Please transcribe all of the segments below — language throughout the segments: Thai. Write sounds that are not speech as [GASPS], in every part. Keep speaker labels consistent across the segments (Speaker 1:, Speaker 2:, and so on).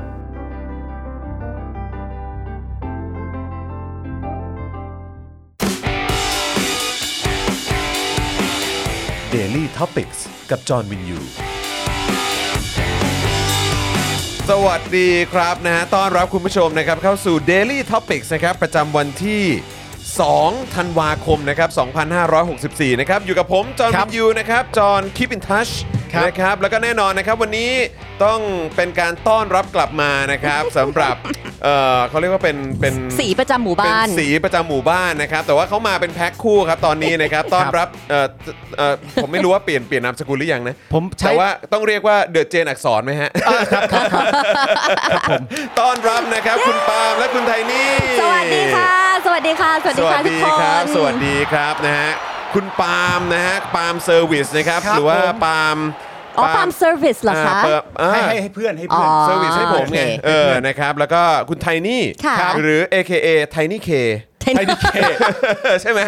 Speaker 1: Daily Topics กับจอห์นวินยู สวัสดีครับนะฮะต้อนรับคุณผู้ชมนะครับเข้าสู่ Daily Topics นะครับประจำวันที่ 2 ธันวาคมนะครับ 2564 นะครับ อยู่กับผม จอห์น
Speaker 2: ครั
Speaker 1: วิ
Speaker 2: บ
Speaker 1: นยูนะครับ จอห์นคิปอินทัช
Speaker 2: ครับ
Speaker 1: นะครับ แล้วก็แน่นอนนะครับวันนี้ต้องเป็นการต้อนรับกลับมานะครับสำหรับ เอ่อเขาเรียกว่าเป็นเป็น
Speaker 3: สีประจำหมู่
Speaker 1: เป็น
Speaker 3: บ้าน
Speaker 1: สีประจำหมู่บ้านนะครับ แต่ว่าเขามาเป็นแพ็คคู่ครับตอนนี้นะครับต้อนรับเอ่อเอ่อผมไม่รู้ว่าเปลี่ยนเปลี่ยนนามสกุลหรือยังนะ
Speaker 2: ผมใช้
Speaker 1: แต่ว่าต้องเรียกว่าเดอะเจนอักษรไหมฮะต้อนรับนะครับคุณปาล์มและคุณไทนี่
Speaker 3: สวัสดีค่ะ สวัสดีค่ะ สวัส
Speaker 1: ส
Speaker 3: ดี
Speaker 1: วั
Speaker 3: ค่ะ
Speaker 1: ส
Speaker 3: ทุก
Speaker 1: ดี
Speaker 3: ค
Speaker 1: ครับ
Speaker 3: น
Speaker 1: สวัสดีครับนะฮะคุณปาล์มนะฮะปาล์มเซอร์วิสนะครับ
Speaker 2: ครับ
Speaker 1: หรือว่าปาล์ม
Speaker 3: อ๋อปาล์มเซอร์วิสเหรอ
Speaker 1: า
Speaker 3: คะ
Speaker 1: ปาล์มอ่า
Speaker 2: ให้ให้ให้เพื่อนให้เพื่อน
Speaker 3: อ๋อ
Speaker 1: เซอร์วิสให้ผมไง
Speaker 3: โอเค
Speaker 1: เออ นะครับ แล้วก็คุณไทนี่
Speaker 3: ค่ะ
Speaker 1: ครับหรือ AKA ไทนี่เค
Speaker 3: Tiny K
Speaker 1: [LAUGHS] ใช่ไหม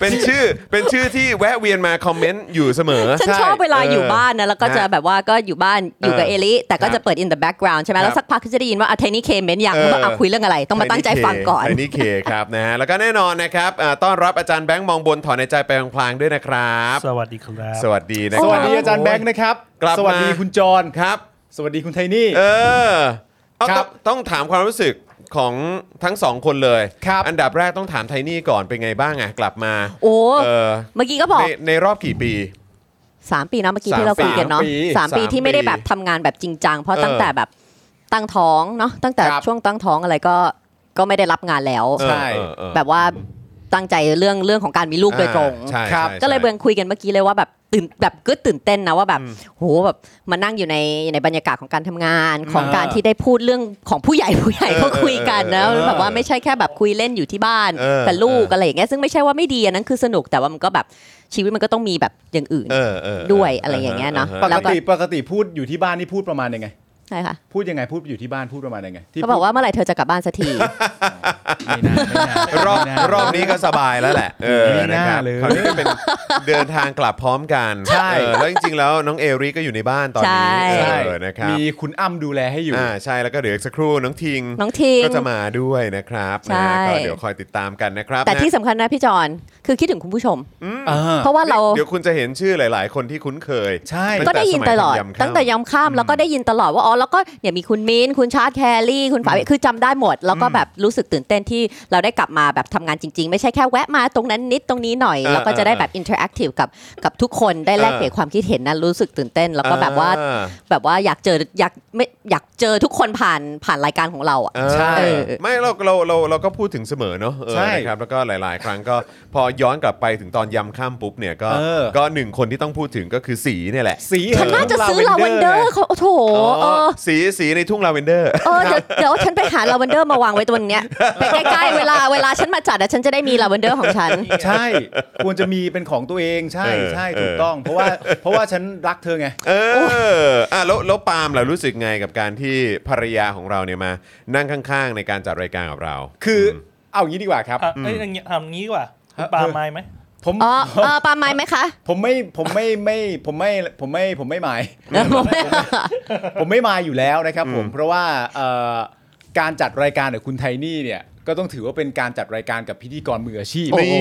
Speaker 1: เป็นชื่อ เป็นชื่อที่แวะเวียนมาคอมเมนต์อยู่เสมอ
Speaker 3: ฉันชอบเวลาอยู่บ้านนะ แล้วก็จะแบบว่าก็อยู่บ้านอยู่กับ
Speaker 1: เออ
Speaker 3: เอลิแต่ก็จะเปิด in the background ใช่ไห
Speaker 1: ค
Speaker 3: ม
Speaker 1: รับ
Speaker 3: แล้วสักพักก็จะได้ยินว่าอ่ะเทนี่เคเมนต์อย่าง
Speaker 1: เออ
Speaker 3: ว่าอ่ะคุยเรื่องอะไร ต้องมาตั้งใจฟังก่อน
Speaker 1: ไทนี่เคครับนะฮะ แล้วก็แน่นอนนะครับอ่าต้อนรับอาจารย์แบงค์มองบนถอนในใจไปพลางๆด้วยนะครับ
Speaker 4: สวัสดีครับ
Speaker 1: สวัสดีนะค
Speaker 2: ส
Speaker 1: รับ
Speaker 2: วัสดีอาจารย์แบงค์นะครับ
Speaker 1: กลับมา
Speaker 2: สวัสดีคุณจร
Speaker 1: ครับ
Speaker 2: สวัสดีคุณไทนี่
Speaker 1: เออเอา
Speaker 2: ค
Speaker 1: ต้
Speaker 2: รั
Speaker 1: อง
Speaker 2: บ
Speaker 1: ต้องถามความรู้สึกของทั้งสองคนเลย
Speaker 2: ครับ
Speaker 1: อันดับแรกต้องถามไทนี่ก่อนเป็นไงบ้างอ่ะกลับมา
Speaker 3: โอ้
Speaker 1: เออ
Speaker 3: เมื่อกี้ก็บอก
Speaker 1: ในในรอบกี่ปี
Speaker 3: 3 ปีนะเมื่อกี้
Speaker 1: สาม
Speaker 3: ที่เราคุยกันเนาะ
Speaker 2: ปี
Speaker 3: สามปี
Speaker 1: สาม
Speaker 3: ที่ไม่ได้แบบ
Speaker 1: ปี
Speaker 3: ทำงานแบบจริงจัง เพราะ
Speaker 1: เออ
Speaker 3: ตั้งแต่แบบตั้งท้องเนาะตั้งแต่
Speaker 2: ครับ
Speaker 3: ช่วงตั้งท้องอะไรก็ก็ไม่ได้รับงานแล้ว
Speaker 1: เออ
Speaker 2: ใช่
Speaker 3: แบบว่าตั้งใจเรื่องเรื่องของการมีลูกโดยตรง
Speaker 1: อ่าใช่
Speaker 2: ครับ
Speaker 1: ใช่
Speaker 3: ก็เลย
Speaker 1: ใช่
Speaker 3: เบืองคุยกันเมื่อกี้เลยว่าแบบตื่นแบบก็ตื่นเต้นนะว่าแบบโหแบบมานั่งอยู่ในในบรรยากาศของการทำงานของ
Speaker 2: อ่า
Speaker 3: การที่ได้พูดเรื่องของผู้ใหญ่ผู้ใหญ่
Speaker 1: เออ
Speaker 3: เขาคุยกันนะ
Speaker 1: เออ
Speaker 3: แบบว่าไม่ใช่แค่แบบคุยเล่นอยู่ที่บ้าน
Speaker 1: เออ
Speaker 3: กับลูก
Speaker 1: เอออ
Speaker 3: อะไรอย่างเงี้ยซึ่งไม่ใช่ว่าไม่ดีอันนั้นคือสนุกแต่ว่ามันก็แบบชีวิตมันก็ต้องมีแบบอย่างอื่น
Speaker 1: เออเออ
Speaker 3: ด้วยอะไรอย่างเงี้ยเนาะ
Speaker 2: ป
Speaker 3: แล้
Speaker 2: ก
Speaker 3: วก็
Speaker 2: ติปกติพูดอยู่ที่บ้านนี่พูดประมาณยังไง
Speaker 3: ใช่ค่ะ
Speaker 2: พูดยังไงพูดอยู่ที่บ้านพูดประมาณยังไงที่
Speaker 3: ก็บอกว่าเมื่อไหร่เธอจะกลับบ้านสักที
Speaker 2: ไม่นานไม่นาน
Speaker 1: รอบรอบนี้ก็สบายแล้วแหละ เออ
Speaker 2: ไม่
Speaker 1: นะ
Speaker 2: น่า
Speaker 1: ครับ
Speaker 2: เลย
Speaker 1: คราวนี้ก็เป็นเดินทางกลับพร้อมกัน
Speaker 2: ใช่
Speaker 1: เออแล้วจริงๆแล้วน้องเอริก็อยู่ในบ้านตอน
Speaker 3: ใช่
Speaker 1: นี้เอ
Speaker 2: ใช่
Speaker 1: อนะครับ
Speaker 2: มีคุณอ้ำดูแลให้อยู่
Speaker 1: อ่าใช่แล้วก็เดี๋ยวอีกสักครู่น้องทิง
Speaker 3: น้องทิง
Speaker 1: ก็จะมาด้วยนะครับ
Speaker 3: ใช่
Speaker 1: นะก็เดี๋ยวคอยติดตามกันนะครับ
Speaker 3: แต่ที่
Speaker 1: นะ
Speaker 3: สำคัญนะพี่จอนคือคิดถึงคุณผู้ชม
Speaker 2: อ่า
Speaker 3: เพราะว่าเรา
Speaker 1: เดี๋ยวคุณจะเห็นชื่อหลาย ๆ คนที่คุ้นเคย
Speaker 2: ใช่
Speaker 1: ง
Speaker 3: ก็ได้ยิน
Speaker 1: สมั
Speaker 3: ตลอด
Speaker 1: คุณำข้าว
Speaker 3: ตั้งแต่ยำข้ามแล้วก็ได้ยินตลอดว่าอ๋อแล้วก็เนี่ยมีคุณมิ้นคุณชาร์ตแคลรี่ คุณฝาวิคือจำได้หมด แล้วก็แบบรู้สึกตื่นเต้นที่เราได้กลับมาแบบทำงานจริง ๆ ไม่ใช่แค่แวะมาตรงนั้นนิดตรงนี้หน่อย
Speaker 1: เออ
Speaker 3: แล้วก็จะได้แบบอินเทอร์แอคทีฟกับกับทุกคนได้แลก
Speaker 1: เออ
Speaker 3: เปลี่ยนความคิดเห็นนะรู้สึกตื่นเต้น แล้วก็แบบว่า
Speaker 1: เออ
Speaker 3: แบบว่าอยากเจออยากไม่อยากเจอทุกคนผ่านผ่านรายการของเราอ่ะ
Speaker 2: ใช่
Speaker 1: เออไม่เราเราเราเราก็พูดถึงเสมอเนอะเออ
Speaker 2: ใช่
Speaker 1: นะครับแล้วก็หลาย ๆ ครั้งก็ พอย้อนกลับไปถึงตอนยำข้ามปุ๊บเนี่ยก็
Speaker 2: เออ
Speaker 1: ก็หนึ่งคนที่ต้องพูดถึงก็คือสีเนี่ยแหละ
Speaker 2: สี
Speaker 3: ฉันน่าจะซื้อลาเวนเดอร์เขาโอ้โถเออ
Speaker 1: สีสีในทุ่งลาเวนเดอร์
Speaker 3: เออเดี๋ยวเดี๋ยวฉันไปหาลาเวนเดอร์มาวางไว้ตรงเนี้ยไปใกล้ๆเวลาเวลาฉันมาจัดอะฉันจะได้มีลาเวนเดอร์ของฉัน
Speaker 2: ใช่ ควรจะมีเป็นของตัวเองใช่
Speaker 1: เออ
Speaker 2: ใช่
Speaker 1: เออ
Speaker 2: ถูกต้อง เพราะว่าเพราะว่าฉันรักเธอไง
Speaker 1: เอออ่ะแล้วแล้วปาล์มล่ะรู้สึกไงกับการที่ภรรยาของเราเนี่ยมานั่งข้าง ๆ ในการจัดรายการกับเรา
Speaker 2: คือเอางี้ดีกว่าครับ
Speaker 4: อ่ะเอ้ยอย่างเงี้ยทำงี้ดีกว่าคุณปาล์ม
Speaker 2: เออ
Speaker 4: มายไหม
Speaker 2: ผม
Speaker 3: อ๋อเออปาล์มไม้ไหมคะ
Speaker 2: ผมไม่ผมไม่ไม่ผมไม่ผมไม่ผมไม่หมาย ผมไม่มาอยู่แล้วนะครับผมเพราะว่าเอ่อการจัดรายการของคุณไทนี่เนี่ยก็ต้องถือว่าเป็นการจัดรายการกับพิธีกรมืออาชีพ
Speaker 1: โอ้โห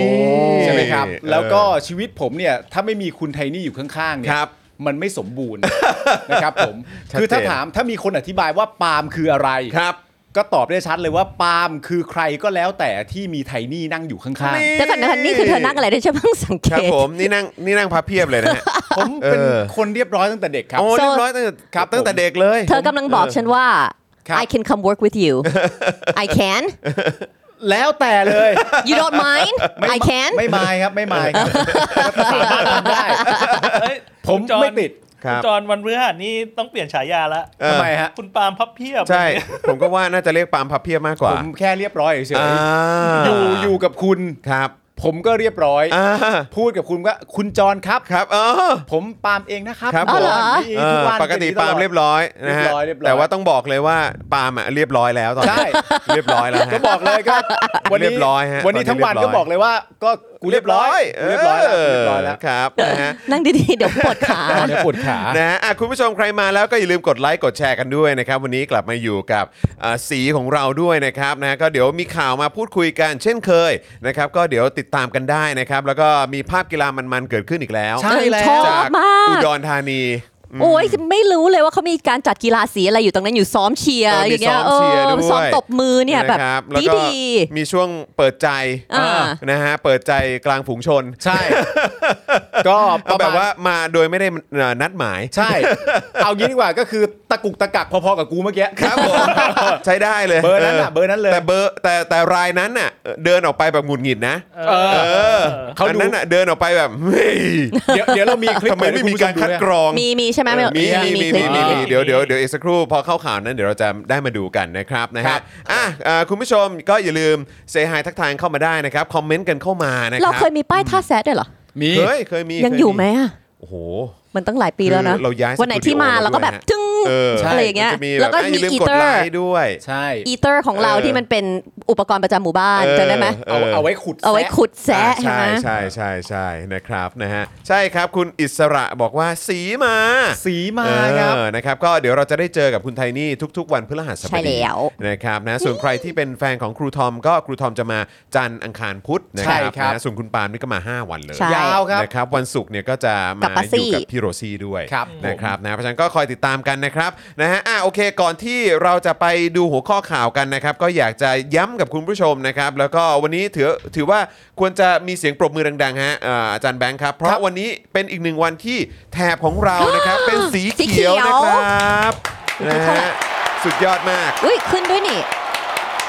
Speaker 2: ใช่ไหมครับ
Speaker 1: เออ
Speaker 2: แล้วก็ชีวิตผมเนี่ยถ้าไม่มีคุณไทนี่อยู่ข้างๆเนี่
Speaker 1: ค
Speaker 2: ย
Speaker 1: รับ
Speaker 2: มันไม่สมบูรณ์
Speaker 1: [LAUGHS]
Speaker 2: นะครับผม
Speaker 1: ชัดเจน
Speaker 2: คือถ้าถามถ้ามีคนอธิบายว่าปาล์มคืออะไร
Speaker 1: ครับ
Speaker 2: ก็ตอบได้ชัดเลยว่าปาล์มคือใครก็แล้วแต่ที่มีไทนี่นั่งอยู่ข้าง
Speaker 3: เดี๋ยวก่อนนะคะนี่คือเธอนั่งอะไรด้วยใช่ไหมสังเก
Speaker 1: ครับ
Speaker 3: ต
Speaker 1: ผมนี่นั่งนี่นั่งพับเพียบเลยนะฮะ
Speaker 2: ๆผมเป็น
Speaker 1: เออ
Speaker 2: คนเรียบร้อยตั้งแต่เด็กครับ
Speaker 1: โอ้
Speaker 3: โซ่
Speaker 1: เรียบร้อยตั้งแต่
Speaker 2: ครับผม
Speaker 1: ตั้งแต่เด็กเลย
Speaker 3: เธอกำลังบอกฉันว่า
Speaker 2: ครับ
Speaker 3: I can come work with you I can
Speaker 2: แล้วแต่เลย
Speaker 3: you don't mind I can
Speaker 2: ไม่มายครับไม่มายครับสามารถทำได้
Speaker 4: เอ้ย
Speaker 2: ผม
Speaker 4: คุณจอน
Speaker 2: ไม่ติด
Speaker 1: ครับ
Speaker 4: ณจอนวันพฤหัสนี่ต้องเปลี่ยนฉายาละ
Speaker 1: เออ
Speaker 2: ทำไมฮะ
Speaker 4: คุณปาล์มพับเพียบ
Speaker 1: ใช่ ผมก็ว่าน่าจะเรียกปาล์มพับเพียบมากก
Speaker 2: ผ
Speaker 1: ว่าม
Speaker 2: แค่เรียบร้อยเฉย
Speaker 1: อ่า
Speaker 2: ๆอยู่อยู่กับคุณ
Speaker 1: ครับ
Speaker 2: ผมก็เรียบร้อย
Speaker 1: อ่า
Speaker 2: พูดกับคุณก็คุณจรครับ
Speaker 1: ครับเออ
Speaker 2: ผมปาล์มเองนะครับ
Speaker 1: ครับ
Speaker 3: อ๋อเหรอ
Speaker 2: นี่ทุกวัน
Speaker 1: ปกติ
Speaker 2: นอย่
Speaker 1: ปาล์ม
Speaker 2: งนี้
Speaker 1: เรียบ
Speaker 2: ตลอด
Speaker 1: ร้อยนะฮะ
Speaker 2: เรียบร้อยเรียบร้อย
Speaker 1: แต่ว่าต้องบอกเลยว่าปาล์มอะเรียบร้อยแล้วตอนนี้
Speaker 2: ใช่
Speaker 1: เรียบร้อยแล้วฮะ
Speaker 2: [LAUGHS] ก็บอกเลยก็วัน
Speaker 1: เรีย
Speaker 2: นี้
Speaker 1: บร้อยฮะ
Speaker 2: วันนี้
Speaker 1: ตอนนี้
Speaker 2: ทั้งวัน
Speaker 1: เรี
Speaker 2: ก็
Speaker 1: ยบร้อย
Speaker 2: บอกเลยว่า ก็กูเรียบร้อยกูเรียบร้อยแล้วกูเรียบร้อยแล้ว
Speaker 1: เครับนะฮะ
Speaker 3: นั่งดีๆ เดี๋ยวปวดขา
Speaker 2: เดี๋ยวปวดขา
Speaker 1: นะฮะอ่ะคุณผู้ชมใครมาแล้วก็อย่าลืมกดไลค์กดแชร์กันด้วยนะครับ วันนี้กลับมาอยู่กับเอ่อสีของเราด้วยนะครับนะฮะก็เดี๋ยวมีข่าวมาพูดคุยกันเช่นเคยนะครับ ก็เดี๋ยวติดตามกันได้นะครับ แล้วก็มีภาพกีฬามันๆเกิดขึ้นอีกแล้ว
Speaker 2: ใช่แล้ว
Speaker 3: ชอบ
Speaker 1: จาก
Speaker 3: มาก
Speaker 1: อุดรธานี
Speaker 3: โอ้ยไม่รู้เลยว่าเขามีการจัดกีฬาสีอะไรอยู่ตรงนั้นอยู่ซ้อมเชียร์
Speaker 1: เออ
Speaker 3: อ
Speaker 1: มี
Speaker 3: ย่าง
Speaker 1: ซ้
Speaker 3: เงี้
Speaker 1: อย ม
Speaker 3: เอ
Speaker 1: เชียร์
Speaker 3: อ
Speaker 1: ด้วย
Speaker 3: ซ้อมตบมือเนี่ยแบ
Speaker 1: ะ
Speaker 3: บ
Speaker 1: ครับแล้ว
Speaker 3: ดี
Speaker 1: ก็
Speaker 3: ดี
Speaker 1: มีช่วงเปิดใจ
Speaker 3: อ่า
Speaker 1: นะฮะเปิดใจกลางฝูงชน
Speaker 2: ใช่ ก็ป
Speaker 1: ก็
Speaker 2: ระ
Speaker 1: แบบ
Speaker 2: มาณ
Speaker 1: ว่ามาโดยไม่ได้เอ่อนัดหมาย
Speaker 2: ใช่ เอางี้ดีกว่าก็คือตะกุกตะกักพอๆกับกูเมื่อกี้
Speaker 1: ครับผมใช้ได้เลย
Speaker 2: เบอร์นั้นน่ะเบอร์นั้นเลย
Speaker 1: แต่เบอร์แต่แต่รายนั้นน่ะเดินออกไปแบบหงุดหงิดนะ
Speaker 4: เออ
Speaker 1: เออ
Speaker 2: เขาดู
Speaker 1: อันนั้นน่ะเดินออกไปแบบเฮ้ย
Speaker 2: เดี๋ยวเดี๋ยวเรามีคลิป
Speaker 1: ทำไมไม่มีการคัดกรอง
Speaker 3: มีมีใช่ไหม
Speaker 1: เออมีมีมี
Speaker 3: คลิ
Speaker 1: มี
Speaker 3: ป
Speaker 1: มีมี
Speaker 4: มี
Speaker 1: เดี๋ยวเดี๋ยวเดี๋ยวอีกสักครู่พอเข้าข่าวนั้นเดี๋ยวเราจะได้มาดูกันนะครับนะฮะอ่ะเอ่อคุณผู้ชมก็อย่าลืมเซฮายทักทายเข้ามาได้นะครับคอมเมนต์กันเข้ามานะค
Speaker 3: เรา
Speaker 1: รับ
Speaker 3: เคยมีป้ายท่าแซดด้วยเหรอ
Speaker 2: มี
Speaker 1: เคยเคยมี
Speaker 3: ยัง
Speaker 1: เค
Speaker 3: อยู่ไหมอะ
Speaker 1: โอ้โห
Speaker 3: มันตั้งหลายปีแล้วนะ
Speaker 1: คือเราย้าย
Speaker 3: วันไหนที่มา
Speaker 1: สตูดิโอ
Speaker 3: เราก็แบบ
Speaker 1: ด้วยนะ
Speaker 3: จึ้ง
Speaker 1: เออ
Speaker 2: ใช่
Speaker 3: อะไรอย่างเงี้ย
Speaker 1: มันจะมี
Speaker 3: แล้วก็
Speaker 1: บบอ่ะ
Speaker 3: มี
Speaker 1: อย่าลืม
Speaker 3: อี
Speaker 1: กด
Speaker 3: เตอ
Speaker 1: ไล
Speaker 3: ร์
Speaker 1: ค์ด้วย
Speaker 2: ใช่
Speaker 3: อีเตอร์ของเรา
Speaker 1: เออ
Speaker 3: ที่มันเป็นอุปกรณ์ประจำหมู่บ้าน
Speaker 1: เออ
Speaker 3: จำได้ไหม
Speaker 2: เอาเอาไว้ขุด
Speaker 3: เอาไว้ขุดแซะใช่
Speaker 1: ใช่
Speaker 3: ไหม
Speaker 1: ใช่ใช่ใช่นะครับนะฮะใช่ครับคุณอิสระบอกว่าสีมา
Speaker 2: สีมาครับ
Speaker 1: เออนะครับ ก็เดี๋ยวเราจะได้เจอกับคุณไทนี่ทุกๆ วันพฤหัสบ
Speaker 3: ใช่
Speaker 1: ดี
Speaker 3: แล้ว
Speaker 1: นะครับนะส่วนใครที่เป็นแฟนของครูทอมก็ครูทอมจะมาจันทร์อังคารพุธนะค
Speaker 2: ใช่
Speaker 1: รับ
Speaker 2: ครับ
Speaker 1: นะส่วนคุณปาล์มนี่ก็มา 5 วันเลย
Speaker 3: ใช่
Speaker 2: ยาวครับ
Speaker 1: นะครับวันศุกร์เนี่ยก็จะมา
Speaker 3: กับปาซี่
Speaker 1: อยู่กับพี่โรซี่ด้วย
Speaker 2: ครับผม
Speaker 1: นะครับนะเพราะฉะนั้นก็คอยติดตามกันนะครับนะฮะอ่ะโอเค ก่อนที่เราจะไปดูหัวข้อข่าวกันนะครับ ก็อยากจะย้ำกับคุณผู้ชมนะครับ แล้วก็วันนี้ถือถือว่าควรจะมีเสียงปรบมือดังๆฮะเอ่ออาจารย์แบงค์ครับ เพราะวันนี้เป็นอีกหนึ่งวันที่แถบของเรา
Speaker 2: [GASPS]
Speaker 1: นะครับ เป็นสี
Speaker 3: สีเขี
Speaker 1: เขีย
Speaker 3: ยว ว
Speaker 1: นะครับนะ
Speaker 3: เท่าไหร่
Speaker 1: ฮะสุดยอดมาก
Speaker 3: อุ้ยขึ้นด้วยนี่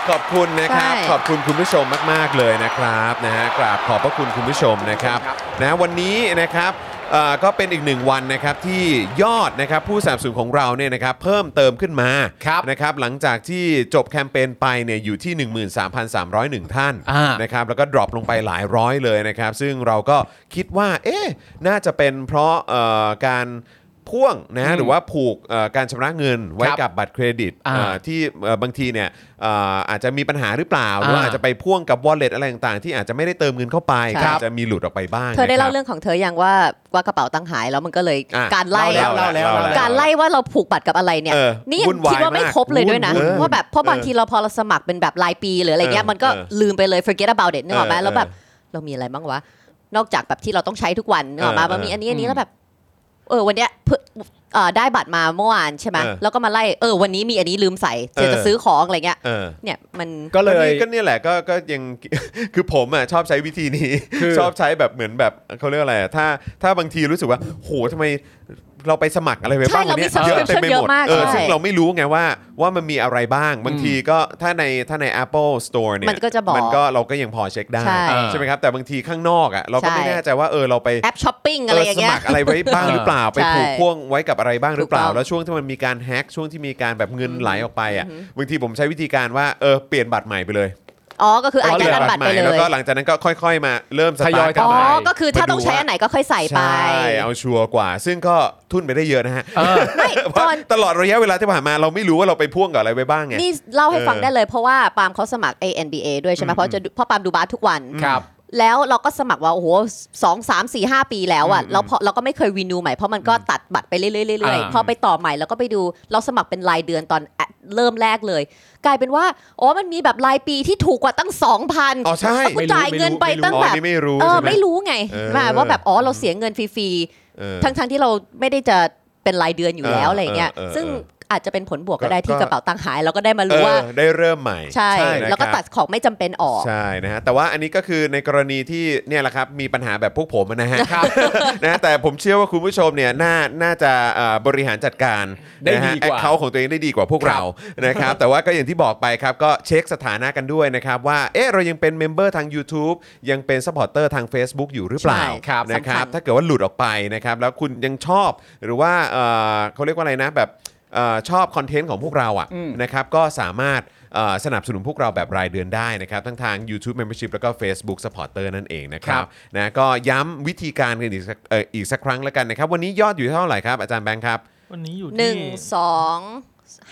Speaker 1: ขอบคุณนะครับ
Speaker 3: ใช่
Speaker 1: ขอบคุณคุณผู้ชมมาก ๆ เลยนะครับนะฮะกราบขอบพระคุณคุณผู้ชมนะครับ
Speaker 2: ครับ
Speaker 1: นะวันนี้นะครับเอ่อก็เป็นอีกหนึ่งวันนะครับที่ยอดนะครับผู้สนับสนุนของเราเนี่ยนะครับเพิ่มเติมขึ้นมา
Speaker 2: ครับ
Speaker 1: นะครับหลังจากที่จบแคมเปญไปเนี่ยอยู่ที่ 13,301 ท่าน
Speaker 2: อ่าน
Speaker 1: นะครับแล้วก็ดรอปลงไปหลายร้อยเลยนะครับ ซึ่งเราก็คิดว่าเอ๊ะน่าจะเป็นเพราะเอ่อการพ่วงนะฮะหรือว่าผูกเอ่อการชำระเงินไว้
Speaker 2: ครับ
Speaker 1: กับบัตรเครดิต
Speaker 2: อ่า
Speaker 1: เอ่อ ที่เอ่อบางทีเนี่ยเอ่ออาจจะมีปัญหาหรือเปล่าหรือว่า
Speaker 2: อ่า
Speaker 1: อาจจะไปพ่วงกับ wallet อะไรต่างๆ ที่อาจจะไม่ได้เติมเงินเข้าไป
Speaker 3: ครับ
Speaker 1: อาจจะมีหลุดออกไปบ้าง
Speaker 3: เธอได้
Speaker 1: นะค
Speaker 3: เล่า
Speaker 1: บ
Speaker 3: เรื่องของเธออย่างว่าว่ากระเป๋าตังค์หายแล้วมันก็เลย
Speaker 1: อ่ะ
Speaker 3: การไล่
Speaker 2: เล่าแล้วเล่าแล้วเล่าแล้ว
Speaker 3: การไล่ว่าเราผูกบัตรกับอะไรเนี่ย
Speaker 1: เออ
Speaker 3: นี่ยั
Speaker 1: วุ่
Speaker 3: ง
Speaker 1: นวาย
Speaker 3: คิดว่าไม่
Speaker 1: มาก
Speaker 3: ครบเลยด้วยนะ
Speaker 1: วุ่นวุ่น
Speaker 3: ว่าแบบเพราะบาง
Speaker 1: เออ
Speaker 3: ทีเราพอเราสมัครเป็นแบบรายปีหรืออะไรเงี้ย
Speaker 1: เออ
Speaker 3: มันก็
Speaker 1: เออ
Speaker 3: ลืมไปเลย forget about it นึกออกไหม
Speaker 1: เออ
Speaker 3: แล้วแบบเรามีอะไรบ้างวะนอกจากแบบที่เราต้องใช้ทุกวันนึกออกมา
Speaker 1: เออ
Speaker 3: มันมีอันนี้อันนี้
Speaker 2: อืม
Speaker 3: แล้วแบบ เออวันเนี้ยเพิ่งเอ่อได้บัตรมาเมื่อวานใช่ไหม
Speaker 1: เออ
Speaker 3: แล้วก็มาไล่เออวันนี้มีอันนี้ลืมใส่เดี๋ยวจะ
Speaker 1: เออ
Speaker 3: ซื้อของอะไรเงี้ย
Speaker 1: เออ
Speaker 3: เนี่ยมัน
Speaker 2: ก็เลย
Speaker 1: นี่ก็เนี่ยแหละก็ก็ยัง [LAUGHS] คือผมอ่ะชอบใช้วิธีนี้
Speaker 2: คือ
Speaker 1: ชอบใช้แบบเหมือนแบบเขาเรียกอะไรอ่ะถ้าถ้าบางทีรู้สึกว่าโหทำไมเราไปสมัครอะไรไป
Speaker 3: ใช่
Speaker 1: บ้างวันนี้
Speaker 3: เรามี subscription
Speaker 1: ไป
Speaker 3: เยอะมาก
Speaker 1: เออ
Speaker 3: ใช่
Speaker 1: ซึ่งเราไม่รู้ไงว่าว่ามันมีอะไรบ้าง บางทีก็ถ้าในถ้าใน Apple Store เนี่ย
Speaker 3: มันก็จะบอก
Speaker 1: มันก็เราก็ยังพอเช็คได้
Speaker 3: ใช่
Speaker 1: ใช่ไหมครับแต่บางทีข้างนอกอ่ะเราก็ไม่
Speaker 3: ใช่
Speaker 1: แน่ใจว่าเออเราไป
Speaker 3: แอปช้อปปิ้งอะไรอย่างเงี้
Speaker 1: ส
Speaker 3: ย
Speaker 1: มัครอะไรไว้บ้างหรือเปล่า ไป
Speaker 3: ใช่
Speaker 1: ผูกพ่วงไว้กับอะไรบ้างหรือเปล่า
Speaker 3: ถูกต้อง
Speaker 1: แล้วช่วงที่มันมีการแฮ็กช่วงที่มีการแบบเงินไหลออกไปอ่ะบางทีผมใช้วิธีการว่าเออเปลี่ยนบัตรใหม่ไปเลย
Speaker 3: อ๋อก็คืออาจจะ
Speaker 1: ลี่ย
Speaker 3: ดันบัตรไปเล
Speaker 1: แล้ว
Speaker 3: ย
Speaker 1: ก็หลังจากนั้นก็ค่อย ๆ มาเริ่มส
Speaker 2: ทย
Speaker 1: ตา
Speaker 2: อย
Speaker 1: ร์ท
Speaker 2: กลั
Speaker 3: อ๋
Speaker 2: บ
Speaker 3: อ
Speaker 2: มา
Speaker 3: ก็คือถ้าต้องใช้อันไหนก็ค่อยใส่ไป
Speaker 1: ใช่เอาชัวร์กว่า ซึ่งก็ทุ่นไปได้เยอะนะฮะเพราะ
Speaker 3: ก่อน
Speaker 1: ตลอดระยะเวลาที่ผ่านมาเราไม่รู้ว่าเราไปพ่วงกับอะไรไปบ้างไง
Speaker 3: นี่เล่าให้ฟัง
Speaker 1: เออ
Speaker 3: ได้เลยเพราะว่าปาล์มเขาสมัคร ANBA ด้วยใช่ไหมเพราะจะดูเพราะปาล์มดูบาสทุกวัน
Speaker 1: ครับ
Speaker 3: แล้วเราก็สมัครว่าโอ้โหสองสามสี่ห้าปีแล้วอ่ะแล้วพอเราก็ไม่เคยรีนิวใหม่เพราะมันก็ตัดบัตรไปเรื่อยๆเรื่อย
Speaker 2: อ่า
Speaker 3: ๆพอไปต่อใหม่แล้วก็ไปดูเราสมัครเป็นรายเดือนตอนอะเริ่มแรกเลย กลายเป็นว่าอ๋อมันมีแบบรายปีที่ถูกกว่าตั้งสองพัน
Speaker 1: อ๋อใช่
Speaker 3: แล้วกูจ่ายเงินไปตั้ง
Speaker 1: อ๋อ
Speaker 3: แบบ
Speaker 1: นี่ไม่รู้
Speaker 3: เออ
Speaker 1: ใช่ห
Speaker 3: ไม่รู้ไง
Speaker 1: เออ
Speaker 3: แบบว่าแบบอ๋อเราเสียเงินฟรี
Speaker 1: เออ
Speaker 3: ๆทั้งๆที่เราไม่ได้จะเป็นรายเดือนอยู่แล้ว
Speaker 1: เออ
Speaker 3: อะไรเงี้ย
Speaker 1: เออเออ
Speaker 3: ซึ่ง
Speaker 1: เออ
Speaker 3: อาจจะเป็นผลบวกก็ได้
Speaker 1: ก็
Speaker 3: ที่กระเป๋าตังค์หายเราก็ได้มารู้ว่า
Speaker 1: เออได้เริ่มใหม่
Speaker 3: ใช่
Speaker 1: ใช่นะครับ
Speaker 3: แล้วก็ตัดของไม่จำเป็นออก
Speaker 1: ใช่นะฮะแต่ว่าอันนี้ก็คือในกรณีที่เนี่ยแหละครับมีปัญหาแบบพวกผมนะฮะนะฮะแต่ผมเชื่อว่าคุณผู้ชมเนี่ยน่าน่าจะเอ่อบริหารจัดการ
Speaker 2: ได้
Speaker 1: นะฮะ
Speaker 2: ดี
Speaker 1: แอกค
Speaker 2: ว่า
Speaker 1: เคาของตัวเองได้ดีกว่าพวกเรานะครับแต่ว่าก็อย่างที่บอกไปครับก็เช็คสถานะกันด้วยนะครับว่าเอ๊ะเรายังเป็นเมมเบอร์ทาง YouTube ยังเป็นซัพพอร์เตอร์ทาง Facebook อยู่หรือเปล่า
Speaker 3: ใช่ครับ
Speaker 1: นะค
Speaker 3: สำคั
Speaker 1: รับ
Speaker 3: ญ
Speaker 1: ถ้าเกิดว่าหลุดออกไปนะครับแล้วคุณยังชอบหรือว่าเอ่อเขาเรียกว่าอะไรนะแบบเอ่อชอบคอนเทนต์ของพวกเราอ่ะ
Speaker 2: อืม
Speaker 1: นะครับก็สามารถเอ่อสนับสนุนพวกเราแบบรายเดือนได้นะครับทั้งทาง YouTube Membership แล้วก็ Facebook Supporter นั่นเองนะครับนะก็ย้ำวิธีการกันอีกสักเอ่ออีกสักครั้งแล้วกันนะครับ วันนี้ยอดอยู่เท่าไหร่ครับ อาจารย์แบงค์ครับ
Speaker 4: วันนี้อยู่ที่
Speaker 3: หนึ่งสอง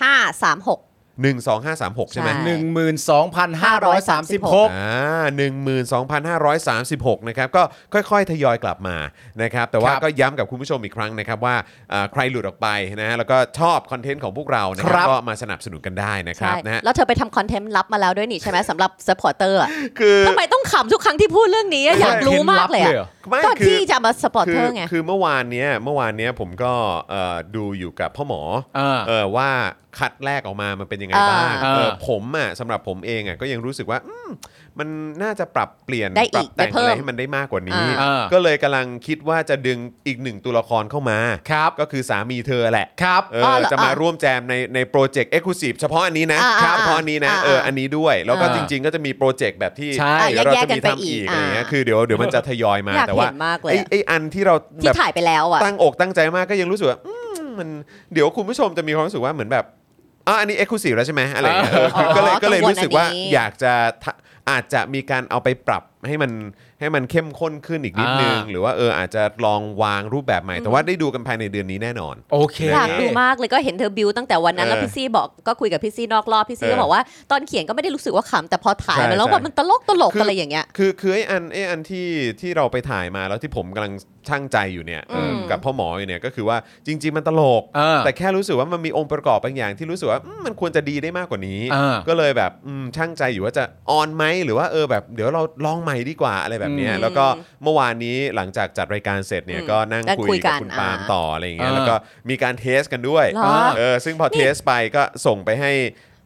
Speaker 3: ห้าสามหก
Speaker 1: 1 2 5 3 6 ใช่ไหม
Speaker 3: ใช่
Speaker 2: หนึ่งหมื่นสองพันห้าร้อยสามสิบหก
Speaker 1: อ่า12,536 นะครับ ก็ค่อยๆ ทยอยกลับมานะครับ แต่ว่า
Speaker 2: ครับ
Speaker 1: ก็ย้ำกับคุณผู้ชมอีกครั้งนะครับว่าเอ่อใครหลุดออกไปนะฮะแล้วก็ชอบคอนเทนต์ของพวกเรานะค
Speaker 2: ครั
Speaker 1: รับบ ก็มาสนับสนุนกันได้นะครับ
Speaker 3: ใช่
Speaker 1: นะฮะ
Speaker 3: แล้วเธอไปทำคอนเทนต์ลับมาแล้วด้วยนี่ใช่ไหมสำหรับซัพพอร์เตอร์
Speaker 1: คือ
Speaker 3: ทำไมต้องขำทุกครั้งที่พูดเรื่องนี้อะอยากรู้มากเลยอะ
Speaker 2: คดบหรอ
Speaker 1: ไม่
Speaker 3: ก็
Speaker 1: คือ
Speaker 3: ที่จะมาสปอร์เตอร์ไง
Speaker 1: คือเมื่อวานเนี้ยเมื่อวานเนี้ยผมก็เอ่อดูอยู่กับพ่อหมอ
Speaker 2: อ่า
Speaker 1: เออว่าคัดแรกออกมามันเป็นยังไง
Speaker 3: อ่า
Speaker 1: บ้าง
Speaker 2: อ่า
Speaker 1: เออผมอ่ะสำหรับผมเองอ่ะก็ยังรู้สึกว่าอืมมันน่าจะปรับเปลี่ยน
Speaker 3: ได้
Speaker 1: ป
Speaker 3: อี
Speaker 1: รั
Speaker 3: ก
Speaker 1: แต่ง
Speaker 3: ได้เพิ่
Speaker 1: อะ
Speaker 3: ม
Speaker 1: ไรให้มันได้มากกว่านี้
Speaker 2: อ่า
Speaker 1: ก็เลยกำลังคิดว่าจะดึงอีกหนึ่งตัวละครเข้ามา
Speaker 2: ครับ
Speaker 1: ก็คือสามีเธอแหละ
Speaker 2: ครับ
Speaker 1: เออ
Speaker 3: อเหรอ
Speaker 1: จะมา
Speaker 3: อ่ะ
Speaker 1: ร่วมแจมในในโปรเจกต์เอ็กซ์คลูซีฟเฉพาะอันนี้นะ
Speaker 3: อ่าอ่า
Speaker 1: เฉพาะอันนี้นะ
Speaker 3: อ่า
Speaker 1: เอออันนี้ด้วยแล้วก็
Speaker 2: อ่า
Speaker 1: จริง ๆ ก็จะมีโปรเจกต์แบบที่
Speaker 2: ใช่
Speaker 1: เดี๋ยวเราจะมี
Speaker 3: อ่ะแยกๆกันไป
Speaker 1: ทำอีก
Speaker 3: อีก
Speaker 1: อะไรเงี้ย
Speaker 3: อ่า
Speaker 1: คือเดี๋ยวเดี๋ยวมันจะทยอยมา
Speaker 3: อยาก
Speaker 1: แต่
Speaker 3: เห็
Speaker 1: ว่า
Speaker 3: นมากเลย
Speaker 1: ไอ้
Speaker 3: อะ
Speaker 1: ไอ้อันที่เรา
Speaker 3: ที่
Speaker 1: แบบ
Speaker 3: ถ่ายไปแล้วอ่ะ
Speaker 1: ตั้งอกตั้งใจมากก็ยังรู้สึกว่าอืมมันเดี๋ยวคุณผู้ชมจะมีความรู้สึกว่าเหมือนแบบอ่ะอันนี้เอ็กซ์คลูซีฟแล้วใช่ไหมอะไรอย่างเงี้ยเออคือก็เลย
Speaker 3: อ๋อ
Speaker 1: ก็เลย
Speaker 3: กังวล
Speaker 1: รู้สึกว่า
Speaker 3: อันนี้
Speaker 1: อยากจะทะอาจจะมีการเอาไปปรับให้มันให้มันเข้มข้นขึ้นอีกนิดนึง
Speaker 2: อ่า
Speaker 1: หรือว่าเอออาจจะลองวางรูปแบบใหม่ แต่ว่าได้ดูกันภายในเดือนนี้แน่นอน
Speaker 2: โอเค
Speaker 3: อยากดูมากเลยก็เห็นเธอบิวตั้งแต่วันนั้นแล้ว
Speaker 1: เออ
Speaker 3: พี่ซี่บอกก็คุยกับพี่ซี่นอกรอบพี่ซี่
Speaker 1: เอ
Speaker 3: ก็
Speaker 1: อ
Speaker 3: บอกว่าตอนเขียนก็ไม่ได้รู้สึกว่าขำแต่พอถ่าย
Speaker 1: ใช่
Speaker 3: มาแล้ว
Speaker 1: ใช่
Speaker 3: แบบมันตลกตลกอะไรอย่างเงี้ย
Speaker 1: คือคือไอ้อันไอ้อันที่ที่เราไปถ่ายมาแล้วที่ผมกำลังช่างใจอยู่เนี่ยเอออ
Speaker 3: ม
Speaker 1: กับพ่อหมออยู่เนี่ยก็คือว่าจริง ๆ มันตลก
Speaker 2: เออ
Speaker 1: แต่แค่รู้สึกว่ามันมีองค์ประกอบบางอย่างที่รู้สึกว่าอืมมันควรจะดีได้มากกว่านี้
Speaker 2: เออ
Speaker 1: ก็เลยแบบอืมช่างใจอยู่ว่าจะออนไหมหรือว่าเออแบบเดี๋ยวเราลองใหม่ดีกว่าอะไรแบบเนี้ย
Speaker 3: อืม
Speaker 1: แล้วก็เมื่อวานนี้หลังจากจัดรายการเสร็จเนี่ย
Speaker 3: อืม
Speaker 1: ก็นั่ง
Speaker 3: นั่ง
Speaker 1: คุย
Speaker 3: คุยกั
Speaker 1: กับ
Speaker 3: น
Speaker 1: คุณปาล์ม
Speaker 3: อ่า
Speaker 1: ต่ออะไรอย่างเงี้ย
Speaker 2: เออ
Speaker 1: แล้วก็มีการเทสกันด้วย
Speaker 3: เหรอ
Speaker 1: เออซึ่งพอเทสไปก็ส่งไปให้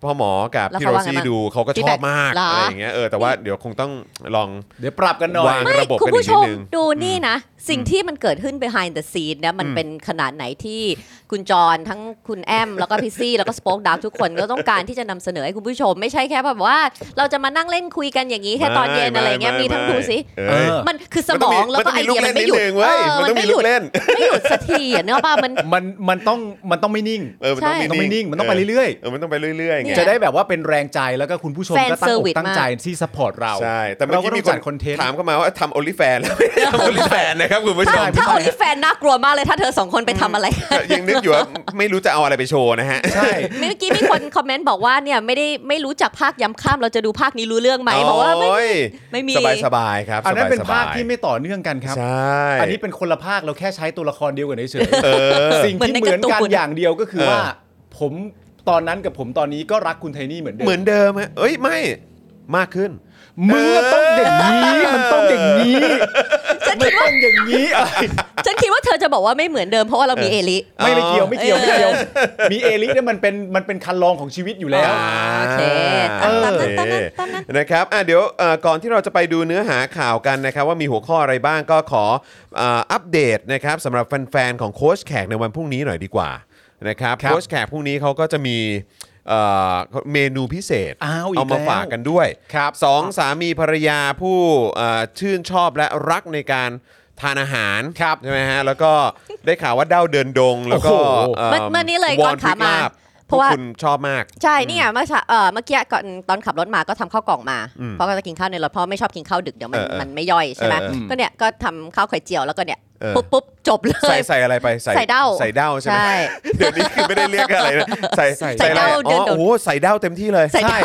Speaker 1: พ่อหมอกับ
Speaker 3: แล้ว
Speaker 1: พี่โร
Speaker 3: เขาว่าไง
Speaker 1: ซี่
Speaker 3: บ้าง
Speaker 1: ดูเขาก็ชอบ
Speaker 3: feedback
Speaker 1: มาก
Speaker 3: เหรออ
Speaker 1: อะไรอย่างเงี้ยเออแต่ว่าเดี๋ยวคงต้องลอง
Speaker 2: เดี๋ยวปรับกันหน่อ
Speaker 1: วาย ง
Speaker 3: ไม่
Speaker 1: ระบบ
Speaker 3: คุณ
Speaker 1: กันอี
Speaker 3: ผู้
Speaker 1: ก
Speaker 3: ช
Speaker 1: นิด
Speaker 3: ม
Speaker 1: นึง
Speaker 3: ดูนี่นะ สิ่งที่มันเกิดขึ้น behind the scene เนี่ยมัน
Speaker 1: อืม
Speaker 3: เป็นขนาดไหนที่คุณจรทั้งคุณแอม แล้วก็พี่ซี่ แล้วก็สป็อคดักทุกคนก็ต้องการที่จะนำเสนอให้คุณผู้ชม ไม่ใช่แค่แบบว่า เราจะมานั่งเล่นคุยกันอย่างนี้แค่ตอนเย็นอะไรเงี้ยมีทั้งดูสิ
Speaker 1: เอ้ย
Speaker 2: อ
Speaker 3: มันคือสมองแล้วก็ไอเดียมันไม่หยุด
Speaker 1: นงเว้ย
Speaker 3: เออ
Speaker 1: มัน
Speaker 3: มัน
Speaker 1: ต้องมี
Speaker 3: ไม่ห
Speaker 1: ลู
Speaker 3: ยุ
Speaker 1: ก
Speaker 3: ด
Speaker 1: เล่น
Speaker 3: ไม่หยุดสักทีอะเนกอะป่ะ
Speaker 1: [LAUGHS]
Speaker 3: มัน
Speaker 2: มันมันต้องมันต้องไม่นิ่ง
Speaker 1: เออมันต้อง
Speaker 3: ใช่
Speaker 1: มี
Speaker 2: ต้องไม่นิ่งมันต้องไปเรื่อย
Speaker 1: เออมันต้องไปเรื่อยๆไง
Speaker 2: ๆ จะได้แบบว่าเป็นแรงใจแล้วก็คุณผู้ชม
Speaker 3: แฟน
Speaker 2: ก็ตั้งอก
Speaker 3: service
Speaker 2: ตั้งใจที่สปอร์ตเรา
Speaker 1: ใช่ แต่เมื่อ
Speaker 2: เราก็
Speaker 1: กี้
Speaker 2: ต้อ
Speaker 1: มีคน
Speaker 2: งจัดคอนเทนต์
Speaker 1: ถามเข้ามาว่าทำโอลิแฟนแล้วไม่ [LAUGHS] ได้ทำโอลิแฟนนะครับคุณผู้ช
Speaker 3: ถ้าม ถ้าโอลิแฟนน่ากลัวมากเลยถ้าเธอสองคนไปทำ
Speaker 1: [LAUGHS]
Speaker 3: อะไร
Speaker 1: ยังนึกอยู่ว่าไม่รู้จะเอาอะไรไปโชว์นะฮะ
Speaker 2: ใช่
Speaker 3: เมื่อกี้มีคนคอมเมนต์บอกว่าเนี่ยไม่ได้ไม่รู้จักภาคย้ำข้ามเราจะดูภาคนี้รู้เรื่องไหมบอกว่า
Speaker 1: โ
Speaker 3: ไม่
Speaker 1: ย
Speaker 3: ไม่มี
Speaker 1: สบายสบายๆครับ
Speaker 2: อันนั้นเป็นภาค
Speaker 1: สบยๆ
Speaker 2: ที่ไม่ต่อเนื่องกันครับ
Speaker 1: ใช่
Speaker 2: อันนี้เป็นคนละภาคเราแค่ใช้ตัวละครเดียวกันเฉย
Speaker 1: เออ
Speaker 2: ๆสิ่งที่เหมือนกัน
Speaker 3: เหมือนในการ์ตูน
Speaker 2: อย่างเดียวก็คือ
Speaker 1: เออ
Speaker 2: ว่า ผมตอนนั้นกับผมตอนนี้ก็รักคุณไทนี่เหมือนเดิม
Speaker 1: เหมือนเดิมฮะเอ้ยไม่มากขึ้น
Speaker 2: มือต้องอย่างนี้มันต้องอย่างนี้
Speaker 3: ฉัน
Speaker 2: มัน
Speaker 3: คิดว่า
Speaker 2: ต้องอย่างนี้เอ้ย
Speaker 3: ฉันคิดว่าเธอจะบอกว่าไม่เหมือนเดิมเพราะว่าเรามีเอลิ
Speaker 2: ไม่ไม่เกี่ยวไม่เกี่ยว
Speaker 3: เออ
Speaker 2: ไม่เกี่ยวมีเอลิเนี่ยมันเป็นมันเป็นคันลองของชีวิตอยู่แล้ว
Speaker 1: อ่า
Speaker 3: โอเคตามนั้นตามนั้นตามนั้น
Speaker 1: นะครับอ่ะเดี๋ยวเอ่อก่อนที่เราจะไปดูเนื้อหาข่าวกันนะครับว่ามีหัวข้ออะไรบ้างก็ขอเอ่ออัปเดตนะครับสำหรับแฟนๆของโค้ชแขกในวันพรุ่งนี้หน่อยดีกว่านะครับ
Speaker 2: ครับ
Speaker 1: โค้ชแขกพรุ่งนี้เขาก็จะมีเอ่อเมนูพิเศษ
Speaker 2: อ้าวอีก
Speaker 1: เอามา
Speaker 2: แล้ว
Speaker 1: ฝากกันด้วย
Speaker 2: ครับ
Speaker 1: สองสามีภรรยาผู้เอ่อชื่นชอบและรักในการทานอาหาร
Speaker 2: ครับ
Speaker 1: ใช่ไหมฮะแล้วก็ได้ข่าวว่าเด้าเดินดง แล้วก็
Speaker 2: โอ้โห
Speaker 1: เอ่อ
Speaker 3: เมื่อเมื่อนี้เลยก่อนขามา
Speaker 1: พ
Speaker 3: เพ
Speaker 1: ว
Speaker 3: ราะ
Speaker 1: ก
Speaker 3: ว่า
Speaker 1: คุณชอบมาก
Speaker 3: ใช่เนี่ยเมื่อเช้าเอ่อเมื่อกี้ก่อนตอนขับรถมาก็ทำข้าวกล่องมา เพราะก็จะกินข้าวในรถเพราะไม่ชอบกินข้าวดึกเดี๋ยวมัน
Speaker 1: เออเออ
Speaker 3: มันไม่ย่อยใช่ไหม
Speaker 1: เออเออ
Speaker 3: ก็เนี่ยก็ทำข้าวไข่เจียวแล้วก็เนี่ย
Speaker 1: เออ
Speaker 3: ปุ๊บปุ๊บจบเล
Speaker 1: ใส่
Speaker 3: ย
Speaker 1: ใส่อะไรไป
Speaker 3: ใส่เด้า
Speaker 1: ใส่เด้าใช่ไหม
Speaker 3: ใช่
Speaker 1: [LAUGHS] เดี๋ยวนี้คือไม่ได้เรียกอะไรนะใส่
Speaker 2: ใส่
Speaker 1: อะไร
Speaker 3: เด้า
Speaker 1: อ๋อ
Speaker 3: เดินโดด
Speaker 1: โอ้โหใส่เด้าเต็มที่เลย
Speaker 3: ใส่เด้า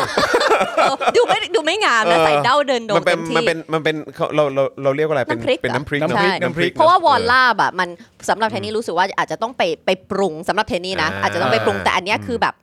Speaker 1: ใช่
Speaker 3: เออดูไม่ดูไม่งามนะใส่เด้าเดินด
Speaker 1: มั
Speaker 3: ง
Speaker 1: นเป็น
Speaker 3: เต็มที่
Speaker 1: มันเป็นมันเป็นเขาเราเราเราเรียกว่าอะไรเป็น
Speaker 3: น้ำพริก
Speaker 1: เป็น
Speaker 3: เหรอ
Speaker 1: น้ำพริก
Speaker 2: น้ำ
Speaker 1: เอะ
Speaker 2: พริกน้ำพริก
Speaker 1: เ
Speaker 3: เพราะว่าวอลลาบอ่ะมันสำหรับเทนนี่รู้สึกว่าอาจจะต้องไปไปปรุงสำหรับเทนนี่นะ
Speaker 1: อ่า
Speaker 3: อาจจะต้องไปปรุงแต่อันเนี้ยคือแบบ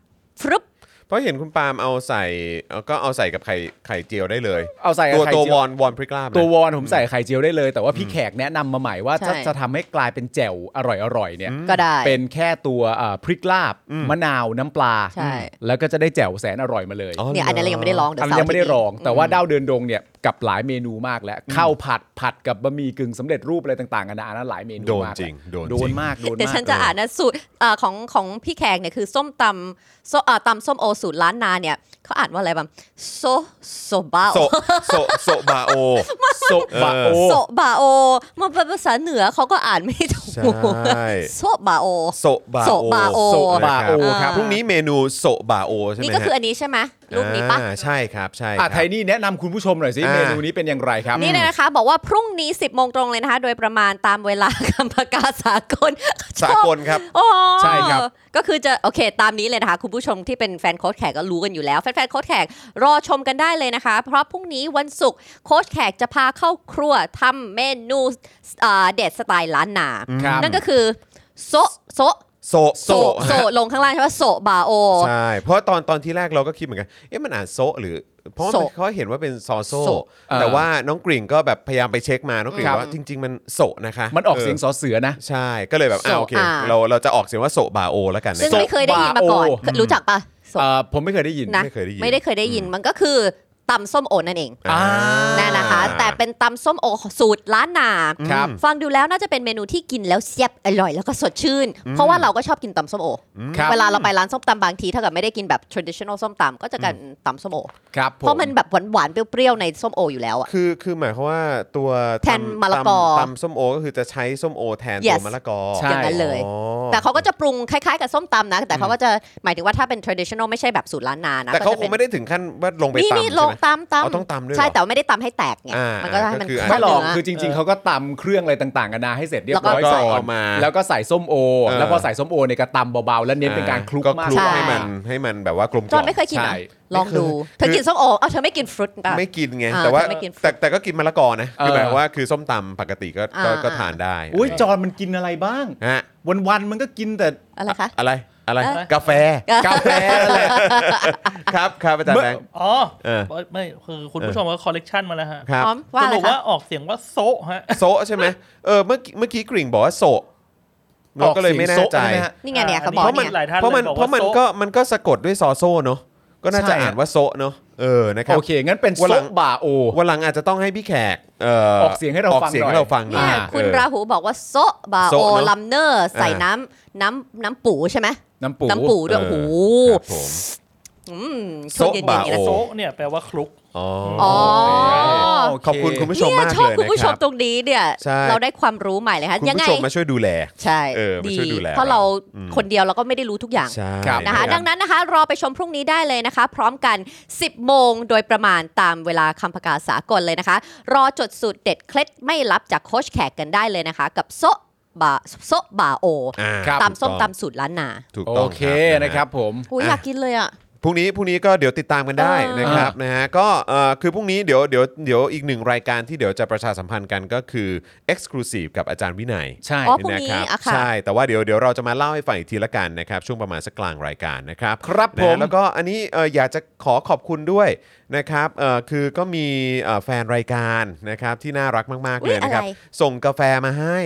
Speaker 3: ฟรึบ
Speaker 1: เพราะเห็นคุณปาล์มเอาใส่เอาก็เอาใส่กับไข่ไข่เจียวได้เลย
Speaker 2: เอาใส่
Speaker 1: ตัว
Speaker 2: ไข่
Speaker 1: ตัว
Speaker 2: เจียว
Speaker 1: อย นวอนพริกลาบนะ
Speaker 2: ตัววอนผมใส่ไข่เจียวได้เลย แต่ว่าพี่แขกแนะนำมาใหม่ว่า
Speaker 3: ใช่
Speaker 2: ถ้าจะทำให้กลายเป็นแจ่วอร่อยๆเนี่ย
Speaker 3: ก็ได้
Speaker 2: เป็นแค่ตัวเอ่อพริกลาบ มะนาวน้ำปลา
Speaker 3: ใช่
Speaker 2: แล้วก็จะได้แจ่วแสนอร่อยมาเลย
Speaker 1: อ๋อ
Speaker 3: เนี่ยอันนี้เรายังไม่ได้ลองเดี๋ยวน
Speaker 2: อั
Speaker 3: เสาร์
Speaker 2: ยังไม่ได้
Speaker 3: ที่
Speaker 2: รอง แต่ว่าด้าวเดินดงเนี่ยกับหลายเมนูมากแล้วข้าวผัดผัดกับบะหมี่กึ่งสำเร็จรูปอะไรต่างๆกันานานั้นหลายเมนู
Speaker 1: โดน
Speaker 2: มาก
Speaker 1: จริง
Speaker 2: แล้ว
Speaker 1: โดนจริง
Speaker 2: โดนมากโดน
Speaker 3: เดี๋ยว
Speaker 2: มา
Speaker 3: ฉั
Speaker 2: ก
Speaker 3: นจะอ่านนะสูตรเอ่อของของพี่แขกเนี่ยคือส้มตำส้มเอ่อตำส้มโอสูตรล้านนาเนี่ยเขาอ่านว่าอะไรบ้างโซโซบา
Speaker 1: โซ
Speaker 3: โอ
Speaker 1: โซโซบาโอ
Speaker 2: โซบะโอ
Speaker 3: โซบาโอมันเป็นภาษาเหนือเขาก็อ่านไม่ถูก
Speaker 1: ใช่
Speaker 3: โซบาโอ
Speaker 1: โซบา
Speaker 3: โซ
Speaker 1: โอบ
Speaker 3: าโอ
Speaker 2: โซบาโอครับ
Speaker 1: พรุ่งนี้เมนูโซบาโอใช่ไหม
Speaker 3: นี่ก็คือ
Speaker 1: ฮะ
Speaker 3: อันนี้ใช่ไหมรูปนี้ปะ
Speaker 1: อ่าใช่ครับใช่ค
Speaker 2: อ่ะ
Speaker 1: รับ
Speaker 2: ไทยนี่แนะนำคุณผู้ชมหน่อยสิ
Speaker 1: อ่า
Speaker 2: เมนูนี้เป็นอย่างไรครับ
Speaker 3: นี่เลยนะคะ บอกว่าพรุ่งนี้ 10โมงตรงเลยนะคะ โดยประมาณตามเว [LAUGHS] ลากรรมการสากล
Speaker 1: สากลครับ
Speaker 3: โอ้
Speaker 2: ใช่ครับ
Speaker 3: ก็คือจะโอเคตามนี้เลยนะคะ คุณผู้ชมที่เป็นแฟนโค้ชแขกก็รู้กันอยู่แล้ว แฟนๆโค้ชแขกรอชมกันได้เลยนะคะ เพราะพรุ่งนี้วันศุกร์โค้ชแขกจะพาเข้าครัวทำเมนูเอ่อเด็ดสไตล์ล้านนา
Speaker 2: ครับ
Speaker 3: นั่นก็คือโซะโซะ
Speaker 1: โซโซ
Speaker 3: โซะโซะลงข้างล่างใช่ไหมโซะบาโอ
Speaker 1: ใช่เพราะตอนตอนที่แรกเราก็คิดเหมือนกันเอ๊ะมันอ่านโซหรือ เพราะว่า
Speaker 3: โซ
Speaker 1: เขาเห็นว่าเป็นซอโซ
Speaker 3: โซ
Speaker 1: แต่
Speaker 2: เออ
Speaker 1: ว่าน้องกริ่งก็แบบพยายามไปเช็คมาน้องกริ่ง
Speaker 2: ครับ
Speaker 1: ว่าจริง ๆ มันโซนะคะ
Speaker 2: มันออกเสียงสอเสือนะ
Speaker 1: ใช่ก็เลยแบบอ้าวโอเค
Speaker 3: โซอ่า
Speaker 1: เราเราจะออกเสียงว่าโซบาโอแล้วกันนะ
Speaker 3: ซึ่ง
Speaker 1: ครับ
Speaker 3: ไม่เคยได้ยินมาก่อน
Speaker 2: โซะบาโอ
Speaker 3: เคยรู้จักปะโซะ
Speaker 2: เอ่อผมไม่เคยได้ยิน
Speaker 3: นะ
Speaker 1: ไม่เคยได้ยิน
Speaker 3: เคยได้ยินมันก็คือตำส้มโอนั่นเอง
Speaker 2: อ่า
Speaker 3: นั่นนะคะ แต่เป็นตำส้มโอสูตรล้านนา
Speaker 2: ครับ
Speaker 3: ฟังดูแล้วน่าจะเป็นเมนูที่กินแล้วเสียบอร่อยแล้วก็สดชื่น เพราะว่าเราก็ชอบกินตำส้มโออ
Speaker 2: ครับ
Speaker 3: เวลาเราไปร้านส้มตำบางทีถ้าเกิดไม่ได้กินแบบ traditional ส้มตำก็จะกันตำส้มโอ
Speaker 2: ครับผ
Speaker 3: เพราะมันแบบหวานๆเปรี้ยวๆในส้มโออยู่แล้วอะ
Speaker 1: คือคือหมายความว่าตัว
Speaker 3: แทนมะละกอ
Speaker 1: ตำตำส้มโอก็คือจะใช้ส้มโอแทนตัว
Speaker 3: Yes
Speaker 1: มะละกอ
Speaker 2: ใช่
Speaker 3: อย่างนั้นเลย
Speaker 1: อ๋อ
Speaker 3: แต่เขาก็จะปรุงคล้ายๆกับส้มตำนะ แต่เขาก็จะหมายถึงว่าถ้าเป็น traditional ไม่ใช่แบบสูตรล้านนานะ
Speaker 1: แต่เขาค
Speaker 3: ก็จะป็
Speaker 1: ง
Speaker 3: น
Speaker 1: ไม่ได้ถึงขั้นว่าลงไป
Speaker 3: นี่
Speaker 1: ตำ
Speaker 3: นี่
Speaker 1: ใช่
Speaker 3: ล
Speaker 1: ไห
Speaker 3: ง
Speaker 1: ม
Speaker 3: ตำตำ
Speaker 1: อ๋อต้องตำด้วยเหรอ
Speaker 3: ใช่แต่ว่าไม่ได้ตำให้แตกไง
Speaker 1: อ่ามั
Speaker 3: มันก็ให้มัน
Speaker 1: ก็คืออาจจะ
Speaker 2: ไม่หรอ
Speaker 3: เข้า
Speaker 2: ก
Speaker 3: เนื้
Speaker 2: คือจริง ๆ เขาก็ตำเครื่องอะไรต่างๆกันานาให้เสร็จเรียบร้อย
Speaker 1: แล้วก็
Speaker 2: ก่อ
Speaker 1: เอา
Speaker 2: น
Speaker 1: มา
Speaker 2: แล้วก็ใส่ส้มโอ
Speaker 1: เออ
Speaker 2: แล้วพอใส่ส้มโอเนี่ยก็ตำเบาๆ แล้วเน้นเป็นการคลุก
Speaker 1: ก็
Speaker 2: มาก
Speaker 1: คลุก
Speaker 3: ใช่
Speaker 1: ให้มันให้มันแบบว่ากลมก
Speaker 3: จ
Speaker 1: ล่
Speaker 3: อ
Speaker 1: อน ม
Speaker 3: ไม่เคยกินเหรอ
Speaker 2: ใช่
Speaker 3: ลองดู
Speaker 1: ไม่เคย
Speaker 3: เธอกินส้มโอเอ้าเธอไม่กินฟรุตป่ะ
Speaker 1: ไม่กินไง
Speaker 3: อ่า
Speaker 1: แต่ว่า
Speaker 3: แต่ไม่กิน
Speaker 1: แต่แต่ก็กินมะละกอนะคือห
Speaker 2: เออ
Speaker 1: มายความว่าคือส้มตำปกติก็ก็
Speaker 3: อ่า
Speaker 1: ก็ทานได้
Speaker 2: อุ้ยจอนมันกินอะไรบ้าง
Speaker 1: ฮะ
Speaker 2: วันๆมันก็กินแต่
Speaker 3: อะไรคะ
Speaker 1: อะไรอะไร
Speaker 3: เออ
Speaker 1: กาแฟ
Speaker 2: กาแฟเลย
Speaker 1: ครับครับอาจารย์
Speaker 2: เมื่อ
Speaker 1: แบงค์
Speaker 4: อ๋อ
Speaker 1: เออ
Speaker 4: ไม่คือคุณผู้ชมก็คอลเลกชันมาแล้วฮะ
Speaker 1: ครับ
Speaker 3: พร้อมว่า
Speaker 4: ส
Speaker 3: อะไร
Speaker 4: รุป
Speaker 3: คะ
Speaker 4: ว่าออกเสียงว่าโซะฮะ
Speaker 1: โซะใช่ไหมเออเมื่อกี้เมื่อกี้กริ่งบอกว่าโซะเราก็เลยไม่แน่
Speaker 2: ออก
Speaker 1: ใจ
Speaker 2: เสียงโซะไหมฮะ
Speaker 3: นี่ไงเนี่ย
Speaker 4: อ่า
Speaker 3: เขาบอก
Speaker 4: เพราะมั
Speaker 3: เนี่
Speaker 4: น
Speaker 3: ย
Speaker 4: หลายท่
Speaker 1: เพราะมัน
Speaker 4: เลยบอกว่า
Speaker 1: เพราะมัน
Speaker 4: โซะ
Speaker 1: ก็มันก็สะกดด้วยซอโซ่เนาะก็น่าจะ
Speaker 2: ใช่
Speaker 1: อ่านว่าโซะเนาะเออนะครับ
Speaker 2: โอเค งั้นเป็น
Speaker 1: วันหลั
Speaker 2: โซะ
Speaker 1: ง
Speaker 2: บาโอ
Speaker 1: วันหลังอาจจะต้องให้พี่แขกเอ่อ
Speaker 2: ออกเสียงให้เรา
Speaker 1: ออก
Speaker 2: ฟัง
Speaker 1: เสียง
Speaker 2: หน่อย
Speaker 1: ให้เราฟังหน่อ
Speaker 3: เนี่
Speaker 1: ย
Speaker 3: ยคุณ
Speaker 1: เออ
Speaker 3: ราหูบอกว่าโซะบา
Speaker 1: โซะ
Speaker 3: โอ
Speaker 1: เนอะ
Speaker 3: ลัมเนอร์ใส่
Speaker 1: อ่า
Speaker 3: น้ำน้ำน้ำปูใช่ไหม
Speaker 2: น้ำปู
Speaker 3: น้ำปูด้วยโอ้โห
Speaker 1: ครับผม
Speaker 3: อืมช่วงเย็นๆอย่างนี้นะ
Speaker 1: โอ้
Speaker 4: โซะเนี่ยแปลว่าคลุก
Speaker 1: อ๋อ
Speaker 3: อ๋อ
Speaker 2: โอเค
Speaker 1: ขอบคุณคุณผู้ชม
Speaker 3: เนี่ย
Speaker 1: มาก
Speaker 3: ชอบ
Speaker 1: เลย
Speaker 3: คุณผู้
Speaker 1: นะค
Speaker 3: ช
Speaker 1: รั
Speaker 3: ม
Speaker 1: บ
Speaker 3: ตรงนี้เนี่ย
Speaker 1: ใช่
Speaker 3: เราได้ความรู้ใหม่เลยฮะ
Speaker 1: คุณ
Speaker 3: ยังไง
Speaker 1: ผู้ชมมาช่วยดูแล
Speaker 3: ใช่
Speaker 1: เออมาช่วยดูแล
Speaker 3: เพราะเรา
Speaker 1: เราอืม
Speaker 3: คนเดียวเราก็ไม่ได้รู้ทุกอย่าง
Speaker 1: ใช่
Speaker 2: ครับ
Speaker 3: นะคะดังนั้นนะคะ รอไปชมพรุ่งนี้ได้เลยนะคะ พร้อมกัน 10 โมงโดยประมาณตามเวลาคำประกาศสากลเลยนะคะ รอจดสูตรเด็ดเคล็ดไม่ลับจากโคชแขกกันได้เลยนะคะ กับโซะบาโซะบาโอ
Speaker 1: อ่า
Speaker 2: ครับ
Speaker 3: ตำส้มตำสูตรล้านนา
Speaker 1: ถูก
Speaker 2: โอ
Speaker 1: ต้อง
Speaker 2: เคนะครับผม
Speaker 3: อุ้ยอยากกินเลยอ่ะ
Speaker 1: พรุ่งนี้พรุ่งนี้ก็เดี๋ยวติดตามกันได้
Speaker 3: เออ
Speaker 1: นะครับนะฮะก็เอ่อคือพรุ่งนี้เดี๋ยวเดี๋ยวเดี๋ยวอีกหนึ่งรายการที่เดี๋ยวจะประชาสัมพันธ์กันก็คือ Exclusive กับอาจารย์วินัย
Speaker 2: ใช่
Speaker 3: อ๋อ พรุ่งนี้
Speaker 1: ครับ
Speaker 3: อะค่ะ
Speaker 1: ใช่แต่ว่าเดี๋ยวเดี๋ยวเราจะมาเล่าให้ฟังอีกทีละกันนะครับช่วงประมาณสักกลางรายการนะครับ
Speaker 2: ครับ
Speaker 1: นะ
Speaker 2: ผม
Speaker 1: แล้วก็อันนี้เอ่ออยากจะขอขอบคุณด้วยนะครับเอ่อคือก็มีเอ่อแฟนรายการนะครับที่น่ารักมากๆ
Speaker 3: อุ๊ย
Speaker 1: เลยนะครับ
Speaker 3: อะไร
Speaker 1: ส่งกาแฟมาให้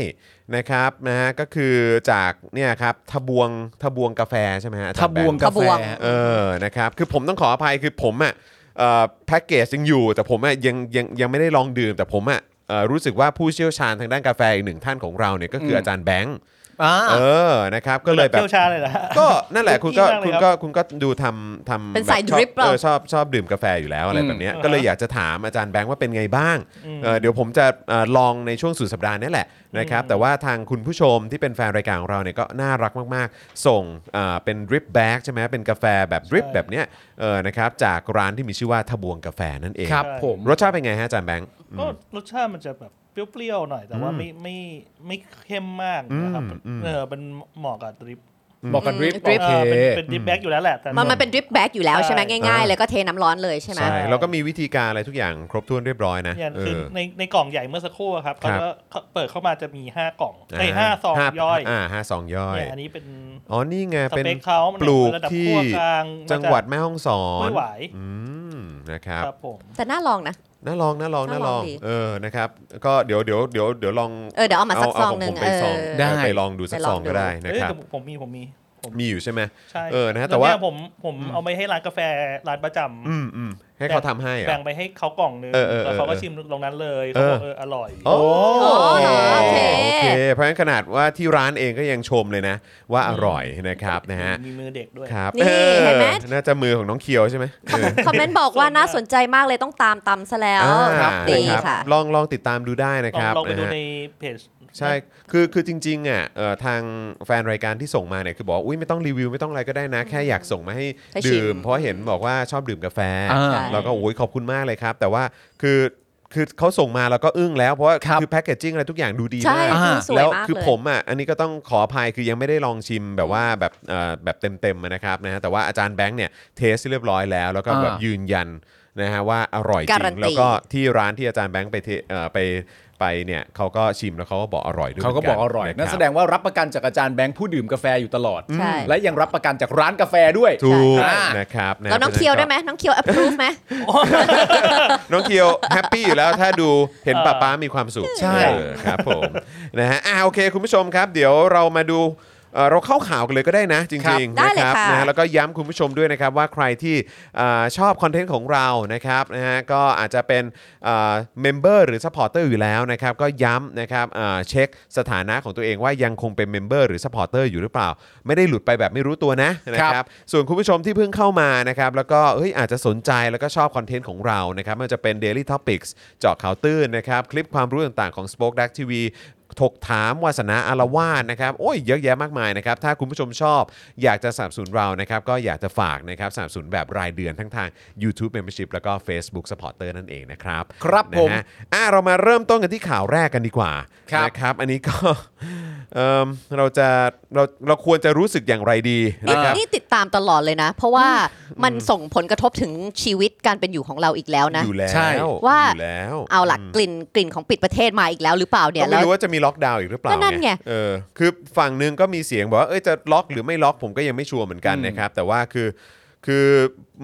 Speaker 1: นะครับนะฮะก็คือจากเนี่ยครับทบวงทบวงกาแฟใช่ไหมฮะอจรย์
Speaker 2: ทบวง
Speaker 1: แบ
Speaker 2: กา
Speaker 3: ขบ
Speaker 2: แฟ
Speaker 3: วง
Speaker 1: เออนะครับคือผมต้องขออภัยคือผมอ่ะเอ่อแพ็กเกจยังอยู่ แต่ผมอ่ะยังยังยังไม่ได้ลองดื่มแต่ผมอ่ะเอ่อรู้สึกว่าผู้เชี่ยวชาญทางด้านกาแฟอีกหนึ่งท่านของเราเนี่ยก็คืออาจารย์แบงค์
Speaker 2: อ่า
Speaker 1: เออ นะครับ ก็เลยแบ
Speaker 4: เที่
Speaker 1: บ
Speaker 4: ยวชาเลยนะ
Speaker 1: ก็นั่นแหละ คุณก็
Speaker 4: คุ
Speaker 1: คุณ ณ
Speaker 4: มากเลยครั
Speaker 1: ก็
Speaker 4: บ
Speaker 1: คุณก็ดูทำทำ
Speaker 3: เป็นสาย
Speaker 1: แบบชอบ
Speaker 3: drip เปล่า
Speaker 1: เออ ชอบ ชอบดื่มกาแฟอยู่แล้วอะไร
Speaker 2: อืม
Speaker 1: แบบเนี้ยก็เลยอยากจะถามอาจารย์แบงค์ว่าเป็นไงบ้าง เออ เดี๋ยวผมจะเอ่อลองในช่วงสุดสัปดาห์นี่แหละนะครับ แต่ว่าทางคุณผู้ชมที่เป็นแฟนรายการของเราเนี่ยก็น่ารักมาก ๆ ส่งเอ่อเป็น drip bag ใช่ไหมเป็นกาแฟแบบ drip แบบเนี้ย เออ นะครับ จากร้านที่มีชื่อว่าทบวงกาแฟนั่นเอง
Speaker 2: ครับ
Speaker 4: ใช่
Speaker 2: ผม
Speaker 1: รสชาติเป็นไงฮะอาจารย์แบงค์
Speaker 4: ก็รสชาติมันจะแบบเปรี้ยวๆหน่อย แต่ว่าไม่ไม่ไม่เข้มมากนะครับ
Speaker 1: อืมอืม
Speaker 4: เออเป็นเหมาะกับดริป
Speaker 2: เหมาะกับดริป
Speaker 3: ดริ
Speaker 2: โอ
Speaker 3: ป
Speaker 2: เค
Speaker 4: เป็นเป็นดิฟแบ็กอยู่แล้วแหละแต่
Speaker 3: มันมันเป็นดริปแบ็กอยู่แล้วใช่ไหม
Speaker 4: ใช่
Speaker 3: ง่ายๆเลยก็เทน้ำร้อนเลยใช่ไหม
Speaker 1: ใช่แล้วก็มีวิธีการอะไรทุกอย่างครบถ้วนเรียบร้อยนะ
Speaker 4: อย่าง
Speaker 1: เ
Speaker 4: คือในในกล่องใหญ่เมื่อสักครู่อะครับ
Speaker 1: ครับ
Speaker 4: เขาก็เปิดเข้ามาจะมีห้ากล่อง
Speaker 1: อ่
Speaker 4: ไอ้ยห้าซอง
Speaker 1: ห้า
Speaker 4: ย่อย
Speaker 1: อ่าห้าซองย่อย
Speaker 4: เนี่ยอันนี้เป็น
Speaker 1: อ๋อนี่ไง
Speaker 4: ส
Speaker 1: เป็น
Speaker 4: เปคเขา
Speaker 1: ปลูก
Speaker 4: ระดับ
Speaker 1: ที่
Speaker 4: คั่วกลาง
Speaker 1: จังหวัดแม่ฮ่องสอ
Speaker 4: ไม่
Speaker 1: น
Speaker 4: ไหว
Speaker 1: อืมนะครับ
Speaker 4: ครับผม
Speaker 3: แต่น่าลองนะ
Speaker 1: น่าลองน่าลองน่าลอง
Speaker 3: น่าลองดี
Speaker 1: เออนะครับ ก็เดี๋ยวเดี๋ยวเดี๋ยวเดี๋ยวลอง
Speaker 3: เออเดี๋ยวเอามาสักซอง
Speaker 1: ข
Speaker 3: หนึ่
Speaker 1: ผ
Speaker 3: ง
Speaker 1: ม
Speaker 3: เอ
Speaker 1: ไปซอง
Speaker 3: อ
Speaker 2: ได้
Speaker 1: ไปลองดูสัก
Speaker 3: ไป
Speaker 1: ซ
Speaker 3: ล
Speaker 1: อ
Speaker 3: อง ง
Speaker 1: ก็
Speaker 3: ดู
Speaker 1: ได้นะ
Speaker 4: เอ้ย
Speaker 1: ครับ
Speaker 4: แต่ผมผมมีผมมีผม
Speaker 1: มีอยู่ใช่ไหม
Speaker 4: ใช่
Speaker 1: เออนะฮะ
Speaker 4: ล้
Speaker 1: แต่ว่า
Speaker 4: เนี่ยผมผมเอาไปให้ร้านกาแฟร้านประจำ
Speaker 1: อืมอืมให้เขาทำให้เหร
Speaker 4: แบ่
Speaker 1: อ่ะ
Speaker 4: งไปให้เขากล่องนึง
Speaker 1: เออเออ
Speaker 4: แล้วเขาก็
Speaker 1: เออ
Speaker 4: ชิมตรงนั้นเลย
Speaker 1: เอ
Speaker 4: เขา
Speaker 1: อ
Speaker 4: บอกเอออร่อย
Speaker 1: โอ้
Speaker 3: โอ้เหรอโอเค
Speaker 1: โอเค เพราะฉะนั้นขนาดว่าที่ร้านเองก็ยังชมเลยนะ ว่าอร่อยนะครับนะฮะ
Speaker 4: มีมือเด็กด้วย
Speaker 1: ครับ
Speaker 3: นี่เห็นไหม
Speaker 1: ออน่าจะมือของน้องเคียวใช่ไหมเออ
Speaker 3: คอมเมนต์บอกว่าน่าสนใจมากเลยต้องตามตำซะแล้ว
Speaker 1: อ่า
Speaker 2: ครับ
Speaker 3: ดี
Speaker 1: นะ
Speaker 3: ค่ะ
Speaker 1: ลองลองติดตามดูได้นะค
Speaker 4: ลอง
Speaker 1: รับ
Speaker 4: ลองไปดู
Speaker 1: นะฮะ
Speaker 4: ในเพจ
Speaker 1: ใช่ คือคือจริงๆอ่ะเอ่อทางแฟนรายการที่ส่งมาเนี่ยคือบอกว่าอุ้ยไม่ต้องรีวิวไม่ต้องอะไรก็ได้นะ แค่อยากส่งมาให้
Speaker 3: ให้ชิม
Speaker 1: ดื่ม เพราะเห็นบอกว่าชอบดื่มกาแฟ
Speaker 2: อ่า
Speaker 3: ใช่
Speaker 1: แล้วก็โอ้ยขอบคุณมากเลยครับ แต่ว่าคือคือเขาส่งมาแล้วก็อึ้งแล้วเพราะว่า
Speaker 2: ครับ
Speaker 1: คือแพคเกจจิ้งอะไรทุกอย่างดูดี
Speaker 3: ใช่
Speaker 1: มาก
Speaker 2: อ่า
Speaker 3: คือสวย
Speaker 1: แล้ว
Speaker 3: มาก
Speaker 1: คือ
Speaker 3: เลย
Speaker 1: ผมอ่ะอันนี้ก็ต้องขออภัยคือยังไม่ได้ลองชิมแบบว่าแบบเอ่อแบบเต็มๆนะครับนะฮะแต่ว่าอาจารย์แบงค์เนี่ยเทสเรียบร้อยแล้ว แล้วก็แบบ
Speaker 2: อ่ายื
Speaker 1: ยืนยันนะฮะว่าอร่อยจ
Speaker 3: การั
Speaker 1: ริง
Speaker 3: นตี
Speaker 1: แล้วก็ที่ร้านที่อาจารย์แบงค์ไปเทเอ่อไปไปเนี่ยเขาก็ชิมแล้วเขาก็บอกอร่อยด้วย
Speaker 2: เขาก็บอกอร่อย
Speaker 1: เหมืน
Speaker 2: นั่
Speaker 1: กัน น
Speaker 2: แสดงว่ารับประกันจากอาจารย์แบงค์ผู้ดื่มกาแฟอยู่ตลอด
Speaker 3: ใช่
Speaker 2: และยังรับประกันจากร้านกาแฟด้วย
Speaker 1: ถูก
Speaker 2: ใช่
Speaker 1: นะครับะ
Speaker 3: แล้วน้องเคียวได้ไหมน้องเคียว approve ไหม
Speaker 1: น้องเคียวแฮปปี้อยู่แล้วถ้าดูเห็นป้าป้ามีความสุข
Speaker 2: ใช่
Speaker 1: เออครับผมนะฮะอ่าโอเคคุณผู้ชมครับ เดี๋ยวเรามาดูเอ่อเราเข้าข่าวกันเลยก็ได้นะ จ
Speaker 3: ครั
Speaker 1: ริ
Speaker 3: บ
Speaker 1: งๆ
Speaker 3: ได้
Speaker 1: นะ
Speaker 3: เล
Speaker 1: ค
Speaker 3: ย
Speaker 1: รั
Speaker 3: ค่ะ
Speaker 1: นะฮะ แล้วก็ย้ำคุณผู้ชมด้วยนะครับว่าใครที่อ่าชอบคอนเทนต์ของเรานะครับนะฮะก็อาจจะเป็นเมมเบอร์หรือ s u p p อร์เตอร์อยู่แล้วนะครับก็ย้ำนะครับอ่าเช็คสถานะของตัวเองว่ายังคงเป็นเมมเบอร์หรือ s u p p อร์เตอร์อยู่หรือเปล่า ไม่ได้หลุดไปแบบไม่รู้ตัวนะนะครับส่วนคุณผู้ชมที่เพิ่งเข้ามานะครับแล้วก็เฮ้ยอาจจะสนใจแล้วก็ชอบคอนเทนต์ของเรานะครับไม่ว่าจะเป็น Daily Topics เจาะข่าวตื้นนะครับคลิปความรู้ต่างๆของ Spoke Dark TV ถกถามวาสนาอารวาสนะครับโอ้ยเยอะแยะมากมายนะครับถ้าคุณผู้ชมชอบอยากจะสนับสนุนเรานะครับก็อยากจะฝากนะครับสนับสนุนแบบรายเดือนทั้งทาง YouTube Membership แล้วก็ Facebook Supporter นั่นเองนะครับ
Speaker 2: ครับ
Speaker 1: นะฮะ
Speaker 2: ผม
Speaker 1: อ่ะเรามาเริ่มต้นกันที่ข่าวแรกกันดีกว่า
Speaker 2: ครับ
Speaker 1: นะครับอันนี้ก็ [LAUGHS] เอิ่มเราจะเราเราควรจะรู้สึกอย่างไรดี
Speaker 3: นี่
Speaker 1: นะครับ
Speaker 3: นี่ติดตามตลอดเลยนะ เพราะว่ามันส่งผลกระทบถึงชีวิตการเป็นอยู่ของเราอีกแล้วนะ
Speaker 1: อยู่แล้ว
Speaker 2: ใช่
Speaker 3: ว่า
Speaker 1: อยู่แล้ว
Speaker 3: เอาหลักกลิ่นกลิ่นของปิดประเทศมาอีกแล้วหรือเปล่าเนี่
Speaker 1: ก็
Speaker 3: ย
Speaker 1: ไม่
Speaker 3: แล้ว
Speaker 1: รู้ว่าจะมีล็อกดาวน์อีกหรือเปล่า
Speaker 3: ก็นั่นไง
Speaker 1: เออคือฝั่งหนึ่งก็มีเสียงบอกว่าเอ้ยจะล็อกหรือไม่ล็อกผมก็ยังไม่ชัวร์เหมือนกันนะครับ แต่ว่าคือคือ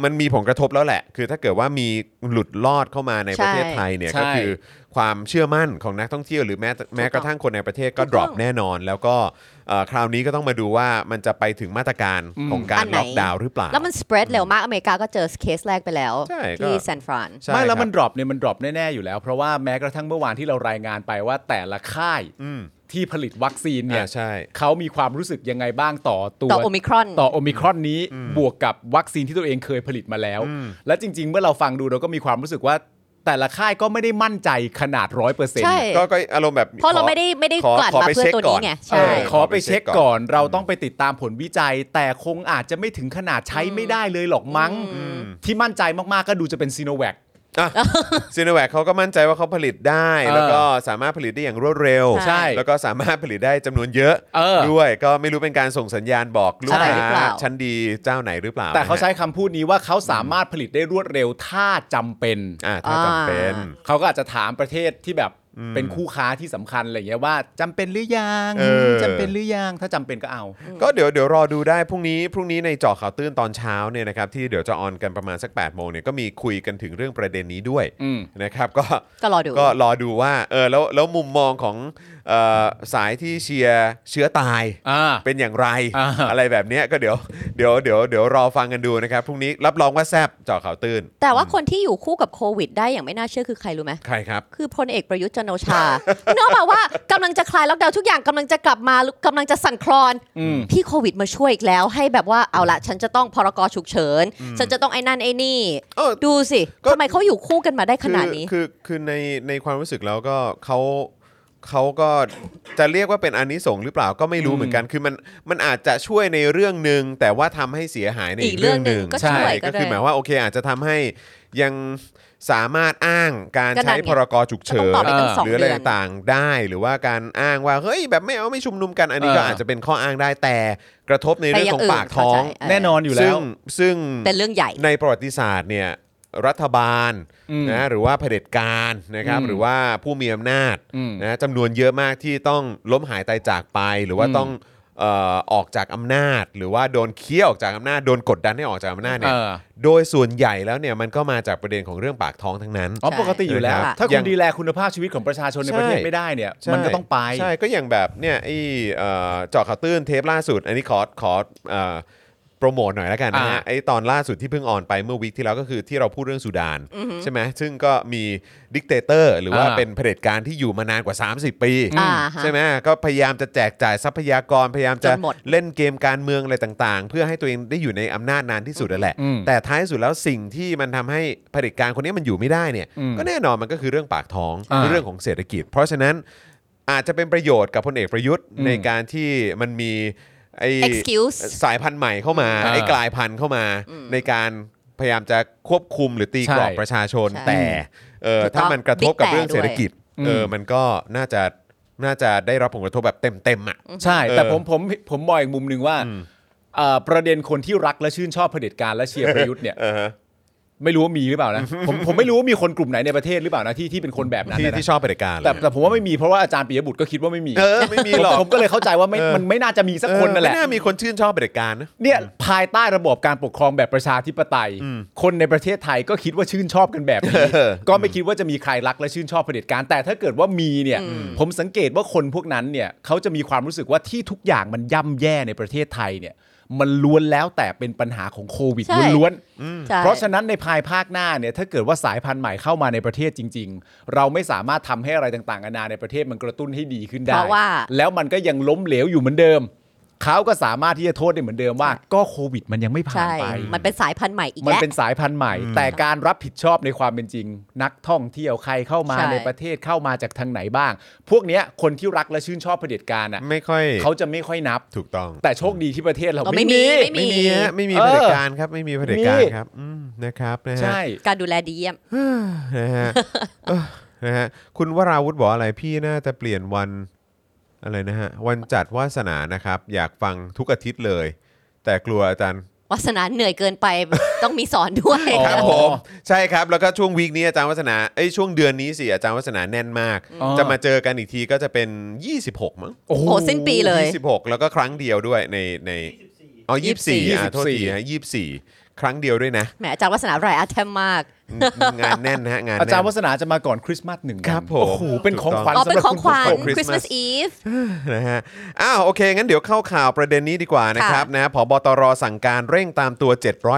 Speaker 1: มันมีผลกระทบแล้วแหละ คือถ้าเกิดว่ามีหลุดลอดเข้ามาในประเทศไทยเนี่ย
Speaker 2: ใช่
Speaker 1: ก็คือความเชื่อมั่นของนักท่องเที่ยวหรือแม้แม้กระทั่งคนในประเทศก็ดรอปแน่นอน แล้วก็เอ่อคราวนี้ก็ต้องมาดูว่ามันจะไปถึงมาตรการของกา
Speaker 3: อั
Speaker 1: ร
Speaker 3: นไหน
Speaker 1: ล็อกดาวน์หรือเปล่า
Speaker 3: แล้วมัน spread เร็วมากอเมริกาก็เจอเคสแรกไปแล้ว
Speaker 1: ใช่ก็
Speaker 3: ที่ซานฟราน
Speaker 1: ใช่
Speaker 2: ไม่แล้ว
Speaker 1: ครับ
Speaker 2: มันดรอปเนี่ยมันดรอปแน่ๆอยู่แล้ว เพราะว่าแม้กระทั่งเมื่อวานที่เรารายงานไปว่าแต่ละค่าย
Speaker 1: อืม
Speaker 2: ที่ผลิตวัคซีนเนี่ย
Speaker 1: อ่าใช่
Speaker 2: เขามีความรู้สึกยังไงบ้างต่อตัว
Speaker 3: ต่อโอมิครอน
Speaker 2: ต่อโอมิครอนนี้บวกกับวัคซีนที่ตัวเองเคยผลิตมาแล้ว และจริง ๆ เมื่อเราฟังดูเราก็มีความรู้สึกว่า แต่ละค่ายก็ไม่ได้มั่นใจขนาดร้อยเปอร์เซ็นต์
Speaker 3: ใช่
Speaker 1: ก็ก็อารมณ์แบบ
Speaker 3: เพราะเราไม่ได้ไม่ได้
Speaker 1: ขอก
Speaker 3: ลั่น
Speaker 1: ข
Speaker 3: มา
Speaker 1: ไป
Speaker 3: เพื่อ
Speaker 1: ช็ค
Speaker 3: ตัว
Speaker 1: ก่
Speaker 3: นี้ไงใช่
Speaker 1: เออ
Speaker 2: ขอไปเช็คก่อนเราต้องไปติดตามผลวิจัย แต่คงอาจจะไม่ถึงขนาดใช้ไม่ได้เลยหรอกมั้ง ที่มั่นใจมากๆก็ดูจะเป็นซีโนแวค
Speaker 1: ซีโนแวคเขาก็มั่นใจว่าเขาผลิตได้
Speaker 2: เออ
Speaker 1: แล้วก็สามารถผลิตได้อย่างรวดเร็ว
Speaker 2: ใช่
Speaker 1: แล้วก็สามารถผลิตได้จำนวนเยอะ
Speaker 2: เออ
Speaker 1: ด้วย ก็ไม่รู้เป็นการส่งสัญญาณบอกลูก
Speaker 2: ใช่
Speaker 1: ค้
Speaker 3: หรือเป
Speaker 1: า
Speaker 3: ล่า
Speaker 1: ชั้นดีเจ้าไหนหรือเปล่า
Speaker 2: แต่เขาใช้
Speaker 1: นะฮะ
Speaker 2: คำพูดนี้ว่าเขาสามารถผลิตได้รวดเร็วถ้าจำเป็น
Speaker 1: อ่าถ้าจำเป็น
Speaker 3: อ่า
Speaker 2: เขาก็อาจจะถามประเทศที่แบบเป็นคู่ค้าที่สำคัญอะไรอย่างเงี้ยว่าจำเป็นหรือยัง
Speaker 1: เออ
Speaker 2: จำเป็นหรือยังถ้าจำเป็นก็เอา
Speaker 1: ก็เดี๋ยวเดี๋ยวรอดูได้พรุ่งนี้พรุ่งนี้ในเจาะข่าวตื้นตอนเช้าเนี่ยนะครับที่เดี๋ยวจะออนกันประมาณสัก8ปดโมงเนี่ยก็มีคุยกันถึงเรื่องประเด็นนี้ด้วย
Speaker 2: อืม
Speaker 1: นะครับก็
Speaker 3: ก็รอดู
Speaker 1: ก็รอดูว่าเออแล้วแล้วมุมมองของเอ่อสายที่เชียร์เชื้อตาย
Speaker 2: อ่า
Speaker 1: เป็นอย่างไร
Speaker 2: อ่า
Speaker 1: อะไรแบบเนี้ยก็เดี๋ยวเดี๋ยวเดี๋ยวเดี๋ยวรอฟังกันดูนะครับพรุ่งนี้รับรองว่าแซบเจาะข่าวตื่น
Speaker 3: แต่ว่าคนที่อยู่คู่กับโควิดได้อย่างไม่น่าเชื่อคือใครรู้ไหม
Speaker 1: ใครครับ
Speaker 3: คือพลเอกประยุทธ์จันทร์โอชา [LAUGHS] เนื่องมาว่ากำลังจะคลายล็อกดาวน์ทุกอย่างกำลังจะกลับมาหรือกำลังจะสั่นคลอน พี่โควิดมาช่วยอีกแล้ว ให้แบบว่าเอาละฉันจะต้องพรกฉุกเฉิน ฉันจะต้องไอ้นั่นไอ้นี่
Speaker 1: เออ
Speaker 3: ดูสิ
Speaker 1: ก็
Speaker 3: ทำไมเขาอยู่คู่กันมาได้ขนาดนี้
Speaker 1: คือคือคือในในความรู้สึกแล้วก็เขาเขาก็จะเรียกว่าเป็นอันนี้ส่งส์หรือเปล่าก็ไม่รู้เหมือนกันคือมันมันอาจจะช่วยในเรื่องหนึ่งแต่ว่าทำให้เสียหายใน
Speaker 3: อี
Speaker 1: อี
Speaker 3: ก
Speaker 1: ก
Speaker 3: เรื่
Speaker 1: เรื่อ
Speaker 3: อง ง
Speaker 1: หนึ่ง
Speaker 3: หนึ่งก็
Speaker 1: ใช่
Speaker 3: ช่วยก็
Speaker 1: ก็คือ
Speaker 3: ได้
Speaker 1: หมายว่าโอเคอาจจะทำให้ ยังสามารถอ้างการ
Speaker 3: ก็นั่
Speaker 1: ใช้
Speaker 3: นไง
Speaker 1: พรกฉุกเฉิน
Speaker 3: ก็ต้องตอบไปตั้งสอง
Speaker 2: เออ
Speaker 1: หรืออะไร
Speaker 3: เดือน
Speaker 1: ต่างๆได้ หรือว่าการอ้างว่าเฮ้ยแบบไม่เอาไม่ชุมนุมกันอันนี้
Speaker 2: เออ
Speaker 1: ก็อาจจะเป็นข้ออ้างได้แต่กระทบใน
Speaker 3: แต่
Speaker 1: เรื่อง
Speaker 3: อ
Speaker 1: ของ
Speaker 3: ย่างอื่น
Speaker 1: ปากท้อง
Speaker 3: เข้าใจ
Speaker 2: แน่นอนอยู่แล้
Speaker 1: ซึ่
Speaker 2: ว
Speaker 1: งซึ่ง
Speaker 3: เป็นเรื่องใหญ่
Speaker 1: ในประวัติศาสตร์เนี่ยรัฐบาล
Speaker 2: อืม
Speaker 1: นะหรือว่าเผด็จการนะครับ
Speaker 2: อืม
Speaker 1: หรือว่าผู้มีอำนาจ
Speaker 2: อืม
Speaker 1: นะจำนวนเยอะมากที่ต้องล้มหายตายจากไป หรือว่า
Speaker 2: อืม
Speaker 1: ต้องเอ่อออกจากอำนาจ หรือว่าโดนเคี่ยวออกจากอำนาจโดนกดดันให้ออกจากอำนาจเนี่ย
Speaker 2: เออ
Speaker 1: โดยส่วนใหญ่แล้วเนี่ยมันก็มาจากประเด็นของเรื่องปากท้องทั้งนั้น
Speaker 2: อ๋อปกติอยู่แล้ว
Speaker 1: ครับ
Speaker 2: ถ้า
Speaker 1: อ
Speaker 2: คุ
Speaker 1: ย่า
Speaker 2: ณ
Speaker 1: ง
Speaker 2: ดีแลคุณภาพชีวิตของประชาชนใน
Speaker 1: ใช่
Speaker 2: ประเทศไม่ได้เนี่ย
Speaker 1: ใช่
Speaker 2: มันก็ต้องไป
Speaker 1: ใช่ก็อย่างแบบเนี่ยไอ้เอ่อเจาะข่าวตื้นเทปล่าสุด อันนี้ขอขอเอ่อโปรโมทหน่อยแล้วกันนะฮะ
Speaker 2: อ่า
Speaker 1: ไอ้ตอนล่าสุดที่เพิ่งออนไปเมื่อวิคที่แล้วก็คือที่เราพูดเรื่องสุดานใช่ไหมซึ่งก็มีดิกเตเตอร์หรือว่า
Speaker 2: อ่า
Speaker 1: เป็นเผด็จการที่อยู่มานานกว่า 30 ปี
Speaker 3: อ่าฮะ
Speaker 1: ใช่ไหมก็พยายามจะแจกจ่ายทรัพยากรพยายามจะ
Speaker 3: จนหมด
Speaker 1: เล่นเกมการเมืองอะไรต่างๆ เพื่อให้ตัวเองได้อยู่ในอำนาจนานที่สุดนั่นแหละ
Speaker 2: อืม
Speaker 1: แต่ท้ายสุดแล้วสิ่งที่มันทำให้เผด็จการคนนี้มันอยู่ไม่ได้เนี่ย
Speaker 2: อืม
Speaker 1: ก็แน่นอนมันก็คือเรื่องปากท้อง
Speaker 2: อ่า
Speaker 1: เรื่อง เรื่องของเศรษฐกิจ เพราะฉะนั้นอาจจะเป็นประโยชน์กับพลเอกประยุทธ์
Speaker 2: อืม
Speaker 1: ในการที่มันมีไอ้
Speaker 3: excuse
Speaker 1: สายพันธุ์ใหม่เข้ามา
Speaker 2: อ่า
Speaker 1: ไอ้กลายพันธุ์เข้ามา ในการพยายามจะควบคุมหรือตีกรอบ
Speaker 2: ใช่
Speaker 1: ประชาชน
Speaker 3: ใช่
Speaker 1: แต่เออ
Speaker 3: ถูกต้อง
Speaker 1: ถ้ามันกระทบกับเรื่องเศรษฐกิจ
Speaker 2: อืม
Speaker 1: เออมันก็น่าจะน่าจะได้รับผลกระทบแบบเต็มๆอ่ะ
Speaker 2: ใช่ แต่
Speaker 1: เออ
Speaker 2: ผมผมผมบอกอีกมุมหนึ่งว่าเอ่อประเด็นคนที่รักและชื่นชอบเผด็จการและเชียร์ประยุทธ์เนี่ย
Speaker 1: เออฮะ
Speaker 2: ไม่รู้ว่ามีหรือเปล่า
Speaker 1: [LAUGHS]
Speaker 2: นะ ผมผมไม่รู้ว่ามีคนกลุ่มไหนในประเทศหรือเปล่านะที่ที่เป็นคนแบบนั้น
Speaker 1: ที่
Speaker 2: นะนะ
Speaker 1: ที่ชอบปฏิการ
Speaker 2: แต่
Speaker 1: เลย
Speaker 2: แต่ผมว่าไม่มีเพราะว่าอาจารย์ปิยบุตรก็คิดว่าไม่มี
Speaker 1: เออไม่มี
Speaker 2: ผม
Speaker 1: หรอก
Speaker 2: ผมก็เลยเข้าใจว่าไม่มันไม่น่าจะมีสักคนนั่นแหละ
Speaker 1: เออไม่น่ามีคนชื่นชอบปฏิการนะ
Speaker 2: เนี่ยภายใต้ระบอบการปกครองแบบประชาธิปไตย คนในประเทศไทยก็คิดว่าชื่นชอบกันแบบ
Speaker 1: [LAUGHS]
Speaker 2: นี้
Speaker 1: เออ
Speaker 2: ก็ไม่คิดว่าจะมีใครรักและชื่นชอบเผด็จการ แต่ถ้าเกิดว่ามีเนี่ย ผมสังเกตว่าคนพวกนั้นเนี่ยเขาจะมีความรู้สึกว่าที่ทุกอย่างมันย่ำแย่ในประเทศไทยเนี่ย มันล้วนแล้วแต่เป็นปัญหาของโควิด
Speaker 3: ใช่
Speaker 2: ล้วนๆ
Speaker 3: ใช่
Speaker 2: เพราะฉะนั้นในภายภาคหน้าเนี่ยถ้าเกิดว่าสายพันธุ์ใหม่เข้ามาในประเทศจริง ๆ เราไม่สามารถทำให้อะไรต่างๆนานาในประเทศมันกระตุ้นให้ดีขึ้นได้
Speaker 3: เพราะว่า
Speaker 2: แล้วมันก็ยังล้มเหลวอยู่เหมือนเดิม เขาก็สามารถที่จะโทษได้เหมือนเดิมว่า
Speaker 3: ใช่
Speaker 2: ก็โควิดมันยังไม่ผ่าน
Speaker 3: ใช่
Speaker 2: ไป
Speaker 3: มันเป็นสายพันธุ์ใหม่อีก
Speaker 2: มัน
Speaker 3: แล้ว
Speaker 2: เป็นสายพันธุ์ใหม่ แต่การรับผิดชอบในความเป็นจริง นักท่องเที่ยวใครเข้ามา
Speaker 3: ใช่
Speaker 2: ในประเทศเข้ามาจากทางไหนบ้าง พวกเนี้ยคนที่รักและชื่นชอบเผด็จการอ่ะ
Speaker 1: ไม่ค่อย
Speaker 2: เขาจะไม่ค่อยนับ
Speaker 1: ถูกต้อง
Speaker 2: แต่โชคดีที่ประเทศเรา
Speaker 3: เรา
Speaker 2: ไม่
Speaker 3: ไม่
Speaker 2: มี
Speaker 1: ไม่
Speaker 3: มีไม่มี
Speaker 1: มีฮะไม่มี
Speaker 2: เออ
Speaker 1: เผด็จการครับไม่มีเผด็จการ
Speaker 2: มี
Speaker 1: ครับอืมนะครับนะฮะ
Speaker 2: ใช่
Speaker 3: การดูแลดีเยี่ยม
Speaker 1: นะฮะเออนะฮะคุณวราวุฒิบอกอะไรพี่น่าจะเปลี่ยนวันอะไรนะฮะ วันจัดวาสนานะครับ อยากฟังทุกอาทิตย์เลย แต่กลัวอาจารย์
Speaker 3: วาสนาเหนื่อยเกินไป ต้องมีสอนด้วย
Speaker 2: อ๋อ
Speaker 1: ครับผมใช่ครับ แล้วก็ช่วงวีคนี้อาจารย์วัฒนาเอ้ยช่วงเดือนนี้สิอาจารย์วัฒนาแน่นมาก
Speaker 2: อ๋อ
Speaker 1: จะมาเจอกันอีกทีก็จะเป็น 26 มั้ง
Speaker 2: โอ้โห
Speaker 3: โอ้สิ้นปีเลย
Speaker 1: 26 แล้วก็ครั้งเดียวด้วยในในอ๋อ24อ่ะโทษทีฮะ24 ครั้งเดียวด้วยนะ
Speaker 3: แหมอาจารย์วาสนาไรอาร์ตแทมมาก
Speaker 1: งานแน่นนะฮะงานแน่น
Speaker 2: อาจารย์วัฒนาจะมาก่อนคริสต์มาสหนึ่งวัน
Speaker 1: ครับผม
Speaker 2: โอ้โห เป็นของขวัญ
Speaker 3: อ๋อ
Speaker 2: สำ
Speaker 3: เป็
Speaker 2: ห
Speaker 3: น
Speaker 2: รับ
Speaker 3: ของ
Speaker 2: คุณ
Speaker 3: ขวัญ
Speaker 2: ผู้ชม
Speaker 1: Christmas
Speaker 3: Christmas Eve
Speaker 1: [LAUGHS] นะฮะ อ้าว โอเค งั้นเดี๋ยวเข้าข่าวประเด็นนี้ดีกว่านะครับ
Speaker 3: ค่ะ
Speaker 1: นะผบตรสั่งการเร่งตามตัว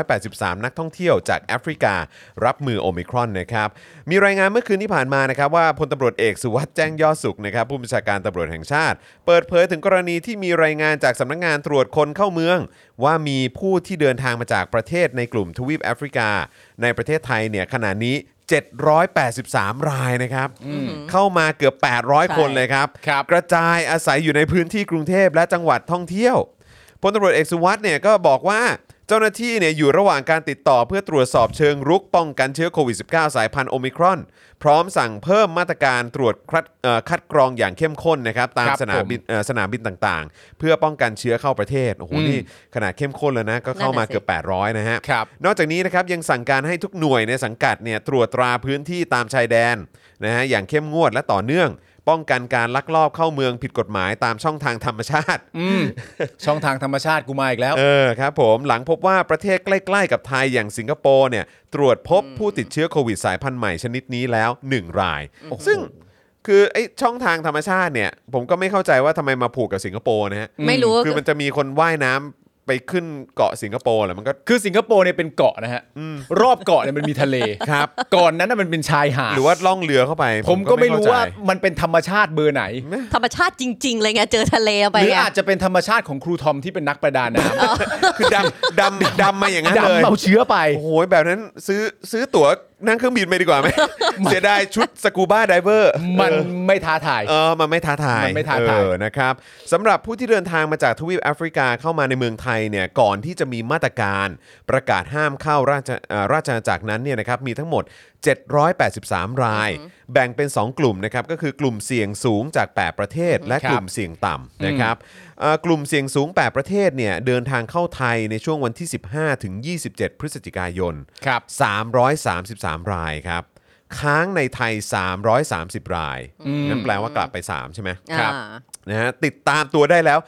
Speaker 1: 783 นักท่องเที่ยวจากแอฟริกา รับมือโอมิครอนนะครับ มีรายงานเมื่อคืนที่ผ่านมานะครับ ว่าพลตำรวจเอกสุวัสด์แจ้งยอดสุขนะครับ ผู้บัญชาการตำรวจแห่งชาติ เปิดเผยถึงกรณีที่มีรายงานจากสำนักงานตรวจคนเข้าเมือง ว่ามีผู้ที่เดินทางมาจากประเทศในกลุ่มทวีปแอฟริกา ในประเทศไทยเนี่ยขณะนี้ 783 รายนะครับ เข้ามาเกือบ 800 คนเลยครับ
Speaker 2: ครับ
Speaker 1: กระจายอาศัยอยู่ในพื้นที่กรุงเทพและจังหวัดท่องเที่ยวพลตำรวจเอกสุวัสด์เนี่ยก็บอกว่าเจ้าหน้าที่เนี่ยอยู่ระหว่างการติดต่อเพื่อตรวจสอบเชิงรุกป้องกันเชื้อโควิด -19 สายพันธุ์โอมิครอน พร้อมสั่งเพิ่มมาตรการตรวจคัดเอ่อคัดกรองอย่างเข้มข้นนะครับตาม
Speaker 2: ครับ
Speaker 1: สนามบินเอ่อสนามบินต่างๆ เพื่อป้องกันเชื้อเข้าประเทศโอ้โห
Speaker 2: อืม
Speaker 1: นี่ขนาดเข้มข้นแล้วนะก็เข้ามาเกือบ 800 นะฮะ
Speaker 2: ครับ
Speaker 1: นอกจากนี้นะครับยังสั่งการให้ทุกหน่วยในสังกัดเนี่ยตรวจตราพื้นที่ตามชายแดนนะฮะอย่างเข้มงวดและต่อเนื่อง ป้องกันการลักลอบเข้าเมืองผิดกฎหมายตามช่องทางธรรมชาติ
Speaker 2: อื
Speaker 1: [LAUGHS]
Speaker 2: ม ช่องทางธรรมชาติกูมาอีกแล้ว
Speaker 1: เออครับผมหลังพบว่าประเทศใกล้ๆกับไทยอย่างสิงคโปร์เนี่ยตรวจพบผู้ติดเชื้อโควิดสายพันธุ์ใหม่ชนิดนี้แล้ว 1 ราย ซึ่งคือไอ้ช่องทางธรรมชาติเนี่ยผมก็ไม่เข้าใจว่าทำไมมาผูกกับสิงคโปร์นะฮะ
Speaker 3: ไม่รู้
Speaker 1: คือมันจะมีคนว่ายน้ำไปขึ้นเกาะสิงคโปร์แหละมันก็
Speaker 2: คือสิงคโปร์เนี่ยเป็นเกาะนะฮะ รอบเกาะเนี่ยมันมีทะเล
Speaker 1: ครับ
Speaker 2: ก่อนนั้นน่ะมันเป็นชายหาด
Speaker 1: หรือว่าล่องเรือเข้าไป
Speaker 2: ผมก็ไม่รู้
Speaker 1: เข้ใจ
Speaker 2: ว่ามันเป็นธรรมชาติเบอร์ไหน
Speaker 3: ธรรมชาติจริง ๆ เลยไง เจอทะเลไป
Speaker 2: หรือ
Speaker 3: ไง
Speaker 2: อาจจะเป็นธรรมชาติของครูทอมที่เป็นนักประดาน้
Speaker 1: คือดำดำดำมาอย่างนั้น
Speaker 2: ำ
Speaker 1: เลย
Speaker 2: ดำเอาเชื้อไป
Speaker 1: โอ้โหแบบนั้นซื้อซื้อตั๋ว นั่งเครื่องบินไปดีกว่าไหม เสียดายชุดสกูบ้าไดเวอร์
Speaker 2: มันไม่ท้าทาย
Speaker 1: เออ มันไม่ท้าทาย
Speaker 2: มันไม่ท้าทาย
Speaker 1: เออนะครับสำหรับผู้ที่เดินทางมาจากทวีปแอฟริกาเข้ามาในเมืองไทยเนี่ย ก่อนที่จะมีมาตรการประกาศห้ามเข้าราชเอ่อราชอาณาจักรนั้นเนี่ยนะครับ มีทั้งหมด 783 ราย แบ่งเป็น 2 กลุ่มนะครับ ก็คือกลุ่มเสี่ยงสูงจาก 8 ประเทศ และกลุ่มเสี่ยงต่ำนะครับเอ่อกลุ่มเสี่ยงสูง 8 ประเทศเนี่ย เดินทางเข้าไทยในช่วงวันที่ 15 ถึง 27 พฤศจิกายน
Speaker 2: ครับ
Speaker 1: 333 รายครับ ค้างในไทย 330 ราย
Speaker 2: อืม
Speaker 1: นั่นแปลว่ากลับไป 3 ใช่ไหม
Speaker 3: อ่า
Speaker 1: นะฮะติดตามตัวได้แล้ว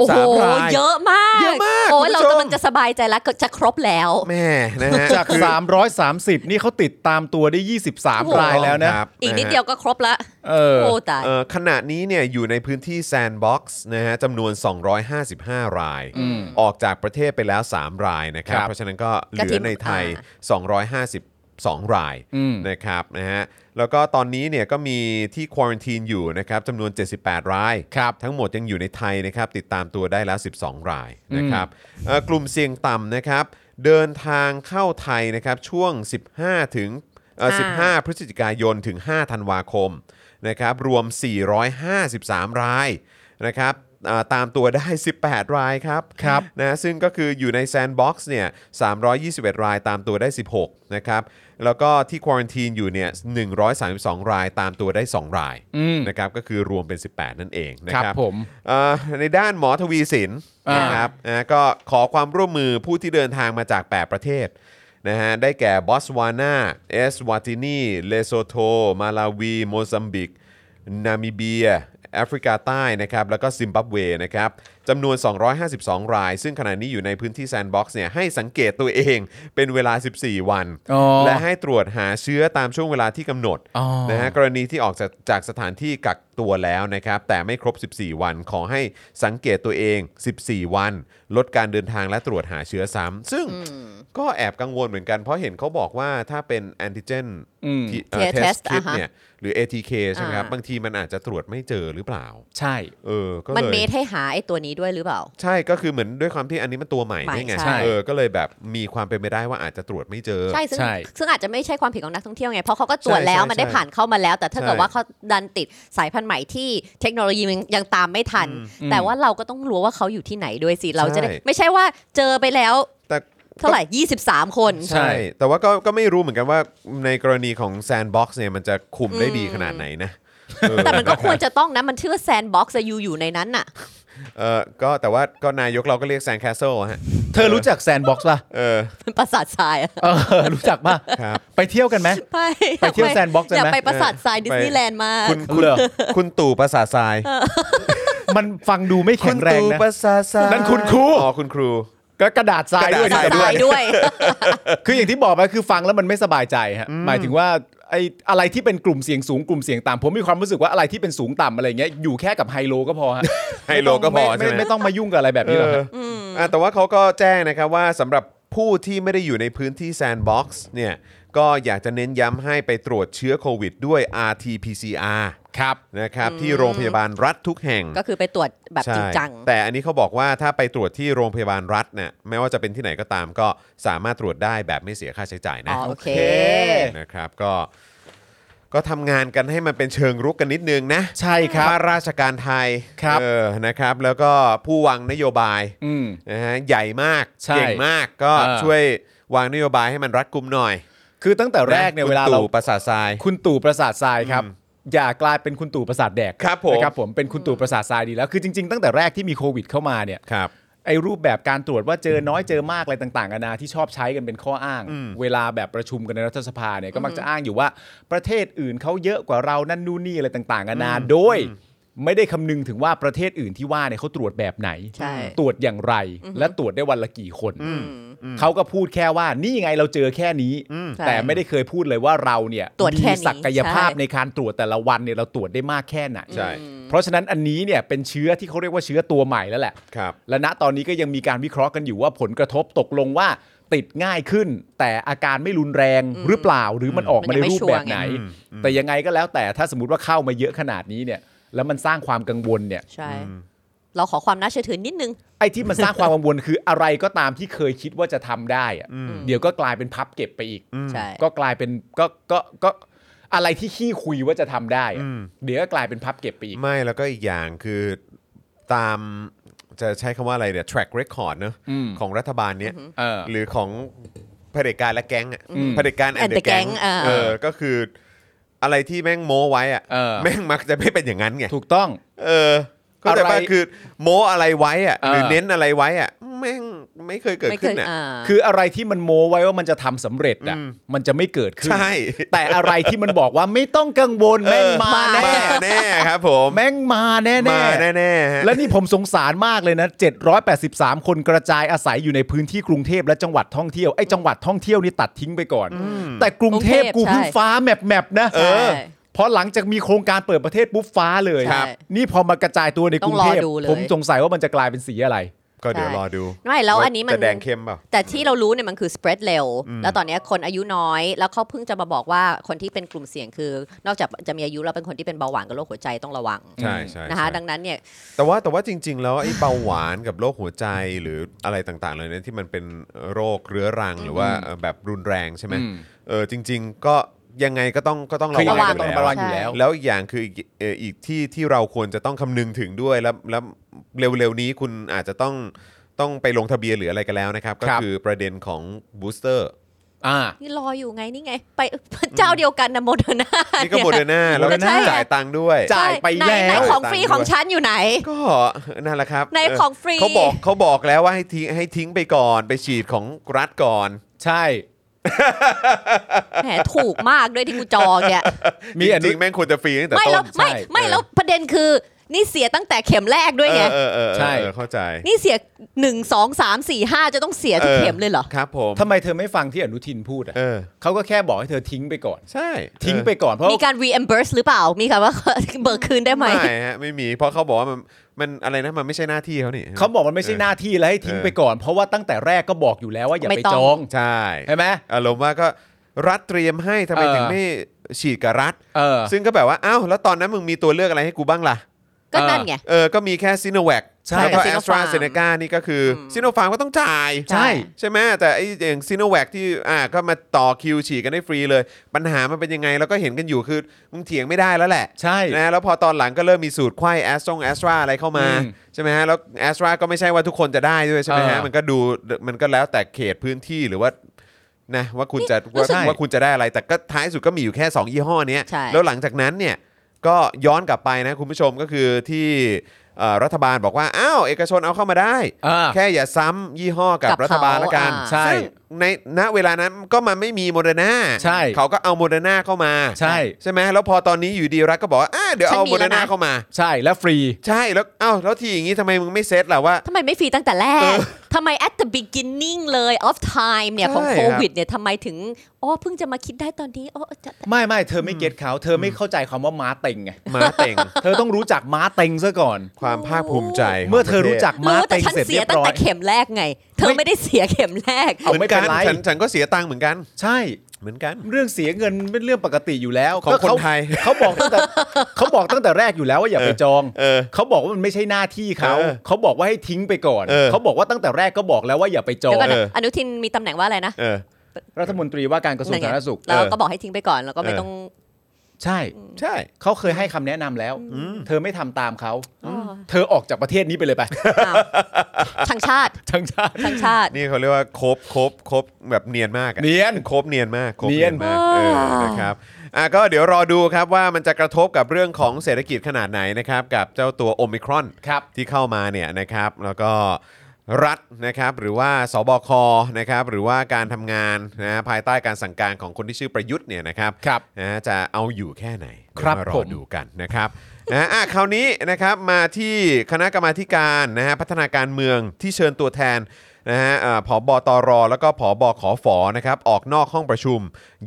Speaker 3: โอ้โห
Speaker 1: 23 ราย
Speaker 3: เยอะมาก
Speaker 1: เยอะมาก
Speaker 3: โอ้ย
Speaker 1: คุณผู้
Speaker 3: เรา
Speaker 1: ชม
Speaker 3: กำลังจะสบายใจแล้วก็จะครบแล้ว
Speaker 1: แม่นะฮะ
Speaker 2: จาก 330 นี่เขาติดตามตัวได้
Speaker 3: โอ้โห
Speaker 2: 23 รายแล้วนะ
Speaker 1: ครับ
Speaker 3: อีกนิด
Speaker 1: ะฮะ
Speaker 3: เดียวก็ครบละ
Speaker 2: เออ
Speaker 3: โอ้ตาย
Speaker 1: เอ่อขณะนี้เนี่ยอยู่ในพื้นที่แซนด์บ็อกซ์นะฮะจำนวน 255 ราย ออกจากประเทศไปแล้ว 3 รายนะครับ
Speaker 2: ครับ
Speaker 1: เพราะฉะนั้นก็เห
Speaker 3: ก็
Speaker 1: ลื
Speaker 3: ทิ้
Speaker 1: อง ในไทย
Speaker 3: อ่
Speaker 1: 252 ราย
Speaker 2: อืม
Speaker 1: นะครับนะฮะแล้วก็ตอนนี้เนี่ยก็มีที่คว r a n ตีนอยู่นะครับจำนวน 78 ราย ทั้งหมดยังอยู่ในไทยนะครับ ติดตามตัวได้แล้ว 12 รายนะครับเอ่อกลุ่มเสี่ยงต่ำนะครับ เดินทางเข้าไทยนะครับช่วง 15 ถึงเอ่อ
Speaker 3: อ่า
Speaker 1: 15 15พฤศจิกายนถึง 5 ธันวาคมนะครับรวม 453 รายนะครับอ่าตามตัวได้ [LAUGHS] 18 รายครับ
Speaker 2: ครับ
Speaker 1: นะซึ่งก็คืออยู่ในแซนด์บ็อกซ์เนี่ย321 รายตามตัวได้ 16 นะครับ แล้วก็ที่คว r a n ตีนอยู่เนี่ย132 รายตามตัวได้ 2 ราย
Speaker 2: อืม
Speaker 1: นะครับก็คือรวมเป็น 18 นั่นเองนะค
Speaker 2: ครั
Speaker 1: รั
Speaker 2: บบ ผม
Speaker 1: เอ่อในด้านหมอทวีสิน
Speaker 2: อ่าน
Speaker 1: นะครับนะก็ขอความร่วมมือผู้ที่เดินทางมาจาก 8 ประเทศนะฮะได้แก่บอสวานาเอสวาตินีเลโซโท มาลาวี โมซัมบิก นามิเบีย แอฟริกาใต้นะครับแล้วก็ซิมบับเวนะครับจำนวน 252 ราย ซึ่งขณะนี้อยู่ในพื้นที่แซนด์บ็อกซ์เนี่ยให้สังเกตตัวเองเป็นเวลา 14 วัน
Speaker 2: อ๋อ
Speaker 1: และให้ตรวจหาเชื้อตามช่วงเวลาที่กำหนด
Speaker 2: อ๋อ
Speaker 1: นะฮะกรณีที่ออกจากจากสถานที่กักตัวแล้วนะครับ แต่ไม่ครบ 14 วันขอให้สังเกตตัวเอง 14 วัน ลดการเดินทางและตรวจหาเชื้อซ้ำซึ่งก็แอบกังวลเหมือนกัน เพราะเห็นเขาบอกว่าถ้าเป็นแอนติเจน
Speaker 2: อืม
Speaker 1: เอ่อ
Speaker 3: Tear
Speaker 1: test
Speaker 3: test
Speaker 1: kit
Speaker 3: อ่าฮะ
Speaker 1: เนี่ยหรือ ATK ใช่ไหมครับ
Speaker 3: อ่า
Speaker 1: บางทีมันอาจจะตรวจไม่เจอหรือเปล่า
Speaker 2: ใช่
Speaker 1: เออก็
Speaker 3: มัน
Speaker 1: เล
Speaker 3: เม
Speaker 1: ย
Speaker 3: ทให้หาไอ้ตัวนี้ด้วยหรือเปล่า
Speaker 1: ใช่ก็คือเหมือนด้วยความที่อันนี้มันตัวใหม่
Speaker 3: ใหม่
Speaker 1: นี่ไง
Speaker 3: ใช่
Speaker 1: เออก็เลยแบบมีความเป็นไปได้ว่าอาจจะตรวจไม่เจอ
Speaker 3: ใช่ซึ่ง
Speaker 2: ใช่
Speaker 3: ซึ่งอาจจะไม่ใช่ความผิดของนักท่องเที่ยวไง เพราะเขาก็ตรวจแล้ว
Speaker 1: ใช่ใช่
Speaker 3: มันได้ผ่านเข้ามาแล้ว แต่ถ้าเกิด
Speaker 1: ใช่
Speaker 3: ว่าเขาดันติดสายพันธุ์ใหม่ที่เทคโนโลยีมันยังตามไม่ทัน แต่ว่าเราก็ต้องรู้ว่าเขาอยู่ที่ไหนด้วยสิเราจะได้ไม่ใช่ว่าเจอไปแล้ว
Speaker 1: แต่
Speaker 3: เท่าไหร่ 23 คน
Speaker 1: ใช่ แต่ว่าก็ก็ไม่รู้เหมือนกันว่าในกรณีของแซนบ็อกซ์เนี่ยมันจะคุมได้ดีขนาดไหนนะเออ
Speaker 3: แต่มันก็ควรจะต้องนะ มันชื่อแซนบ็อกซ์อยู่อยู่ในนั้นน่ะ
Speaker 1: เออก็แต่ว่าก็นายกเราก็เรียกแซนแคสเซิลฮะ
Speaker 2: เธอรู้จักแซนบ็อกซ์ป่ะ
Speaker 1: เออ
Speaker 3: มันประสาททรายอะ
Speaker 2: เออ รู้จักป่ะ
Speaker 1: ครับ
Speaker 2: ไปเที่ยวกันไหม
Speaker 3: ไป
Speaker 2: ไปเที่ยว Sandbox กัน
Speaker 3: อ
Speaker 2: ไหม
Speaker 3: ยากไปประสาททรายดิสนีย์แลนด์มาก
Speaker 1: คุณคุณ
Speaker 2: เหรอ
Speaker 1: คุณตู่ประสาททราย
Speaker 2: มันฟังดูไม่
Speaker 1: คุ
Speaker 2: แข็
Speaker 1: ณ
Speaker 2: งแรง
Speaker 1: ตู่
Speaker 2: นะ
Speaker 1: ประสาททราย
Speaker 2: นั่นคุณครู
Speaker 1: อ๋อคุณครู
Speaker 2: ก็กระดาษทรายด้วย
Speaker 1: กระดาษ
Speaker 3: ทรายด้วย
Speaker 1: [LAUGHS]
Speaker 2: คืออย่างที่บอกไปคือฟังแล้วมันไม่สบายใจฮะ หมายถึงว่าไอ้อะไรที่เป็นกลุ่มเสียงสูงกลุ่มเสียงต่ำผมมีความรู้สึกว่าอะไรที่เป็นสูงต่ำอะไรเงี้ยอยู่แค่กับไฮโลก็พอฮะ
Speaker 1: ไฮโลก็พอใช่
Speaker 2: ไม่
Speaker 1: ไหม
Speaker 2: ไม่ต้องมายุ่งกับอะไรแบบนี้หรอกฮะ
Speaker 1: เอออ่ะแต่ว่าเขาก็แจ้งนะครับว่าสำหรับผู้ที่ไม่ได้อยู่ในพื้นที่แซนด์บ็อกซ์เนี่ยก็อยากจะเน้นย้ำให้ไปตรวจเชื้อโควิดด้วย RT-PCR ครับนะครับที่โรงพยาบาลรัฐทุกแห่ง
Speaker 3: ก็คือไปตรวจแบบจริงจัง
Speaker 1: ใช่แต่อันนี้เขาบอกว่าถ้าไปตรวจที่โรงพยาบาลรัฐเนี่ยไม่ว่าจะเป็นที่ไหนก็ตามก็สามารถตรวจได้แบบไม่เสียค่าใช้จ่ายนะ
Speaker 3: อ๋อโอเค
Speaker 1: นะครับก็ก็ทำงานกันให้มันเป็นเชิงรุกกันนิดนึงนะ
Speaker 2: ใช่ครับ
Speaker 1: ข้าราชการไทย
Speaker 2: ครับ
Speaker 1: เออนะครับ แล้วก็ผู้วางนโยบาย
Speaker 2: อืม
Speaker 1: นะฮะใหญ่มาก
Speaker 2: ใช่
Speaker 1: เก่งมากก็
Speaker 2: เออ
Speaker 1: ช่วยวางนโยบายให้มันรัดกุมหน่อย
Speaker 2: คือตั้งแต่แรกเนี่ย
Speaker 1: ะ
Speaker 2: เวลา
Speaker 1: คุณ
Speaker 2: เรา
Speaker 1: ตู่ประสาททราย
Speaker 2: คุณตู่ประสาททรายครับ อย่ากลายเป็นคุณตู่ประสาทแดก
Speaker 1: ครับผม
Speaker 2: นะครับผมเป็นคุณตู่ประสาททรายดีแล้ว คือจริง ๆ ตั้งแต่แรกที่มีโควิดเข้ามาเนี่ย
Speaker 1: ครับ
Speaker 2: ไอ้รูปแบบการตรวจว่าเจอน้อยเจอมากอะไรต่างๆนานาที่ชอบใช้กันเป็นข้ออ้าง เวลาแบบประชุมกันในรัฐสภาเนี่ยก็มักจะอ้างอยู่ว่าประเทศอื่นเขาเยอะกว่าเรานั่นนู่นนี่อะไรต่างๆนานาโดย ไม่ได้คำนึงถึงว่าประเทศอื่นที่ว่าเนี่ยเขาตรวจแบบไหน
Speaker 3: ใช่
Speaker 2: ตรวจอย่างไรและตรวจได้วันละกี่คนเขาก็พูดแค่ว่านี่ไงเราเจอแค่นี้
Speaker 3: ใช่
Speaker 2: แต่ไม่ได้เคยพูดเลยว่าเราเนี่ย
Speaker 3: ตรวจแค่
Speaker 2: มี
Speaker 3: นี้
Speaker 2: ศักยภาพ
Speaker 3: ใช่
Speaker 2: ในการตรวจแต่ละวันเนี่ยเราตรวจได้มากแค่ไหน
Speaker 1: ใช่
Speaker 2: เพราะฉะนั้นอันนี้เนี่ยเป็นเชื้อที่เขาเรียกว่าเชื้อตัวใหม่แล้วแหละ
Speaker 1: ครับ
Speaker 2: และณตอนนี้ก็ยังมีการวิเคราะห์กันอยู่ว่าผลกระทบตกลงว่าติดง่ายขึ้น แต่อาการไม่รุนแรงหรือเปล่าหรือมันออกมาในรูปแบบไหน
Speaker 1: มันยังไม่ชัวร์ไง
Speaker 2: แต่ยังไงก็แล้วแต่ถ้าสมมติว่าเข้ามาเยอะขนาดนี้เนี่ยแล้วมันสร้างความกังวลเนี่ย
Speaker 3: ใช่ เราขอความน่าเชื่อถือนิดนึง
Speaker 2: ไอ้ที่มันสร้างความกังวล [LAUGHS] คืออะไรก็ตามที่เคยคิดว่าจะทำได้อะเดี๋ยวก็กลายเป็นพับเก็บไปอีก
Speaker 3: ใช่
Speaker 2: ก็กลายเป็นก็ก็ก็อะไรที่ขี้คุยว่าจะทำได้อะ
Speaker 1: อืม
Speaker 2: เดี๋ยวก็กลายเป็นพับเก็บไปอีก
Speaker 1: ไม่แล้วก็อีกอย่างคือตามจะใช้คำว่าอะไรเนี่ย track record เนอะ
Speaker 2: อืม
Speaker 1: ของรัฐบาลเนี้ย
Speaker 2: เออ
Speaker 1: หรือของเผด็จการและแก๊งอ่ะ
Speaker 2: อืม
Speaker 1: เผด็จการแอน
Speaker 3: and
Speaker 1: เด
Speaker 3: the
Speaker 1: แก๊ง
Speaker 3: gang อ่า
Speaker 1: เออก็คืออะไรที่แม่งโม้ไว้อ่ะ
Speaker 2: เออ
Speaker 1: แม่งมักจะไม่เป็นอย่างนั้นไง
Speaker 2: ถูกต้อง
Speaker 1: เออก็แต่ว่า
Speaker 2: อะไร
Speaker 1: คือโม้อะไรไว้อ่ะ
Speaker 2: เออ
Speaker 1: หรือเน้นอะไรไว้อ่ะแม่งไม่เคยเกิด
Speaker 3: ไม่เค
Speaker 1: ขึ้น
Speaker 3: ย
Speaker 1: อ่ะ
Speaker 3: อ่า
Speaker 2: คืออะไรที่มันโม้ไว้ว่ามันจะทำสำเร็จอ่ะมันจะไม่เกิดขึ้น
Speaker 1: ใช่
Speaker 2: แต่อะไรที่มันบอกว่าไม่ต้องกังวลแม่งมาแน่
Speaker 1: มาแน่ครับผม
Speaker 2: แม่งมาแน่
Speaker 1: มา
Speaker 2: แน่
Speaker 1: แน่ๆฮะ
Speaker 2: และนี่ผมสงสารมากเลยนะ 783 คนกระจายอาศัยอยู่ในพื้นที่กรุงเทพและจังหวัดท่องเที่ยวไอ้จังหวัดท่องเที่ยวนี่ตัดทิ้งไปก่อน แต่กรุงเทพกูเพิ่งฟ้าแมปแมปนะ
Speaker 3: ใช่
Speaker 2: เพราะหลังจากมีโครงการเปิดประเทศปุ๊บฟ้าเลย
Speaker 3: ครับ
Speaker 2: นี่พอมากระจายตัวในกรุงเทพผมสงสัยว่ามันจะกลายเป็นสีอะไร
Speaker 1: ก็เดี๋ยวรอดู
Speaker 3: ไม่แล้วอันนี้มัน
Speaker 1: จะแดงเข้มเปล่า
Speaker 3: แต่ที่เรารู้เนี่ยมันคือ spread เร็ว แล้วตอนเนี้ยคนอายุน้อย แล้วเขาเพิ่งจะมาบอกว่าคนที่เป็นกลุ่มเสี่ยงคือ นอกจากจะมีอายุแล้วเป็นคนที่เป็นเบาหวานกับโรคหัวใจต้องระวัง
Speaker 1: ใช่ใช่
Speaker 3: นะคะ
Speaker 1: ใช่
Speaker 3: ดังนั้นเนี่ย
Speaker 1: แต่ว่าแต่ว่าจริง ๆ แล้วไอ้เบาหวานกับโรคหัวใจหรืออะไรต่างๆเลยเนี่ยที่มันเป็นโรคเรื้อรังหรือว่าเอ่อแบบรุนแรงใช่ไหม
Speaker 2: อืม
Speaker 1: เออจริง ๆ ก็ยังไงก็ต้องก็ต้องระ
Speaker 2: คือ
Speaker 1: วั
Speaker 2: ยั
Speaker 1: อ
Speaker 2: ง งไงก็
Speaker 1: ยู่
Speaker 2: ต้อง
Speaker 1: แล้ว
Speaker 2: ระวัง
Speaker 3: ใช่
Speaker 2: อยู่แล้ว
Speaker 1: แล้วอีกอย่างคืออีกเอ่ออีกที่ที่เราควรจะต้องคำนึงถึงด้วยแล้วแล้วเร็วๆนี้คุณอาจจะต้องต้องไปลงทะเบียนหรืออะไรกันแล้วนะครับ ก็
Speaker 2: ครับ
Speaker 1: คือประเด็นของบูสเตอร์
Speaker 2: อ่า
Speaker 3: นี่รออยู่ไงนี่ไง ไป เจ้าเดียวกันนะโมเดอร์นา
Speaker 1: นี่ก็โมเดอร์นาแล้วก็
Speaker 2: โมเดอร์น่า
Speaker 1: จ่ายตังค์ด้วย
Speaker 2: จ่ายไป
Speaker 3: ไหน
Speaker 2: แล้ว
Speaker 3: ไหนของฟรี
Speaker 1: จ่ายตังค์
Speaker 3: ของฉันอยู่ไหน
Speaker 1: ก็นั่นแหละครับ
Speaker 3: ใน
Speaker 1: เ
Speaker 3: ของฟรี
Speaker 1: เขาบอกเขาบอกแล้วว่าให้ทิ้งให้ทิ้งไปก่อนไปฉีดของรัฐก่อน
Speaker 2: ใช่
Speaker 3: แหมถูกมากด้วยที่กูจองเนี่ย
Speaker 2: มีอ
Speaker 1: จ
Speaker 2: นุ
Speaker 1: ริงๆแม่งควรจะฟรีตั้งแต่
Speaker 3: ไม่
Speaker 1: ต้
Speaker 3: แล้ว
Speaker 1: น
Speaker 3: ไม่
Speaker 2: ใช่
Speaker 3: ไม่
Speaker 2: เออ
Speaker 3: แล้วประเด็นคือ นี่เสียตั้งแต่เข็มแรกด้วยไง
Speaker 1: เออเออเออเออ
Speaker 2: ใช่
Speaker 1: เข้าใจ
Speaker 3: นี่เสียหนึ่งสองสามสี่ห้าจะต้องเสียทุกเข็มเลยเหรอ
Speaker 1: ครับผม
Speaker 2: ทำไมเธอไม่ฟังที่อนุทินพูดอ่ะ
Speaker 1: เออ
Speaker 2: เขาก็แค่บอกให้เธอทิ้งไปก่อน
Speaker 1: ใช่
Speaker 2: ทิ้งไป
Speaker 1: เอ
Speaker 2: ก่อนเพราะ
Speaker 3: มีการ reimburse หรือเปล่า มีคำว่า [LAUGHS] เบิกคืนได้
Speaker 1: อ
Speaker 3: ไหม
Speaker 1: ไม่ฮะไม่มีเพราะเขาบอกว่ามันมันอะไรนะมันไม่ใช่หน้าที่เขานี่
Speaker 2: เขาบอกมันไม่ใช่หน้าที่แล้วให้ทิ้งไปก่อน เพราะว่าตั้งแต่แรกก็บอกอยู่แล้วว่าอย่า
Speaker 3: ไม่
Speaker 2: ไป
Speaker 3: ต้อง
Speaker 2: จอง
Speaker 1: ใช่
Speaker 2: ใช่ไหม
Speaker 1: อารมณ์ว่าก็รัฐเตรียมให้ทำไม
Speaker 2: เออ
Speaker 1: ถึงไม่ฉีดกับรัฐ
Speaker 2: เออ
Speaker 1: ซึ่งก็แบบว่าอ้าวแล้วตอนนั้นมึงมีตัวเลือกอะไรให้กูบ้างล่ะ
Speaker 3: ก็นั่นไง
Speaker 1: เออ ก็มีแค่ซีโนแวค
Speaker 2: ใช่
Speaker 1: แล้วก็
Speaker 3: แต่
Speaker 1: แอสตรา
Speaker 3: Sinopharm
Speaker 1: เซเนกานี่ก็คืออ
Speaker 3: ม
Speaker 1: ซีโนฟาร์มก็ต้องจ่าย
Speaker 2: ใช่
Speaker 1: ใช่ไหมแต่ไอ้อย่างซีโนแวคที่อ่าก็มาต่อคิวฉีดกันได้ฟรีเลย ปัญหามันเป็นยังไงเราก็เห็นกันอยู่คือมึงเถียงไม่ได้แล้วแหละ
Speaker 2: ใช่
Speaker 1: นะแล้วพอตอนหลังก็เริ่มมีสูตรไข้แอสตรงแอสตราอะไรเข้ามา
Speaker 2: อืม
Speaker 1: ใช่ไหมฮะ แล้วแอสตราก็ไม่ใช่ว่าทุกคนจะได้ด้วยใช่ไหมฮะ
Speaker 2: เออ
Speaker 1: มันก็ดูมันก็แล้วแต่เขตพื้นที่หรือว่านะว่าคุณจะ
Speaker 2: รู้
Speaker 1: ว่า
Speaker 2: สึก
Speaker 1: ว่าคุณจะได้อะไรแต่ก็ท้ายสุดก็มีอยู่แค่สองยี่ห้อเนี้ย
Speaker 3: ใช่
Speaker 1: แล้วหลังจากนั้นเนี่ยก็ย้อนกลับไปนะคุณผู้ชมก็คือที่เอ่อรัฐบาลบอกว่า อ้าว เอกชนเอาเข้ามาได้
Speaker 2: อ่า
Speaker 1: แค่อย่าซ้ำยี่ห้อกับ
Speaker 3: กับเขา
Speaker 1: รัฐบาลละกัน
Speaker 3: อ่า
Speaker 2: ใช่
Speaker 1: ซึ่งในณเวลานั้นก็มันไม่มีโมเดอร์นา
Speaker 2: ใช่
Speaker 1: เขาก็เอาโมเดอร์นาเข้ามา
Speaker 2: ใช่
Speaker 1: ใช่ไหมแล้วพอตอนนี้อยู่ดีรัฐก็บอกว่าอ่าเดี๋ยวเอาโมเดอร์นาเข้ามา
Speaker 2: ใช่แล้วฟรี
Speaker 1: ใช่แล้วอ้าวแล้วทีอย่างนี้ทำไมมึงไม่เซตล่ะว่า
Speaker 3: ทำไมไม่ฟรีตั้งแต่แรก ทำไม at the beginning เลย of time เนี่ย ของ
Speaker 1: ใช่ค
Speaker 3: โครับ วิดเนี่ยทำไมถึงอ๋อเพิ่งจะมาคิดได้ตอนนี้อ๋อจะ
Speaker 2: ไม่ไม่เธอไม่เก็ตเขาเธอไม่เข้าใจคำว่าม้าเต็งไง
Speaker 1: มาเต่ง
Speaker 2: เธอต้องรู้จักม้าเต็งซะก่อน
Speaker 1: ความภาคภูมิใจขง
Speaker 2: เมื่อเธอรู้จักม้า
Speaker 3: รู้แต่
Speaker 2: เต็ง
Speaker 3: ฉัน
Speaker 2: เสร็จ
Speaker 3: เสี
Speaker 2: เรี
Speaker 3: ย
Speaker 2: ยบ
Speaker 3: ตั้ง
Speaker 2: ร้อ
Speaker 3: แต่
Speaker 2: ย
Speaker 3: เข็มแรกไง เธอ
Speaker 2: ไม่
Speaker 3: ไม่ได้เสียเข็มแรก
Speaker 2: เอา
Speaker 1: เหมือ
Speaker 2: ไม่
Speaker 1: น
Speaker 2: เป็
Speaker 1: กัน น
Speaker 2: ไร
Speaker 1: ฉันฉันก็เสียตังค์เหมือนกัน
Speaker 2: ใช่
Speaker 1: เหมือนกัน
Speaker 2: เรื่องเสียเงินเป็นเรื่องปกติอยู่แล้ว
Speaker 1: ของ
Speaker 2: ก็
Speaker 1: คน
Speaker 2: เขา
Speaker 1: ไทย
Speaker 2: เขาบอกตั้งแต่เขาบอกตั้งแต่แรกอยู่แล้วว่าอย่าไปจอง
Speaker 1: เออ
Speaker 2: เขาบอกว่ามันไม่ใช่หน้าที่เขา
Speaker 1: เออ
Speaker 2: เขาบอกว่าให้ทิ้งไปก่อน
Speaker 1: เออ
Speaker 2: เขาบอกว่าตั้งแต่แรกก็บอกแล้วว่าอย่าไปจอ
Speaker 3: เดี๋ยว
Speaker 2: ง
Speaker 3: ก่อนนะ
Speaker 1: เออ
Speaker 3: อนุทินมีตำแหน่งว่าอะไรนะ
Speaker 1: เออ
Speaker 2: รัฐมนตรีว่าการกระทรวงสาธารณสุข
Speaker 3: เรา
Speaker 1: เออ
Speaker 3: ก็บอกให้ทิ้งไปก่อน แล้วก็ไม่
Speaker 1: เออ
Speaker 3: ต้อง
Speaker 2: ใช่
Speaker 1: ใช่
Speaker 2: เขาเคยให้คำแนะนำแล้ว เธอไม่ทำตามเขา
Speaker 3: อ๋อ
Speaker 2: เธอออกจากประเทศนี้ไปเลย [LAUGHS] ไป
Speaker 3: อ้าวช่างชาติ
Speaker 2: ทั้งชาติ
Speaker 3: ช่างชาติ
Speaker 1: นี่เขาเรียกว่าครบครบครบแบบเนียนมากอะ
Speaker 2: เนียน
Speaker 1: ครบเนียนมากครบ
Speaker 2: เนี
Speaker 1: เนีย
Speaker 2: ย
Speaker 1: น
Speaker 2: น
Speaker 1: มากเออนะครับอ่ะก็เดี๋ยวรอดูครับว่ามันจะกระทบกับเรื่องของเศรษฐกิจขนาดไหนนะครับ กับเจ้าตัวโอมิครอน
Speaker 2: ครับ
Speaker 1: ที่เข้ามาเนี่ยนะครับ แล้วก็รัฐนะครับหรือว่าสบคนะครับหรือว่าการทำงานนะภายใต้การสั่งการของคนที่ชื่อประยุทธ์เนี่ยนะครับ
Speaker 2: ครับ
Speaker 1: นะจะเอาอยู่แค่ไหนเดี๋ยว
Speaker 2: ครับ
Speaker 1: มาร
Speaker 2: ผ
Speaker 1: อ
Speaker 2: ม
Speaker 1: ดูกันนะครับ [LAUGHS] นะอ่ะคราวนี้นะครับมาที่คณะกรรมาธิการนะฮะพัฒนาการเมืองที่เชิญตัวแทนนะฮะอ่าผอบอตรแล้วก็ผอบอขอฝอนะครับออกนอกห้องประชุม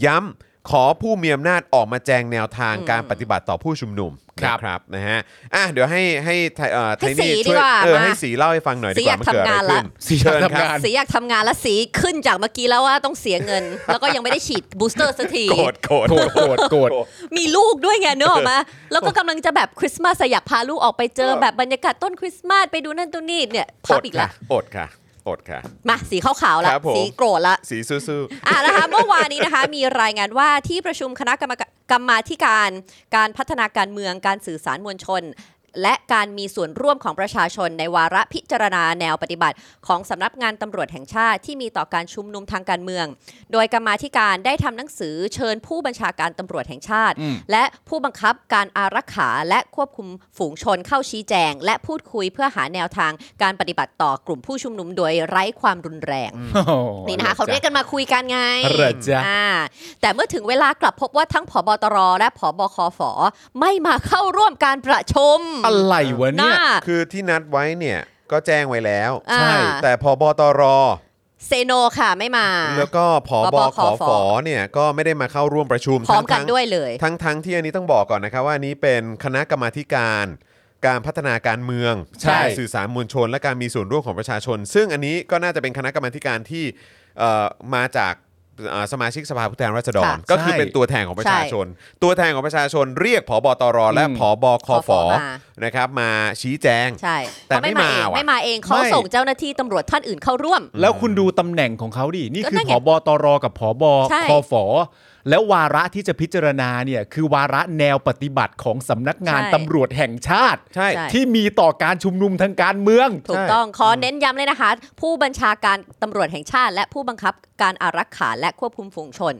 Speaker 1: ย้ำ ขอผู้มีอำนาจออกมาแจงแนวทาง
Speaker 3: อืม
Speaker 1: การปฏิบัติต่อผู้ชุมนุม
Speaker 2: ครับ
Speaker 1: นะครับนะฮะอ่ะเดี๋ยวให้ให้ไทเอ่อไท
Speaker 3: ให้
Speaker 1: นี่
Speaker 3: สีดี
Speaker 1: ช่วย
Speaker 3: กว่า
Speaker 1: เออ
Speaker 3: มา
Speaker 1: ให้สีเล่าให้ฟังหน่อยดีกว่า
Speaker 3: สีอยาก
Speaker 1: มันเกิดอะไร
Speaker 3: ทำงานละ
Speaker 1: ขึ้น
Speaker 2: สีอยาก
Speaker 1: เชิญครับ
Speaker 2: ทำงาน
Speaker 3: สีอยากทำงานและสีขึ้นจากเมื่อกี้แล้วว่าต้องเสียเงิน แล้วก็ยังไม่ได้ฉีดบูสเตอร์สักที
Speaker 1: โกรธโกรธ
Speaker 2: โกรธโกรธโกรธ
Speaker 3: มีลูกด้วยไงนึกออกมาแล้วก็กำลังจะแบบคริสต์มาสอะอยากพาลูกออกไปเจอแบบบรรยากาศต้นคริสต์มาสไปดูนั่นตรงนี้เนี่ยภาพอีกละ
Speaker 1: อดค่ะอดค่ะ
Speaker 3: มาสีขาวๆละ
Speaker 1: ครับผม
Speaker 3: สีโกรธละ
Speaker 1: สีสู้
Speaker 3: อ่ะนะคะเมื่อวานนี้นะคะมีรายงานว่าที่ประชุมคณะกรรมการกรรมาธิการการพัฒนาการเมืองการสื่อสารมวลชน และการมีส่วนร่วมของประชาชนในวาระพิจารณาแนวปฏิบัติของสำนักงานตำรวจแห่งชาติที่มีต่อการชุมนุมทางการเมือง โดยกรรมาธิการได้ทำหนังสือเชิญผู้บัญชาการตำรวจแห่งชาติ
Speaker 2: อืม
Speaker 3: และผู้บังคับการอารักขาและควบคุมฝูงชนเข้าชี้แจง และพูดคุยเพื่อหาแนวทางการปฏิบัติต่อกลุ่มผู้ชุมนุมโดยไร้ความรุนแรง
Speaker 2: โอ้โห
Speaker 3: นี่นะคะเขาเรียกกันมาคุยกันไง
Speaker 2: เหรอจ๊ะ
Speaker 3: อ่าแต่เมื่อถึงเวลากลับพบว่าทั้งผบตร และผบคฝไม่มาเข้าร่วมการประชุม
Speaker 2: อะไรวะเนี่
Speaker 3: น่าย
Speaker 1: ๆ คือที่นัดไว้เนี่ยก็แจ้งไว้แล้ว
Speaker 3: อ่า
Speaker 2: ใช่
Speaker 1: แต่พอบอตร
Speaker 3: เซโนค่ะไม่มา
Speaker 1: แล้วก็พอบ
Speaker 3: ผ
Speaker 1: อ
Speaker 3: อ
Speaker 1: ขอฝอเนี่ยก็ไม่ได้มาเข้าร่วมประชุม
Speaker 3: พร้อมกัน
Speaker 1: ทั้งๆ
Speaker 3: ด้วยเลย
Speaker 1: ทั้งทั้งที่อันนี้ต้องบอกก่อนนะครับว่าอันนี้เป็นคณะกรรมาธิการ การพัฒนาการเมือง
Speaker 2: ใช่
Speaker 1: การสื่อสารมวลชน และการมีส่วนร่วมของประชาชน ซึ่งอันนี้ก็น่าจะเป็นคณะกรรมาธิการที่เอ่อมาจากเอ่อสมาชิกสภาผู้แทนราษฎร
Speaker 3: ค่ะ
Speaker 1: ก็คือเป็นตัวแทนของประชาชน ตัวแทนของประชาชนเรียกผบตร และ
Speaker 2: อืม
Speaker 1: ผบค
Speaker 3: ข
Speaker 1: ฝ
Speaker 3: อมา
Speaker 1: นะครับมาชี้แจง
Speaker 3: ใช่
Speaker 1: แต่
Speaker 3: เขา
Speaker 1: ไม่มา
Speaker 3: เอง
Speaker 1: ว่ะ
Speaker 3: ไม่มาเองเขา
Speaker 2: ไม่
Speaker 3: ส่งเจ้าหน้าที่ตำรวจท่านอื่นเข้าร่วม
Speaker 2: แล้วคุณดูตำแหน่งของเขาดิ นี่
Speaker 3: ก็
Speaker 2: คื
Speaker 3: นั่
Speaker 2: อน ผ
Speaker 3: ไง
Speaker 2: อบตรกับผอบ
Speaker 3: ใช่
Speaker 2: คอฝอแล้ววาระที่จะพิจารณาเนี่ยคือวาระแนวปฏิบัติของสำนักงานตำรวจแห่งชาติ
Speaker 1: ใช่
Speaker 3: ใช่
Speaker 2: ที่มีต่อการชุมนุมทางการเมือง
Speaker 3: ถูกต้องขอเน้นย้ำเลยนะคะ ผู้บัญชาการตำรวจแห่งชาติ และผู้บังคับการอารักขาและควบคุมฝูงชน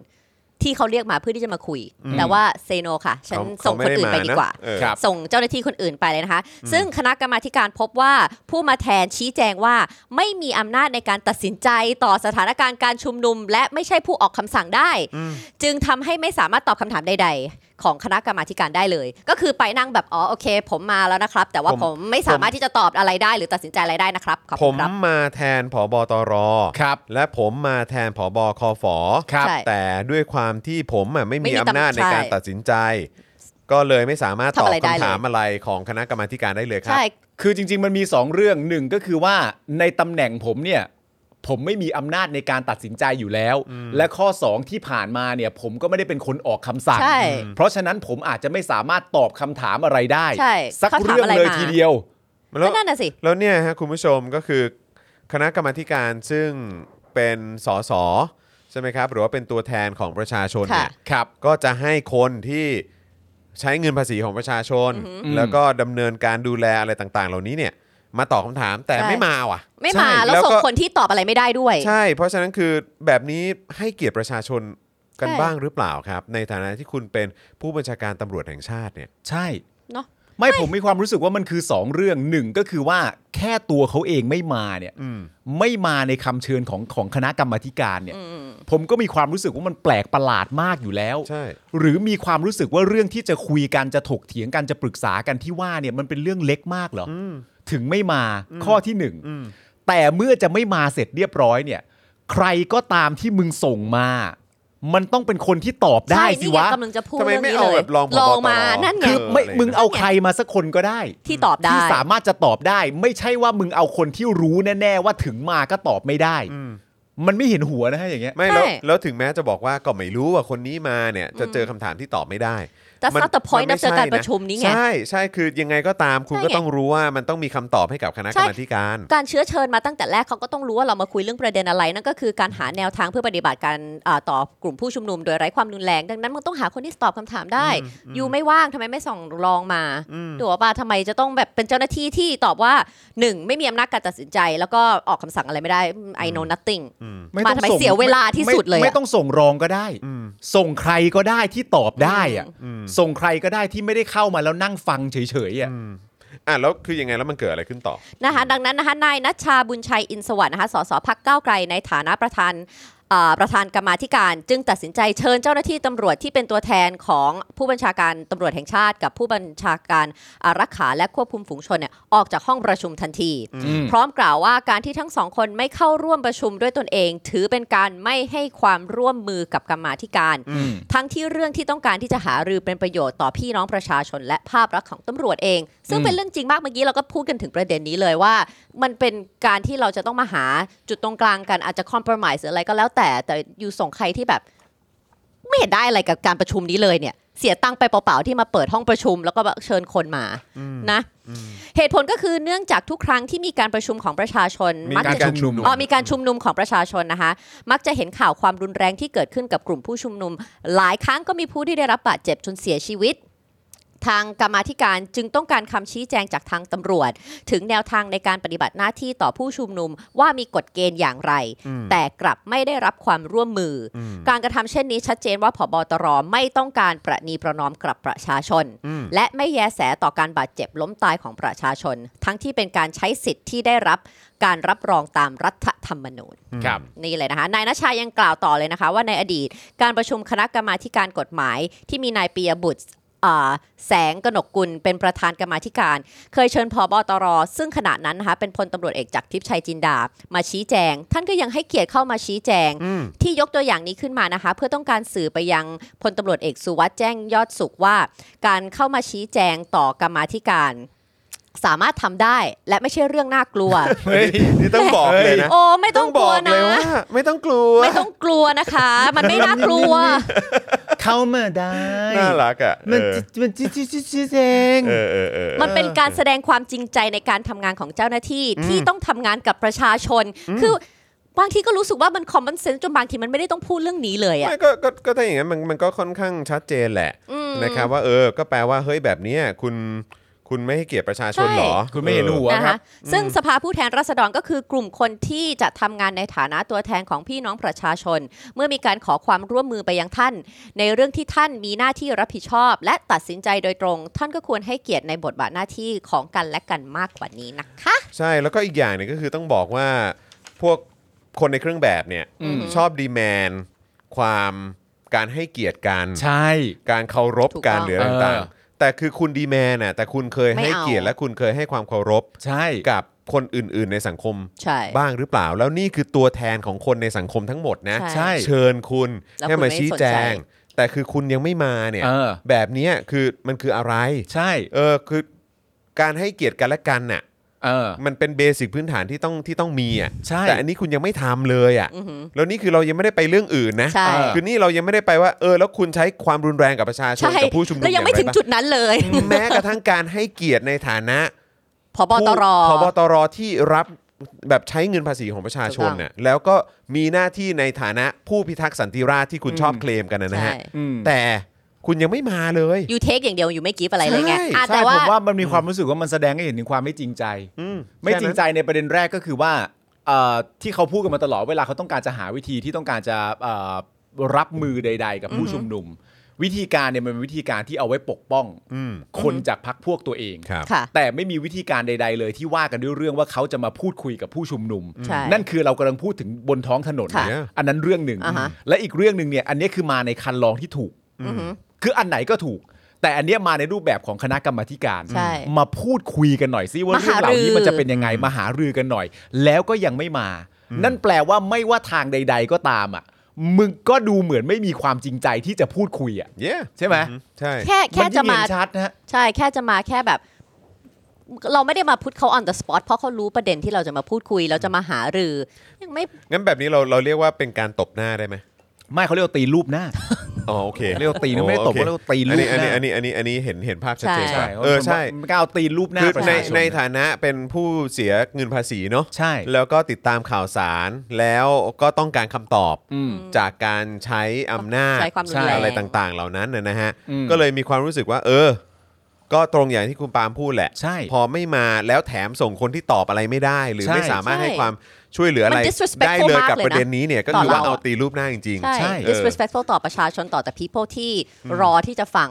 Speaker 3: ที่เขาเรียกมาเพื่อที่จะมาคุย
Speaker 1: อืม
Speaker 3: แต่ว่าเซโนค่ะ ฉัน
Speaker 1: เขา
Speaker 3: ส่ง
Speaker 1: เขาม่
Speaker 3: คน
Speaker 1: ด้
Speaker 3: อื่นไป
Speaker 1: ม
Speaker 3: ดีกว่า
Speaker 1: เออ
Speaker 2: ครับ
Speaker 3: ส่งเจ้าหน้าที่คนอื่นไปเลยนะคะ ซึ่งคณะกรรมาธิการพบว่าผู้มาแทนชี้แจงว่าไม่มีอำนาจในการตัดสินใจต่อสถานการณ์การชุมนุม และไม่ใช่ผู้ออกคำสั่งได้
Speaker 1: อืม
Speaker 3: จึงทำให้ไม่สามารถตอบคำถามใด ๆ ของคณะกรรมาธิการได้เลย ก็คือไปนั่งแบบอ๋อโอเค ผมมาแล้วนะครับ แต่ว่า
Speaker 1: ผม
Speaker 3: ผมไม่สามารถที่จะตอบอะไรได้หรือตัดสินใจอะไรได้นะครับขอบ
Speaker 1: ผ
Speaker 3: คุ
Speaker 1: ม
Speaker 3: ณครับ
Speaker 1: มาแทนผบตร
Speaker 2: ครับ
Speaker 1: และผมมาแทนผบคฝ
Speaker 2: ครับ
Speaker 3: ใช่
Speaker 1: แต่ด้วยความที่ผมอ่ะไม่
Speaker 3: ไม่
Speaker 1: มี
Speaker 3: มี
Speaker 1: อำนาจใน
Speaker 3: ตำใช่
Speaker 1: การตัดสินใจ ก็เลยไม่สามารถตอบ
Speaker 3: ทำอะไรได้เลย
Speaker 1: คำถามอะไรของคณะกรรมาธิการได้เลยครับ
Speaker 3: ใช่
Speaker 2: คือจริง ๆ มันมี 2 เรื่องหนึ่งก็คือว่าในตำแหน่งผมเนี่ย ผมไม่มีอำนาจในการตัดสินใจอยู่แล้ว และข้อ 2 ที่ผ่านมาเนี่ย ผมก็ไม่ได้เป็นคนออกคำสั่ง
Speaker 3: ใช่
Speaker 2: เพราะฉะนั้นผมอาจจะไม่สามารถตอบคำถามอะไรได้
Speaker 3: ใช่
Speaker 2: สัก
Speaker 3: เขาถาม
Speaker 2: เรื่อง
Speaker 3: อะไร
Speaker 2: เลย
Speaker 3: มา
Speaker 2: ทีเดียว
Speaker 1: แล้ว
Speaker 3: ก็นั่นน่ะสิ
Speaker 1: แล้วเนี่ยฮะคุณผู้ชมก็คือคณะกรรมาธิการซึ่งเป็นสสใช่ไหมครับ หรือว่าเป็นตัวแทนของประชาชนเนี่ย
Speaker 3: ค่ะ
Speaker 2: ครับ
Speaker 1: ก็จะให้คนที่ใช้เงินภาษีของประชาชน
Speaker 2: อือหือ
Speaker 1: แล้วก็ดำเนินการดูแลอะไรต่างๆ เหล่านี้เนี่ย มาตอบคำถามแต่
Speaker 3: ใช่
Speaker 1: ไม่มาว่ะ
Speaker 3: ไม่มา
Speaker 2: ใช่
Speaker 3: แล้ว
Speaker 1: แล้ว
Speaker 3: ส่ง
Speaker 1: ก็
Speaker 3: คนที่ตอบอะไรไม่ได้ด้วย
Speaker 1: ใช่ เพราะฉะนั้นคือแบบนี้ให้เกียรติประชาชนกัน
Speaker 3: ใช่
Speaker 1: บ้างหรือเปล่าครับ ในฐานะที่คุณเป็นผู้บัญชาการตำรวจแห่งชาติเนี่ย
Speaker 2: ใช่
Speaker 3: เนอะ
Speaker 2: ไม่ผมมีความรู้สึกว่ามันคือ 2 เรื่องหนึ่งก็คือว่าแค่ตัวเขาเองไม่มาเนี่ย
Speaker 1: อืม
Speaker 2: ไม่มาในคำเชิญของของคณะกรรมาธิการเนี่ย
Speaker 3: อืม
Speaker 2: ผมก็มีความรู้สึกว่ามันแปลกประหลาดมากอยู่แล้ว
Speaker 1: ใช่
Speaker 2: หรือมีความรู้สึกว่าเรื่องที่จะคุยกันจะถกเถียงกันจะปรึกษากันที่ว่าเนี่ยมันเป็นเรื่องเล็กมากเหรออถึงไม่มาข้อที่หนึ่งแต่เมื่อจะไม่มาเสร็จเรียบร้อยเนี่ย ใครก็ตามที่มึงส่งมา มันต้องเป็นคนที่ตอบได้
Speaker 3: ใช่
Speaker 2: สิ
Speaker 3: นี่ไง
Speaker 2: วะ
Speaker 3: กำลังจะพูด
Speaker 1: ทำไม
Speaker 3: เรื่อง
Speaker 1: ไม่
Speaker 3: นี้
Speaker 1: เอา
Speaker 3: เลย
Speaker 1: แบบรองผบตร
Speaker 3: ลองมานั่นไง
Speaker 2: คือไม่
Speaker 1: เอออะไร
Speaker 2: มึงเอาใครมาสักคนก็ได้
Speaker 3: ที่ตอบได้
Speaker 2: ที่สามารถจะตอบได้ ไม่ใช่ว่ามึงเอาคนที่รู้แน่ๆว่าถึงมาก็ตอบไม่ได้ มันไม่เห็นหัวนะฮะอย่างเงี้ย
Speaker 1: ไม่แล้ว
Speaker 3: ใช่
Speaker 1: แล้วถึงแม้จะบอกว่าก็ไม่รู้ว่าคนนี้มาเนี่ยจะเจอคำถามที่ตอบไม่ได้
Speaker 3: แต่
Speaker 1: มัน
Speaker 3: สัตพอยต์
Speaker 1: มั
Speaker 3: นั
Speaker 1: ไม่
Speaker 3: บเจอการ
Speaker 1: ใช่
Speaker 3: ประชุมนี้ไง
Speaker 1: ใช่ใช่คือยังไงก็ตามคุณ
Speaker 3: ใช่
Speaker 1: ก็
Speaker 3: ไง
Speaker 1: ต้องรู้ว่ามันต้องมีคำตอบให้กับคณะก
Speaker 3: ใช่
Speaker 1: รรมาธิการ
Speaker 3: การเชื้อเชิญมาตั้งแต่แรกเขาก็ต้องรู้ว่าเรามาคุยเรื่องประเด็นอะไร นั่นก็คือการหาแนวทางเพื่อปฏิบัติการเอ่อต่อกลุ่มผู้ชุมนุมโดยไร้ความรุนแรง ดังนั้นมึงต้องหาคนที่ตอบคำถามได้ อยู่ไม่ว่างทำไมไม่ส่องรองมาถูกป่ะทำไมจะต้องแบบเป็นเจ้าหน้าที่ที่ตอบว่าหนึ่งไม่มีอำนาจการตัดสินใจ แล้วก็ออกคำสั่งอะไรไม่ได้ I know nothing
Speaker 2: ไต้อง
Speaker 3: มาทำไม
Speaker 2: ส่ง
Speaker 3: เสียเวลาที่สุดเลยอะ
Speaker 2: ไม่ไม่ต้องส่งรองก็ได้ ส่งใครก็ได้ที่ตอบได้อะส่งใครก็ได้ที่ไม่ได้เข้ามาแล้วนั่งฟังเฉยๆอ่ะ
Speaker 1: อ่ะแล้วคือยังไงแล้วมันเกิดอะไรขึ้นต่อ
Speaker 3: นะคะดังนั้นนะคะนายนัชชาบุญชัยอินทร์สวัสดิ์นะคะสสพักก้าวไกลในฐานะประธาน เอ่อประธานกรรมาธิการจึงตัดสินใจเชิญเจ้าหน้าที่ตำรวจที่เป็นตัวแทนของผู้บัญชาการตำรวจแห่งชาติกับผู้บัญชาการอารักขาและควบคุมฝูงชนเนี่ยออกจากห้องประชุมทันที พร้อมกล่าวว่าการที่ทั้งสองคนไม่เข้าร่วมประชุมด้วยตนเอง ถือเป็นการไม่ให้ความร่วมมือกับกรรมาธิการ
Speaker 2: อืม
Speaker 3: ทั้งที่เรื่องที่ต้องการที่จะหารือเป็นประโยชน์ต่อพี่น้องประชาชนและภาพลักษณ์ของตำรวจเอง ซึ่ง
Speaker 2: อืม
Speaker 3: เป็นเรื่องจริงมากเมื่อกี้เราก็พูดกันถึงประเด็นนี้เลยว่า มันเป็นการที่เราจะต้องมาหาจุดตรงกลางกันอาจจะคอมเพลมไพร์หรืออะไรก็แล้วแต่ แต่อยู่ส่งใครที่แบบ ไม่เห็นได้อะไรกับการประชุมนี้เลยเนี่ย เสียตังค์ไปเปล่าๆที่มาเปิดห้องประชุม แล้วก็เชิญคนมานะ เหตุผลก็คือเนื่องจากทุกครั้งที่มีการประชุมของประชาชน
Speaker 2: มี
Speaker 3: มัก
Speaker 2: การ
Speaker 3: จะ
Speaker 2: ชุมนุม
Speaker 3: อ๋อมีการชุมนุมของประชาชนนะคะ มักจะเห็นข่าวความรุนแรงที่เกิดขึ้นกับกลุ่มผู้ชุมนุม หลายครั้งก็มีผู้ที่ได้รับบาดเจ็บจนเสียชีวิต ทางกรรมาธิการจึงต้องการคำชี้แจงจากทางตำรวจ ถึงแนวทางในการปฏิบัติหน้าที่ต่อผู้ชุมนุมว่ามีกฎเกณฑ์อย่างไร แต่กลับไม่ได้รับความร่วมมืออการกระทำเช่นนี้ชัดเจนว่าผบตรไม่ต้องการประนีประนอมกับประชาชน และไม่แยแสต่อการบาดเจ็บล้มตายของประชาชน ทั้งที่เป็นการใช้สิทธิ์ที่ได้รับการรับรองตามรัฐธรรมนูญ
Speaker 2: ครับ
Speaker 3: นี่เลยนะคะ นายนชายังกล่าวต่อเลยนะคะ ว่าในอดีตการประชุมคณะกรรมาธิการกฎหมาย ที่มีนายปียบุตรเอ่อแสงกนกกุลเป็นประธานกรรมาธิการ เคยเชิญพอบอตร ซึ่งขณะนั้นนะคะเป็นพลตำรวจเอกจากทิพย์ชัยจินดา มาชี้แจง ท่านก็ยังให้เกียรติเข้ามาชี้แจง ที่ยกตัวอย่างนี้ขึ้นมานะคะ เพื่อต้องการสื่อไปยังพลตำรวจเอกสุวัสด์แจ้งยอดสุขว่า การเข้ามาชี้แจงต่อกรรมาธิการ สามารถทำได้และไม่ใช่เรื่องน่ากลัว
Speaker 1: เฮ้ยนี่ต้องบอกเลยนะ
Speaker 3: โอ้ไม่ต้องก
Speaker 1: บ
Speaker 3: ลั
Speaker 1: อ
Speaker 3: ว
Speaker 1: กเลย
Speaker 3: นะ
Speaker 1: ว่าไม่ต้องกลัว
Speaker 3: ไม่ต้องกลัวนะคะ มันไม่น่ากลัว
Speaker 2: เข้ามาได้
Speaker 1: น่ารักอ่ะ
Speaker 2: มัน
Speaker 1: เออ
Speaker 2: จิมันจิจิจิจิเอง
Speaker 1: เออเออเออ
Speaker 3: มันเป็นการแสดงความจริงใจในการทำงานของเจ้าหน้าที่ที่ต้องทำงานกับประชาชน คือบางทีก็รู้สึกว่ามันคอมมอนเซนส์จนบางทีมันไม่ได้ต้องพูดเรื่องนี้เลยอะ
Speaker 1: ไม่ก็ก็ก็ถ้าอย่างนั้นมันมันก็ค่อนข้างชัดเจนแหละ
Speaker 3: อืม
Speaker 1: นะครับว่าเออก็แปลว่าเฮ้ยแบบเนี้ยคุณคุณไม่ให้เกียรติประชาชน
Speaker 3: ใช่
Speaker 1: เหรอ
Speaker 2: คุณไม่เห็น
Speaker 1: ออ
Speaker 2: หัว
Speaker 3: นะ
Speaker 2: ครั
Speaker 3: คะ
Speaker 2: บ
Speaker 3: ซึ่งสภาผู้แทนราษฎรก็คือกลุ่มคนที่จะทำงานในฐานะตัวแทนของพี่น้องประชาชน เมื่อมีการขอความร่วมมือไปยังท่าน ในเรื่องที่ท่านมีหน้าที่รับผิดชอบ และตัดสินใจโดยตรง ท่านก็ควรให้เกียรติในบทบาทหน้าที่ของกันและกันมากกว่านี้นะคะ
Speaker 1: ใช่แล้วก็อีกอย่างหนึงก็คือต้องบอกว่าพวกคนในเครื่องแบบเนี่ย
Speaker 2: อืม
Speaker 1: ชอบดีแมนความการให้เกียรติกัน
Speaker 2: ใช่
Speaker 1: การเคารพ
Speaker 3: ถูก
Speaker 1: การ
Speaker 3: ต้อง
Speaker 1: หรืออะไรต่าง
Speaker 2: เออ
Speaker 1: ๆ แต่คือคุณดีแมนน่ะแต่คุณเคย
Speaker 3: ไม่
Speaker 1: ให้
Speaker 3: เอา
Speaker 1: เกียรติและคุณเคยให้ความเคารพ
Speaker 2: ใช่
Speaker 1: กับคนอื่น ๆ ในสังคม
Speaker 3: ใช่
Speaker 1: บ้างหรือเปล่า แล้วนี่คือตัวแทนของคนในสังคมทั้งหมดนะ
Speaker 2: ใช่
Speaker 1: เชิญคุณ
Speaker 3: แล้ว
Speaker 1: ให้
Speaker 3: คุณ
Speaker 1: มา
Speaker 3: ไม่
Speaker 1: ชี้
Speaker 3: สนใจ
Speaker 1: แจง แต่คือคุณยังไม่มาเนี่ย
Speaker 2: เออ
Speaker 1: แบบเนี้ยคือมันคืออะไร
Speaker 2: ใช่
Speaker 1: เออคือการให้เกียรติกันและกันน่ะ
Speaker 2: เออ
Speaker 1: มันเป็นเบสิกพื้นฐานที่ต้องที่ต้องมีอ่ะ
Speaker 2: ใช่
Speaker 1: แต่อันนี้คุณยังไม่ทำเลยอ่ะแล้วนี่คือเรายังไม่ได้ไปเรื่องอื่นนะ
Speaker 3: ใช่
Speaker 1: คือนี่เรายังไม่ได้ไปว่าเออแล้วคุณใช้ความรุนแรงกับประชาชน
Speaker 3: ใช่
Speaker 1: กับผู้ชุมนุม
Speaker 3: แล้วยังไม่
Speaker 1: อ
Speaker 3: ถึง
Speaker 1: รบ้า
Speaker 3: จุดนั้นเลย
Speaker 1: แม้กระทั่งการให้เกียรติในฐานะ
Speaker 3: พบตร
Speaker 1: ผู้พบตรที่รับแบบใช้เงินภาษีของประชาชน
Speaker 3: ถูกต้อง
Speaker 1: เนี่ยแล้วก็มีหน้าที่ในฐานะผู้พิทักษ์สันติราษฎร์ที่คุณชอบเคลมกันนะนะ
Speaker 3: ใช่
Speaker 1: ฮะ
Speaker 2: อืม
Speaker 1: แต่คุณยังไม่มาเลย
Speaker 3: อยู่เทคอย่างเดียวอยู่ไม่กีฟอะไรเลยไง
Speaker 1: ใช่
Speaker 3: อ่ะ
Speaker 2: ใช่
Speaker 3: แต่ว่า
Speaker 2: ผมว่ามันมีความรู้สึกว่ามันแสดงให้เห็นถึงความไม่จริงใจ
Speaker 1: อื
Speaker 2: ไม่จริงใจ
Speaker 1: แค่นั้น
Speaker 2: ในประเด็นแรกก็คือว่าเอ่อที่เขาพูดกันมาตลอดเวลาเขาต้องการจะหาวิธีที่ต้องการจะเอ่อรับมือใด ๆ กับผู้ชุมนุม วิธีการเนี่ยมันเป็นวิธีการที่เอาไว้ปกป้อง
Speaker 1: อืม
Speaker 2: คนจากพรรคพวกตัวเอง
Speaker 1: ครับ
Speaker 3: ค่ะ
Speaker 2: แต่ไม่มีวิธีการใด ๆ เลยที่ว่ากันด้วยเรื่องว่าเขาจะมาพูดคุยกับผู้ชุมนุม
Speaker 3: ใช่
Speaker 2: นั่นคือเรากำลังพูดถึงบนท้องถนน
Speaker 3: ค่ะ
Speaker 2: เนี่ยอันนั้นเรื่องหนึ่ง
Speaker 3: อ่าฮะ
Speaker 2: และอีกเรื่องหนึ่งเนี่ยอันนี้คือมาในคันลองที่ถูก
Speaker 3: อือหือ
Speaker 2: คืออันไหนก็ถูก แต่อันเนี้ยมาในรูปแบบของคณะกรรมาธิการ
Speaker 3: ใช่
Speaker 2: มาพูดคุยกันหน่อยซิว่า
Speaker 3: มา
Speaker 2: เรื่อ
Speaker 3: หาง
Speaker 2: เหล่า
Speaker 3: รือ
Speaker 2: นี้มันจะเป็นยังไงมาหารือกันหน่อย แล้วก็ยังไม่มา นั่นแปลว่าไม่ว่าทางใด ๆ ก็ตามอ่ะมึงก็ดูเหมือนไม่มีความจริงใจที่จะพูดคุยอ่ะ
Speaker 1: Yeah
Speaker 2: ใช่ไหม
Speaker 1: อืใช่
Speaker 3: แค่แค่
Speaker 2: นยิ่ง
Speaker 3: จะมา
Speaker 2: เห็นชัดนะฮะ
Speaker 3: ใช่แค่จะมาแค่แบบ เราไม่ได้มาพุทธเขา on the spot เพราะเขารู้ประเด็นที่เราจะมาพูดคุย เราจะมาหารือ ยังไม่
Speaker 1: งั้นแบบนี้เราเราเรียกว่าเป็นการตบหน้าได้ไหม
Speaker 2: ไม่เขาเรียกว่าตีรูปหน้า
Speaker 1: อ๋อโอเค
Speaker 2: เรียกว่าตีนะไม่ได้ตบ
Speaker 1: โอค
Speaker 2: เขาเรียกว่าตีลูก
Speaker 1: อันนี้อันนี้
Speaker 2: ห
Speaker 1: อันนี้
Speaker 2: น้า
Speaker 1: อันนี้อันนี้เห็นเห็นภาพชัดเจนกว่า
Speaker 2: ขา
Speaker 1: เออใช่
Speaker 2: มันก็เอาตีนรูปหน้า
Speaker 1: คือ
Speaker 2: ประ
Speaker 1: ใน
Speaker 2: ชาชน
Speaker 1: ในฐานะเป็นผู้เสียเงินภาษีเนาะ
Speaker 2: ใช่
Speaker 1: แล้วก็ติดตามข่าวสารแล้วก็ต้องการคำตอบ
Speaker 2: อืม
Speaker 1: จากการใช้อำนาจ
Speaker 3: ใช้ความรุนแรง
Speaker 1: อะไรต่างๆ เหล่านั้นนะนะฮะ
Speaker 2: อืม
Speaker 1: ก็เลยมีความรู้สึกว่า เออ ก็ตรงอย่างที่คุณปาล์มพูดแหละ
Speaker 2: ใช่
Speaker 1: พอไม่มาแล้วแถมส่งคนที่ตอบอะไรไม่ได้ หรือ
Speaker 2: ใช่
Speaker 1: ไม่สามารถ
Speaker 3: ใช่
Speaker 1: ให้ความช่วยเหลืออะไร
Speaker 3: มัน disrespectful
Speaker 1: ได้เลยกับ
Speaker 3: มากเลยนะ
Speaker 1: ประเด็นนี้เนี่ยก็
Speaker 3: ต่อ
Speaker 1: คือว่า
Speaker 3: เรา
Speaker 1: เอาตีรูปหน้าจริง
Speaker 3: ใช่
Speaker 2: ใช่
Speaker 3: disrespectful ต่อประชาชนต่อแต่ people ที่รอที่จะฟัง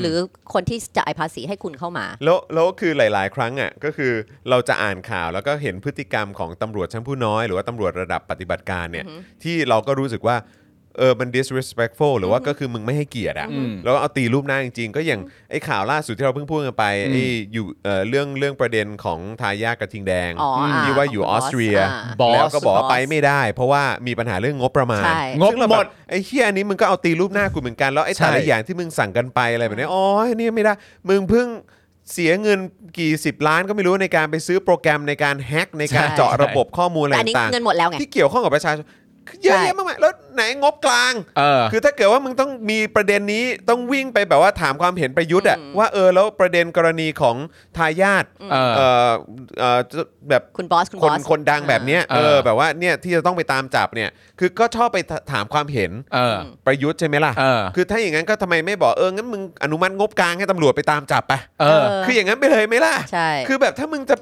Speaker 3: หรือคนที่จะไอภาษีให้คุณเข้ามา
Speaker 1: [LAUGHS] แล้วแล้วคือหลาย ๆ ครั้งอ่ะก็คือเราจะอ่านข่าวแล้วก็เห็นพฤติกรรมของตำรวจชั้นผู้น้อย หรือว่าตำรวจระดับปฏิบัติการเนี่ยที่เราก็รู้สึกว่าเออมัน disrespectful หรือว่าก็คือมึงไม่ให้เกียรติอ่ะ
Speaker 2: อืม
Speaker 1: แล้วก็เอาตีรูปหน้าจริง ๆ ก็อย่างไอ้ข่าวล่าสุดที่เราเพิ่งพูดกันไป
Speaker 2: อืม
Speaker 1: ไอ้อยู่เอ่อเรื่องเรื่องประเด็นของทายากกระทิงแดง
Speaker 3: อ๋ออ่
Speaker 1: ที่ว่าอยู่
Speaker 3: ขง
Speaker 1: ออ
Speaker 3: คุณ
Speaker 1: สเตรีย
Speaker 3: า
Speaker 2: บอส
Speaker 1: แล้วก็บอกว่า
Speaker 3: บอส
Speaker 1: ไปไม่ได้ เพราะว่ามีปัญหาเรื่องงบประมาณ
Speaker 3: ใช่
Speaker 2: งบ
Speaker 1: ซึ่เรา
Speaker 2: หม
Speaker 1: แบ
Speaker 2: ด
Speaker 1: ไอ้เฮียอันนี้มึงก็เอาตีรูปหน้ากูเหมือนกัน แล้วไอ้
Speaker 2: ใช่
Speaker 1: แต่ละอย่างที่มึงสั่งกันไปอะไรแบบนี้อ๋อเนี่ยไม่ได้ มึงเพิ่งเสียเงินกี่สิบล้านก็ไม่รู้ในการไปซื้อโปรแกรมในการแฮ็กในการ
Speaker 3: ใช่
Speaker 1: เจาะระบบข้อมูลอะไร
Speaker 3: แต่อันนี้
Speaker 1: ต่าง
Speaker 3: เงินหมดแล้วไง
Speaker 1: ๆที่เกี่ยวข้องกับประชาชนเยอะ
Speaker 3: ใช่
Speaker 1: แยะมากมายแล้วไหนงบกลาง
Speaker 2: เออ
Speaker 1: คือถ้าเกิดว่ามึงต้องมีประเด็นนี้ต้องวิ่งไปแบบว่าถามความเห็นประยุทธ์อะว่าเออแล้วประเด็นกรณีของทายาท
Speaker 2: เออ
Speaker 1: เอ่อเอ่อแบบ
Speaker 3: คุณบอส คุณ
Speaker 1: ค
Speaker 3: บ
Speaker 1: น
Speaker 3: อส
Speaker 1: คนดังแบบเนี้ย
Speaker 2: เอ
Speaker 1: เอ
Speaker 2: อ
Speaker 1: อแบบว่าเนี่ยที่จะต้องไปตามจับเนี่ยคือก็ชอบไปถถามความเห็น
Speaker 2: เออ
Speaker 1: ประยุทธ์ใช่ไหมล่ะ
Speaker 2: เออ
Speaker 1: คือถ้าอย่างนั้นก็ทำไมไม่บอกเอองั้นมึงอนุมัติงบกลางให้ตำรวจไปตามจับไป
Speaker 2: เออ
Speaker 3: เออ
Speaker 1: คืออย่างนั้นไปเลยไหมล่ะ
Speaker 3: ใช่
Speaker 1: คือแบบถ้ามึงจะ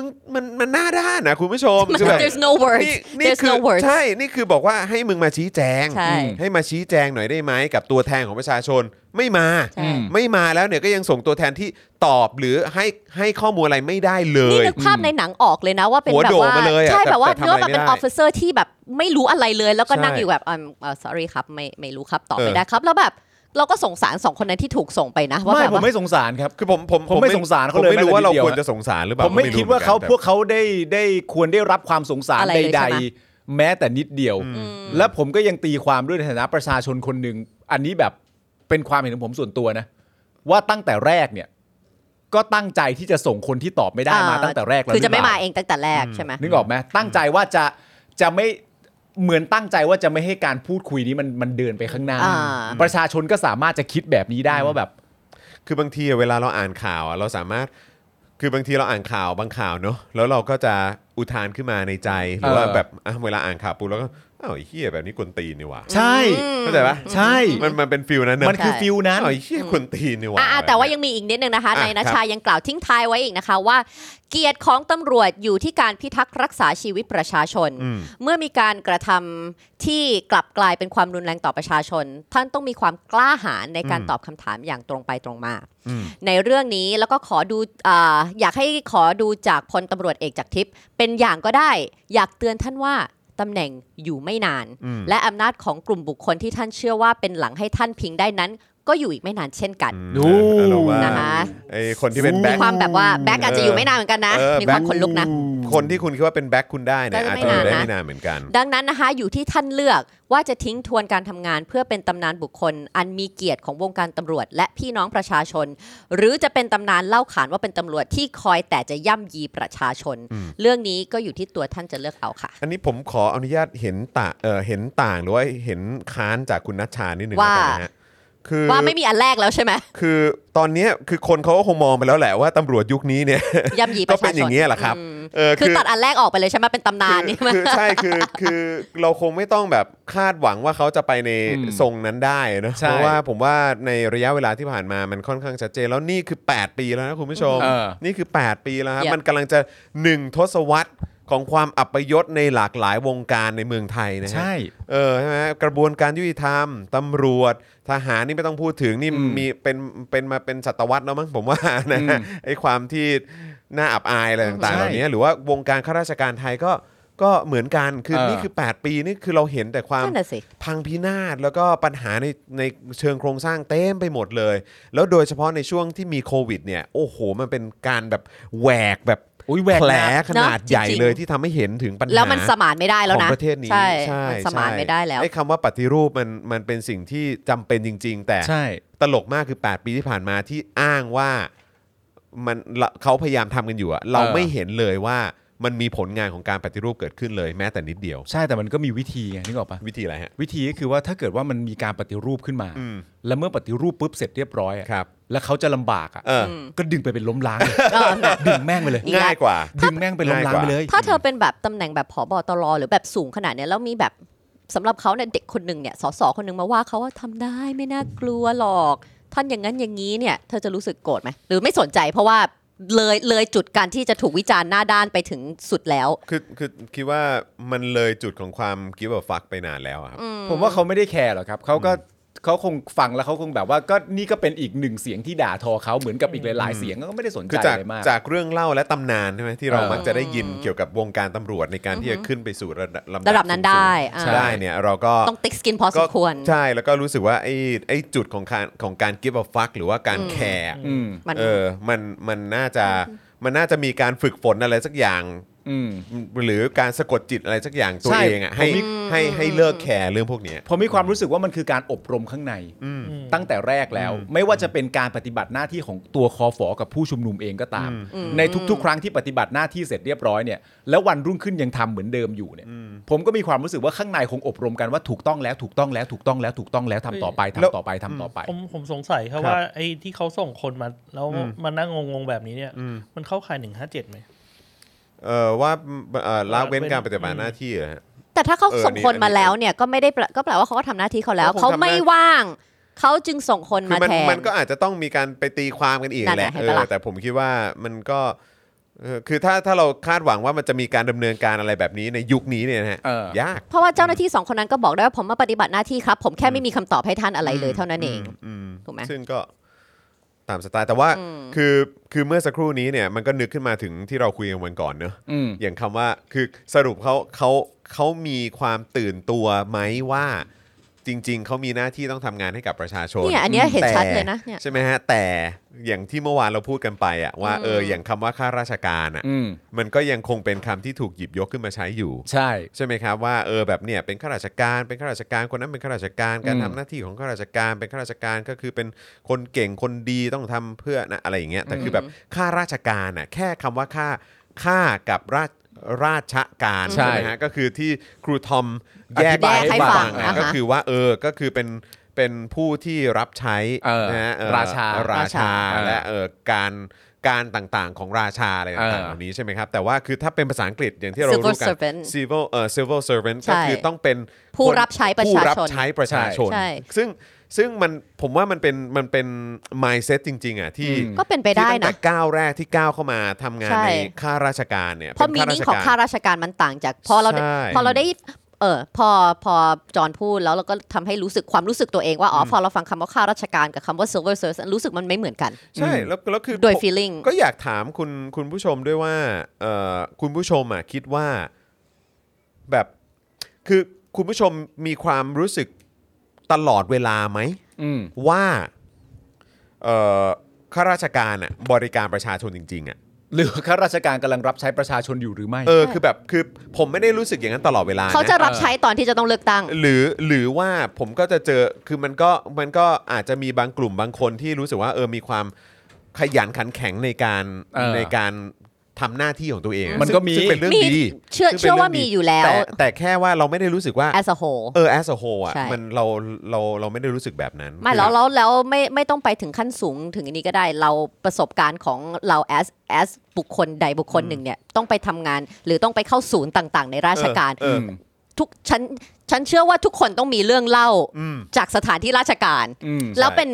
Speaker 1: มึงมันมันหน้าด้านนะคุณผู้ชมคือแบบ
Speaker 3: there's [LAUGHS] no words
Speaker 1: นี่นี่
Speaker 3: there's
Speaker 1: คือ
Speaker 3: no words
Speaker 1: ใช่นี่คือบอกว่าให้มึงมาชี้แจง
Speaker 3: ใช่
Speaker 1: ให้มาชี้แจงหน่อยได้ไหมกับตัวแทนของประชาชนไม่มา
Speaker 3: ใช่
Speaker 1: ไม่มาแล้วเนี่ยก็ยังส่งตัวแทนที่ตอบหรือให้ให้ข้อมูลอะไรไม่ได้เล
Speaker 3: นี่
Speaker 1: ย
Speaker 3: นึกภาพในหนังออกเลยนะว่าเป็น
Speaker 1: หัว
Speaker 3: แบบ
Speaker 1: โด่
Speaker 3: ว่า
Speaker 1: มาเลยอะ
Speaker 3: ใช่
Speaker 1: แต่
Speaker 3: แบบว่า
Speaker 1: แต่ทำอะไรไม่
Speaker 3: เนื้อแบบเป็น
Speaker 1: ได้
Speaker 3: ออฟฟิเซอร์ที่แบบไม่รู้อะไรเลย แล้วก็นั่ง
Speaker 1: ใช่
Speaker 3: อยู่แบบอืมเอ่อ sorry ครับไม่ไม่รู้ครับตอบไม่ได้ครับ แล้วแบบเราก็สงสารสองคนนั้นที่ถูกส่งไปนะว่า
Speaker 2: ไม่
Speaker 3: แบบ
Speaker 2: ผม
Speaker 3: ว่า
Speaker 2: ไม่สงสารครับ
Speaker 1: คือผมผม
Speaker 2: ผมไม่สงสารเขาเล
Speaker 1: ผ
Speaker 2: ย
Speaker 1: มไม่รู้
Speaker 2: แม้แต่
Speaker 1: ว่าเรา
Speaker 2: นิดเดีย
Speaker 1: คว วรจะสงสารหรือเปล่า
Speaker 2: ผมไม่
Speaker 1: รู้
Speaker 2: คิดว่าเขา
Speaker 1: หมือนกัน
Speaker 2: พวกเขาได้ได้ควรได้รับความสงสาร
Speaker 3: อะไร
Speaker 2: ใ
Speaker 3: เลยใช่ไห
Speaker 2: ด
Speaker 3: ม
Speaker 2: ๆ แม้แต่นิดเดียว และผมก็ยังตีความด้วยในฐานะประชาชนคนหนึ่งอันนี้แบบเป็นความเห็นของผมส่วนตัวนะ ว่าตั้งแต่แรกเนี่ย ก็ตั้งใจที่จะส่งคนที่ตอบไม่ได้มา
Speaker 3: เอ่อ
Speaker 2: ตั้งแต่แรกแล้ว
Speaker 3: คือจะ
Speaker 2: หรื
Speaker 3: ไม่
Speaker 2: เป
Speaker 3: มา
Speaker 2: ล่
Speaker 3: เองตั้งแต่แรกใช่ไหม
Speaker 2: นึกออกไหมตั้งใจว่าจะจะไม่เหมือนตั้งใจว่าจะไม่ให้การพูดคุยนี้มันมันเดินไปข้างหน้า
Speaker 3: อ่า
Speaker 2: ประชาชนก็สามารถจะคิดแบบนี้ได้ว่าแบบ
Speaker 1: คือบางทีเวลาเราอ่านข่าวอะเราสามารถ คือบางทีเราอ่านข่าวบางข่าวเนอะแล้วเราก็จะอุทานขึ้นมาในใจหรือว่า
Speaker 2: เออ
Speaker 1: แบบอ่ะเวลาอ่านข่าวปุ๊บแล้วก็อ้าวไอ้เฮียแบบนี้กวนตีนนี่หว่า
Speaker 2: ใช่
Speaker 1: เข้าใจปะ
Speaker 2: ใช่
Speaker 1: มันมันเป็นฟิลนั้นเนอะ
Speaker 2: มันคือฟิล
Speaker 1: อ้า
Speaker 2: นั้น
Speaker 1: วไอ้เฮียกวนตีนนี่หว่า
Speaker 3: อ่าแต่ว่ายังมีอีกนิดนึงนะคะ
Speaker 1: อ่ะ
Speaker 3: นาย
Speaker 1: ค
Speaker 3: น
Speaker 1: รับ
Speaker 3: ชายังกล่าวทิ้งท้ายไว้อีกนะคะว่า เกียรติของตำรวจอยู่ที่การพิทักษ์รักษาชีวิตประชาชน
Speaker 1: อืม
Speaker 3: เมื่อมีการกระทำที่กลับกลายเป็นความรุนแรงต่อประชาชน ท่านต้องมีความกล้าหาญในการ
Speaker 1: อืม
Speaker 3: ตอบคำถามอย่างตรงไปตรงมา
Speaker 1: อืม
Speaker 3: ในเรื่องนี้แล้วก็ขอดูอาอยากให้ขอดูจากพลตำรวจเอกจากทิพย์เป็นอย่างก็ได้ อยากเตือนท่านว่าตำแหน่งอยู่ไม่นาน
Speaker 1: อืม
Speaker 3: และอำนาจของกลุ่มบุคคลที่ท่านเชื่อว่าเป็นหลังให้ท่านพิงได้นั้น ก็อยู่อีกไม่นานเช่นกัน
Speaker 2: ดู
Speaker 1: เออเราว่า
Speaker 3: นะคะ
Speaker 1: ไอ้คนที่เป็นแบ็
Speaker 3: มี
Speaker 1: ค
Speaker 3: ความแบบว่าแบ็กอาจจะอยู่ไม่นานเหมือนกันนะ
Speaker 1: เออ
Speaker 3: มีความ
Speaker 1: แบ็ค
Speaker 3: ขนลุกนะ
Speaker 1: คนที่คุณคิดว่าเป็นแบ็คคุณได้เนี่ย
Speaker 3: ก็
Speaker 1: อาจ
Speaker 3: ไม่
Speaker 1: จะอยู่ได้
Speaker 3: นานนะ
Speaker 1: ไม่นานเหมือนกัน
Speaker 3: ดังนั้นนะคะอยู่ที่ท่านเลือกว่าจะทิ้งทวนการทำงาน เพื่อเป็นตำนานบุคคล อันมีเกียรติของวงการตำรวจ และพี่น้องประชาชน หรือจะเป็นตำนานเล่าขานว่าเป็นตำรวจที่คอยแต่จะย่ำยีประชาชน เรื่องนี้ก็อยู่ที่ตัวท่านจะเลือกเอาค่ะ
Speaker 1: อันนี้ผมขออนุญาตเห็นต่างเออเห็นต่างหรือว่าเห็นค้านจากคุณนัชชานิดหนึ่งแล้ว
Speaker 3: ว่า
Speaker 1: กันนะฮะคือ
Speaker 3: ว่าไม่มีอันแรกแล้ว
Speaker 1: [LAUGHS]
Speaker 3: ใช่ไหม
Speaker 1: คือตอนเนี้ยคือคนเขาก็คงมองไปแล้วแหละว่าตำรวจยุคนี้เนี่ย
Speaker 3: ย่ำยีป
Speaker 1: ก็
Speaker 3: ระ
Speaker 1: เป็
Speaker 3: ชาน
Speaker 1: อ
Speaker 3: ช
Speaker 1: นย่างเงี้ยแหละครับ
Speaker 3: อืม
Speaker 1: เออ
Speaker 3: [LAUGHS] คือตัดอันแรกออกไปเลยใช่ไหมเป็นตำนานนี่มัน
Speaker 1: คือใช่คือคือเราคงไม่ต้องแบบคาดหวังว่าเขาจะไปใน
Speaker 2: อืม
Speaker 1: ทรงนั้นได้นะ
Speaker 2: ใช่
Speaker 1: เพราะว่าผมว่าในระยะเวลาที่ผ่านมามันค่อนข้างชัดเจนแล้วนี่คือ 8 ปีแล้วนะคุณผู้ชม
Speaker 2: เออ
Speaker 1: นี่คือ 8 ปีแล้วครับ
Speaker 3: Yep
Speaker 1: มันกำลังจะ 1 ทศวรรษของความอัปยศในหลากหลายวงการในเมืองไทยนะฮะ
Speaker 2: ใช่
Speaker 1: เออใช่ไหมกระบวนการยุติธรรม ตำรวจทหารนี่ไม่ต้องพูดถึงนี่
Speaker 2: อืม
Speaker 1: มีเป็นเป็นมาเป็นศตวรรษแล้วมั้งผมว่านะ
Speaker 2: อืม
Speaker 1: ไอ้ความที่น่าอับอายอะไรต่างๆ
Speaker 2: ใช่
Speaker 1: เหล่านี้หรือว่าวงการข้าราชการไทยก็ก็เหมือนกันคือ
Speaker 2: เออ
Speaker 1: นี่คือ 8 ปีนี่คือเราเห็นแต่ความ
Speaker 3: นั่นน่ะสิ
Speaker 1: พังพินาศแล้วก็ปัญหาในในเชิงโครงสร้างเต็มไปหมดเลย แล้วโดยเฉพาะในช่วงที่มีโควิดเนี่ยโอ้โห มันเป็นการแบบแหวกแบบ
Speaker 2: อุ๊ยแหวกนะ
Speaker 1: แผลขนาด
Speaker 3: เนอะ
Speaker 1: ใหญ่
Speaker 3: จริงๆ
Speaker 1: เลยที่ทำให้เห็นถึงปัญหา
Speaker 3: แล้วมันสมานไม่ได้แล้ว
Speaker 1: ของ
Speaker 3: นะ
Speaker 1: ประเทศนี้
Speaker 3: ใช่มันสมาน
Speaker 1: ใช่
Speaker 3: ไม่ได้แล้ว
Speaker 1: ไอ้คำว่าปฏิรูปมันมันเป็นสิ่งที่จำเป็นจริง ๆ แต่
Speaker 2: ใช่
Speaker 1: ตลกมากคือ 8 ปีที่ผ่านมาที่อ้างว่ามันละเขาพยายามทำกันอยู่อะเรา
Speaker 2: เออ
Speaker 1: ไม่เห็นเลยว่ามันมีผลงานของการปฏิรูปเกิดขึ้นเลยแม้แต่นิดเดียว
Speaker 2: ใช่แต่มันก็มีวิธีไงนึกออกปะ
Speaker 1: วิธีอะไรฮะ
Speaker 2: วิธีก็คือว่าถ้าเกิดว่ามันมีการปฏิรูปขึ้นมา
Speaker 1: อืม
Speaker 2: แล้วเมื่อปฏิรูปปุ๊บเสร็จเรียบร้อยอะ
Speaker 1: ครับ
Speaker 2: แล้วเขาจะลำบากอ่ะ
Speaker 1: เออ
Speaker 2: ก็ดึงไปเป็นล้มล้างเลย
Speaker 3: เออ
Speaker 2: ดึงแม่งไปเลย
Speaker 3: อีกแล้ว
Speaker 1: ง่ายกว่า
Speaker 2: ดึงแม่งเป็นล้มล้างไปเลย
Speaker 3: ถ้าเธอเป็นแบบตำแหน่งแบบผอบอตรหรือแบบสูงขนาดเนี้ยแล้วมีแบบสำหรับเขาเนี่ยเด็กคนหนึ่งเนี่ยสสคนหนึ่งมาว่าเขาว่าทำได้ไม่น่ากลัวหรอก ท่อนอย่างนั้นอย่างนี้เนี่ยเธอจะรู้สึกโกรธไหมหรือไม่สนใจเพราะว่าเลยเลยจุดการที่จะถูกวิจารณ์หน้าด้านไปถึงสุดแล้ว
Speaker 1: คือคือคิดว่ามันเลยจุดของความกิฟต์ฟักไปนานแล้วอะครับ
Speaker 2: ผมว่าเขาไม่ได้แคร์หรอกครับเขาก็เขาคงฟังแล้วเขาคงแบบว่าก็นี่ก็เป็นอีกหนึ่งเสียงที่ด่าทอเขาเหมือนกับอีกหลาย ๆ เสียงก็ไม่ได้สนใจ
Speaker 1: คือจาก
Speaker 2: อะไรมาก
Speaker 1: จากเรื่องเล่าและตำนานใช่ไหมที่เรา
Speaker 2: เออ
Speaker 1: มักจะได้ยินเกี่ยวกับวงการตำรวจในการที่จะขึ้นไปสู่ระดับลำ
Speaker 3: ระดับนั้น
Speaker 1: สูงๆ
Speaker 3: ได้อ่า
Speaker 1: ได้เนี่ยเราก็
Speaker 3: ต้องติ๊กสกินพอส
Speaker 1: ก็
Speaker 3: มควร
Speaker 1: ใช่แล้วก็รู้สึกว่าไอ้ไอ้จุดของการของการ give a fuck หรือว่าการแคร์
Speaker 2: อืม
Speaker 3: มัน
Speaker 1: เออมันมันน่าจะมันน่าจะมีการฝึกฝนอะไรสักอย่าง
Speaker 2: อืม
Speaker 1: หรือการสะกดจิตอะไรสักอย่างตัว
Speaker 2: ใช่
Speaker 1: เองอ่ะให้
Speaker 2: ผมมี
Speaker 1: ให้ให้เลิกแคร์เรื่องพวกเนี้ย
Speaker 2: ผมมีความรู้สึกว่ามันคือการอบรมข้างใน ตั้งแต่แรกแล้ว ไม่ว่าจะเป็นการปฏิบัติหน้าที่ของตัวคอฟอกับผู้ชุมนุมเองก็ตาม ในทุกๆ ครั้งที่ปฏิบัติหน้าที่เสร็จเรียบร้อยเนี่ยแล้ววันรุ่งขึ้นยังทำเหมือนเดิมอยู่เนี่ยผมก็มีความรู้สึกว่าข้างในคงอบรมกันว่าถูกต้องแล้วถูกต้องแล้วถูกต้องแล้วถูกต้องแล้วทำต่อไปทำต่อไปทำต่อไป
Speaker 4: ผมผมสงสัยครับว่าไอ้ที่เขาส่งคนมา แล้วมานั่งงงๆแบบนี้เนี่ย มันเข้าข่ายหนึ่งห้าเจ็ดไหม
Speaker 1: เออว่าเอ่อละเว้น
Speaker 4: ละเว้น
Speaker 1: การปฏิบัติหน้าที่เหรอฮะ
Speaker 3: แต่ถ้าเขา
Speaker 1: เออ
Speaker 3: ส่ง
Speaker 1: นี่
Speaker 3: คน
Speaker 1: อันนี้
Speaker 3: มาแล้วเนี่ยก็ไม่ได้แปลก็แปลว่าเขาก็ทำหน้าที่เขาแล้ว
Speaker 1: ก็คง
Speaker 3: เขา
Speaker 1: ทำหน้า
Speaker 3: ไม่ว่าง เขาจึงส่งคน
Speaker 1: คือ
Speaker 3: มา
Speaker 1: มัน
Speaker 3: แทน
Speaker 1: มันก็อาจจะต้องมีการไปตีความกันอีก
Speaker 3: นั่น
Speaker 1: แห
Speaker 3: แห
Speaker 1: ละ
Speaker 3: ละ
Speaker 1: เอ
Speaker 3: เห็นปะ
Speaker 1: อ
Speaker 3: ล่ะ
Speaker 1: แต่ผมคิดว่ามันก็เออคือถ้าถ้าเราคาดหวังว่ามันจะมีการดำเนินการอะไรแบบนี้ในยุคนี้เนี่ยนะฮะ
Speaker 2: เออ
Speaker 1: ยาก
Speaker 3: เพราะว่าเจ้าหน้าที่สองคนนั้นก็บอกได้ว่าผมมาปฏิบัติหน้าที่ครับ ผมแค่ไม่มีคำตอบให้ท่านอะไรเลยเท่านั้นเอง
Speaker 1: อืม
Speaker 3: ถูกไหม
Speaker 1: ซึ่งก็ตามสไตล์แต่ว่าคือคือเมื่อสักครู่นี้เนี่ยมันก็นึกขึ้นมาถึงที่เราคุยกันวันก่อนเนอะ
Speaker 2: อืม
Speaker 1: [LAUGHS] อย่างคำว่าคือสรุปเขาเขาเขามีความตื่นตัวไหมว่า จริง ๆเขามีหน้าที่ต้องทำงานให้กับประชาชน
Speaker 3: เนี่ยอันเนี้ยเห็นชัดเลยนะเนี่ย
Speaker 1: ใช่ไหมฮะ แต่อย่างที่เมื่อวานเราพูดกันไปอะว่าเอออย่างคำว่าข้าราชการอะ
Speaker 2: อืม
Speaker 1: มันก็ยังคงเป็นคำที่ถูกหยิบยกขึ้นมาใช้อยู่
Speaker 2: ใช่
Speaker 1: ใช่ไหมครับว่าเออแบบเนี่ยเป็นข้าราชการเป็นข้าราชการคนนั้นเป็นข้าราชการการ
Speaker 2: อืม
Speaker 1: ทำหน้าที่ของข้าราชการเป็นข้าราชการก็คือเป็นคนเก่งคนดีต้องทำเพื่อนะอะไรอย่างเงี้ยแต่คือแบบข้าราชการน่ะแค่คำว่าข้าข้ากับราชราชการ
Speaker 2: ใช่
Speaker 1: ไหมฮะก็คือที่ครูทอมแยก
Speaker 2: อธิบายให้ฟัง
Speaker 1: นะ
Speaker 3: อ่าฮะ
Speaker 1: ก็คือว่าเออก็คือเป็นเป็นผู้ที่รับใช้
Speaker 2: เออ
Speaker 1: นะฮะเออ
Speaker 2: ราชา
Speaker 1: ราชา
Speaker 2: เออ
Speaker 1: และเออการการต่างๆของราชาอะไรต่างๆเหล่านี้ใช่ไหมครับแต่ว่าคือถ้าเป็นภาษาอังกฤษอย่างที่เรา
Speaker 3: Civil
Speaker 1: รู้กัน
Speaker 3: servant
Speaker 1: civil เอ่อ civil servant
Speaker 3: ใช่
Speaker 1: ก็คือต้องเป็น
Speaker 3: ผู้
Speaker 1: คน
Speaker 3: รับใช้ประชาชน
Speaker 1: ผู้รับใช้ประชาชน
Speaker 3: ใช่
Speaker 1: ซึ่งซึ่งมันผมว่ามันเป็นมันเป็น mindset จริง ๆ อ่ะ ที่
Speaker 2: อืม
Speaker 3: ก็เป็นไปได้
Speaker 1: ที่ตั้งแต่
Speaker 3: นะ
Speaker 1: ก้าวแรกที่ก้าวเข้ามาทำงาน
Speaker 3: ใช่
Speaker 1: ในข้าราชการเนี่ย
Speaker 3: เพราะมี
Speaker 1: ป็
Speaker 3: นิ่ง
Speaker 1: ชก
Speaker 3: ของข้าราชการมันต่างจาก พอเราได้
Speaker 1: ใช่
Speaker 3: พอเราได้เออพอพอจอห์นพูดแล้วเราก็ทำให้รู้สึกความรู้สึกตัวเองว่าอ๋ออพอเราฟังคำว่าข้าราชการกับคำว่า silver service รู้สึกมันไม่เหมือนกัน
Speaker 1: ใช่แล้วแล้วคือ
Speaker 3: โดย
Speaker 1: ผม
Speaker 3: feeling
Speaker 1: ก็อยากถามคุณคุณผู้ชมด้วยว่าเอ่อคุณผู้ชมอ่ะคิดว่าแบบคือคุณผู้ชมมีความรู้สึกตลอดเวลาไหม
Speaker 2: อืม
Speaker 1: ว่าเอ่อข้าราชการอ่ะบริการประชาชนจริงๆอ่ะ
Speaker 2: หรือข้าราชการกำลังรับใช้ประชาชนอยู่หรือไม่
Speaker 1: เออคือแบบคือผมไม่ได้รู้สึกอย่างนั้นตลอดเวลา
Speaker 3: เขาจะ
Speaker 1: นะ
Speaker 3: รับใช้ตอนที่จะต้องเลือกตั้ง
Speaker 1: หรือหรือว่าผมก็จะเจอคือมันก็มันก็อาจจะมีบางกลุ่มบางคนที่รู้สึกว่าเออมีความขยันขันแข็งในการ
Speaker 2: เออ
Speaker 1: ในการทำหน้าที่ของตัวเองอะ
Speaker 2: มันก็มี
Speaker 1: ซึ่งซึ่งเป็นเรื่อง
Speaker 3: มี
Speaker 1: ดี
Speaker 3: เชื่อ
Speaker 1: ซึ่งป็น
Speaker 3: เชื่อว่ามี
Speaker 1: รื่งดี
Speaker 3: อยู่แล้ว
Speaker 1: ต่แต่แค่ว่าเราไม่ได้รู้สึกว่า
Speaker 3: as a whole
Speaker 1: เออ as a whole อ่ะ
Speaker 3: ใช่
Speaker 1: มันเราเราเราไม่ได้รู้สึกแบบนั้น
Speaker 3: ไม่แล้วแล้วแล้วไม่ไม่ต้องไปถึงขั้นสูงถึงอันนี้ก็ได้เราประสบการณ์ของเรา as as บุคคลใดบุคคลหนึ่งเนี่ยต้องไปทำงานหรือต้องไปเข้าศูนย์ต่าง ๆ ในราชการ
Speaker 1: เออ
Speaker 3: ทุกฉันฉันเชื่อว่าทุกคนต้องมีเรื่องเล่า
Speaker 1: อืม
Speaker 3: จากสถานที่ราชการ
Speaker 2: อืม
Speaker 3: แล้วเป็น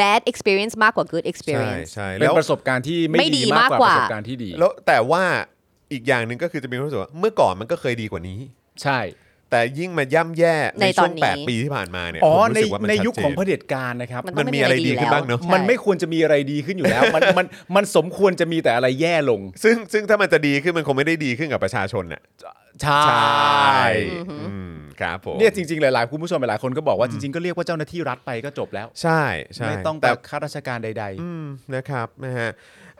Speaker 3: bad experience มากกว่า good
Speaker 1: ใช่
Speaker 3: experience
Speaker 1: ใช่
Speaker 2: เป็น
Speaker 1: แล้ว
Speaker 2: ประสบการณ์ที่
Speaker 3: ไม่
Speaker 2: ไม่
Speaker 3: ดี
Speaker 2: ดีมาก
Speaker 3: มาก
Speaker 2: ก
Speaker 3: ก
Speaker 2: ว่า
Speaker 3: ว่า
Speaker 2: ประสบการณ์ที่ดี
Speaker 1: แล้วแต่ว่าอีกอย่างหนึ่งก็คือจะมีความรู้สึกว่าเมื่อก่อนมันก็เคยดีกว่านี้
Speaker 2: ใช่
Speaker 1: แต่ยิ่งมาย่ำแย่ใน
Speaker 3: ในต
Speaker 1: ช่
Speaker 3: อ
Speaker 1: วน ง
Speaker 3: นี้
Speaker 1: 8 ปีที่ผ่านมาเนี่ย
Speaker 2: อ๋อ
Speaker 1: ผม
Speaker 2: ใน
Speaker 1: รู้สึกว่ามัน
Speaker 2: ใน
Speaker 1: ชัด
Speaker 2: ยุค
Speaker 1: เจ
Speaker 2: ของ
Speaker 1: น
Speaker 2: เผด็จการนะครับ
Speaker 3: มัน
Speaker 1: มันมีอะไรดีขึ้นบ้างเนอะ
Speaker 3: ใช่
Speaker 2: มันไม่ควรจะมีอะไรดีขึ้นอยู่แล้ว มันมันมันสมควรจะมีแต่อะไรแย่ลง
Speaker 1: ซึ่งซึ่งถ้ามันจะดีขึ้นมันคงไม่ได้ดีขึ้นกับประชาชนน่ะ
Speaker 2: ใช่
Speaker 1: อืมครับผม
Speaker 2: เนี่ยจริง ๆ หลายๆคุณผู้ชมหลายๆคนก็บอกว่าจริง ๆ ก็เรียกว่าเจ้าหน้าที่รัฐไปก็จบแล้ว
Speaker 1: ใช่ใช่
Speaker 2: ไม่ต้องไป
Speaker 1: แต่
Speaker 2: ข้าราชการใด
Speaker 1: อืมนะครับนะฮะ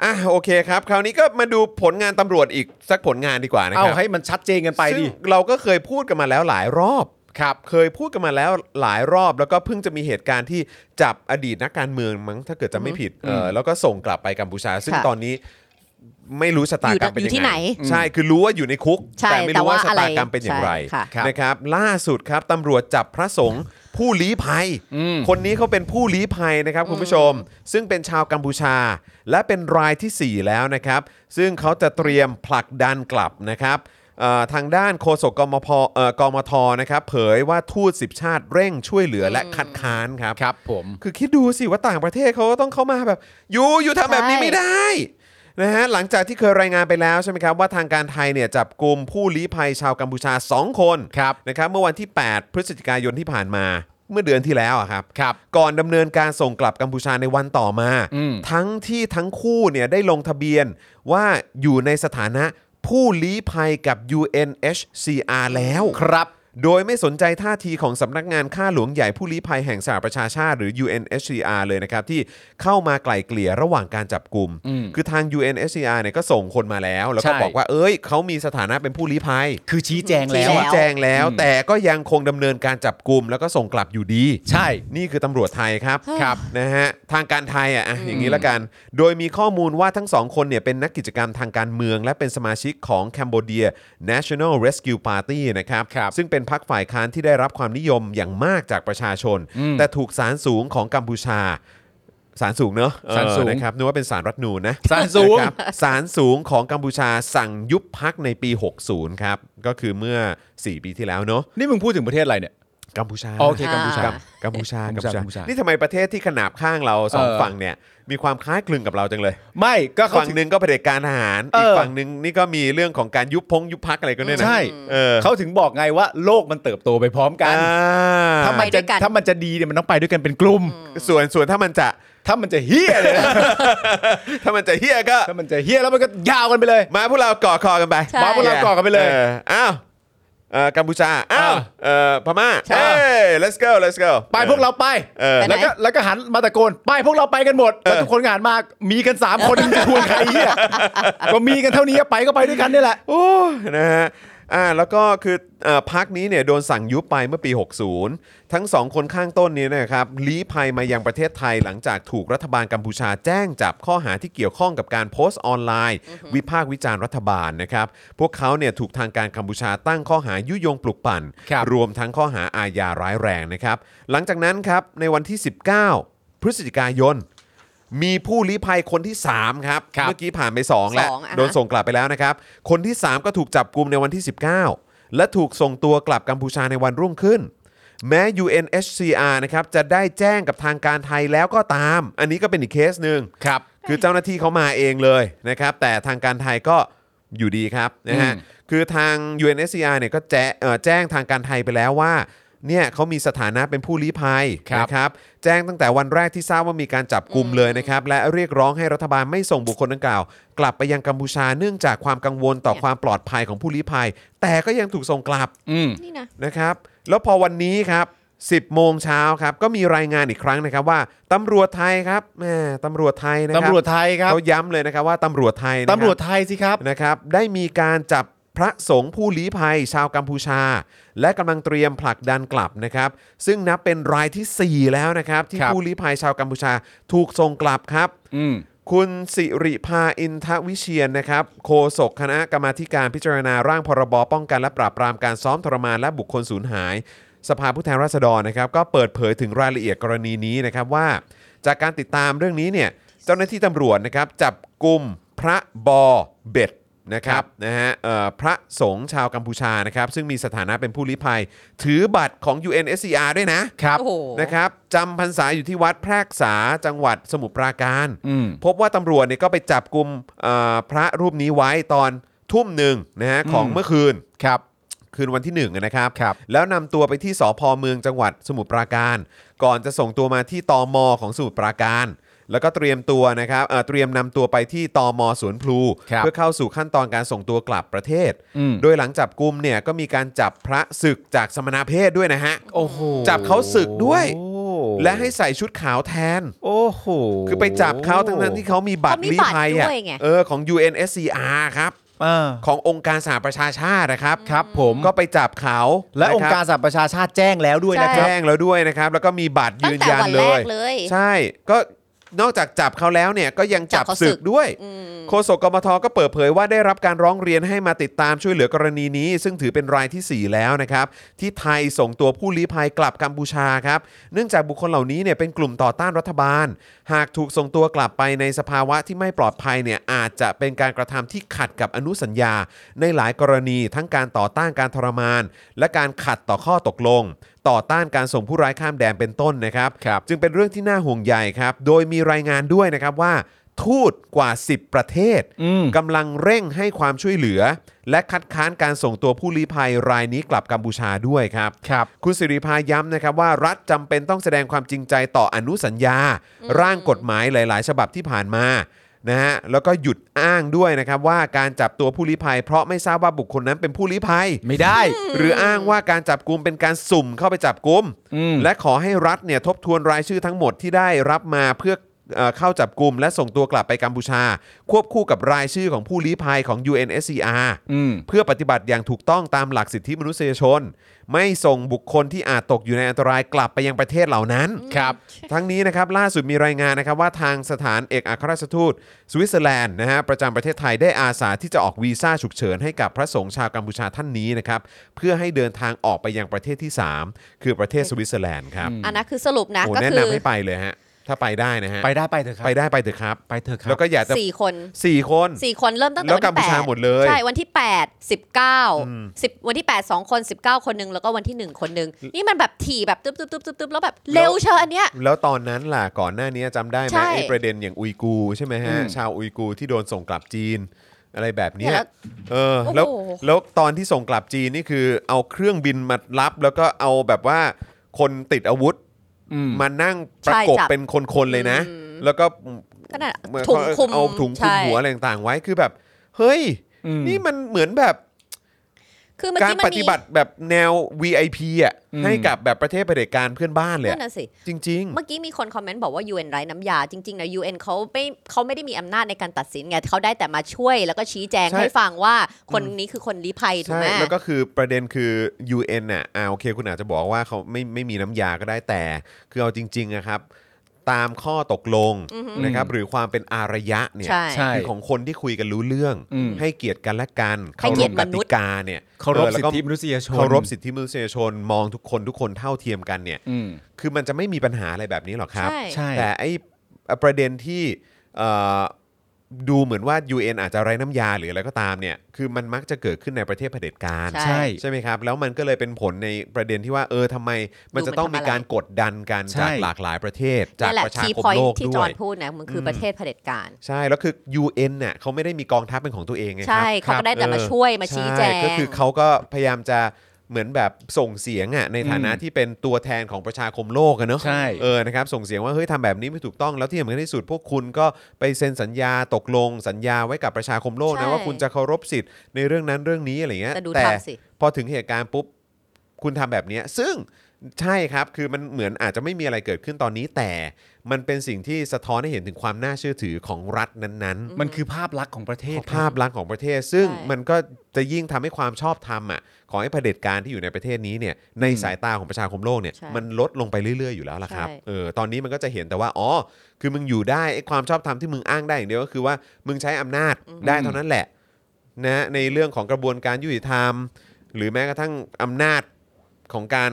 Speaker 1: อ่ะโอเคครับ คราวนี้ก็มาดูผลงานตำรวจอีกสักผลงานดีกว่า
Speaker 2: ๆ
Speaker 1: นะ
Speaker 2: เอา
Speaker 1: ครับ
Speaker 2: ให้มันชัดเจนกันไป
Speaker 1: ซึ่ง
Speaker 2: ดิ
Speaker 1: เราก็เคยพูดกันมาแล้วหลายรอบครับ เคยพูดกันมาแล้วหลายรอบแล้วก็เพิ่งจะมีเหตุการณ์ที่จับอดีตนักการเมืองมั้งถ้าเกิดจะไม่ผิดเออแล้วก็ส่งกลับไปกัมพูชา ซึ่ง
Speaker 3: ค่ะ
Speaker 1: ตอนนี้ไม่รู้ชะตากรรมเป็น
Speaker 3: อยู่
Speaker 1: ยัง
Speaker 3: ที่
Speaker 1: ไง
Speaker 3: ไหน
Speaker 1: ใช่คือรู้ว่าอยู่ในคุก
Speaker 3: ใช่
Speaker 1: แต่ไม่รู้ว่า
Speaker 3: แต่ว่า
Speaker 1: ชะตากรรมเป็นอย่างไร
Speaker 3: อะไรใช่ค่ะ
Speaker 2: ครับ
Speaker 1: นะครับล่าสุดครับตำรวจจับพระสงฆ์ผู้ลี้ภัย
Speaker 2: อืม
Speaker 1: คนนี้เขาเป็นผู้ลี้ภัยนะครับคุณผู้ชม ซึ่งเป็นชาวกัมพูชา และเป็นรายทีสี่ 4 แล้วนะครับ ซึ่งเขาจะเตรียมผลักดันกลับนะครับ เอ่อทางด้านโฆษกกมพเอ่อกมทนะครับเผยว่าทูต 10 ชาติเร่งช่วยเหลือและคัดค้านครับ
Speaker 2: ครับผม
Speaker 1: คือคิดดูสิว่าต่างประเทศเขาก็ต้องเข้ามาแบบยูอยู่ทำแบบนี้
Speaker 3: ใช่
Speaker 1: ไม่ได้นะฮะหลังจากที่เคยรายงานไปแล้วใช่ไหมครับว่าทางการไทยเนี่ยจับกลุ่มผู้ลี้ภัยชาวกัมพูชา 2 คน
Speaker 2: ครับ
Speaker 1: นะครับเมื่อวันที่ 8 พฤศจิกายนที่ผ่านมาเมื่อเดือนที่แล้วอะครับ
Speaker 2: ครับ
Speaker 1: ก่อนดำเนินการส่งกลับกัมพูชาในวันต่อมา
Speaker 2: อืม
Speaker 1: ทั้งที่ทั้งคู่เนี่ยได้ลงทะเบียนว่าอยู่ในสถานะผู้ลี้ภัยกับ UNHCR แล้ว
Speaker 2: ครับ
Speaker 1: โดยไม่สนใจท่าทีของสำนักงานข้าหลวงใหญ่ผู้ลี้ภัยแห่งสหประชาชาติหรือ UNHCR เลยนะครับ ที่เข้ามาไกล่เกลี่ยระหว่างการจับกลุ่ม
Speaker 2: อืม
Speaker 1: คือทาง UNHCR เนี่ยก็ส่งคนมาแล้ว แล้วก็
Speaker 2: ใช่
Speaker 1: บอกว่าเอ้ยเขามีสถานะเป็นผู้ลี้ภัย
Speaker 2: คือชี้แจงแล้ว
Speaker 3: ชี้
Speaker 2: อะ
Speaker 1: แจงแล้ว
Speaker 2: อืม
Speaker 1: แต่ก็ยังคงดำเนินการจับกลุ่มแล้วก็ส่งกลับอยู่ดี
Speaker 2: ใช่
Speaker 1: นี่คือตำรวจไทยครับ
Speaker 3: เฮ้ย
Speaker 1: ครับนะฮะทางการไทยอ่ะอ่ะอย่างนี้ละกัน โดยมีข้อมูลว่าทั้งสองคนเนี่ยเป็นนักกิจกรรมทางการเมือง และเป็นสมาชิกของ Cambodia National Rescue Party นะครับ
Speaker 2: ครับ
Speaker 1: ซึ่งเป็นพรรคฝ่ายค้านที่ได้รับความนิยมอย่างมากจากประชาชน
Speaker 2: อืม
Speaker 1: แต่ถูกศาลสูงของกัมพูชาศาลสูงเนอะ
Speaker 2: ศาลสูง
Speaker 1: เออนะครับนึกว่าเป็นศาลรัฐนูนนะ
Speaker 2: ศาลสูง
Speaker 1: นะครับศาลสูงของกัมพูชาสั่งยุบพักในปี 60 ครับ ก็คือเมื่อ 4 ปีที่แล้วเนอะ
Speaker 2: นี่มึงพูดถึงประเทศอะไรเนี่ย
Speaker 1: กัมพูชา
Speaker 2: โอเคกัมพูชา
Speaker 1: กัมพูชากัมพูชา
Speaker 2: กัมพูชา
Speaker 1: นี่ทำไมประเทศที่ขนาบข้างเราสอง
Speaker 2: เออ
Speaker 1: ฝั่งเนี่ย มีความคล้ายคลึงกับเราจังเลย
Speaker 2: ไม่ก็เขา
Speaker 1: ฝั่ง
Speaker 2: ถึง
Speaker 1: หนึ่งก็เผด็จการทหาร
Speaker 2: เอออี
Speaker 1: อีกฝั่งหนึ่งนี่ก็มีเรื่องของการยุบพงยุบพักอะไรก็เนี่ยนะ
Speaker 2: ใช่
Speaker 1: เออ
Speaker 2: เขาถึงบอกไงว่าโลกมันเติบโตไปพร้อมกัน
Speaker 1: อ่า
Speaker 2: ถ้ามัน
Speaker 3: ไปด้
Speaker 2: จะ
Speaker 3: วยกัน
Speaker 2: ถ้ามันจะดีเนี่ยมันต้องไปด้วยกันเป็นกลุ่ม
Speaker 1: ส่วนส่วนถ้ามันจะ
Speaker 2: ถ้ามันจะเฮี้ยเลยนะ
Speaker 1: ถ้ามันจะเฮียก็
Speaker 2: ถ้ามันจะเฮี้ยแล้วมันก็ยาวกันไปเลย
Speaker 1: มาพวกเราก่อคอกันไป
Speaker 3: ใช่มาพวกเรา
Speaker 2: ก่อกันไปเลย
Speaker 1: ออ้าวเอ่อกัมพูชาอ้าว
Speaker 2: อ่า
Speaker 1: เอ่อพม่า
Speaker 2: ใช่
Speaker 1: เอ้ย let's go let's go
Speaker 2: ไปพวกเราไป
Speaker 1: เออ
Speaker 3: ไปไหน
Speaker 2: แล้วก็แล้วก็หันมาตะโกนไปพวกเราไปกันหมดแล้วทุกคนก็หันมามีกันสามคนมึงจะทวงใครเฮี้ยก็มีกันเท่านี้ไปก็ไปด้วยกันนี่แหละ
Speaker 1: โอ้ยนะฮะอ่าแล้วก็คือเอ่อพักนี้เนี่ยโดนสั่งยุบไปเมื่อปี 60 ทั้งสองคนข้างต้นนี้นะครับลี้ภัยมายังประเทศไทยหลังจากถูกรัฐบาลกัมพูชาแจ้งจับข้อหาที่เกี่ยวข้องกับการโพสต์ออนไลน์ วิพากษ์วิจารณ์รัฐบาลนะครับ พวกเขาเนี่ยถูกทางการกัมพูชาตั้งข้อหายุยงปลุกปั่น
Speaker 2: ครับ
Speaker 1: รวมทั้งข้อหาอาญาร้ายแรงนะครับ หลังจากนั้นครับในวันที่ 19 พฤศจิกายน มีผู้ลี้ภัยคนที่ 3 ครับ
Speaker 2: ครับ
Speaker 1: เมื่อกี้ผ่านไป 2 แล้ว
Speaker 3: สองอ่ะฮะ
Speaker 1: โดนส่งกลับไปแล้วนะครับ คนที่ 3 ก็ถูกจับกลุมในวันที่ 19 และถูกส่งตัวกลับกัมพูชาในวันรุ่งขึ้น แม้ UNHCR นะครับจะได้แจ้งกับทางการไทยแล้วก็ตาม อันนี้ก็เป็นอีกเคสหนึ่ง
Speaker 2: ครับ
Speaker 1: คือเจ้าหน้าที่เขามาเองเลยนะครับ แต่ทางการไทยก็อยู่ดีครับนะฮะ
Speaker 2: อืม
Speaker 1: คือทาง UNSCR เนี่ยก็แจ้เอ่อแจ้งทางการไทยไปแล้วว่าเนี่ยเขามีสถานะเป็นผู้ลี้ภัย
Speaker 2: ครับ
Speaker 1: นะครับ แจ้งตั้งแต่วันแรกที่ทราบว่ามีการจับกลุ่มเลยนะครับ และเรียกร้องให้รัฐบาลไม่ส่งบุคคลดังกล่าว กลับไปยังกัมพูชาเนื่องจากความกังวลต่อความปลอดภัยของผู้ลี้ภัย แต่ก็ยังถูกส่งกลับ
Speaker 2: อืม
Speaker 3: นี่นะ
Speaker 1: นะครับแล้วพอวันนี้ครับ 10 โมงเช้าครับก็มีรายงานอีกครั้งนะครับว่าตำรวจไทยครับแหมตำรวจไทยนะครั
Speaker 2: ตำรวจไทยครับ
Speaker 1: เขาย้ำเลยนะครับว่าตำรวจไทยนะครับ
Speaker 2: ตำรวจไทยสิครับ
Speaker 1: นะครับได้มีการจับพระสงฆ์ผู้ลี้ภัยชาวกัมพูชา และกำลังเตรียมผลักดันกลับนะครับ ซึ่งนับเป็นรายที่ 4 แล้วนะครับ ที่
Speaker 2: ครับ
Speaker 1: ผู้ลี้ภัยชาวกัมพูชาถูกส่งกลับครับ
Speaker 2: อืม
Speaker 1: คุณสิริภาอินทวิเชียนนะครับโฆษกคณะกรรมาธิการพิจารณาร่างพรบป้องกันและปราบปรามการซ้อมทรมานและบุคคลสูญหาย สภาผู้แทนราษฎรนะครับ ก็เปิดเผยถึงรายละเอียดกรณีนี้นะครับว่า จากการติดตามเรื่องนี้เนี่ยเจ้าหน้าที่ตำรวจนะครับจับกลุ่มพระบอเบ็ดนะครับนะฮะเอ่อพระสงฆ์ชาวกัมพูชานะครับ ซึ่งมีสถานะเป็นผู้ลี้ภัย ถือบัตรของ UNSCR ด้วยนะ
Speaker 2: ครับ
Speaker 3: โอ้โห
Speaker 1: นะครับจำพรรษาอยู่ที่วัดแพรกษาจังหวัดสมุทรปราการ
Speaker 2: อืม
Speaker 1: พบว่าตำรวจเนี่ยก็ไปจับกลุ่มเอ่อพระรูปนี้ไว้ตอนทุ่มหนึ่งนะฮะของ
Speaker 2: อืม
Speaker 1: เมื่อคืน
Speaker 2: ครับ
Speaker 1: คืนวันที่1นงนะครับ
Speaker 2: ครับ
Speaker 1: แล้วนำตัวไปที่สพเมืองจังหวัดสมุทรปราการ ก่อนจะส่งตัวมาที่ตมของสมุทรปราการ แล้วก็เตรียมตัวนะครับเอ่อเตรียมนำตัวไปที่ตมสวนพลู
Speaker 2: ครับ
Speaker 1: เพื่อเข้าสู่ขั้นตอนการส่งตัวกลับประเทศ
Speaker 2: อืม
Speaker 1: โดยหลังจับกลุ่มเนี่ยก็มีการจับพระศึกจากสมณเพศด้วยนะฮะ
Speaker 2: โอ้โห
Speaker 1: จับเขาศึกด้วย
Speaker 2: โอ้
Speaker 1: และให้ใส่ชุดขาวแทน
Speaker 2: โอ้โห
Speaker 1: คือไปจับเขาทั้งนั้นที่เขามีบัตร
Speaker 3: เขามี
Speaker 1: ลี้
Speaker 3: บัตร
Speaker 1: ภัยอ่ะ
Speaker 3: ด้วยไง
Speaker 1: เออของ UNSCR ครับ
Speaker 2: อ่า
Speaker 1: ขององค์การสหประชาชาตินะครับ
Speaker 2: ครับผม
Speaker 1: ก็ไปจับเขา
Speaker 2: และ
Speaker 1: น
Speaker 2: อง
Speaker 1: คบ
Speaker 2: ค์การสหประชาชาติแจ้งแล้วด้วยนะครับ
Speaker 1: แจ้งแล้วด้วยนะครับ แล้วก็มีบัตร
Speaker 3: ตั้
Speaker 1: ยื
Speaker 3: ง
Speaker 1: น
Speaker 3: แต่
Speaker 1: ยัน
Speaker 3: วัน
Speaker 1: เล
Speaker 3: แร
Speaker 1: ย
Speaker 3: กเลย
Speaker 1: ใช่ก็ นอกจากจับเขาแล้วเนี่ยก็ยังจับ
Speaker 3: จับเขาศึ
Speaker 1: ศึ
Speaker 3: ก
Speaker 1: กด้วย
Speaker 3: อืม
Speaker 1: โฆษกกมทก็เปิดเผยว่าได้รับการร้องเรียนให้มาติดตามช่วยเหลือกรณีนี้ ซึ่งถือเป็นรายทีสี่4 แล้วนะครับ ที่ไทยส่งตัวผู้ลี้ภัยกลับกัมพูชาครับ เนื่องจากบุคคลเหล่านี้เนี่ยเป็นกลุ่มต่อต้านรัฐบาล หากถูกส่งตัวกลับไปในสภาวะที่ไม่ปลอดภัยเนี่ยอาจจะเป็นการกระทำที่ขัดกับอนุสัญญา ในหลายกรณีทั้งการต่อต้านการทรมาน และการขัดต่อข้อตกลง ต่อต้านการส่งผู้ร้ายข้ามแดนเป็นต้นนะครับ
Speaker 2: ครับ
Speaker 1: จึงเป็นเรื่องที่น่าห่วงใยครับ โดยมีรายงานด้วยนะครับว่า ทูตกว่า 10 ประเทศ
Speaker 2: อืม
Speaker 1: กำลังเร่งให้ความช่วยเหลือ และคัดค้านการส่งตัวผู้ลี้ภัยรายนี้กลับกัมพูชาด้วยครับ
Speaker 2: ครับ
Speaker 1: คุณสิริพาย้ำนะครับว่ารัฐจำเป็นต้องแสดงความจริงใจต่ออนุสัญญา ร่างกฎหมายหลาย ๆ ฉบับที่ผ่านมานะฮะแล้วก็หยุดอ้างด้วยนะครับว่าการจับตัวผู้ลี้ภัย เพราะไม่ทราบว่าบุคคลนั้นเป็นผู้ลี้ภัย
Speaker 2: ไม่ได้
Speaker 1: หรืออ้างว่าการจับกลุ่มเป็นการสุ่มเข้าไปจับกลุ่ม
Speaker 2: อืม
Speaker 1: และขอให้รัฐเนี่ยทบทวนรายชื่อทั้งหมดที่ได้รับมาเพื่อเอ่อเข้าจับกลุ่มและส่งตัวกลับไปกัมพูชา ควบคู่กับรายชื่อของผู้ลี้ภัยของ UNSCR
Speaker 2: อืม
Speaker 1: เพื่อปฏิบัติอย่างถูกต้องตามหลักสิทธิมนุษยชน ไม่ส่งบุคคลที่อาจตกอยู่ในอันตรายกลับไปยังประเทศเหล่านั้น
Speaker 2: ครับ
Speaker 1: ทั้งนี้นะครับล่าสุดมีรายงานนะครับว่าทางสถานเอกอัครราชทูต สวิตเซอร์แลนด์นะฮะประจำประเทศไทยได้อาสาที่จะออกวีซ่าฉุกเฉินให้กับพระสงฆ์ชาวกัมพูชาท่านนี้นะครับเพื่อให้เดินทางออกไปยังประเทศที่ 3 คือประเทศสวิตเซอร์แลนด์ครับ
Speaker 3: อันนั้นคือสรุปนะ
Speaker 1: โอ้
Speaker 3: ก็
Speaker 1: แนะ
Speaker 3: คือน
Speaker 1: ำให้ไปเลยฮะถ้าไปได้นะฮะ
Speaker 2: ไปได้ไปเถอะครับ
Speaker 1: ไปได้ไปเถอะครับ
Speaker 2: ไปเถอะครับ
Speaker 1: แล้วก็อยากจะ
Speaker 3: สี่คน
Speaker 1: สี่คน
Speaker 3: สี่คนเริ่มตั้งแต่
Speaker 1: แล้ว
Speaker 3: วัน
Speaker 1: กัม
Speaker 3: ที่
Speaker 1: พูชา
Speaker 3: แปด
Speaker 1: หมดเลย
Speaker 3: ใช่วันที่แปดสิบเก้าสิบวันที่แปดสองคนสิบเก้าคนหนึ่งแล้วก็วันที่หนึ่งคนหนึ่งนี่มันแบบถี่แบบตึ๊บตึ๊บตึ๊บตึ๊บตึ๊บแล้วแบบเร็วเชียวอันเนี้ย
Speaker 1: แล้วตอนนั้นล่ะก่อนหน้านี้จำได้ไหม
Speaker 3: ใช่
Speaker 1: ไอ้ประเด็นอย่างอุยกูร์ใช่ไหมฮะ
Speaker 2: อืม
Speaker 1: ชาวอุยกูร์ที่โดนส่งกลับจีน อะไรแบบเนี้ย
Speaker 3: เนี่ยแล้ว
Speaker 1: เออแล้ว
Speaker 3: โอ้โห
Speaker 1: แล้วตอนที่ส่งกลับจีนนี่คือเอาเครื่องบินมารับ แล้วก็เอาแบบว่าคนติดอาวุธ
Speaker 2: อืม
Speaker 1: มานั่งประกบ
Speaker 3: ใช่จับ
Speaker 1: เป็นคนๆเลยนะ
Speaker 3: อืม
Speaker 1: แล้วก็
Speaker 3: ก็น่ะ
Speaker 1: เหมือน
Speaker 3: ถุง
Speaker 1: เขา
Speaker 3: คุม
Speaker 1: เอาถุงคลุม
Speaker 3: ใช่
Speaker 1: หัวอะไรต่างๆไว้คือแบบ เฮ้ย
Speaker 2: อืม
Speaker 1: นี่มันเหมือนแบบ
Speaker 3: คือเมื่อ
Speaker 1: การ
Speaker 3: กี้มัน
Speaker 1: ป
Speaker 3: มี
Speaker 1: ฏิบัติแบบแนว VIP อ่ะ
Speaker 2: อืม
Speaker 1: ให้กับแบบประเทศเผด็จการเพื่อนบ้านเลย
Speaker 3: นั่น
Speaker 1: อะ
Speaker 3: น่ะสิ
Speaker 1: จริง
Speaker 3: เมื่อกี้มีคนคอมเมนต์บอกว่า UN ไร้น้ำยา จริงๆนะ UN เขาไม่เขาไม่ได้มีอำนาจในการตัดสินไงเขาได้แต่มาช่วยแล้วก็ชี้แจง
Speaker 1: ใช่
Speaker 3: ให้ฟังว่าคนนี้คือคนลี้ภัย
Speaker 1: ๆ
Speaker 3: ถูก
Speaker 1: ใช่
Speaker 3: ไหม
Speaker 1: แล้วก็คือประเด็นคือ UN น่ะอ่าโอเค คุณอาจจะบอกว่าเขาไม่ไม่มีน้ำยาก็ได้แต่ คือเอาจริงๆนะครับ ตามข้อตกลง
Speaker 3: อือฮึ
Speaker 1: นะครับหรือความเป็นอารยะเนี่ย
Speaker 3: ใช่
Speaker 2: ใช่
Speaker 1: คือของคนที่คุยกันรู้เรื่อง
Speaker 2: อืม
Speaker 1: ให้เกียรติกันและกัน
Speaker 3: ให้เกียรติ
Speaker 1: คาม พ
Speaker 3: นุ
Speaker 1: ก
Speaker 3: ษย์
Speaker 1: ติกาเนี่ย
Speaker 2: เคารพ
Speaker 1: ออแล้
Speaker 2: สิ
Speaker 1: ว
Speaker 2: ท
Speaker 1: ก็
Speaker 2: ธิมนุษยชน
Speaker 1: เคารพสิทธิมนุษยชนมองทุกคนทุกคนเท่าเทียมกันเนี่ย
Speaker 2: อืม
Speaker 1: คือมันจะไม่มีปัญหาอะไรแบบนี้หรอกครับ
Speaker 3: ใช่
Speaker 2: ใช่
Speaker 1: แต่ไอ้ประเด็นที่เอ่อดูเหมือนว่า UN อาจจะไร้น้ำยาหรืออะไรก็ตามเนี่ยคือมันมักจะเกิดขึ้นในประเทศเผด็จการ
Speaker 3: ใช่
Speaker 2: ใช่
Speaker 1: ใช่ไหมครับ แล้วมันก็เลยเป็นผลในประเด็นที่ว่าเออทำไม มันจะต้องมีการกดดันกัน
Speaker 2: ใช่
Speaker 1: จากหลากหลายประเทศ จาก
Speaker 3: นี่แหละ
Speaker 1: ประชา
Speaker 3: ที่
Speaker 1: คม
Speaker 3: พอย
Speaker 1: โลก
Speaker 3: ที่
Speaker 1: ด้
Speaker 3: จอ
Speaker 1: วย
Speaker 3: ห์นพูดนะมันคืออ
Speaker 1: ม
Speaker 3: ประเทศเผด็จการ
Speaker 1: ใช่ แล้วคือ UN เนี่ยเขาไม่ได้มีกองทัพเป็นของตัวเองไงค
Speaker 3: ใช่
Speaker 1: รับ
Speaker 3: เขาก็ได้แต่มาช่วยมาชี้แจง
Speaker 1: ใก็คือเขาก็พยายามจะเหมือนแบบส่งเสียงอ่ะในฐานะที่เป็นตัวแทนของประชาคมโลกอะเนอะ
Speaker 2: ใช่
Speaker 1: เออนะครับส่งเสียงว่าเฮ้ยทำแบบนี้ไม่ถูกต้องแล้วที่สำคัญที่สุดพวกคุณก็ไปเซ็นสัญญาตกลงสัญญาไว้กับประชาคมโลก
Speaker 3: ใช่
Speaker 1: นะว่าคุณจะเคารพสิทธิ์ในเรื่องนั้นเรื่องนี้อะไรเงี้ย
Speaker 3: แต่ดูทำสิ
Speaker 1: พอถึงเหตุการณ์ปุ๊บ คุณทำแบบเนี้ยซึ่งใช่ครับ คือมันเหมือนอาจจะไม่มีอะไรเกิดขึ้นตอนนี้ แต่มันเป็นสิ่งที่สะท้อนให้เห็นถึงความน่าเชื่อถือของรัฐนั้น
Speaker 2: มันคือภาพลักษณ์ของประเทศ
Speaker 1: ๆ ภาพลักษณ์ของประเทศ ซึ่ง
Speaker 3: ใช่
Speaker 1: มันก็จะยิ่งทำให้ความชอบธรรมอ่ะของไอ้เผด็จการที่อยู่ในประเทศนี้เนี่ยในสายตาของประชาคมโลกเนี่ย
Speaker 3: ใช่
Speaker 1: มันลดลงไปเรื่อยๆอยู่แล้วล่ะครับ
Speaker 3: ใช่
Speaker 1: เออตอนนี้มันก็จะเห็นแต่ว่าอ๋อคือมึงอยู่ได้ไอ้ความชอบธรรมที่มึงอ้างได้อย่างเดียวก็คือว่ามึงใช้อำนาจได้เท่านั้นแหละ นะในเรื่องของกระบวนการยุติธรรม หรือแม้กระทั่งอำนาจของการ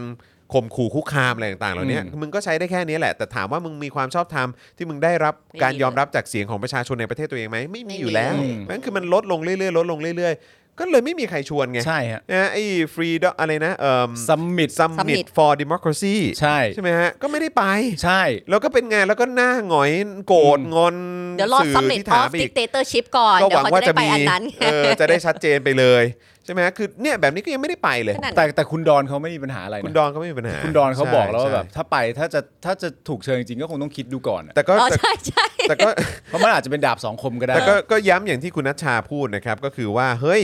Speaker 1: ข่มขู่คุกคามอะไรต่างๆเหล่านี้
Speaker 2: อืม
Speaker 1: มึงก็ใช้ได้แค่นี้แหละ แต่ถามว่ามึงมีความชอบธรรมที่มึงได้รับ
Speaker 3: ไม่มี
Speaker 1: การยอมรับจากเสียงของประชาชนในประเทศตัวเองไหมไม่
Speaker 3: ไม่
Speaker 1: มี
Speaker 3: มี
Speaker 1: อยู่แล้วนั่นคือมันลดลงเรื่อยๆลดลงเรื่อยๆ ก็เลยไม่มีใครชวนไง
Speaker 2: ใช่ฮะ
Speaker 1: นะไอ้ฟรีดอะไรนะเอ่อ
Speaker 2: ซัมมิต
Speaker 1: Summit
Speaker 3: Summit
Speaker 1: for Democracy
Speaker 2: ใช่
Speaker 1: ใช่ไหมฮะก็ไม่ได้ไป
Speaker 2: ใช่
Speaker 1: แล้วก็เป็นไงแล้วก็หน้าหงอยโกรธงอน
Speaker 3: เดี๋ยวรอ
Speaker 1: สื่
Speaker 3: Summit
Speaker 1: ที่
Speaker 3: of
Speaker 1: ถามอีก
Speaker 3: Dictatorship ก่อน
Speaker 1: ก็
Speaker 3: เดี๋
Speaker 1: ห
Speaker 3: ย
Speaker 1: วัง
Speaker 3: วเขา
Speaker 1: ว่า
Speaker 3: จะ
Speaker 1: จะ
Speaker 3: ได้
Speaker 1: มี
Speaker 3: ไปอันนั้น
Speaker 1: เออจะได้ชัดเจนไปเลยใช่ไหมฮะคือเนี่ยแบบนี้ก็ยังไม่ได้ไปเลย
Speaker 3: นั่น
Speaker 2: แต่แต่คุณดอนเขาไม่มีปัญหาอะไร
Speaker 1: คุณ
Speaker 2: นะ
Speaker 1: ดอนก็ไม่มีปัญหา
Speaker 2: คุณดอนเขาบอกแล้วว่า
Speaker 1: ใช่
Speaker 2: แบบ ถ้าไปถ้าจะถ้าจะถูกเชิญจริงๆก็คงต้องคิดดูก่อนอะ
Speaker 1: แต่ก็
Speaker 3: อ๋อ
Speaker 1: แต่
Speaker 3: ใช่ใช่
Speaker 1: แต่ก็
Speaker 2: เพราะมันอาจจะเป็นดาบสองคมก็ได้
Speaker 1: แต่ก็ก็ย้ำอย่างที่คุณนัชชาพูดนะครับ ก็คือว่าเฮ้ย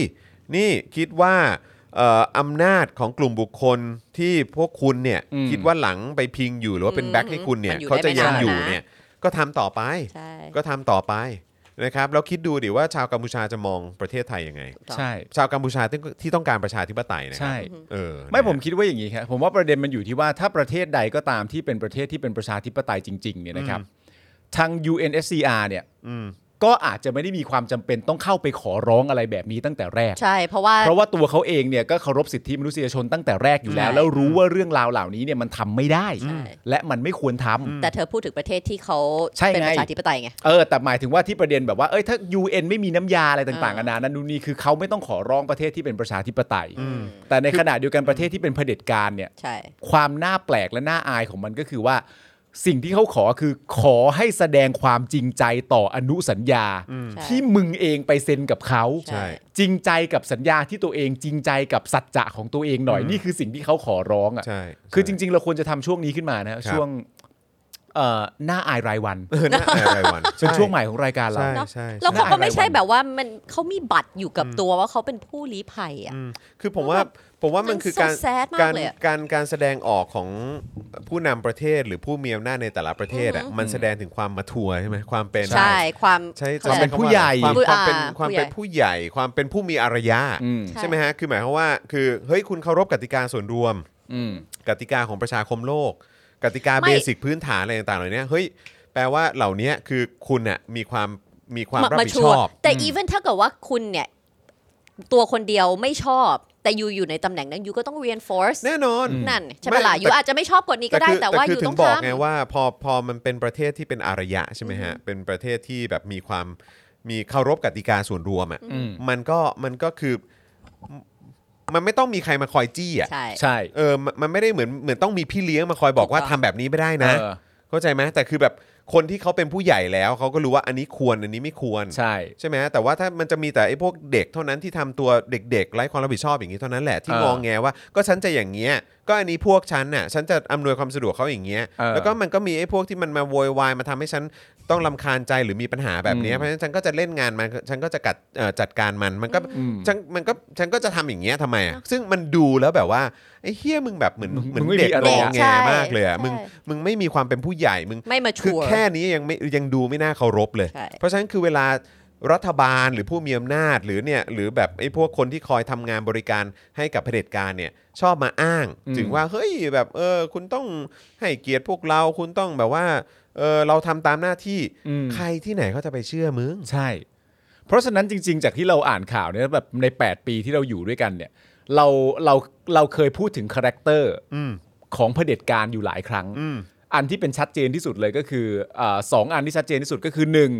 Speaker 1: นี่คิดว่าเอ่ออำนาจของกลุ่มบุคคลที่พวกคุณเนี่ย
Speaker 2: อืม
Speaker 1: คิดว่าหลังไปพิงอยู่หรือว่าเป็น
Speaker 3: อืม
Speaker 1: แบ็คให้คุณเนี่ย
Speaker 3: มันอยู่
Speaker 1: เขาจะยัง
Speaker 3: ได้ไม่นานนะ
Speaker 1: อยู่เนี่ยก็ทำต่อไป
Speaker 3: ใช่
Speaker 1: ก็ทำต่อไปนะครับแล้วคิดดูดิว่าชาวกัมพูชาจะมองประเทศไทยยังไง
Speaker 2: ใช่
Speaker 1: ชาวกัมพูชาที่ที่ต้องการประชาธิปไตยนะครั
Speaker 2: ใช่
Speaker 1: บเออ
Speaker 2: ไม่ผม
Speaker 1: นะฮะ
Speaker 2: คิดว่าอย่างนี้ครับผมว่าประเด็นมันอยู่ที่ว่าถ้าประเทศใดก็ตามที่เป็นประเทศที่เป็นประชาธิปไตยจริงๆเนี่ยนะครับ ทาง UNSCR เนี่ย
Speaker 1: อืม
Speaker 2: ก็อาจจะไม่ได้มีความจำเป็นต้องเข้าไปขอร้องอะไรแบบนี้ตั้งแต่แรก
Speaker 3: ใช่เพราะว่า
Speaker 2: เพราะว่าตัวเขาเองเนี่ยก็เคารพสิทธิมนุษยชนตั้งแต่แรกอยู่แล้ว
Speaker 3: ใช่
Speaker 2: แล้วรู้ว่าเรื่องราวเหล่านี้เนี่ยมันทำไม่ได้
Speaker 3: ใช่
Speaker 2: และมันไม่ควรทำ
Speaker 3: แต่เธอพูดถึงประเทศที่เขา
Speaker 2: ใช่ไง
Speaker 3: เป็นประชาธิปไตยไง
Speaker 2: เออแต่หมายถึงว่าที่ประเด็นแบบว่าเอ้ยถ้า UN ไม่มีน้ำยาอะไรต่างๆ
Speaker 3: อ่า
Speaker 2: นานานั่นนู่นนี่คือเขาไม่ต้องขอร้องประเทศที่เป็นประชาธิปไตย แต่ในขณะเดียวกันประเทศที่เป็นเผด็จการเนี่ย
Speaker 3: ใช่
Speaker 2: ความน่าแปลกและน่าอายของมันก็คือว่า สิ่งที่เขาขอคือขอให้แสดงความจริงใจต่ออนุสัญญา
Speaker 3: ใช่
Speaker 2: ที่มึงเองไปเซ็นกับเขา
Speaker 3: ใช่
Speaker 2: จริงใจกับสัญญาที่ตัวเองจริงใจกับสัจจะของตัวเองหน่อยนี่คือสิ่งที่เขาขอร้อง
Speaker 1: ใช่
Speaker 2: อะ่ะคือจริง ๆ เราควรจะทำช่วงนี้ขึ้นมานะช่วงเอ่อหน้าอายรายวัน
Speaker 1: เออน่าอายรายวัน
Speaker 2: เป็นช่วงใหม่ของรายการเรา
Speaker 1: ใช่
Speaker 3: เนอะ
Speaker 1: ใช่
Speaker 3: แล้ว
Speaker 1: ใช่
Speaker 3: เขาก็ไม่ใช่แบบว่ามันเขามีบัตรอยู่กับตัวว่าเขาเป็นผู้ลี้ภัยอ่ะ
Speaker 1: อืมคือผมว่าผมว่ามัน
Speaker 3: มัน
Speaker 1: คือ
Speaker 3: so
Speaker 1: การ
Speaker 3: sad มาก
Speaker 1: การ
Speaker 3: เลยอะ
Speaker 1: การการแสดงออกของผู้นำประเทศหรือผู้มีอำนาจในแต่ละประเทศอ่ะ
Speaker 3: อือฮึ
Speaker 1: มันแสดงถึงความมาทัวร์ใช่ไหมความเป็น
Speaker 3: ใช่ความ
Speaker 1: ใช่
Speaker 3: เขาเรียก
Speaker 1: จะคำว่าอะไร
Speaker 2: ผู้ใหญ่
Speaker 1: ความเป็น
Speaker 3: อ่า
Speaker 1: ความเป็น
Speaker 3: ผู้
Speaker 1: ผู้ให
Speaker 3: ใหญ่
Speaker 1: ญ่ ความเป็นผู้มีอารยะ
Speaker 2: อืม
Speaker 3: ใช่
Speaker 1: ใช่ไหมฮะคือหมายความว่าคือเฮ้ยคุณเคารพกติกาส่วนรวม
Speaker 2: อืม
Speaker 1: กติกาของประชาคมโลก กติกา
Speaker 3: ไม่
Speaker 1: เบสิกพื้นฐานอะไรต่างๆเหล่านี้เฮ้ยแปลว่าเหล่านี้คือคุณน่ะมีความมีความรับผิด
Speaker 3: ชั
Speaker 1: ช
Speaker 3: ว
Speaker 1: อ
Speaker 3: ร์
Speaker 1: บ
Speaker 3: แต่อีเวนถ้าเกิดว่าคุณเนี่ย ตัวคนเดียวไม่ชอบ แต่อยู่อยู่ในตำแหน่งนั้นอยู่ก็ต้อง reinforce
Speaker 1: แน่นอน
Speaker 3: นั่นใช่ไหมล่ะ
Speaker 1: ไม่แต่
Speaker 3: อยู่อาจจะไม่ชอบกฎนี้ก็ได้
Speaker 1: คือ
Speaker 3: แต่ว่า
Speaker 1: คื
Speaker 3: อยู่
Speaker 1: ถึ
Speaker 3: ต้อง ง
Speaker 1: บอก
Speaker 3: ทำ
Speaker 1: ไงว่าพอพอมันเป็นประเทศที่เป็นอารยะใช่ไหมฮะเป็นประเทศที่แบบมีความมีเคารพกติกาส่วนรวมอ่ะ
Speaker 2: อืม
Speaker 1: มันก็มันก็คือมันไม่ต้องมีใครมาคอยจี้อ่ะ
Speaker 3: ใช่
Speaker 2: ใช่
Speaker 1: เออมันมันไม่ได้เหมือนเหมือนต้องมีพี่เลี้ยงมาคอยบอกว่า
Speaker 3: ถูกต้
Speaker 1: ทำ
Speaker 3: อง
Speaker 1: แบบนี้ไม่ได้นะ
Speaker 2: เออ
Speaker 1: เข้าใจไหมแต่คือแบบคนที่เขาเป็นผู้ใหญ่แล้วเขาก็รู้ว่าอันนี้ควรอันนี้ไม่ควร
Speaker 2: ใช่
Speaker 1: ใช่ไหมแต่ว่าถ้ามันจะมีแต่ไอ้พวกเด็กเท่านั้นที่ทำตัวเด็กๆไร้ความรับผิดชอบอย่างนี้เท่านั้นแหละที่
Speaker 2: เอ
Speaker 1: อ
Speaker 2: อง
Speaker 1: งแงว่า ก็ฉันจะอย่างเงี้ยก็อันนี้พวกฉันน่ะฉันจะอำนวยความสะดวกเขาอย่างเงี้ย
Speaker 2: เออ
Speaker 1: แล้วก็มันก็มีไอ้พวกที่มันมาโวยวายมาทำให้ฉันต้องลำคาญใจหรือมีปัญหาแบบเนี้ย
Speaker 2: อืม
Speaker 1: เพราะฉะนั้นฉันก็จะเล่นงานมันฉันก็จะกัดเอ่อจัดการมันมันก็
Speaker 2: อืม
Speaker 1: ฉันมันก็ฉันก็จะทำอย่างเงี้ยทำไมอ่ะซึ่งมันดูแล้วแบบว่าไอ้เฮี้ยมึงแบบเหมือน
Speaker 2: มึง
Speaker 1: เหมือน
Speaker 2: มึงไม่
Speaker 1: เด็ก
Speaker 2: มีอะไร
Speaker 1: งองแง
Speaker 3: ใช่
Speaker 1: มากเลยอ่ะ
Speaker 3: ใช่
Speaker 1: มึงมึงไม่มีความเป็นผู้ใหญ่มึง
Speaker 3: ไม่มา
Speaker 1: คือ
Speaker 3: ชัวร์
Speaker 1: แค่นี้ยังไม่ยังดูไม่น่าเคารพเลย
Speaker 3: ใช่
Speaker 1: เพราะฉะนั้นคือเวลารัฐบาลหรือผู้มีอำนาจหรือเนี่ยหรือแบบไอ้พวกคนที่คอยทำงานบริการให้กับเผด็จการเนี่ยชอบมาอ้าง
Speaker 2: อืม
Speaker 1: ถึงว่าเฮ้ยแบบเออคุณต้องให้เกียรติพวกเราคุณต้องแบบว่าเออเราทำตามหน้าที่
Speaker 2: อืม
Speaker 1: ใครที่ไหนเขาจะไปเชื่อมึง
Speaker 2: ใช่ เพราะฉะนั้นจริง ๆ จากที่เราอ่านข่าวเนี่ยแบบใน 8 ปีที่เราอยู่ด้วยกันเนี่ย เราเราเราเคยพูดถึงคาแรคเตอร์
Speaker 1: อืม
Speaker 2: ของเผด็จการอยู่หลายครั้ง
Speaker 1: อืม
Speaker 2: อันที่เป็นชัดเจนที่สุดเลยก็คืออาสองอันที่ชัดเจนที่สุดก็คือหนึ่ง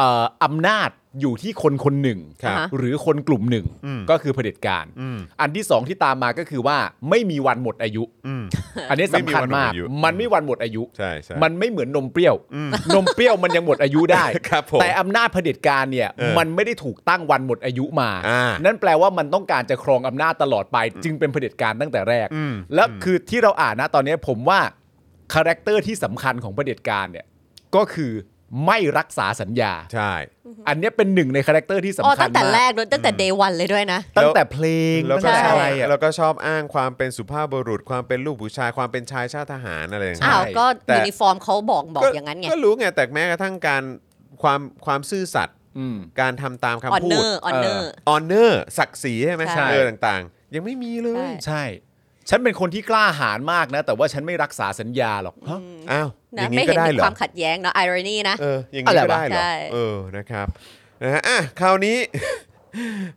Speaker 2: อ่าอำนาจอยู่ที่คนคนหนึ่ง
Speaker 1: ครับ
Speaker 3: อ่าฮะ
Speaker 2: หรือคนกลุ่มหนึ่ง
Speaker 1: อืม
Speaker 2: ก็คือเผด็จการ
Speaker 1: อืม
Speaker 2: อันที่สองที่ตามมาก็คือว่าไม่มีวันหมดอายุ
Speaker 1: อืม
Speaker 2: อันนี้สำคัญ
Speaker 1: ไม่มีวั
Speaker 2: มาก
Speaker 1: นหมดอายุ
Speaker 2: มันไม่วันหมดอายุ
Speaker 1: ใช่ใช่
Speaker 2: มันไม่เหมือนนมเปรี้ยว นมเปรี้ยวมันยังหมดอายุได้
Speaker 1: ครับผม
Speaker 2: แต่อำนาจเผด็จการเนี่ย
Speaker 1: เออ
Speaker 2: มันไม่ได้ถูกตั้งวันหมดอายุมา
Speaker 1: อ่า
Speaker 2: นั่นแปลว่ามันต้องการจะครองอำนาจตลอดไป จึงเป็นเผด็จการตั้งแต่แรก
Speaker 1: อืม
Speaker 2: แล้วคือที่เราอ่านนะตอนนี้ผมว่าคาแรคเตอร์ที่สำคัญของเผด็จการเนี่ย ก็คือไม่รักษาสัญญา
Speaker 1: ใช่
Speaker 2: อันเนี้ยเป็นหนึ่งในคาแรคเตอร์ที่สำ
Speaker 3: อ๋อ
Speaker 2: คั
Speaker 3: ตั้
Speaker 2: ญ
Speaker 3: งแต่แร
Speaker 2: มาก
Speaker 3: กด้วยตั้งแต่ day one เลยด้วยนะ
Speaker 2: ตั้งแต่เพลง
Speaker 1: แล้ว
Speaker 2: ตั้
Speaker 1: ก็
Speaker 2: งแต่
Speaker 1: ชอบ
Speaker 2: อะไรอะ
Speaker 1: แล้วก็ชอบอ้างความเป็นสุภาพบุรุษ ความเป็นลูกผู้ชาย ความเป็นชายชาติทหารอะไรอย่าง
Speaker 2: ใช่
Speaker 3: อ้า
Speaker 1: เงี้
Speaker 3: วย ก็
Speaker 1: แต่
Speaker 3: ยูนิฟอร์มเขาบอกบอกอย่างนั้นไง
Speaker 1: ก็รู้ไง แต่แม้กระทั่งการความความซื่อสัตย์
Speaker 2: อืม
Speaker 1: การทำตามคำ
Speaker 3: ออน
Speaker 1: พู
Speaker 3: เน
Speaker 1: ด
Speaker 3: อร์ออนเนอร์
Speaker 1: ออนเนอร์ ศักดิ์ศรีใช่ไหม
Speaker 3: ใช่
Speaker 1: เออต่างๆ ยังไม่มีเล
Speaker 3: ใช่
Speaker 1: ย
Speaker 2: ใช่ ฉันเป็นคนที่กล้าหาญมากนะ แต่ว่าฉันไม่รักษาสัญญาหรอกฮะ
Speaker 1: อ้าว อ
Speaker 3: นะ
Speaker 1: ย่าง
Speaker 3: ไม่
Speaker 1: นี้ก็
Speaker 3: เห็น
Speaker 1: ได้
Speaker 3: ถึ
Speaker 1: เห
Speaker 3: ง
Speaker 1: รอ
Speaker 3: ความขัดแย้งเนาะ irony นะ
Speaker 1: เออ อย่างนี้
Speaker 2: อะไร
Speaker 1: ก็
Speaker 2: วะ
Speaker 1: ได้เหรอ
Speaker 3: ใช่
Speaker 1: เออ นะครับ นะฮะ อ่ะ คราวนี้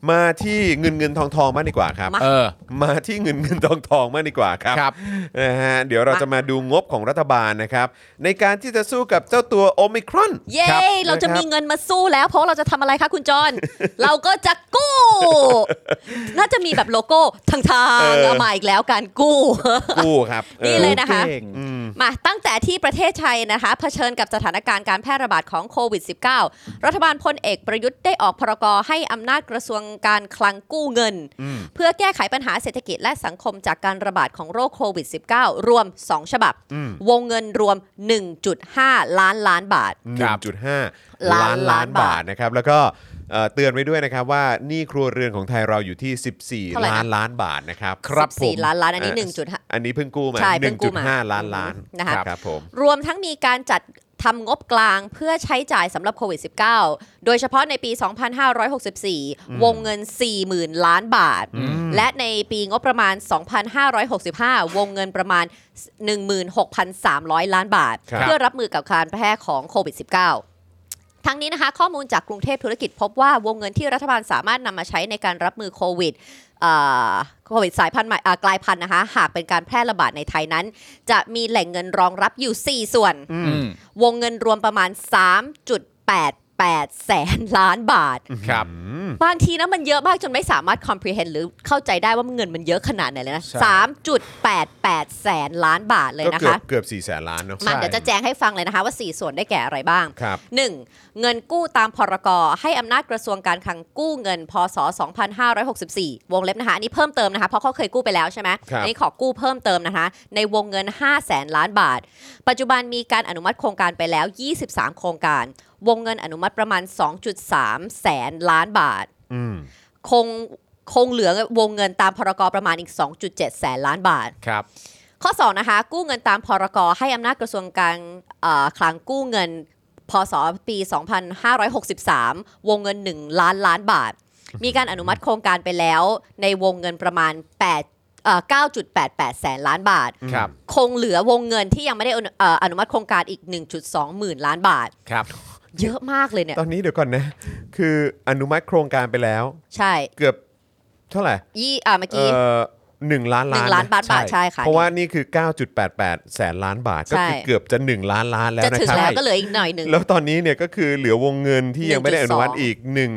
Speaker 1: [LAUGHS] มาที่เงินเงินทองทองมากดีกว่าครับ
Speaker 3: มา
Speaker 2: เออ
Speaker 1: มาที่เงินเงินทองทองมากดีกว่าครับ
Speaker 2: ครับ
Speaker 1: นะฮะเดี๋ยวเราจะมาดูงบของรัฐบาลนะครับ ในการที่จะสู้กับเจ้าตัวโอมิครอน
Speaker 3: เย้
Speaker 1: ครับ
Speaker 3: เราจะ
Speaker 1: น
Speaker 3: มี
Speaker 1: คบ
Speaker 3: เงินมาสู้แล้ว เพราะเราจะทำอะไรคะคุณจอน
Speaker 1: [LAUGHS]
Speaker 3: เราก็จะกู้ [LAUGHS] น่าจะมีแบบโลโก้ทางทางเอามาอีกแล้วการกู้
Speaker 1: กู้ครับออ
Speaker 3: นี่เลยนะคะ
Speaker 2: เก่ง
Speaker 1: อืม
Speaker 3: [LAUGHS] มาตั้งแต่ที่ประเทศไทยนะคะเผชิญกับสถานการณ์การแพร่ระบาดของโควิด -19 รัฐบาลพลเอกประยุทธ์ได้ออกพรกรให้อำนาจกระทรวงการคลังกู้เงิน
Speaker 1: อืม
Speaker 3: เพื่อแก้ไขปัญหาเศรษฐกิจและสังคมจากการระบาดของโรคโควิด -19 รวม 2 ฉบับ วงเงินรวม 1.5 ล้านล้านบาท
Speaker 1: หนึ่งจุดห้า
Speaker 3: ล้า
Speaker 1: ล้าน นล้านบา
Speaker 3: บา
Speaker 1: ท
Speaker 3: ท
Speaker 1: นะครับ แล้วก็เอ่อเตือนไว้ด้วยนะครับว่าหนี่ครัวเรือนของไทยเราอยู่ที่
Speaker 3: เท่าไหร่
Speaker 1: 14
Speaker 3: นะ
Speaker 1: ล้านล้านบาทนะครับ
Speaker 3: สิบสี่ล้านล้านอันนี้
Speaker 1: เ
Speaker 3: 1.5
Speaker 1: อันนี้เพิ่งกู้มา
Speaker 3: ใช่เพิ่งกู้มา
Speaker 1: 1.5 ล้านล้าน
Speaker 3: นะคะ
Speaker 1: ครับผม
Speaker 3: รวมทั้งมีการจัด ทำงบกลางเพื่อใช้จ่ายสำหรับโควิด -19 โดยเฉพาะในปี 2564 วงเงิน 40,000 ล้านบาท และในปีงบประมาณ 2565 วงเงินประมาณ 16,300 ล้านบาท
Speaker 1: ครับ
Speaker 3: เพื่อรับมือกับการแพร่ของโควิด -19 ทั้งนี้นะคะข้อมูลจากกรุงเทพธุรกิจพบว่าวงเงินที่รัฐบาลสามารถนำมาใช้ในการรับมือโควิดเอ่อโควิดสายพันธุ์ใหม่เอ่อกลายพันธุ์นะคะหากเป็นการแพร่ระบาดในไทยนั้น จะมีแหล่งเงินรองรับอยู่ 4 ส่วน
Speaker 2: อืม
Speaker 3: วงเงินรวมประมาณ 3.88 แสนล้านบาท
Speaker 2: ครับ
Speaker 3: บางทีนะมันเยอะมากจนไม่สามารถ comprehend หรือเข้าใจได้ว่าเงินมันเยอะขนาดไหนเลยนะ
Speaker 2: ใช่
Speaker 3: 3.88 แสนล้านบาทเลย
Speaker 1: ก็
Speaker 3: นะ
Speaker 1: เกือ
Speaker 3: คะ
Speaker 1: บเกือบ4ี่แสนล้านเนาะ
Speaker 3: มาเดี๋ยวจะแจงให้ฟังเลยนะคะว่า 4 ส่วนได้แก่อะไรบ้าง
Speaker 1: ครับ
Speaker 3: 1. เงินกู้ตามพรกให้อำนาจกระทรวงการคลังกู้เงิน พศ 2564 วงเล็บนะคะ อันนี้เพิ่มเติมนะคะ เพราะเขาเคยกู้ไปแล้วใช่ไหม
Speaker 1: ครับ
Speaker 3: อันี้ขอกู้เพิ่มเติมนะคะ ในวงเงิน 5 0 0แสนล้านบาท ปัจจุบันมีการอนุมัติโครงการไปแล้ว 23 โครงการ วงเงินอนุมัติประมาณ 2.3 แสนล้านบาท
Speaker 1: อืม
Speaker 3: คงคงเหลือวงเงินตามพรกประมาณอีก 2.7 แสนล้านบาท
Speaker 2: ครับ
Speaker 3: ข้อ 2 นะคะ กู้เงินตามพรกให้อำนาจกระทรวงการเอ่อคลังกู้เงิน พศปี 2563 วงเงิน 1 ล้านล้านบาท มีการอนุมัติโครงการไปแล้วในวงเงินประมาณ8เอ่อ9.88 แสนล้านบาท
Speaker 2: ครับ
Speaker 3: คงเหลือวงเงินที่ยังไม่ได้อนุเอ่ออนุมัติโครงการอีก 1.2 หมื่นล้านบาท
Speaker 2: ครับ
Speaker 3: เยอะมากเลยเนี่ย
Speaker 1: ตอนนี้เดี๋ยวก่อนนะ คืออนุมัติโครงการไปแล้ว
Speaker 3: ใช่
Speaker 1: เกือบเท่าไหร่
Speaker 3: ยี่อ่าเมื่อ
Speaker 1: เอ
Speaker 3: กี้
Speaker 1: อหนึ่งล้าน
Speaker 3: หนึ่
Speaker 1: ล้าน
Speaker 3: งล้านบาท
Speaker 1: ะ
Speaker 3: บาทใช่ค่ะ
Speaker 1: เพราะว่านี่คือ 9.88 แสนล้านบาท ก็
Speaker 3: ใช่
Speaker 1: คือเกือบจะ 1 ล้านล้านแล้ว
Speaker 3: จะ
Speaker 1: นะ
Speaker 3: ถึง
Speaker 1: ครับ
Speaker 3: แล้วก็เหลืออีกหน่อยหนึ่ง
Speaker 1: แล้วตอนนี้เนี่ยก็คือเหลือวงเงินที่ยังไม่ได้อนุมัติ
Speaker 3: 1.2
Speaker 1: อีกหนึ่ง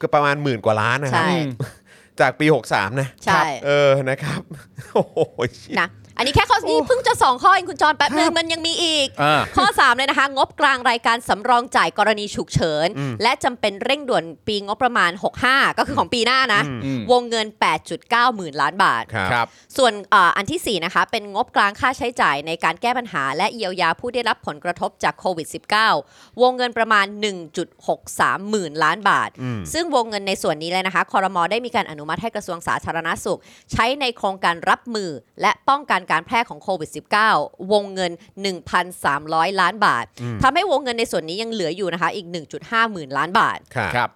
Speaker 1: ก็ประมาณหมื่นกว่าล้านนะครั
Speaker 3: ใช่
Speaker 1: บจากปี 63 นะ
Speaker 3: ใช่
Speaker 1: เออนะครับ [LAUGHS] โอ้โห
Speaker 3: นะอันนี้แค่ข้อนี่เพิ่งจะ 2 ข้อเองคุณจอนแป๊บนึงมันยังมีอีก
Speaker 2: อ่า
Speaker 3: ข้อ 3 เลยนะคะ งบกลางรายการสำรองจ่ายกรณีฉุกเฉิน และจำเป็นเร่งด่วนปีงบประมาณ 65 ก็คือของปีหน้านะ
Speaker 2: อืม
Speaker 3: วงเงิน 8.9 หมื่นล้านบาท
Speaker 1: ครับ
Speaker 2: ครับ
Speaker 3: ส่วนเอ่ออันทีสี่4นะคะเป็นงบกลางค่าใช้จ่ายในการแก้ปัญหา และเยียวยาผู้ได้รับผลกระทบจากโควิด -19 วงเงินประมาณ 1.63 หมื่นล้านบาท ซึ่งวงเงินในส่วนนี้เลยนะคะคอรมอได้มีการอนุมัติให้กระทรวงสาธารณาสุข ใช้ในโครงการรับมือและป้องกันการแพร่ของโควิด -19 วงเงิน 1,300 ล้านบาททำให้วงเงินในส่วนนี้ยังเหลืออยู่นะคะอีก 1.5 หมื่นล้านบาท
Speaker 1: ครับ
Speaker 2: ครับ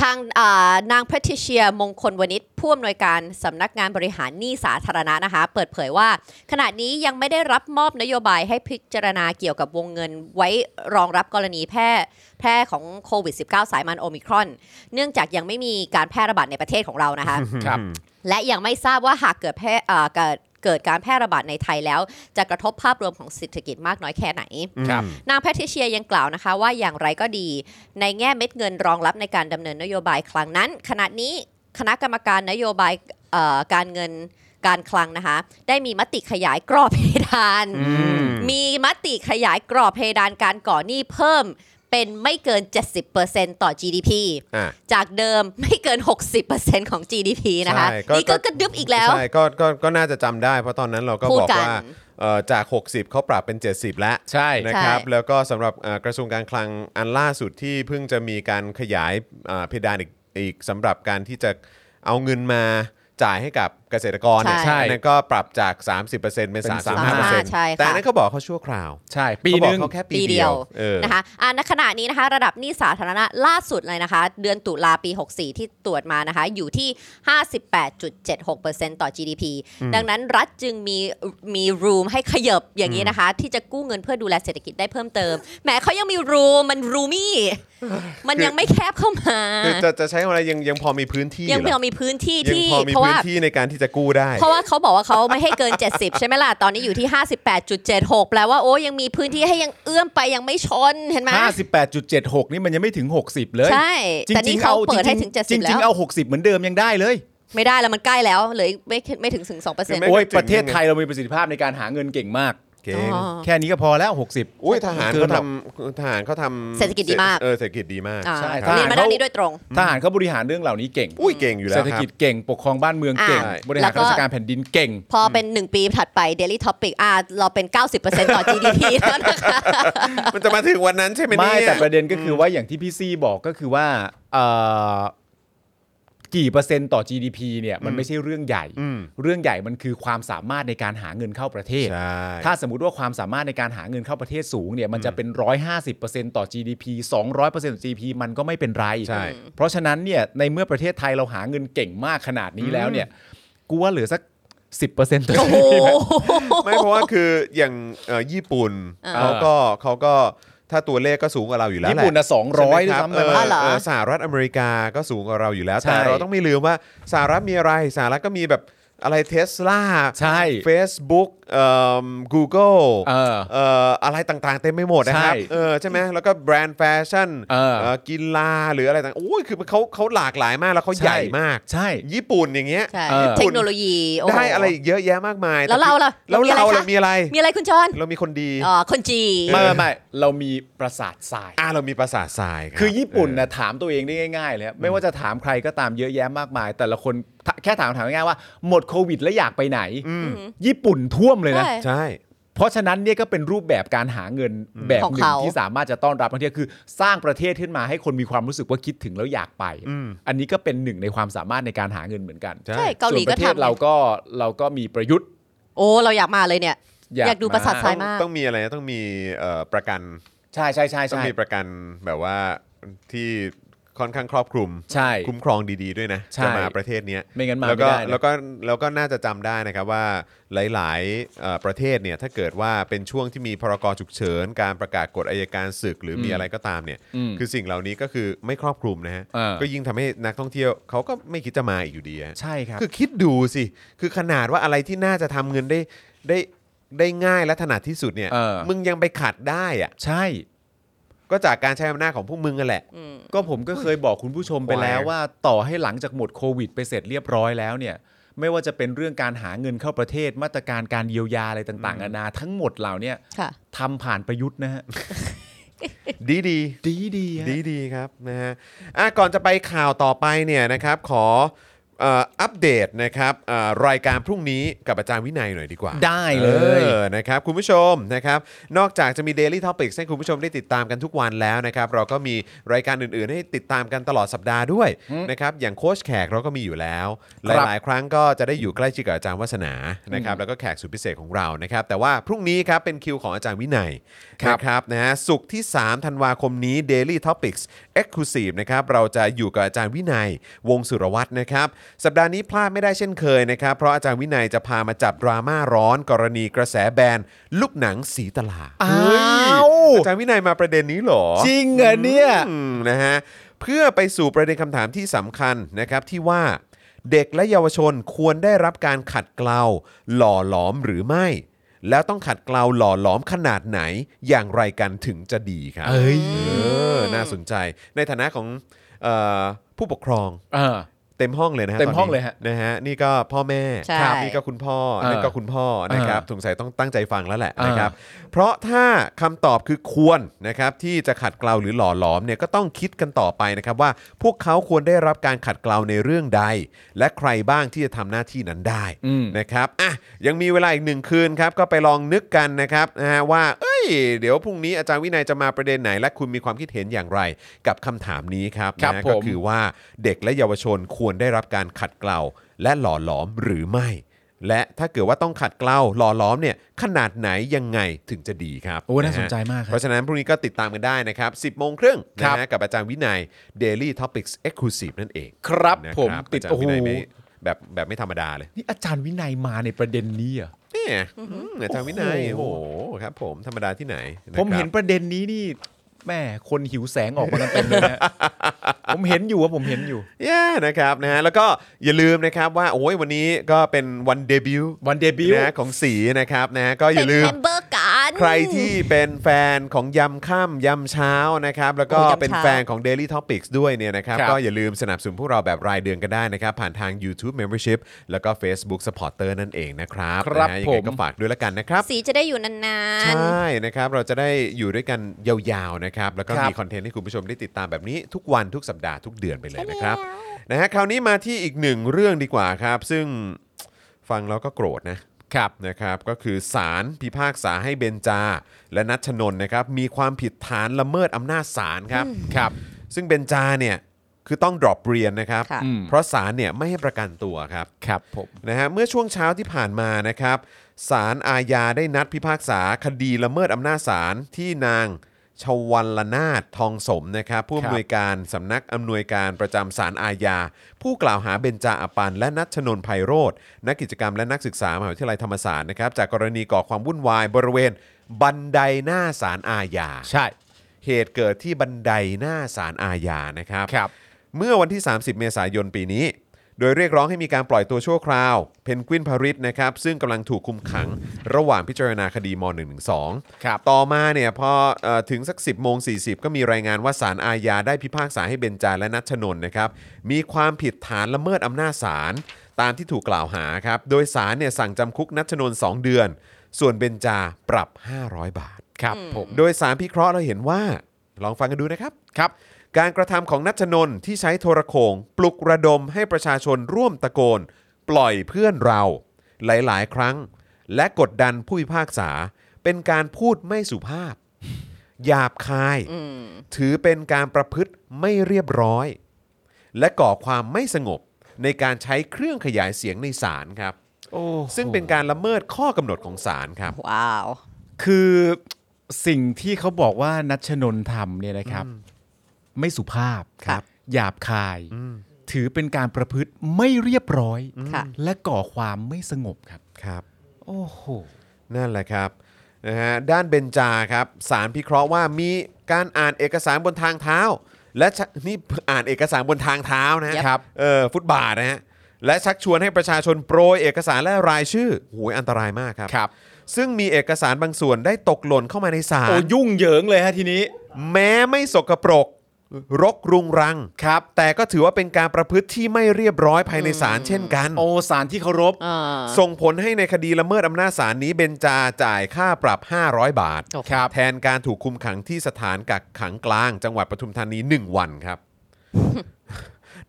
Speaker 3: ทางเอ่อนางแพทริเชียมงคลวณิชผู้อำนวยการสำนักงานบริหารหนี้สาธารณะนะคะ เปิดเผยว่า ขณะนี้ยังไม่ได้รับมอบนโยบายให้พิจารณาเกี่ยวกับวงเงินไว้รองรับกรณีแพร่แพร่ของโควิด -19 สายมันโอมิครอน เนื่องจากยังไม่มีการแพร่ระบาดในประเทศของเรานะคะ
Speaker 2: ครับ
Speaker 3: และยังไม่ทราบว่าหากเกิดแพร่เอ่อเกิดเกิดการแพร่ระบาดในไทยแล้ว จะกระทบภาพรวมของเศรษฐกิจมากน้อยแค่ไหน
Speaker 2: ครับ
Speaker 3: นางแพทริเชียยังกล่าวนะคะว่าอย่างไรก็ดี ในแง่เม็ดเงินรองรับในการดำเนินนโยบายคลังนั้น ขณะนี้คณะกรรมการนโยบายเอ่อการเงินการคลังนะคะ ได้มีมติขยายกรอบเพดาน
Speaker 1: ม
Speaker 3: มีมติขยายกรอบเพดานการก่อหนี้เพิ่มเป็นไม่เกิน 70%ต่อ GDP
Speaker 1: อ่ะ
Speaker 3: จากเดิมไม่เกิน 60%ของ GDP นะคะ
Speaker 1: ใช่
Speaker 3: นี่ก็กระดึบอีกแล้ว
Speaker 1: ใช่ก็ก็ก็น่าจะจำได้ เพราะตอนนั้นเราก็
Speaker 3: พูด
Speaker 1: บอก
Speaker 3: กัน
Speaker 1: ว่าเอ่อจาก 60เขาปรับเป็น 70 แล้ว
Speaker 2: ใช่
Speaker 1: นะครับ
Speaker 3: ใช่
Speaker 1: แล้วก็สำหรับเอ่อกระทรวงการคลังอันล่าสุดที่เพิ่งจะมีการขยายเอ่อเพดานอีกอีกสำหรับการที่จะเอาเงินมาจ่ายให้กับเกษตรกรเนี่ย
Speaker 2: ใช่
Speaker 1: อันนั่นก็ปรับจาก 30%เป็น
Speaker 2: เป็น
Speaker 1: 35%
Speaker 3: ใช่ค่ะ
Speaker 1: แต่อันนั้นเขาบอกเขาชั่วคราว
Speaker 2: ใช่ ปี
Speaker 1: เขา
Speaker 2: ห
Speaker 1: บอก
Speaker 2: นึ่ง
Speaker 1: เขาแค่ปี
Speaker 3: ปี
Speaker 1: เดี
Speaker 3: เดี
Speaker 1: ย
Speaker 3: ยว ว
Speaker 1: เออ
Speaker 3: นะคะอ่าณขณะนี้นะคะ ระดับหนี้สาธารณะล่าสุดเลยนะคะ เดือนตุลาปี 64 ที่ตรวจมานะคะ อยู่ที่ 58.76%ต่อ GDP ดังนั้นรัฐจึงมีมี room ให้ขยับอย่างนี้นะคะ ที่จะกู้เงินเพื่อดูแลเศรษฐกิจได้เพิ่มเติมแหมเขายังมี room มัน
Speaker 1: [SIGHS]
Speaker 3: roomy มันยังไม่แคบเข้ามา
Speaker 1: คือจะจะใช้คำอะไรยังยังพอมีพื้นที่
Speaker 3: ยัง
Speaker 1: เหรอ
Speaker 3: มีพื้นที่
Speaker 1: ยัง
Speaker 3: ที่
Speaker 1: พอมี
Speaker 3: เพราะ
Speaker 1: พื้
Speaker 3: ว่า
Speaker 1: นที่ในการที่จะกู้ได้
Speaker 3: เพราะว่าเขาบอกว่าเขาไม่ให้เกิน 70 ใช่ไหมล่ะ ตอนนี้อยู่ที่ 58.76 แปลว่าโอ้ยังมีพื้นที่ให้ยังเอื้อมไปยังไม่ชนเห็นไหม
Speaker 2: 58.76 นี่มันยังไม่ถึง 60 เลย
Speaker 3: ใช่ แต่นี่เขาเปิดให้ถึง
Speaker 2: จริง
Speaker 3: 70
Speaker 2: ๆจริ
Speaker 3: แล้
Speaker 2: งๆ
Speaker 3: ว
Speaker 2: เอา 60 เหมือนเดิมยังได้เลย
Speaker 3: ไม่ได้แล้วมันใกล้แล้วเหลยไม่ไม่ถึงถึง 2%เปอร์เซ็นต์
Speaker 1: ไม่
Speaker 2: โอ้ย
Speaker 1: ไม่ถึง
Speaker 2: ประเทศไทยเรามีประสิทธิภาพในการหาเงินเก่งมาก
Speaker 1: เก่ง
Speaker 2: แค่นี้ก็พอแล้ว 60
Speaker 1: อุ้ยทหารเขาทำทหารเขาทำ
Speaker 3: เศรษฐกิจดีมาก
Speaker 1: เออเศรษฐกิจดีมาก
Speaker 3: อ่า
Speaker 2: ใช่
Speaker 1: ครับ
Speaker 3: เรียนมาด้าน
Speaker 2: เขานี้
Speaker 3: นี้โดยตรง
Speaker 2: ทหารเขาบริหารเรื่องเหล่านี้เก่ง
Speaker 1: อุ้ยเก่งอยู่แล้
Speaker 2: เศร
Speaker 1: ว
Speaker 2: ษฐ
Speaker 1: ครับ
Speaker 2: กิจเก่ง ปกครองบ้านเมืองเก่ง
Speaker 3: อ่า
Speaker 2: บริหาร
Speaker 3: แล้วก็
Speaker 2: ราชการแผ่นดินเก่ง
Speaker 3: พอเป็น 1 ปีถัดไป Daily Topic อ่าเราเป็น 90%ต่อ GDP แล้วนะคะ
Speaker 1: มันจะมาถึงวันนั้นใช่ไหม
Speaker 2: ไม่
Speaker 1: เนี่ย
Speaker 2: แต่ประเด็นก็คือว่าอย่างที่พี่ซี่บอกก็คือว่าเอ่อ กี่เปอร์เซ็นต์ต่อ GDP เนี่ยมันไม่ใช่เรื่องใหญ่
Speaker 1: อืม
Speaker 2: เรื่องใหญ่มันคือความสามารถในการหาเงินเข้าประเทศ
Speaker 1: ใช่
Speaker 2: ถ้าสมมติว่าความสามารถในการหาเงินเข้าประเทศสูงเนี่ยมันจะเป็น 150%ต่อ GDP 200%ต่อ GDP มันก็ไม่เป็นไร
Speaker 1: ใช่
Speaker 2: เพราะฉะนั้นเนี่ยในเมื่อประเทศไทยเราหาเงินเก่งมากขนาดนี้แล้วเนี่ยกูว่าเหลือสัก 10%ต่อ
Speaker 3: โอ้โห
Speaker 1: ไม่เพราะว่าคืออย่างเอ่อญี่ปุ่น
Speaker 3: เออ
Speaker 1: เขาก็เขาก็ถ้าตัวเลขก็สูงกว่าเราอยู่แล้วแหละ
Speaker 2: ญี่ปุ่นน่ะ200ด้วยซ้ำไป
Speaker 1: ใช่ไหมค
Speaker 2: มั้
Speaker 1: รับ
Speaker 2: ง
Speaker 3: อ๋อเหรอ
Speaker 1: เออสหรัฐอเมริกาก็สูงกว่าเราอยู่แล้ว
Speaker 2: ใช่
Speaker 1: แต่เราต้องไม่ลืมว่าสหรัฐมีอะไรสหรัฐก็มีแบบอะไรเทสลา
Speaker 2: ใช่
Speaker 1: Facebook เอ่อ Google
Speaker 2: เออ
Speaker 1: เอ่ออะไรต่างๆ เต็มไปหมดนะครับ
Speaker 2: ใช่
Speaker 1: เออใช่ไหมแล้วก็แบรนด์แฟชั่น
Speaker 2: เออ
Speaker 1: เอ่อกีฬาหรืออะไรต่างโอ้ยคือเขาเขาหลากหลายมากแล้วเขาใหญ่มาก
Speaker 2: ใช่
Speaker 1: ญี่ปุ่นอย่างเงี้ย
Speaker 3: ใช่
Speaker 2: เออ
Speaker 3: เทคโนโลยีโโห
Speaker 1: ได้อะไรอีกเยอะแยะมากมาย
Speaker 3: แล้วเราล่ะ
Speaker 1: แล้ว
Speaker 3: เรามีอะไร
Speaker 1: เราล่ะ
Speaker 3: คะ
Speaker 1: มีอะไร
Speaker 3: มีอะไรคุณจอน
Speaker 1: [LAUGHS] เรามีคนดี
Speaker 3: อ๋อคนจีน
Speaker 2: ไม่ไม่ไม่เรามีประสาททราย
Speaker 1: อ่าเรามีประสาททรายรับ
Speaker 2: คือญี่ปุ่นนะ
Speaker 1: เอ
Speaker 2: ถามตัวเองได้ง่ายๆเลยครับไม่ว่าจะถามใครก็ตามเยอะแยะมากมาย แต่ละคนถ้าแค่ถามถามง่ายๆว่า หมดโควิดแล้วอยากไปไหน ญี่ปุ่นท่วมเลยนะ
Speaker 3: ใช่
Speaker 1: อใช่
Speaker 2: เพราะฉะนั้นเนี่ยก็เป็นรูปแบบการหาเงินแบบ
Speaker 3: ของ
Speaker 2: หนึ่ง
Speaker 3: เขา
Speaker 2: ที่สามารถจะต้อนรับท่องเที่ยวคือ สร้างประเทศขึ้นมาให้คนมีความรู้สึกว่าคิดถึงแล้วอยากไป
Speaker 1: อืม
Speaker 2: อันนี้ก็เป็นหนึ่งในความสามารถในการหาเงินเหมือนกัน
Speaker 3: ใช่เกาหลี
Speaker 2: ส่วนประเทศ
Speaker 3: ก็ทำ
Speaker 2: เราก็เราก็มีประยุทธ์
Speaker 3: โอ้เราอยากมาเลยเนี่ย
Speaker 2: อยาก
Speaker 3: อยากดู
Speaker 2: มา
Speaker 3: ปราสาททราย
Speaker 1: ต้อง
Speaker 3: มาก
Speaker 1: ต้องมีอะไรนะต้องมีเอ่อประกัน
Speaker 2: ใช่ใช่ใช่
Speaker 1: ต้อง
Speaker 2: ใช่
Speaker 1: มีประกันแบบว่าที่ค่อนข้างครอบคลุม
Speaker 2: ใช่
Speaker 1: คุ้มครองดีๆด้วยนะ
Speaker 2: ใช่
Speaker 1: จะมาประเทศเนี้ย
Speaker 2: ไม่งั้นมา
Speaker 1: แล้วก็
Speaker 2: ไม่ได้นะ
Speaker 1: แล้วก็แล้วก็น่าจะจำได้นะครับว่าหลายๆเอ่อประเทศเนี่ยถ้าเกิดว่าเป็นช่วงที่มีพรกฉุกเฉิน การประกาศกฎอายการศึกหรือมี
Speaker 2: อืม
Speaker 1: อะไรก็ตามเนี่ย
Speaker 2: อืม
Speaker 1: คือสิ่งเหล่านี้ก็คือไม่ครอบคลุมนะฮะ
Speaker 2: เออ
Speaker 1: ก็ยิ่งทำให้นักท่องเที่ยวเขาก็ไม่คิดจะมาอีกอยู่ดีฮะ
Speaker 2: ใช่ครับ
Speaker 1: คือคิดดูสิ คือขนาดว่าอะไรที่น่าจะทำเงินได้ได้ได้ง่ายและถนัดที่สุดเนี่ย
Speaker 2: เออ
Speaker 1: มึงยังไปขัดได้อะ
Speaker 2: ใช่
Speaker 1: ก็จากการใช้อำนาจของพวกมึงกันแหละ
Speaker 2: ก็ผมก็เคยบอกคุณผู้ชมไปแล้วว่าต่อให้หลังจากหมดโควิดไปเสร็จเรียบร้อยแล้วเนี่ยไม่ว่าจะเป็นเรื่องการหาเงินเข้าประเทศมาตรการการเยียวยาอะไรต่างๆนานาทั้งหมดเหล่าเนี้ย
Speaker 3: ค่ะ
Speaker 2: ทำผ่านประยุทธ์นะฮะ
Speaker 1: ดี
Speaker 2: [LAUGHS]
Speaker 1: ดี
Speaker 2: ดีดีฮะ
Speaker 1: ดีดีครับนะฮะอ่ะก่อนจะไปข่าวต่อไปเนี่ยนะครับขอเอ่ออัปเดตนะครับเอ่อรายการพรุ่งนี้กับอาจารย์วินัยหน่อยดีกว่า
Speaker 2: ได้เลย
Speaker 1: ออนะครับคุณผู้ชมนะครับนอกจากจะมี Daily Topics ให้คุณผู้ชมได้ติดตามกันทุกวันแล้วนะครับเราก็มีรายการอื่นๆ ให้ติดตามกันตลอดสัปดาห์ด้วยนะครับอย่างโค้ชแขกเราก็มีอยู่แล้ว ห
Speaker 2: ครับ
Speaker 1: ลายๆ ครั้งก็จะได้อยู่ใกล้ชิดกับอาจารย์วัฒนานะครับแล้วก็แขกสุดพิเศษของเรานะครับแต่ว่าพรุ่งนี้ครับเป็นคิวของอาจารย์วินัย นะครับนะฮะสุกร์ที่ 3 ธันวาคมนี้ Daily Topics Exclusive นะครับเราจะอยู่กับอาจารย์วินัยวงศ์สุรวัตรนะครับสัปดาห์นี้พลาดไม่ได้เช่นเคยนะครับ เพราะอาจารย์วินัยจะพามาจับดราม่าร้อน กรณีกระแสแบนลูกหนังสีตลา
Speaker 2: อ้าว
Speaker 1: เฮ้ยอาจารย์วินัยมาประเด็นนี้เหรอ
Speaker 2: จริงเหรอเนี่ย
Speaker 1: อืมนะฮะเพื่อไปสู่ประเด็นคำถามที่สำคัญนะครับที่ว่าเด็กและเยาวชนควรได้รับการขัดเกลาหล่อหลอมหรือไม่ แล้วต้องขัดเกลาหล่อหลอมขนาดไหนอย่างไรกันถึงจะดีครับ
Speaker 2: เอ้ย
Speaker 1: เออน่าสนใจในฐานะของเออผู้ปกครอง
Speaker 2: เออ
Speaker 1: เต็มห้องเลยนะฮะ
Speaker 2: เต็มห้อง
Speaker 1: นนี้
Speaker 2: เลยฮะ
Speaker 1: นะฮะนี่ก็พ่อแม่
Speaker 3: ใช่
Speaker 1: ครับนี่ก็คุณพ่อ
Speaker 2: เออ
Speaker 1: นั่นก็คุณพ่อนะครับ
Speaker 2: เออ
Speaker 1: สงสัยต้องตั้งใจฟังแล้วแหละ
Speaker 2: เออ
Speaker 1: นะครับ เพราะถ้าคำตอบคือควรนะครับที่จะขัดเกลาหรือหล่อหลอมเนี่ยก็ต้องคิดกันต่อไปนะครับว่าพวกเขาควรได้รับการขัดเกลาในเรื่องใด และใครบ้างที่จะทำหน้าที่นั้นได้
Speaker 2: อืม
Speaker 1: นะครับอ่ะยังมีเวลาอีกหนึ่งคืนครับก็ไปลองนึกกันนะครับนะฮะว่าเอ้ย เดี๋ยวพรุ่งนี้อาจารย์วินัยจะมาประเด็นไหน และคุณมีความคิดเห็นอย่างไร กับคำถามนี้ครับ
Speaker 2: ครับ
Speaker 1: นะฮะ
Speaker 2: ผม
Speaker 1: ก็คือว่าเด็กและเยาวชนควรได้รับการขัดเกลาและหล่อหลอมหรือไม่ และถ้าเกิดว่าต้องขัดเกลาหล่อล้อมเนี่ยขนาดไหนยังไงถึงจะดีครับ
Speaker 2: โอ้น่าสนใจมาก
Speaker 1: นะฮะ
Speaker 2: ค
Speaker 1: เพ
Speaker 2: รับ
Speaker 1: ราะฉะนั้นพรุ่งนี้ก็ติดตามกันได้นะครับ 10โมงครึ่งนะ
Speaker 2: ครับ
Speaker 1: ฮะกับอาจารย์วินัย Daily Topics Exclusive นั่นเอง
Speaker 2: ครับ
Speaker 1: นะ
Speaker 2: ผมติด
Speaker 1: อาจาร
Speaker 2: โอ้
Speaker 1: ย์
Speaker 2: โห
Speaker 1: วินัยไม่แบบแบบไม่ธรรมดาเลย
Speaker 2: นี่อาจารย์วินัยมาในประเด็นนี้เหรอ่ะ
Speaker 1: นี่อืมอาจารย์วินัย
Speaker 2: โอ้
Speaker 1: โอ้
Speaker 2: โห
Speaker 1: โหครับผมธรรมดาที่ไหนนะครับ
Speaker 2: ผมเห็นประเด็นนี้นี่แม่คนหิวแสงออกมากันเต็มเลยนะ ผมเห็นอยู่ว่าผมเห็นอยู่
Speaker 1: เย้นะครับนะฮะแล้วก็อย่าลืมนะครับว่าโอ้ยวันนี้ก็เป็นวันเดบิวต์
Speaker 2: วันเดบิวต์
Speaker 1: นะของสีนะครับนะฮะก็อย่าลื
Speaker 3: เป็
Speaker 1: ม
Speaker 3: นเมมเบอร์กัน
Speaker 1: ใครที่เป็นแฟนของยำค่ำยำเช้านะครับ แล้วก็
Speaker 3: โอ้ยำเช้า
Speaker 1: เป็นแฟนของ Daily Topics ด้วยเนี่ยนะครับ
Speaker 2: ครับ
Speaker 1: ก็อย่าลืมสนับสนุนพวกเราแบบรายเดือนกันได้นะครับ ผ่านทาง YouTube Membership แล้วก็ Facebook Supporter นั่นเองนะครับ
Speaker 2: ครับ
Speaker 1: นะฮะยังไง
Speaker 2: ผม
Speaker 1: ก็ฝากด้วยละกันนะครับ
Speaker 3: สีจะได้อยู่นาน
Speaker 1: ใช่นะครับ เราจะได้อยู่ด้วยกันยาวๆนะครับ แล้วก็
Speaker 2: ครับ
Speaker 1: มีคอนเทนต์ให้คุณผู้ชมได้ติดตามแบบนี้ทุกวันทุกสัปดาห์ทุกเดือนไปเลยนะครับนะฮะคราวนี้มาที่อีกหนึ่งเรื่องดีกว่าครับ ซึ่งฟังแล้วก็โกรธนะ
Speaker 2: ครับ
Speaker 1: นะครับก็คือศาลพิพากษาให้เบนจา และนัชนนนะครับมีความผิดฐานละเมิดอำนาจศาลครับครับ ซึ่งเบนจาเนี่ย คือต้อง drop เรียนนะครับ
Speaker 3: ค่ะ
Speaker 2: อืม
Speaker 1: เพราะศาลเนี่ยไม่ให้ประกันตัวครับ
Speaker 2: ครับผม
Speaker 1: นะฮะเมื่อช่วงเช้าที่ผ่านมานะครับศาลอาญาได้นัดพิพากษาคดีละเมิดอำนาจศาลที่นางชวัลนาถทองสมนะครับผู้อำนวยการสำนักอำนวยการประจำศาลอาญา ผู้กล่าวหาเบญจาอปันและนัชนนไพโรธนักกิจกรรมและนักศึกษามหาวิทยาลัยธรรมศาสตร์นะครับจากกรณีก่อความวุ่นวายบริเวณบันไดหน้าศาลอาญา
Speaker 2: ใช่
Speaker 1: เหตุเกิดที่บันไดหน้าศาลอาญานะครับ
Speaker 2: ครับ
Speaker 1: เมื่อวันที่ 30 เมษายนปีนี้ โดยเรียกร้องให้มีการปล่อยตัวชั่วคราว เพนกวินพาริสนะครับ ซึ่งกำลังถูกคุมขังระหว่างพิจารณาคดีม .112
Speaker 2: ครับ
Speaker 1: ต่อมาเนี่ยพอเอ่อถึงสัก 10โมง40 ก็มีรายงานว่าศาลอาญาได้พิพากษาให้เบนจาและนัชนนนะครับ มีความผิดฐานละเมิดอำนาจศาลตามที่ถูกกล่าวหาครับ โดยศาลเนี่ยสั่งจำคุกนัชนน 2 เดือน ส่วนเบนจาปรับ 500 บาท
Speaker 2: ครับผม
Speaker 1: โดยสารพิเคราะห์เราเห็นว่า ลองฟังกันดูนะครับ
Speaker 2: ครับ
Speaker 1: การกระทำของนัชนนท์ที่ใช้โทรโขงปลุกระดมให้ประชาชนร่วมตะโกน ปล่อยเพื่อนเรา หลาย ๆ ครั้ง และกดดันผู้พิพากษา เป็นการพูดไม่สุภาพ หยาบคาย ถือเป็นการประพฤติไม่เรียบร้อย และก่อความไม่สงบในการใช้เครื่องขยายเสียงในศาลครับ ซึ่งเป็นการละเมิดข้อกำหนดของศาลครับ
Speaker 3: ว้าว
Speaker 2: คือสิ่งที่เขาบอกว่านัชนนทำเนี่ยนะครับ ไม่สุภาพ
Speaker 3: ครับ
Speaker 2: หยาบคาย ถือเป็นการประพฤติไม่เรียบร้อย
Speaker 3: ค่ะ
Speaker 2: และก่อความไม่สงบครับ
Speaker 1: ครับ
Speaker 2: โอ้โห
Speaker 1: นั่นแหละครับนะฮะด้านเบนจาครับสารพิเคราะห์ว่ามีการอ่านเอกสารบนทางเท้า และชักนี่ อ่านเอกสารบนทางเท้านะฮะ
Speaker 2: ครับ
Speaker 1: เออฟุตบาทนะฮะ และชักชวนให้ประชาชนโปรยเอกสารและรายชื่อโหยอันตรายมากครับ
Speaker 2: ครับ
Speaker 1: ซึ่งมีเอกสารบางส่วนได้ตกหล่นเข้ามาในศา
Speaker 2: โอ้
Speaker 1: ล
Speaker 2: ยุ่งเหยิงเลยฮะทีนี้
Speaker 1: แม้ไม่สกปรก รกรุงรัง
Speaker 2: ครับ
Speaker 1: แต่ก็ถือว่าเป็นการประพฤติที่ไม่เรียบร้อยภายในศาลเช่นกัน
Speaker 2: โอสารที่เคารพ
Speaker 3: อ่า
Speaker 1: ส่งผลให้ในคดีละเมิดอำนาจศาลนี้เบนจาจ่ายค่าปรับ 500 บาท
Speaker 2: ครับ
Speaker 1: แทนการถูกคุมขังที่สถานกักขังกลาง จังหวัดปทุมธานี 1 วัน [LAUGHS] ครับ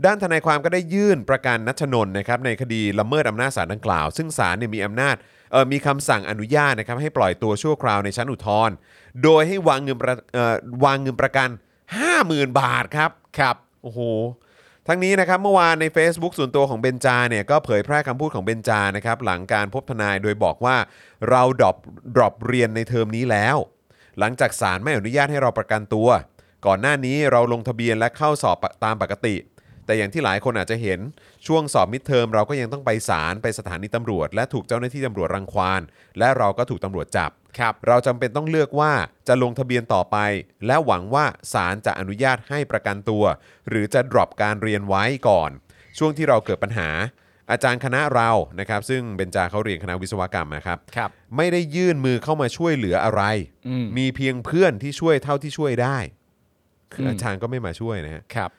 Speaker 1: ด้านทนายความก็ได้ยื่นประกันนัชนนท์นะครับในคดีละเมิดอำนาจศาลดังกล่าว ซึ่งศาลเนี่ยมีอำนาจเอ่อมีคำสั่งอนุญาตนะครับให้ปล่อยตัวชั่วคราวในชั้นอุทธรณ์โดยให้วางเงินประเอ่อวางเงินประกัน 50,000 บาทครับครับโอ้โห ทั้งนี้นะครับเมื่อวานใน Facebook ส่วนตัวของเบนจาเนี่ยก็เผยแพร่คำพูดของเบนจานะครับหลังการพบทนายโดยบอกว่าเราดรอปดรอปเรียนในเทอมนี้แล้ว หลังจากศาลไม่อนุญาตให้เราประกันตัว ก่อนหน้านี้เราลงทะเบียนและเข้าสอบตามปกติ แต่อย่างที่หลายคนอาจจะเห็นช่วงสอบมิดเทอมเราก็ยังต้องไปศาลไปสถานีตำรวจ และถูกเจ้าหน้าที่ตำรวจรังควานและเราก็ถูกตำรวจจับ
Speaker 2: ครับ
Speaker 1: เราจำเป็นต้องเลือกว่าจะลงทะเบียนต่อไป และหวังว่าศาลจะอนุญาตให้ประกันตัว หรือจะ drop การเรียนไว้ก่อน ช่วงที่เราเกิดปัญหา อาจารย์คณะเรานะครับ ซึ่งเบนจาเขาเรียนคณะวิศวกรรมนะครับ
Speaker 2: ครับ
Speaker 1: ไม่ได้ยื่นมือเข้ามาช่วยเหลืออะไร
Speaker 2: อืม
Speaker 1: มีเพียงเพื่อนที่ช่วยเท่าที่ช่วยได้ คืออาจารย์ก็ไม่มาช่วยนะฮะ
Speaker 2: ครับ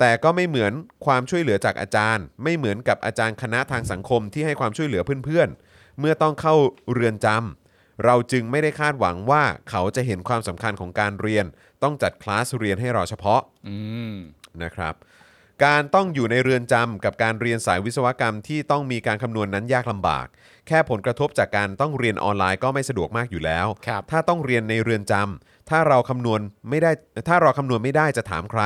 Speaker 1: แต่ก็ไม่เหมือนความช่วยเหลือจากอาจารย์ ไม่เหมือนกับอาจารย์คณะทางสังคมที่ให้ความช่วยเหลือเพื่อนๆ เมื่อต้องเข้าเรือนจำเราจึงไม่ได้คาดหวังว่าเขาจะเห็นความสำคัญของการเรียน ต้องจัดคลาสเรียนให้เราเฉพาะ
Speaker 2: อืม
Speaker 1: นะครับการต้องอยู่ในเรือนจำกับการเรียนสายวิศวกรรมที่ต้องมีการคำนวณนนั้นยากลำบาก แค่ผลกระทบจากการต้องเรียนออนไลน์ก็ไม่สะดวกมากอยู่แล้ว
Speaker 2: ครับ
Speaker 1: ถ้าต้องเรียนในเรือนจำถ้าเราคำนวณไม่ได้ถ้าเราคำนวณไม่ได้จะถามใคร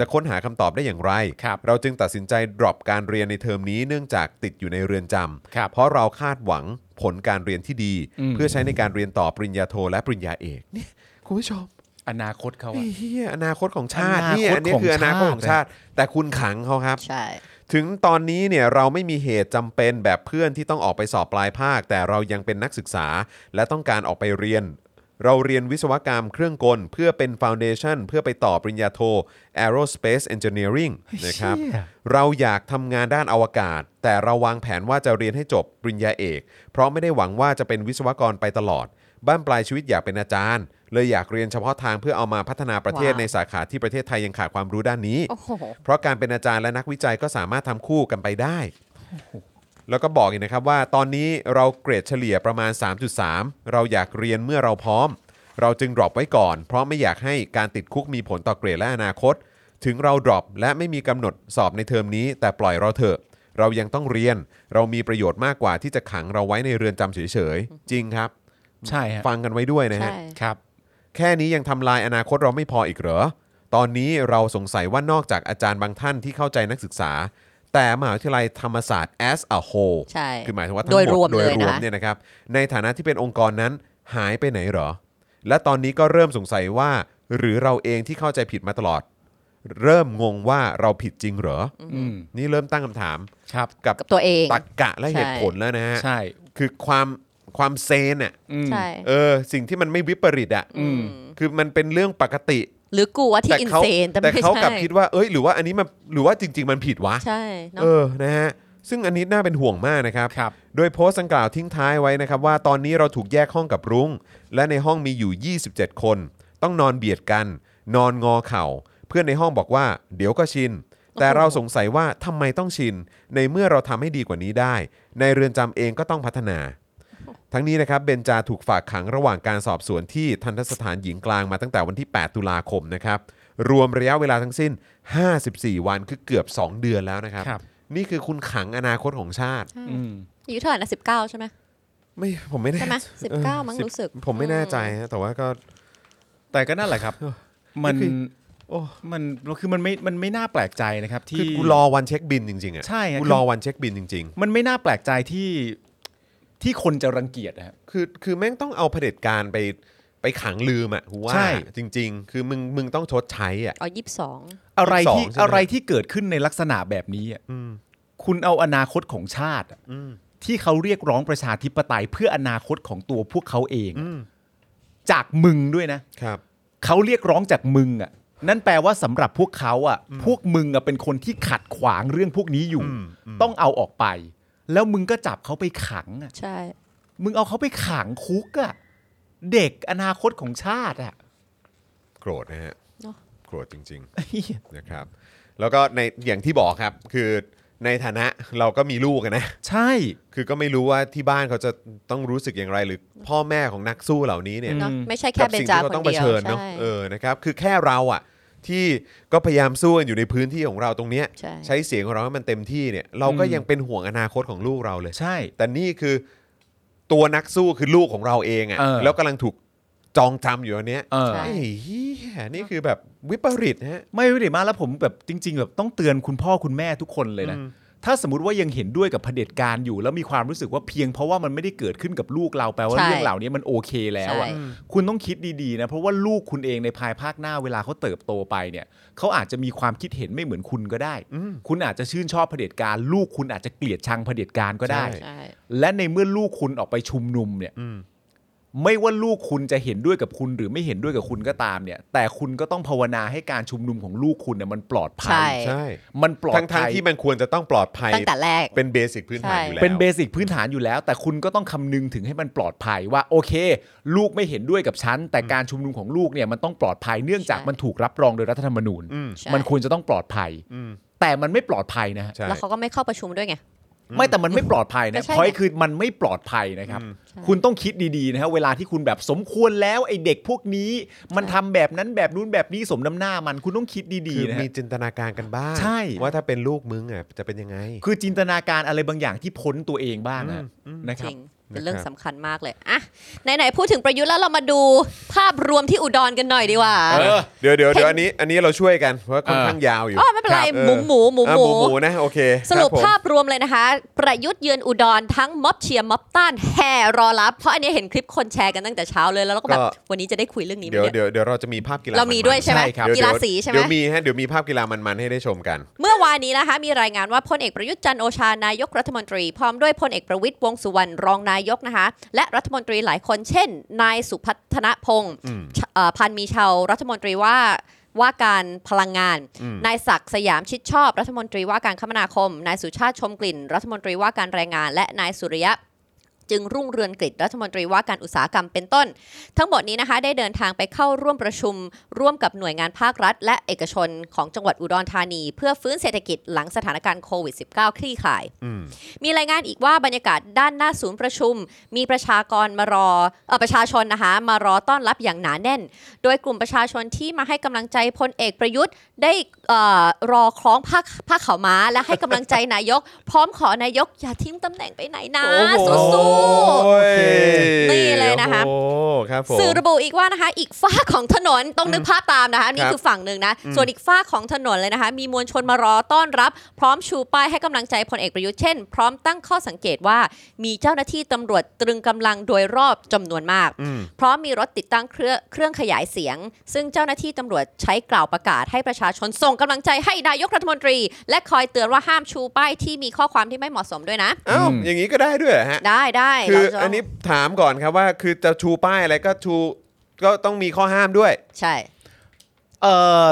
Speaker 1: จะค้นหาคำตอบได้อย่างไร
Speaker 2: ครับ
Speaker 1: เราจึงตัดสินใจ drop การเรียนในเทอมนี้เนื่องจากติดอยู่ในเรือนจำ
Speaker 2: ครับ
Speaker 1: เพราะเราคาดหวังผลการเรียนที่ดี
Speaker 2: อืม
Speaker 1: เพื่อใช้ในการเรียนต่อปริญญาโทและปริญญาเอกเนี่ยคุณผู้ชม
Speaker 2: อนาคตเขา
Speaker 1: ไอ้
Speaker 2: อะ
Speaker 1: เฮียอนาคตของชาติ
Speaker 2: อนาคต
Speaker 1: เนี่ยอันนี้คืออ
Speaker 2: ของชา
Speaker 1: นา
Speaker 2: ติ
Speaker 1: คตของชาติ แต่คุณขังเขาครับ
Speaker 3: ใช่
Speaker 1: ถึงตอนนี้เนี่ยเราไม่มีเหตุจำเป็นแบบเพื่อนที่ต้องออกไปสอบปลายภาค แต่เรายังเป็นนักศึกษาและต้องการออกไปเรียน เราเรียนวิศวกรรมเครื่องกล เพื่อเป็นฟ u n เดชั o n เพื่อไปต่อปริญญาโท aerospace engineering นะครับ
Speaker 2: เชี่ย
Speaker 1: เราอยากทำงานด้านอวกาศ แต่เราวางแผนว่าจะเรียนให้จบปริญญาเอก เพราะไม่ได้หวังว่าจะเป็นวิศวกรไปตลอด บ้านปลายชีวิตอยากเป็นอาจารย์ เลยอยากเรียนเฉพาะทางเพื่อเอามาพัฒนาประเทศ
Speaker 3: ว้าว
Speaker 1: ในสาขาที่ประเทศไทยยังขาดความรู้ด้านนี้
Speaker 3: โอ้โห
Speaker 1: เพราะการเป็นอาจารย์และนักวิจัยก็สามารถทำคู่กันไปได้ แล้วก็บอกอีกนะครับว่าตอนนี้เราเกรดเฉลี่ยประมาณ 3.3 เราอยากเรียนเมื่อเราพร้อม เราจึงดรอปไว้ก่อน เพราะไม่อยากให้การติดคุกมีผลต่อเกรดและอนาคต ถึงเราดรอปและไม่มีกำหนดสอบในเทอมนี้ แต่ปล่อยเราเถอะ เรายังต้องเรียน เรามีประโยชน์มากกว่าที่จะขังเราไว้ในเรือนจำเฉยๆ จริงครับ
Speaker 2: ใช่ฮะ
Speaker 1: ฟังกันไว้ด้วยนะฮะ
Speaker 3: ใช่
Speaker 2: ครับ
Speaker 1: แค่นี้ยังทำลายอนาคตเราไม่พออีกเหรอ ตอนนี้เราสงสัยว่านอกจากอาจารย์บางท่านที่เข้าใจนักศึกษา แต่มหาวิทยาลัยธรรมศาสตร์ as a whole
Speaker 3: ใช่
Speaker 1: คือหมายถึงว่าทั้ง
Speaker 3: โดย
Speaker 1: หมด
Speaker 3: รวม
Speaker 1: โดย
Speaker 3: เลย
Speaker 1: รวม
Speaker 3: นะคะ
Speaker 1: เนี่ยนะครับ ในฐานะที่เป็นองค์กรนั้นหายไปไหนเหรอ และตอนนี้ก็เริ่มสงสัยว่า หรือเราเองที่เข้าใจผิดมาตลอด เริ่มงงว่าเราผิดจริงเหรออ
Speaker 2: อืม
Speaker 1: นี่เริ่มตั้งคำถาม
Speaker 2: ครับ
Speaker 1: กับ
Speaker 3: กับตัวเอง
Speaker 1: ตักกะและเหตุผลแล้วนะฮะ
Speaker 2: ใช่
Speaker 1: คือความความเซนอ่ะ
Speaker 2: อืม
Speaker 3: ใช่
Speaker 1: เออสิ่งที่มันไม่วิปริตอ่ะ
Speaker 2: อืม
Speaker 1: คือมันเป็นเรื่องปกติ
Speaker 3: หรือกูว่าที่อินเซนแต่
Speaker 1: แต่
Speaker 3: ไม่
Speaker 1: เขากลั
Speaker 3: ใช่
Speaker 1: บคิดว่า เอ้ย หรือว่าอันนี้มัน หรือว่าจริง ๆ มันผิดวะ
Speaker 3: ใช่เนอะ
Speaker 1: เออ นะฮะ ซึ่งอันนี้น่าเป็นห่วงมากนะครับ
Speaker 2: ครับ
Speaker 1: โดยโพสต์ดังกล่าวทิ้งท้ายไว้นะครับว่าตอนนี้เราถูกแยกห้องกับรุ้ง และในห้องมีอยู่ 27 คน ต้องนอนเบียดกัน นอนงอเข่า เพื่อนในห้องบอกว่า เดี๋ยวก็ชิน แต่เราสงสัยว่าทำไมต้องชิน ในเมื่อเราทำให้ดีกว่านี้ได้ ในเรือนจำเองก็ต้องพัฒนา ทั้งนี้นะครับเบนจาถูกฝากขังระหว่างการสอบสวนที่ทันทสถานหญิงกลางมาตั้งแต่วันที่ 8 ตุลาคมนะครับรวมระยะเวลาทั้งสิ้น 54 วันคือเกือบ 2 เดือนแล้วนะครับ
Speaker 2: ครับ
Speaker 1: นี่คือคุณขังอนาคตของชาติ
Speaker 2: อืม
Speaker 3: อายุเท่าไหร่นะสิบเก้าใช่ไหม
Speaker 1: ไม่ผมไม่แน่
Speaker 3: ใช่ไหม
Speaker 1: ใจ
Speaker 3: 19
Speaker 1: ออ
Speaker 3: มั้ง
Speaker 1: สิบ
Speaker 3: รู้สึก
Speaker 1: ผมไม่แน่ใจฮะแต่ว่าก็
Speaker 2: แต่ก็นั่นแหละครับ มัน
Speaker 1: คือ โอ้
Speaker 2: มันคือมันไม่มันไม่น่าแปลกใจนะครับ
Speaker 1: คือ
Speaker 2: ที่
Speaker 1: กูรอวันเช็คบินจริงๆอ่ะ
Speaker 2: ใช่ฮะ
Speaker 1: กูรอวันเช็คบินจริง
Speaker 2: มันไม่น่าแปลกใจที่ที่คนจะรังเกียจนะครับ
Speaker 1: ๆ คือคือแม่งต้องเอาเผด็จการไปไปขังลืมอ่ะกูว่า
Speaker 2: ใช่
Speaker 1: จริง ๆ คือมึงมึงต้องชดใช้อ่ะ
Speaker 3: อ๋อยี่สิบสอง
Speaker 2: อะไร
Speaker 1: สอง
Speaker 2: ที่
Speaker 1: ใช่ไหม
Speaker 2: อะไรที่เกิดขึ้นในลักษณะแบบนี้อะ
Speaker 1: อืม
Speaker 2: คุณเอาอนาคตของชาติอะ
Speaker 1: อืม
Speaker 2: ที่เขาเรียกร้องประชาธิปไตยเพื่ออนาคตของตัวพวกเขาเอง
Speaker 1: อื
Speaker 2: อะ
Speaker 1: ม
Speaker 2: จากมึงด้วยนะครับ เขาเรียกร้องจากมึงอ่ะ นั่นแปลว่าสำหรับพวกเขาอ่ะ พวกมึงอ่ะเป็นคนที่ขัดขวางเรื่องพวกนี้อยู่
Speaker 1: อืมอืม
Speaker 2: ต้องเอาออกไป แล้วมึงก็จับเขาไปขังอ่ะ
Speaker 3: ใช่
Speaker 2: มึงเอาเขาไปขังคุกอ่ะเด็กอนาคตของชาติอ่ะ
Speaker 1: โกรธนะฮะ
Speaker 3: เนอะ
Speaker 1: โกรธจริง ๆ นะครับ แล้วก็ในอย่างที่บอกครับ คือในฐานะเราก็มีลูกอะนะ
Speaker 2: ใช่
Speaker 1: คือก็ไม่รู้ว่าที่บ้านเขาจะต้องรู้สึกอย่างไร หรือพ่อแม่ของนักสู้เหล่านี้เนี่ย
Speaker 3: เนอะ
Speaker 2: อืม
Speaker 3: ไม่ใช่
Speaker 1: กั
Speaker 3: แค่
Speaker 1: บ
Speaker 3: เบน
Speaker 1: สิ่ง
Speaker 3: จา
Speaker 1: ที่เรา
Speaker 3: คน
Speaker 1: ต้องเผ
Speaker 3: เดียว
Speaker 1: ชิญเนาะ
Speaker 3: ใช่
Speaker 1: เออนะครับคือแค่เราอะที่ก็พยายามสู้กันอยู่ในพื้นที่ของเราตรงเนี้ย
Speaker 3: ใช่
Speaker 1: ใช้เสียงของเราให้มันเต็มที่เนี่ย เราก็ยังเป็นห่วงอนาคตของลูกเราเลย
Speaker 2: ใช่
Speaker 1: แต่นี่คือตัวนักสู้คือลูกของเราเองอะ
Speaker 2: เออ
Speaker 1: แล้วกำลังถูกจองจำอยู่อันเนี้ย
Speaker 2: เออ
Speaker 3: ใช่
Speaker 1: ไอ้เหี้ยนี่คือแบบวิปริตฮะ
Speaker 2: ไม่ไม่ได้มาแล้วผมแบบจริง ๆ แบบต้องเตือนคุณพ่อคุณแม่ทุกคนเลยนะ
Speaker 1: อืม
Speaker 2: ถ้าสมมติว่ายังเห็นด้วยกับเผด็จการอยู่ แล้วมีความรู้สึกว่าเพียงเพราะว่ามันไม่ได้เกิดขึ้นกับลูกเราแปลว่า
Speaker 3: ใช่
Speaker 2: เรื่องเหล่านี้มันโอเคแล้วอะ
Speaker 3: ใช่
Speaker 2: คุณต้องคิดดีๆนะเพราะว่าลูกคุณเองในภายภาคหน้าเวลาเขาเติบโตไปเนี่ยเขาอาจจะมีความคิดเห็นไม่เหมือนคุณก็ได้ คุณอาจจะชื่นชอบเผด็จการ ลูกคุณอาจจะเกลียดชังเผด็จการก็ได้
Speaker 1: ใช่
Speaker 3: ใช่
Speaker 2: และในเมื่อลูกคุณออกไปชุมนุมเนี่ย
Speaker 1: อืม
Speaker 2: ไม่ว่าลูกคุณจะเห็นด้วยกับคุณหรือไม่เห็นด้วยกับคุณก็ตามเนี่ย แต่คุณก็ต้องภาวนาให้การชุมนุมของลูกคุณเนี่ยมันปลอดภั
Speaker 3: ใช่
Speaker 2: ย
Speaker 1: ใช่
Speaker 2: มันปลอ
Speaker 1: ทั้
Speaker 2: ด
Speaker 1: งท
Speaker 2: ภัย
Speaker 1: ที่มันควรจะต้องปลอดภัย
Speaker 3: ตั้งแต่แรก
Speaker 1: เป็นเบสิกพื้นฐานอยู่แล้ว
Speaker 2: เป็นเบสิกพื้นฐานอยู่แล้ว แต่คุณก็ต้องคำนึงถึงให้มันปลอดภัยว่าโอเค ลูกไม่เห็นด้วยกับฉันแต่การชุมนุมของลูกเนี่ยมันต้องปลอดภัยเนื่องจาก
Speaker 3: ใช่
Speaker 2: มันถูกรับรองโดยรัฐธรรมนูญ
Speaker 1: อืม
Speaker 3: ใช่
Speaker 2: มันควรจะต้องปลอดภัย
Speaker 1: อืม
Speaker 2: แต่มันไม่ปลอดภัยนะฮะ
Speaker 1: ใช่
Speaker 3: แล้วเขาก็ไม่เข้าประชุมด้วยไง
Speaker 2: ไม่แต่มันไม่ปลอดภัย
Speaker 3: ไม่
Speaker 2: นะ
Speaker 3: ใช่
Speaker 2: พอย
Speaker 3: ไง
Speaker 2: คือมันไม่ปลอดภัยนะครับ
Speaker 3: ใช่
Speaker 2: คุณต้องคิดดีๆนะฮะเวลาที่คุณแบบสมควรแล้วไอเด็กพวกนี้ มัน
Speaker 3: ใช่
Speaker 2: ทำแบบนั้นแบบนู้นแบบนี้สมน้ำหน้ามันคุณต้องคิดดี
Speaker 1: คือ
Speaker 2: ๆนะ
Speaker 1: มี
Speaker 2: ฮะ
Speaker 1: จินตนาการกันบ้าง
Speaker 2: ใช่
Speaker 1: ว่าถ้าเป็นลูกมึงอ่ะจะเป็นยังไง
Speaker 2: คือจินตนาการอะไรบางอย่างที่พ้นตัวเองบ้างนะนะค
Speaker 3: จ
Speaker 2: รับ
Speaker 3: ริง เป็นเรื่อง
Speaker 1: นะครับ
Speaker 3: สำคัญมากเลยอะไหนๆพูดถึงประยุทธ์แล้วเรามาดูภาพรวมที่อุดรกันหน่อยดีกว่า
Speaker 1: เออเดี๋ยวเดี๋ยว
Speaker 3: เห็น
Speaker 1: เดี๋ยวอันนี้อันนี้เราช่วยกันเพราะว่าค่อนข้างยาวอยู่
Speaker 3: อ๋อไม่เป็นไร
Speaker 1: คบ
Speaker 3: หมูหมูหมู
Speaker 1: อ่ะ
Speaker 3: หมู
Speaker 1: หมูนะโอเค
Speaker 3: สรุป
Speaker 1: คบผม
Speaker 3: ภาพรวมเลยนะคะ ประยุทธ์เยือนอุดรทั้งม็อบเชียร์ม็อบต้านแห่รอรับ เพราะอันนี้เห็นคลิปคนแชร์กันตั้งแต่เช้าเลยแล้วเราก็แบบ
Speaker 1: ก็
Speaker 3: วันนี้จะได้คุยเรื่องนี้ไหม
Speaker 1: เดี๋ยว
Speaker 3: เนี่ย
Speaker 1: เดี๋ยวเดี๋ยวเราจะมีภาพกีฬา
Speaker 3: เรามี
Speaker 1: นๆ
Speaker 3: ด้วยใช่ไหม
Speaker 1: ใช่ครับ
Speaker 3: กีฬา
Speaker 1: เดี๋ยว
Speaker 3: สีใช่ไหม
Speaker 1: เดี๋ยวมีฮะเดี๋ยวมีภาพกีฬามันๆให้ได้ชมกัน
Speaker 3: เมื่อวานนี้นะคะ มีรายงานว่าพลเอกประยุทธ์จันทร์โอชานายกรัฐมนตรี พร้อมด้วยพลเอกประวิตยวงษ์สุวรรณรองนายกนะคะ และรัฐมนตรีหลายคนเช่น นายสุพัฒนพงศ์
Speaker 1: อืม
Speaker 3: เอ่อพันมีชาวรัฐมนตรีว่าว่าการพลังงาน
Speaker 1: อืม
Speaker 3: นายศักดิ์สยามชิดชอบรัฐมนตรีว่าการคมนาคม นายสุชาติชมกลิ่น รัฐมนตรีว่าการแรงงาน และนายสุริยะ จึงรุ่งเรืองกิจรัฐมนตรีว่าการอุตสาหกรรมเป็นต้น ทั้งหมดนี้นะคะ ได้เดินทางไปเข้าร่วมประชุม ร่วมกับหน่วยงานภาครัฐ และเอกชนของจังหวัดอุดรธานี เพื่อฟื้นเศรษฐกิจหลังสถานการณ์โควิด -19 คลี่คลาย
Speaker 1: อืม
Speaker 3: มีรายงานอีกว่าบรรยากาศด้านหน้าศูนย์ประชุม มีประชากรมารอเออประชาชนนะคะมารอต้อนรับอย่างหนาแน่น โดยกลุ่มประชาชนที่มาให้กำลังใจพลเอกประยุทธ์ได้เอ่อรอคล้องผ้าผ้าขาวม้า และให้กำลังใจนายก พร้อมขอนายกอย่าทิ้งตำแหน่งไปไหนนะสู้
Speaker 1: โอ้ย
Speaker 3: นี่เลยนะคะ
Speaker 1: โอ้โห ครับผม
Speaker 3: สื่อระบุอีกว่านะคะ อีกฝ้ากของถนนต้องนึกภาพตามนะคะอันนี่
Speaker 1: ครับ
Speaker 3: คือฝั่งหนึ่งนะ ส่วนอีกฝ้ากของถนนเลยนะคะ มีมวลชนมารอต้อนรับ พร้อมชูป้ายให้กำลังใจพลเอกประยุทธ์เช่น พร้อมตั้งข้อสังเกตว่า มีเจ้าหน้าที่ตำรวจตรึงกำลังโดยรอบจำนวนมาก
Speaker 1: อืม
Speaker 3: พร้อมมีรถติดตั้งเครื่องเครื่องขยายเสียง ซึ่งเจ้าหน้าที่ตำรวจใช้กล่าวประกาศให้ประชาชนส่งกำลังใจให้นายกรัฐมนตรี และคอยเตือนว่าห้ามชูป้ายที่มีข้อความที่ไม่เหมาะสมด้วยนะ
Speaker 1: อ้าวอย่างนี้ก็ได้ด้วยเหรอฮะ
Speaker 3: ได้ได้
Speaker 1: คือ
Speaker 3: เราจะ
Speaker 1: อันนี้ถามก่อนครับว่า คือจะชูป้ายอะไรก็ชูก็ต้องมีข้อห้ามด้วย
Speaker 3: ใช่
Speaker 2: เอ่อ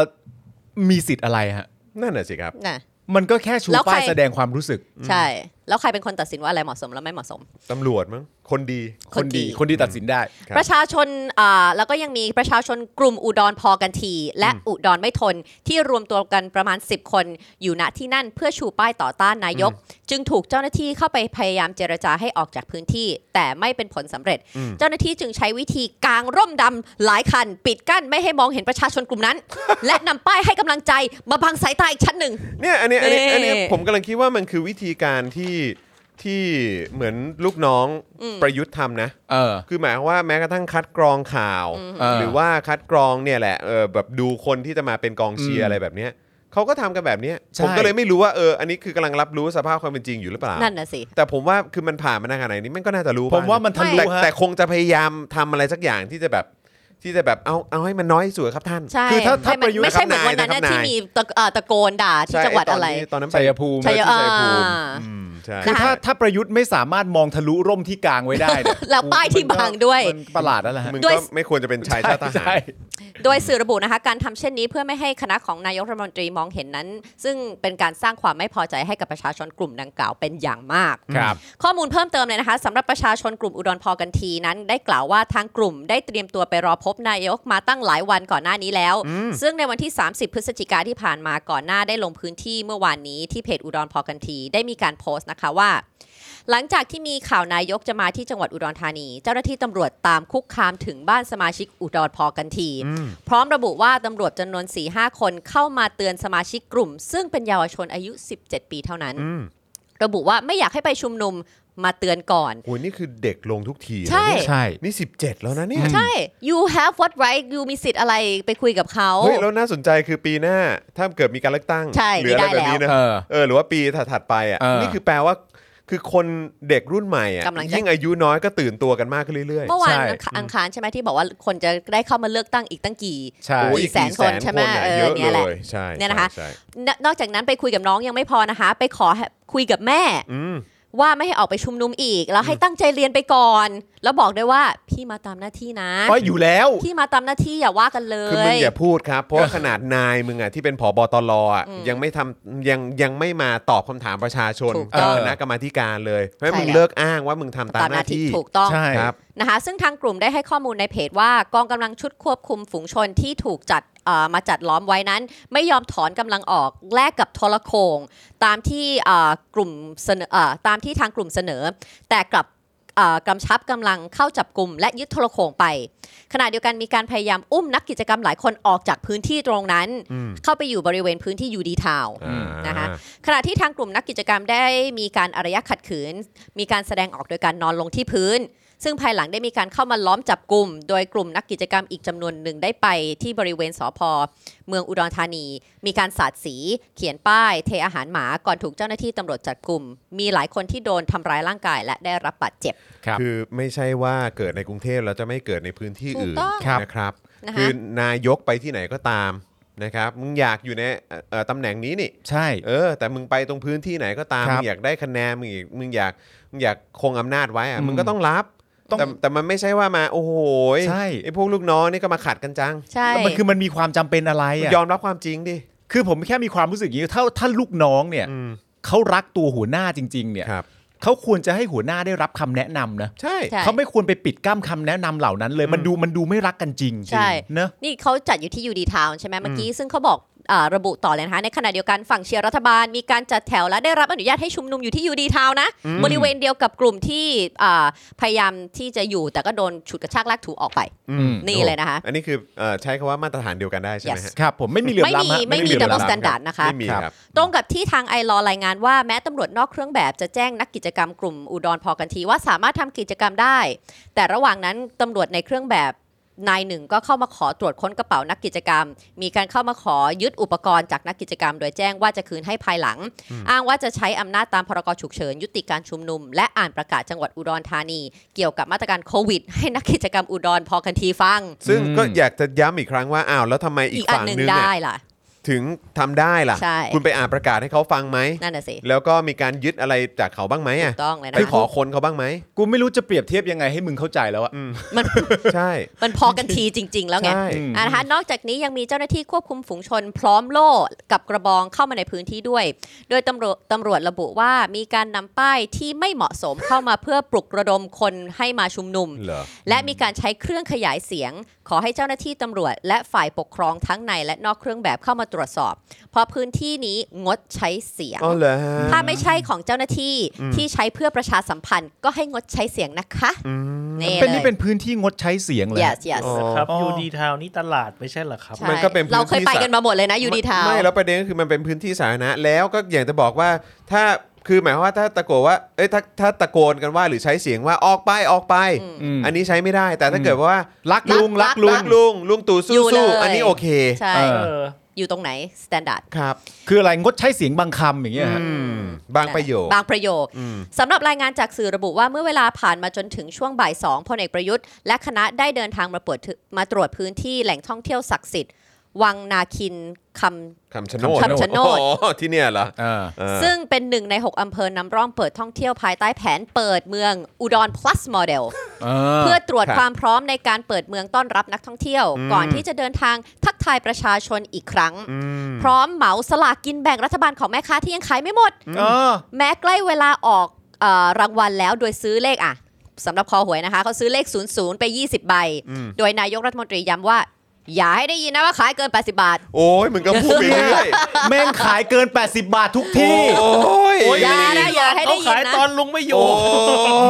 Speaker 2: มีสิทธิ์อะไรฮะ
Speaker 1: นั่นน่ะสิครับ
Speaker 3: นะ
Speaker 2: มันก็แค่ชู
Speaker 3: แล้วใคร
Speaker 2: ป้ายแสดงความรู้สึก
Speaker 3: ใช่ แล้วใครเป็นคนตัดสินว่าอะไรเหมาะสมและไม่เหมาะสม
Speaker 1: ตำรวจมั้ง คนดี
Speaker 2: คน
Speaker 3: คน
Speaker 2: ดี
Speaker 3: ดี
Speaker 2: คนดีตัดสินได้
Speaker 1: ครับ
Speaker 3: ประชาชนอ่าแล้วก็ยังมีประชาชนกลุ่มอุดรพอกันที และอุดรไม่ทนที่รวมตัวกันประมาณ 10 คนอยู่ณที่นั่นเพื่อชูป้ายต่อต้านนายก จึงถูกเจ้าหน้าที่เข้าไปพยายามเจรจาให้ออกจากพื้นที่ แต่ไม่เป็นผลสำเร็จ เจ้าหน้าที่จึงใช้วิธีกางร่มดำหลายคัน ปิดกั้นไม่ให้มองเห็นประชาชนกลุ่มนั้น และนำป้ายให้กำลังใจมาบังสายตาอีกชั้นหนึ่ง
Speaker 1: เนี่ยอันเนี้ยอันเนี้ย
Speaker 3: นี่
Speaker 1: อันเนี้ยผมกำลังคิดว่ามันคือวิธีการที่ที่เหมือนลูกน้องประยุทธ์ทำนะ
Speaker 2: เออ
Speaker 1: คือหมายความว่าแม้กระทั่งคัดกรองข่าว
Speaker 2: อืม
Speaker 1: หรือว่าคัดกรองเนี่ยแหละเออแบบดูคนที่จะมาเป็นกองเชียร์
Speaker 2: อืม
Speaker 1: อะไรแบบเนี้ยเขาก็ทำกันแบบเนี้ย
Speaker 2: ใช่
Speaker 1: ผมก็เลยไม่รู้ว่าเอออันนี้คือกำลังรับรู้สภาพความเป็นจริงอยู่หรือเปล่า
Speaker 3: นั่นน่ะสิ
Speaker 1: แต่ผมว่าคือมันผ่านมานาขนาดไหนนี้มันก็น่าจะรู้
Speaker 2: ผมว่ามันทะลุ
Speaker 1: แต่
Speaker 2: ฮะ
Speaker 1: แต่คงจะพยายามทำอะไรสักอย่างที่จะแบบที่จะแบบเอาเอาให้มันน้อยที่สุดครับท่าน
Speaker 3: ใช่
Speaker 2: คือถ้าถ้า
Speaker 3: ให้มั
Speaker 2: ป
Speaker 3: น
Speaker 2: ระยุทธ์
Speaker 3: ไม่ใช่เหมือนวันนั้น
Speaker 1: นะครับ
Speaker 3: นะที่
Speaker 1: นาย
Speaker 3: มีตะเอ่อตะโกนด่าที่
Speaker 1: ใช่
Speaker 3: จังหวัด
Speaker 1: ตน
Speaker 3: อะไร
Speaker 1: นี้ตอนนั้นไป
Speaker 2: ชัยภูมิ
Speaker 3: ชัย
Speaker 1: ที่ชัยภูมิ
Speaker 3: อ่า
Speaker 1: อืมใช่
Speaker 2: คือ
Speaker 1: ใช่
Speaker 2: ถ้าถ้าประยุทธ์ไม่สามารถมองทะลุร่มที่กลางไว้ได้เนี่ย
Speaker 3: แล้วป้ายที่บังด้วย
Speaker 2: มันประหลาดแล้วล่ะฮะ
Speaker 1: มึง
Speaker 3: ด้วย
Speaker 1: ก็ไม่ควรจะเป็นชายชาติทหาร
Speaker 2: ใช่
Speaker 3: โดยสื่อระบุนะคะการทำเช่นนี้เพื่อไม่ให้คณะของนายกรัฐมนตรีมองเห็นนั้น ซึ่งเป็นการสร้างความไม่พอใจให้กับประชาชนกลุ่มดังกล่าวเป็นอย่างมาก
Speaker 2: ครับ
Speaker 3: ข้อมูลเพิ่มเติมเลยนะคะสำหรับประชาชนกลุ่มอุดรพอกันทีนั้น ได้กล่าวว่าทางกลุ่มได้เตรียมตัวไปรอพบนายกมาตั้งหลายวันก่อนหน้านี้แล้ว ซึ่งในวันที่ 30 พฤศจิกาที่ผ่านมาก่อนหน้าได้ลงพื้นที่เมื่อวานนี้ที่เพจอุดรพอกันทีได้มีการโพสต์นะคะว่า หลังจากที่มีข่าวนายกจะมาที่จังหวัดอุดรธานี เจ้าหน้าที่ตำรวจตามคุกคามถึงบ้านสมาชิกอุดรพอกันที พร้อมระบุว่าตำรวจจำนวน 4-5 คนเข้ามาเตือนสมาชิกกลุ่ม ซึ่งเป็นเยาวชนอายุ 17 ปีเท่านั้น
Speaker 1: อืม
Speaker 3: ระบุว่าไม่อยากให้ไปชุมนุมมาเตือนก่อน
Speaker 1: โอ้ยนี่คือเด็กลงทุกทีนะ
Speaker 3: ใช่
Speaker 1: เนี่ย
Speaker 2: ใช่
Speaker 1: นี่ 17 แล้วนะเนี่ย
Speaker 3: ใช่ you have what right you มีสิทธิ์อะไรไปคุยกับเขา
Speaker 1: เฮ้ยแล้วน่าสนใจคือปีหน้า ถ้าเกิดมีการเลือกตั้ง
Speaker 3: ใช่
Speaker 1: หรืออะไร
Speaker 3: นี่
Speaker 1: แบ
Speaker 3: ได้
Speaker 1: บนี้นะ
Speaker 2: แล้วเออ
Speaker 1: เออหรือว่าปีถัดๆไปอ่ะ
Speaker 2: เออ
Speaker 1: นี่คือแปลว่า คือคนเด็กรุ่นใหม่อ่ะ
Speaker 3: กำลังจะ
Speaker 1: ยิ่งอายุน้อยก็ตื่นตัวกันมากขึ้นเรื่อยๆ
Speaker 3: เมื่อวาน
Speaker 2: ใช่
Speaker 3: อังคารใช่ไหมที่บอกว่าคนจะได้เข้ามาเลือกตั้งอีกตั้งกี่
Speaker 2: ใช่
Speaker 1: โอ้ย
Speaker 3: อีกแสนคนใช่ไหม
Speaker 1: ะ
Speaker 3: เออ
Speaker 1: เยอะ
Speaker 3: เนี่ยแห
Speaker 1: เล
Speaker 3: ละ
Speaker 1: ยใช่
Speaker 3: เนี่ยนะคะ
Speaker 1: ใช่ใช่
Speaker 3: นนอกจากนั้นไปคุยกับน้องยังไม่พอนะคะ ไปขอให้คุยกับแม่
Speaker 1: อืม
Speaker 3: ว่าไม่ให้ออกไปชุมนุมอีก แล้วให้ตั้งใจเรียนไปก่อน แล้วบอกด้วยว่าพี่มาตามหน้าที่นะ
Speaker 2: ก็อยู่แล้ว
Speaker 3: พี่มาตามหน้าที่อย่าว่ากันเล
Speaker 1: คือมึง
Speaker 3: ย
Speaker 1: อย่าพูดครับ เพราะว่าขนาดนายมึงอ่ะที่เป็นผบตรอ่ะยังไม่ทำยังยังไม่มาตอบคำถามประชาชน
Speaker 3: ถูก
Speaker 1: กับ
Speaker 2: ต้อง
Speaker 1: คณะกรรมาธิการเลยเพราะฉะนั้น
Speaker 3: ใช่
Speaker 1: มึง
Speaker 3: แล้ว
Speaker 1: เลิกอ้างว่ามึงทำตาม
Speaker 3: ตาม
Speaker 1: ห
Speaker 3: ห
Speaker 1: น้า
Speaker 3: น้าที่
Speaker 1: ที่
Speaker 3: ถูกต้อง
Speaker 2: ใช่
Speaker 1: ครับ
Speaker 3: นะคะซึ่งทางกลุ่มได้ให้ข้อมูลในเพจว่ากองกำลังชุดควบคุมฝูงชนที่ถูกจัดเอ่อมาจัดล้อมไว้นั้น ไม่ยอมถอนกำลังออกแลกกับโทรโคง ตามที่เอ่อกลุ่มเสนอเอ่อตามที่ทางกลุ่มเสนอ แต่กลับเอ่อกำชับกำลังเข้าจับกลุ่ม และยึดโทรโขงไป ขณะเดียวกันมีการพยายามอุ้มนักกิจกรรมหลายคนออกจากพื้นที่ตรงนั้น เข้าไปอยู่บริเวณพื้นที่ยูดีทาว
Speaker 1: อ่า
Speaker 3: นะคะ ขณะที่ทางกลุ่มนักกิจกรรมได้มีการอารยะขัดขืน มีการแสดงออกโดยการนอนลงที่พื้น ซึ่งภายหลังได้มีการเข้ามาล้อมจับกลุ่ม โดยกลุ่มนักกิจกรรมอีกจำนวนหนึ่งได้ไปที่บริเวณสพเมืองอุดรธานี มีการสาดสี เขียนป้าย เทอาหารหมาก่อนถูกเจ้าหน้าที่ตำรวจจับกลุ่ม มีหลายคนที่โดนทำร้ายร่างกายและได้รับบาดเจ็บ
Speaker 2: ครับ
Speaker 1: คือไม่ใช่ว่าเกิดในกรุงเทพแล้วจะไม่เกิดในพื้นที่
Speaker 3: ถูก
Speaker 1: อื่น
Speaker 3: ต้อง
Speaker 1: นะครับ
Speaker 3: นะคะ
Speaker 1: คือนายกไปที่ไหนก็ตามนะครับมึงอยากอยู่ในเอ่อเอ่อตำแหน่งนี้นี่
Speaker 2: ใช่
Speaker 1: เออ แต่มึงไปตรงพื้นที่ไหนก็ตาม
Speaker 2: ครับ
Speaker 1: มึงอยากได้คะแนนมึงอยากมึงอยากมึงอยากคงอำนาจไว้อะ
Speaker 2: อืม
Speaker 1: มึงก็ต้องรับ
Speaker 2: ต้อง
Speaker 1: แต่แต่มันไม่ใช่ว่ามาโอ้โหย
Speaker 2: ใช่
Speaker 1: ไอพวกลูกน้องนี่ก็มาขัดกันจัง
Speaker 3: ใช่
Speaker 2: แล้วมันคือมันมีความจำเป็นอะไรอ่ะ
Speaker 1: ยอมรับความจริงดิ
Speaker 2: คือผมแค่มีความรู้สึกอย่างนี้ถ้าถ้าลูกน้องเนี่ย
Speaker 1: อืม
Speaker 2: เขารักตัวหัวหน้าจริง ๆ เนี่ย
Speaker 1: ครับ
Speaker 2: เขาควรจะให้หัวหน้าได้รับคำแนะนำนะ
Speaker 1: ใช่
Speaker 3: ใช่
Speaker 2: เขาไม่ควรไปปิดกั้มคำแนะนำเหล่านั้นเลยมันดูมันดูไม่รักกันจริง
Speaker 3: ใช่
Speaker 2: เนอะ
Speaker 3: นี่เขาจัดอยู่ที่ยูดีทาวน์ใช่ไหมเมื่อกี้ซึ่งเขาบอก เอ่อระบุต่อเลยนะคะในขณะเดียวกันฝั่งเชียร์รัฐบาล มีการจัดแถวและได้รับอนุญาตให้ชุมนุมอยู่ที่ยูดีทาวนะ บริเวณเดียวกับกลุ่มที่เอ่อพยายามที่จะอยู่แต่ก็โดนฉุดกระชากลากถูออกไป
Speaker 1: อืม
Speaker 3: นี่เลยนะคะ
Speaker 1: อันนี้คือเอ่อใช้คำว่ามาตรฐานเดียวกันได้ใช่ไหม
Speaker 3: Yes
Speaker 1: ฮะ
Speaker 2: ครับผมไม่มีเหลื่อม
Speaker 3: ไม่มี
Speaker 2: ล้ำฮะ
Speaker 3: ไม่มี
Speaker 2: เหอ
Speaker 3: double
Speaker 2: ล้ำ
Speaker 3: standard นะคะ
Speaker 1: ไม่มีครับ
Speaker 3: ตรงกับที่ทางไอรอรายงานว่าแม้ตำรวจนอกเครื่องแบบจะแจ้งนักกิจกรรมกลุ่มอุดรพอกันทีว่าสามารถทำกิจกรรมได้ แต่ระหว่างนั้นตำรวจในเครื่องแบบนายหนึ่งก็เข้ามาขอตรวจค้นกระเป๋านักกิจกรรม มีการเข้ามาขอยึดอุปกรณ์จากนักกิจกรรม โดยแจ้งว่าจะคืนให้ภายหลัง อ้างว่าจะใช้อำนาจตามพรกฉุกเฉินยุติการชุมนุม และอ่านประกาศจังหวัดอุดรธานี เกี่ยวกับมาตรการโควิด ให้นักกิจกรรมอุดรพอกันทีฟัง
Speaker 1: ซึ่งก็อยากจะย้ำอีกครั้งว่าอ้าวแล้วทำไมอี
Speaker 3: อี
Speaker 1: ก
Speaker 3: กอัน
Speaker 1: ฝั่ง
Speaker 3: หนึ่ง
Speaker 1: นึง
Speaker 3: ได้
Speaker 1: เนี่ย
Speaker 3: ล่ะ
Speaker 1: ถึงทำได้ล่ะ
Speaker 3: ใช่
Speaker 1: คุณไปอ่านประกาศให้เขาฟังไหม
Speaker 3: นั่นน่ะสิ
Speaker 1: แล้วก็มีการยึดอะไรจากเขาบ้างไหม
Speaker 3: ถู
Speaker 1: อ่ะ
Speaker 3: กต้องเลยนะ
Speaker 1: ไป
Speaker 3: คะ
Speaker 1: ขอคนเขาบ้างไหม
Speaker 2: กูไม่รู้จะเปรียบเทียบยังไงให้มึงเข้าใจแล้วอะ
Speaker 3: มัน
Speaker 1: ใช่
Speaker 3: มันพอกันทีจริง ๆ แล้วไง
Speaker 1: ใช่
Speaker 3: อ่ะนะคะนอกจากนี้ยังมีเจ้าหน้าที่ควบคุมฝูงชน พร้อมโล่กับกระบองเข้ามาในพื้นที่ด้วย โดยตำรวจตำรวจระบุว่ามีการนำป้ายที่ไม่เหมาะสมเข้ามาเพื่อปลุกระดมคนให้มาชุมนุม
Speaker 1: เหรอ
Speaker 3: และมีการใช้เครื่องขยายเสียง ขอให้เจ้าหน้าที่ตำรวจ และฝ่ายปกครองทั้งในและนอกเครื่องแบบเข้ามาตรวจสอบ เพราะพื้นที่นี้งดใช้เสียง
Speaker 1: อ๋อเหรอฮะ
Speaker 3: ถ้าไม่ใช่ของเจ้าหน้าที่ที่ใช้เพื่อประชาสัมพันธ์ ก็ให้งดใช้เสียงนะคะนี่
Speaker 2: เป็นนี่
Speaker 3: ลย
Speaker 2: เป็นพื้นที่งดใช้เสียงเลย
Speaker 3: yes yes
Speaker 1: อ๋อ
Speaker 4: ครับ
Speaker 2: อ๋อ
Speaker 4: ยูดีทาวนี่ตลาดไม่ใช่เหรอครับ
Speaker 3: ใช่
Speaker 1: มันก็เป็นพื้นที่
Speaker 3: เราเคยไปกันมาหมดเลยนะยูดีทาว
Speaker 1: ไม่แล้วประเด็นก็คือมันเป็นพื้นที่สาธารณะแล้วก็อย่างจะบอกว่าถ้าคือหมายความว่าถ้าตะโกนว่าเอ้ยถ้าถ้าตะโกนกันว่าหรือใช้เสียงว่าออกไปออกไป
Speaker 2: อืม
Speaker 1: อันนี้ใช้ไม่ได้ แต่ถ้าเกิดว่า
Speaker 2: รักลุงรักลุง
Speaker 1: รักลุงลุงตู่
Speaker 3: อยู่เล
Speaker 1: สู้
Speaker 3: ย
Speaker 1: ๆอันนี้โอเค
Speaker 3: ใช่
Speaker 2: เอ
Speaker 4: เออ
Speaker 3: อยู่ตรงไหนสแตนดาร์ด
Speaker 1: ครับ
Speaker 2: คืออะไรงดใช้เสียงบางคำอย่างเงี้ยฮะ
Speaker 1: อืมบางประโยค
Speaker 3: บางประโยคสำหรับรายงานจากสื่อระบุว่าเมื่อเวลาผ่านมาจนถึงช่วงบ่ายสองพลเอกประยุทธ์และคณะได้เดินทางมาเปิดถึมาตรวจพื้นที่แหล่งท่องเที่ยวศักดิ์สิทธิ์ วังนาคินค
Speaker 1: คำชะโนด
Speaker 3: คำชะโนด
Speaker 1: อ้หที่เนี่ยเหรอเออ
Speaker 3: ำซึ่งเป็นหนึ่งใน 6 อำเภอนำร่องเปิดท่องเที่ยวภายใต้แผนเปิดเมืองอุดร plus model เพื่อตรวจความพร้อมในการเปิดเมืองต้อนรับนักท่องเที่ยว ก่อนที่จะเดินทางทักทายประชาชนอีกครั้ง พร้อมเหมาสลากกินแบ่งรัฐบาลของแม่ค้าที่ยังขายไม่หมด แม้ใกล้เวลาออกเออรางวัลแล้วโดยซื้อเลขอ่ะสำหรับคอหวยนะคะเขาซื้อเลข 00 ไป 20 ใบ โดยนายกรัฐมนตรีย้ำว่า อย่าให้ได้ยินนะว่าขายเกิน 80 บาท
Speaker 1: โอ้ยมึงก็พูดไปเรื่อย
Speaker 2: แม่งขายเกิน 80 บาททุกที่
Speaker 1: โอ้ย
Speaker 4: โอ้ย
Speaker 3: อย่านะอย่าให้ได้ยิน
Speaker 4: เขาขาย
Speaker 3: นะ
Speaker 4: ตอนลุงไม่อยู่
Speaker 1: โอ้ย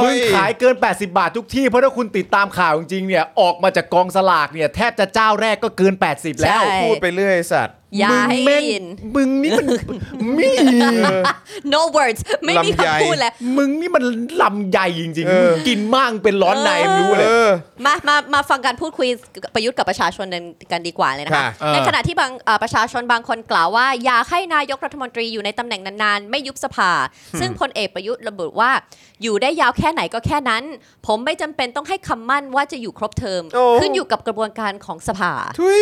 Speaker 2: มึงขายเกิน 80 บาททุกที่ เพราะถ้าคุณติดตามข่าวจริงๆเนี่ย ออกมาจากกองสลากเนี่ย แทบจะเจ้าแรกก็เกิน 80 แล้ว
Speaker 3: ใช่
Speaker 1: พูดไปเรื่อยสัตว์
Speaker 3: อย่าให้ได้ยิน
Speaker 2: มึงแม่งมึงนี่มัน [LAUGHS] มี
Speaker 3: no words ไม่มีคำพูดแล้ว
Speaker 2: มึงนี่มันลำใหญ่จริงๆมึงกินมั่งเป็นร้อนใน
Speaker 3: เออ
Speaker 2: ไม่รู้เล
Speaker 1: เอย อ
Speaker 3: มามามาฟังการพูดคุยประยุทธ์กับประชาชนกันดีกว่าเลยนะคะ
Speaker 1: ค่ะ
Speaker 2: เออ
Speaker 3: ในขณะที่บางเอ่อประชาชนบางคนกล่าวว่า อยากให้นายกรัฐมนตรีอยู่ในตำแหน่งนานๆ ไม่ยุบสภา ซึ่งพลเอกประยุทธ์ระบุว่า อยู่ได้ยาวแค่ไหนก็แค่นั้น ผมไม่จำเป็นต้องให้คำมั่นว่าจะอยู่ครบเทอม
Speaker 1: โอ้
Speaker 3: ขึ้นอยู่กับกระบวนการของสภา
Speaker 1: ทุย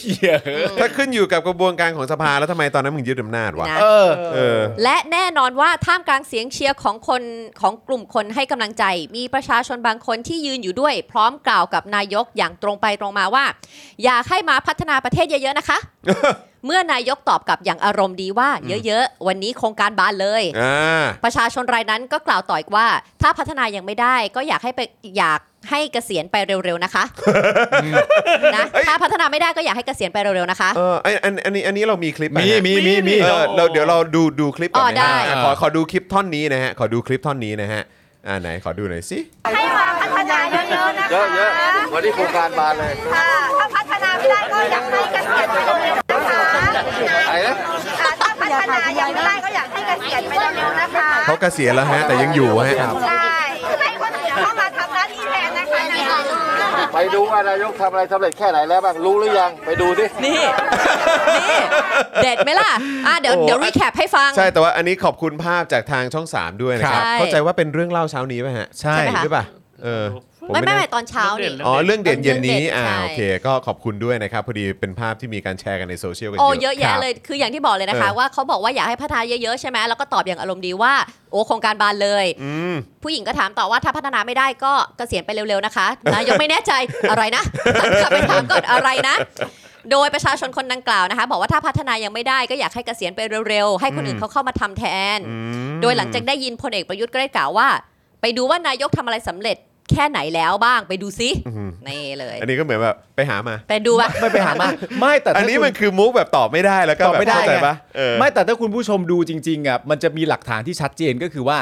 Speaker 2: เหี้ยเอะ
Speaker 1: ถ้าขึ้นอยู่กับกระบวนการของสภาแล้วทำไมตอนนั้นมึงยึดอำนาจวะ
Speaker 3: นะ
Speaker 2: เออ
Speaker 1: เออ
Speaker 3: และแน่นอนว่าท่ามกลางเสียงเชียร์ของคนของกลุ่มคนให้กำลังใจ มีประชาชนบางคนที่ยืนอยู่ด้วย พร้อมกล่าวกับนายกอย่างตรงไปตรงมาว่า อยากให้มาพัฒนาประเทศเยอะๆนะคะ [LAUGHS] เมื่อนายกตอบกลับอย่างอารมณ์ดีว่า เยอะๆ วันนี้โครงการบานเลย [LAUGHS]
Speaker 1: อ่า
Speaker 3: ประชาชนรายนั้นก็กล่าวต่ออีกว่า ถ้าพัฒนายังไม่ได้ ก็อยากให้ไปอยากให้เกษียณไปเร็วๆ [LAUGHS] นะคะนะถ้าพัฒนาไม่ได้ก็อยากให้เกษียณไปเร็วๆนะคะ
Speaker 1: เออไออันอันนี้อันนี้เรามีคลิปไห
Speaker 2: มี
Speaker 1: ฮะ
Speaker 2: มีมีมี
Speaker 1: เออเราเดี๋ยวเราดูดูคลิปก่อนนะ
Speaker 3: อ๋อได้
Speaker 1: ฮะอ่ะขอขอดูคลิปท่อนนี้นะฮะ ขอดูคลิปท่อนนี้นะฮะ อ่าไหนขอดูหน่อยสิ
Speaker 5: ให้มาพัฒนาเยอะๆนะคะ
Speaker 6: เยอะเยอะวันนี้โครงการมาเลย
Speaker 5: ค่ะถ้าพัฒนาไม่ได้ก็อยากให้เกษียณไปเร็วๆนะคะ
Speaker 6: ไอ้นะ
Speaker 5: อ่าถ้าพัฒนายังไม่ได้ก็อยากให้เกษียณไปเร็วๆนะคะ
Speaker 1: เขาเกษียณแล้วฮะ แต่ยังอยู่ฮะ
Speaker 5: ใช่ให้คนอื่นเข้ามาทำหน้าที่แทนนะคะนายก
Speaker 6: ไปดูว่านายกทำอะไรสำเร็จแค่ไหนแล้วบ้าง รู้หรือยัง ไปดูดิ
Speaker 3: นี่นี่เด็ดไหมล่ะอ่ะเดี๋ยว
Speaker 1: โอ้
Speaker 3: เดี๋ยวรีแคปให้ฟัง
Speaker 1: ใช่ แต่ว่าอันนี้ขอบคุณภาพจากทางช่อง 3 ด้วยนะครับ
Speaker 3: ใช่
Speaker 1: เข้าใจว่าเป็นเรื่องเล่าเช้านี้ป่ะฮะ
Speaker 2: ใช่
Speaker 3: ใช่ไหมคะ
Speaker 1: หรือเปล่าเออผ
Speaker 3: ไม่ไม่
Speaker 1: แน่
Speaker 3: ไม่ตอนเช้านี่
Speaker 1: อ๋อ เรื่องเด่นเย็นนี้
Speaker 3: เรื่องเด่น
Speaker 1: อ่า
Speaker 3: ใช่
Speaker 1: โอเค ก็ขอบคุณด้วยนะครับ พอดีเป็นภาพที่มีการแชร์กันในโซเชียลกัน
Speaker 3: โอ้
Speaker 1: เย
Speaker 3: เย
Speaker 1: อะ
Speaker 3: อะแยะเลย คืออย่างที่บอกเลยนะคะ
Speaker 1: เออ
Speaker 3: ว่าเขาบอกว่าอยากให้พัฒนาเยอะๆใช่ไหมแล้วก็ตอบอย่างอารมณ์ดีว่า โอ้โครงการบานเลย
Speaker 1: อืม
Speaker 3: ผู้หญิงก็ถามต่อว่าถ้าพัฒนาไม่ได้ก็เกษียณไปเร็วๆนะคะนายกไม่แน่ใจ อะไรนะกลับไปถามก่อนอะไรนะ โดยประชาชนคนดังกล่าวนะคะ บอกว่าถ้าพัฒนายังไม่ได้ก็อยากให้เกษียณไปเร็วๆ ให้คนอื่นเขาเข้ามาทำแทน โดยหลังจากได้ยินพลเอกประยุทธ์ก็ได้กล่าวว่า ไปดูว่านายกทำอะไรสำเร็จ แค่ไหนแล้วบ้างไปดูซินี่เลย
Speaker 1: อันนี้ก็เหมือนแบบไปหามา
Speaker 3: ไปดูปะ
Speaker 2: ไม่ไปหามาไม่แต่
Speaker 1: อัน
Speaker 2: ถ้า
Speaker 1: นี้
Speaker 2: คุณ
Speaker 1: มันคือมุกแบบตอบไม่ได้แล้วก็
Speaker 2: ตอบ
Speaker 1: แบบ
Speaker 2: ไม่ได้
Speaker 1: เข้าใจ
Speaker 2: ไง
Speaker 1: ปะเออ
Speaker 2: ไม่แต่ถ้าคุณผู้ชมดูจริงๆอ่ะมันจะมีหลักฐานที่ชัดเจนก็คือว่า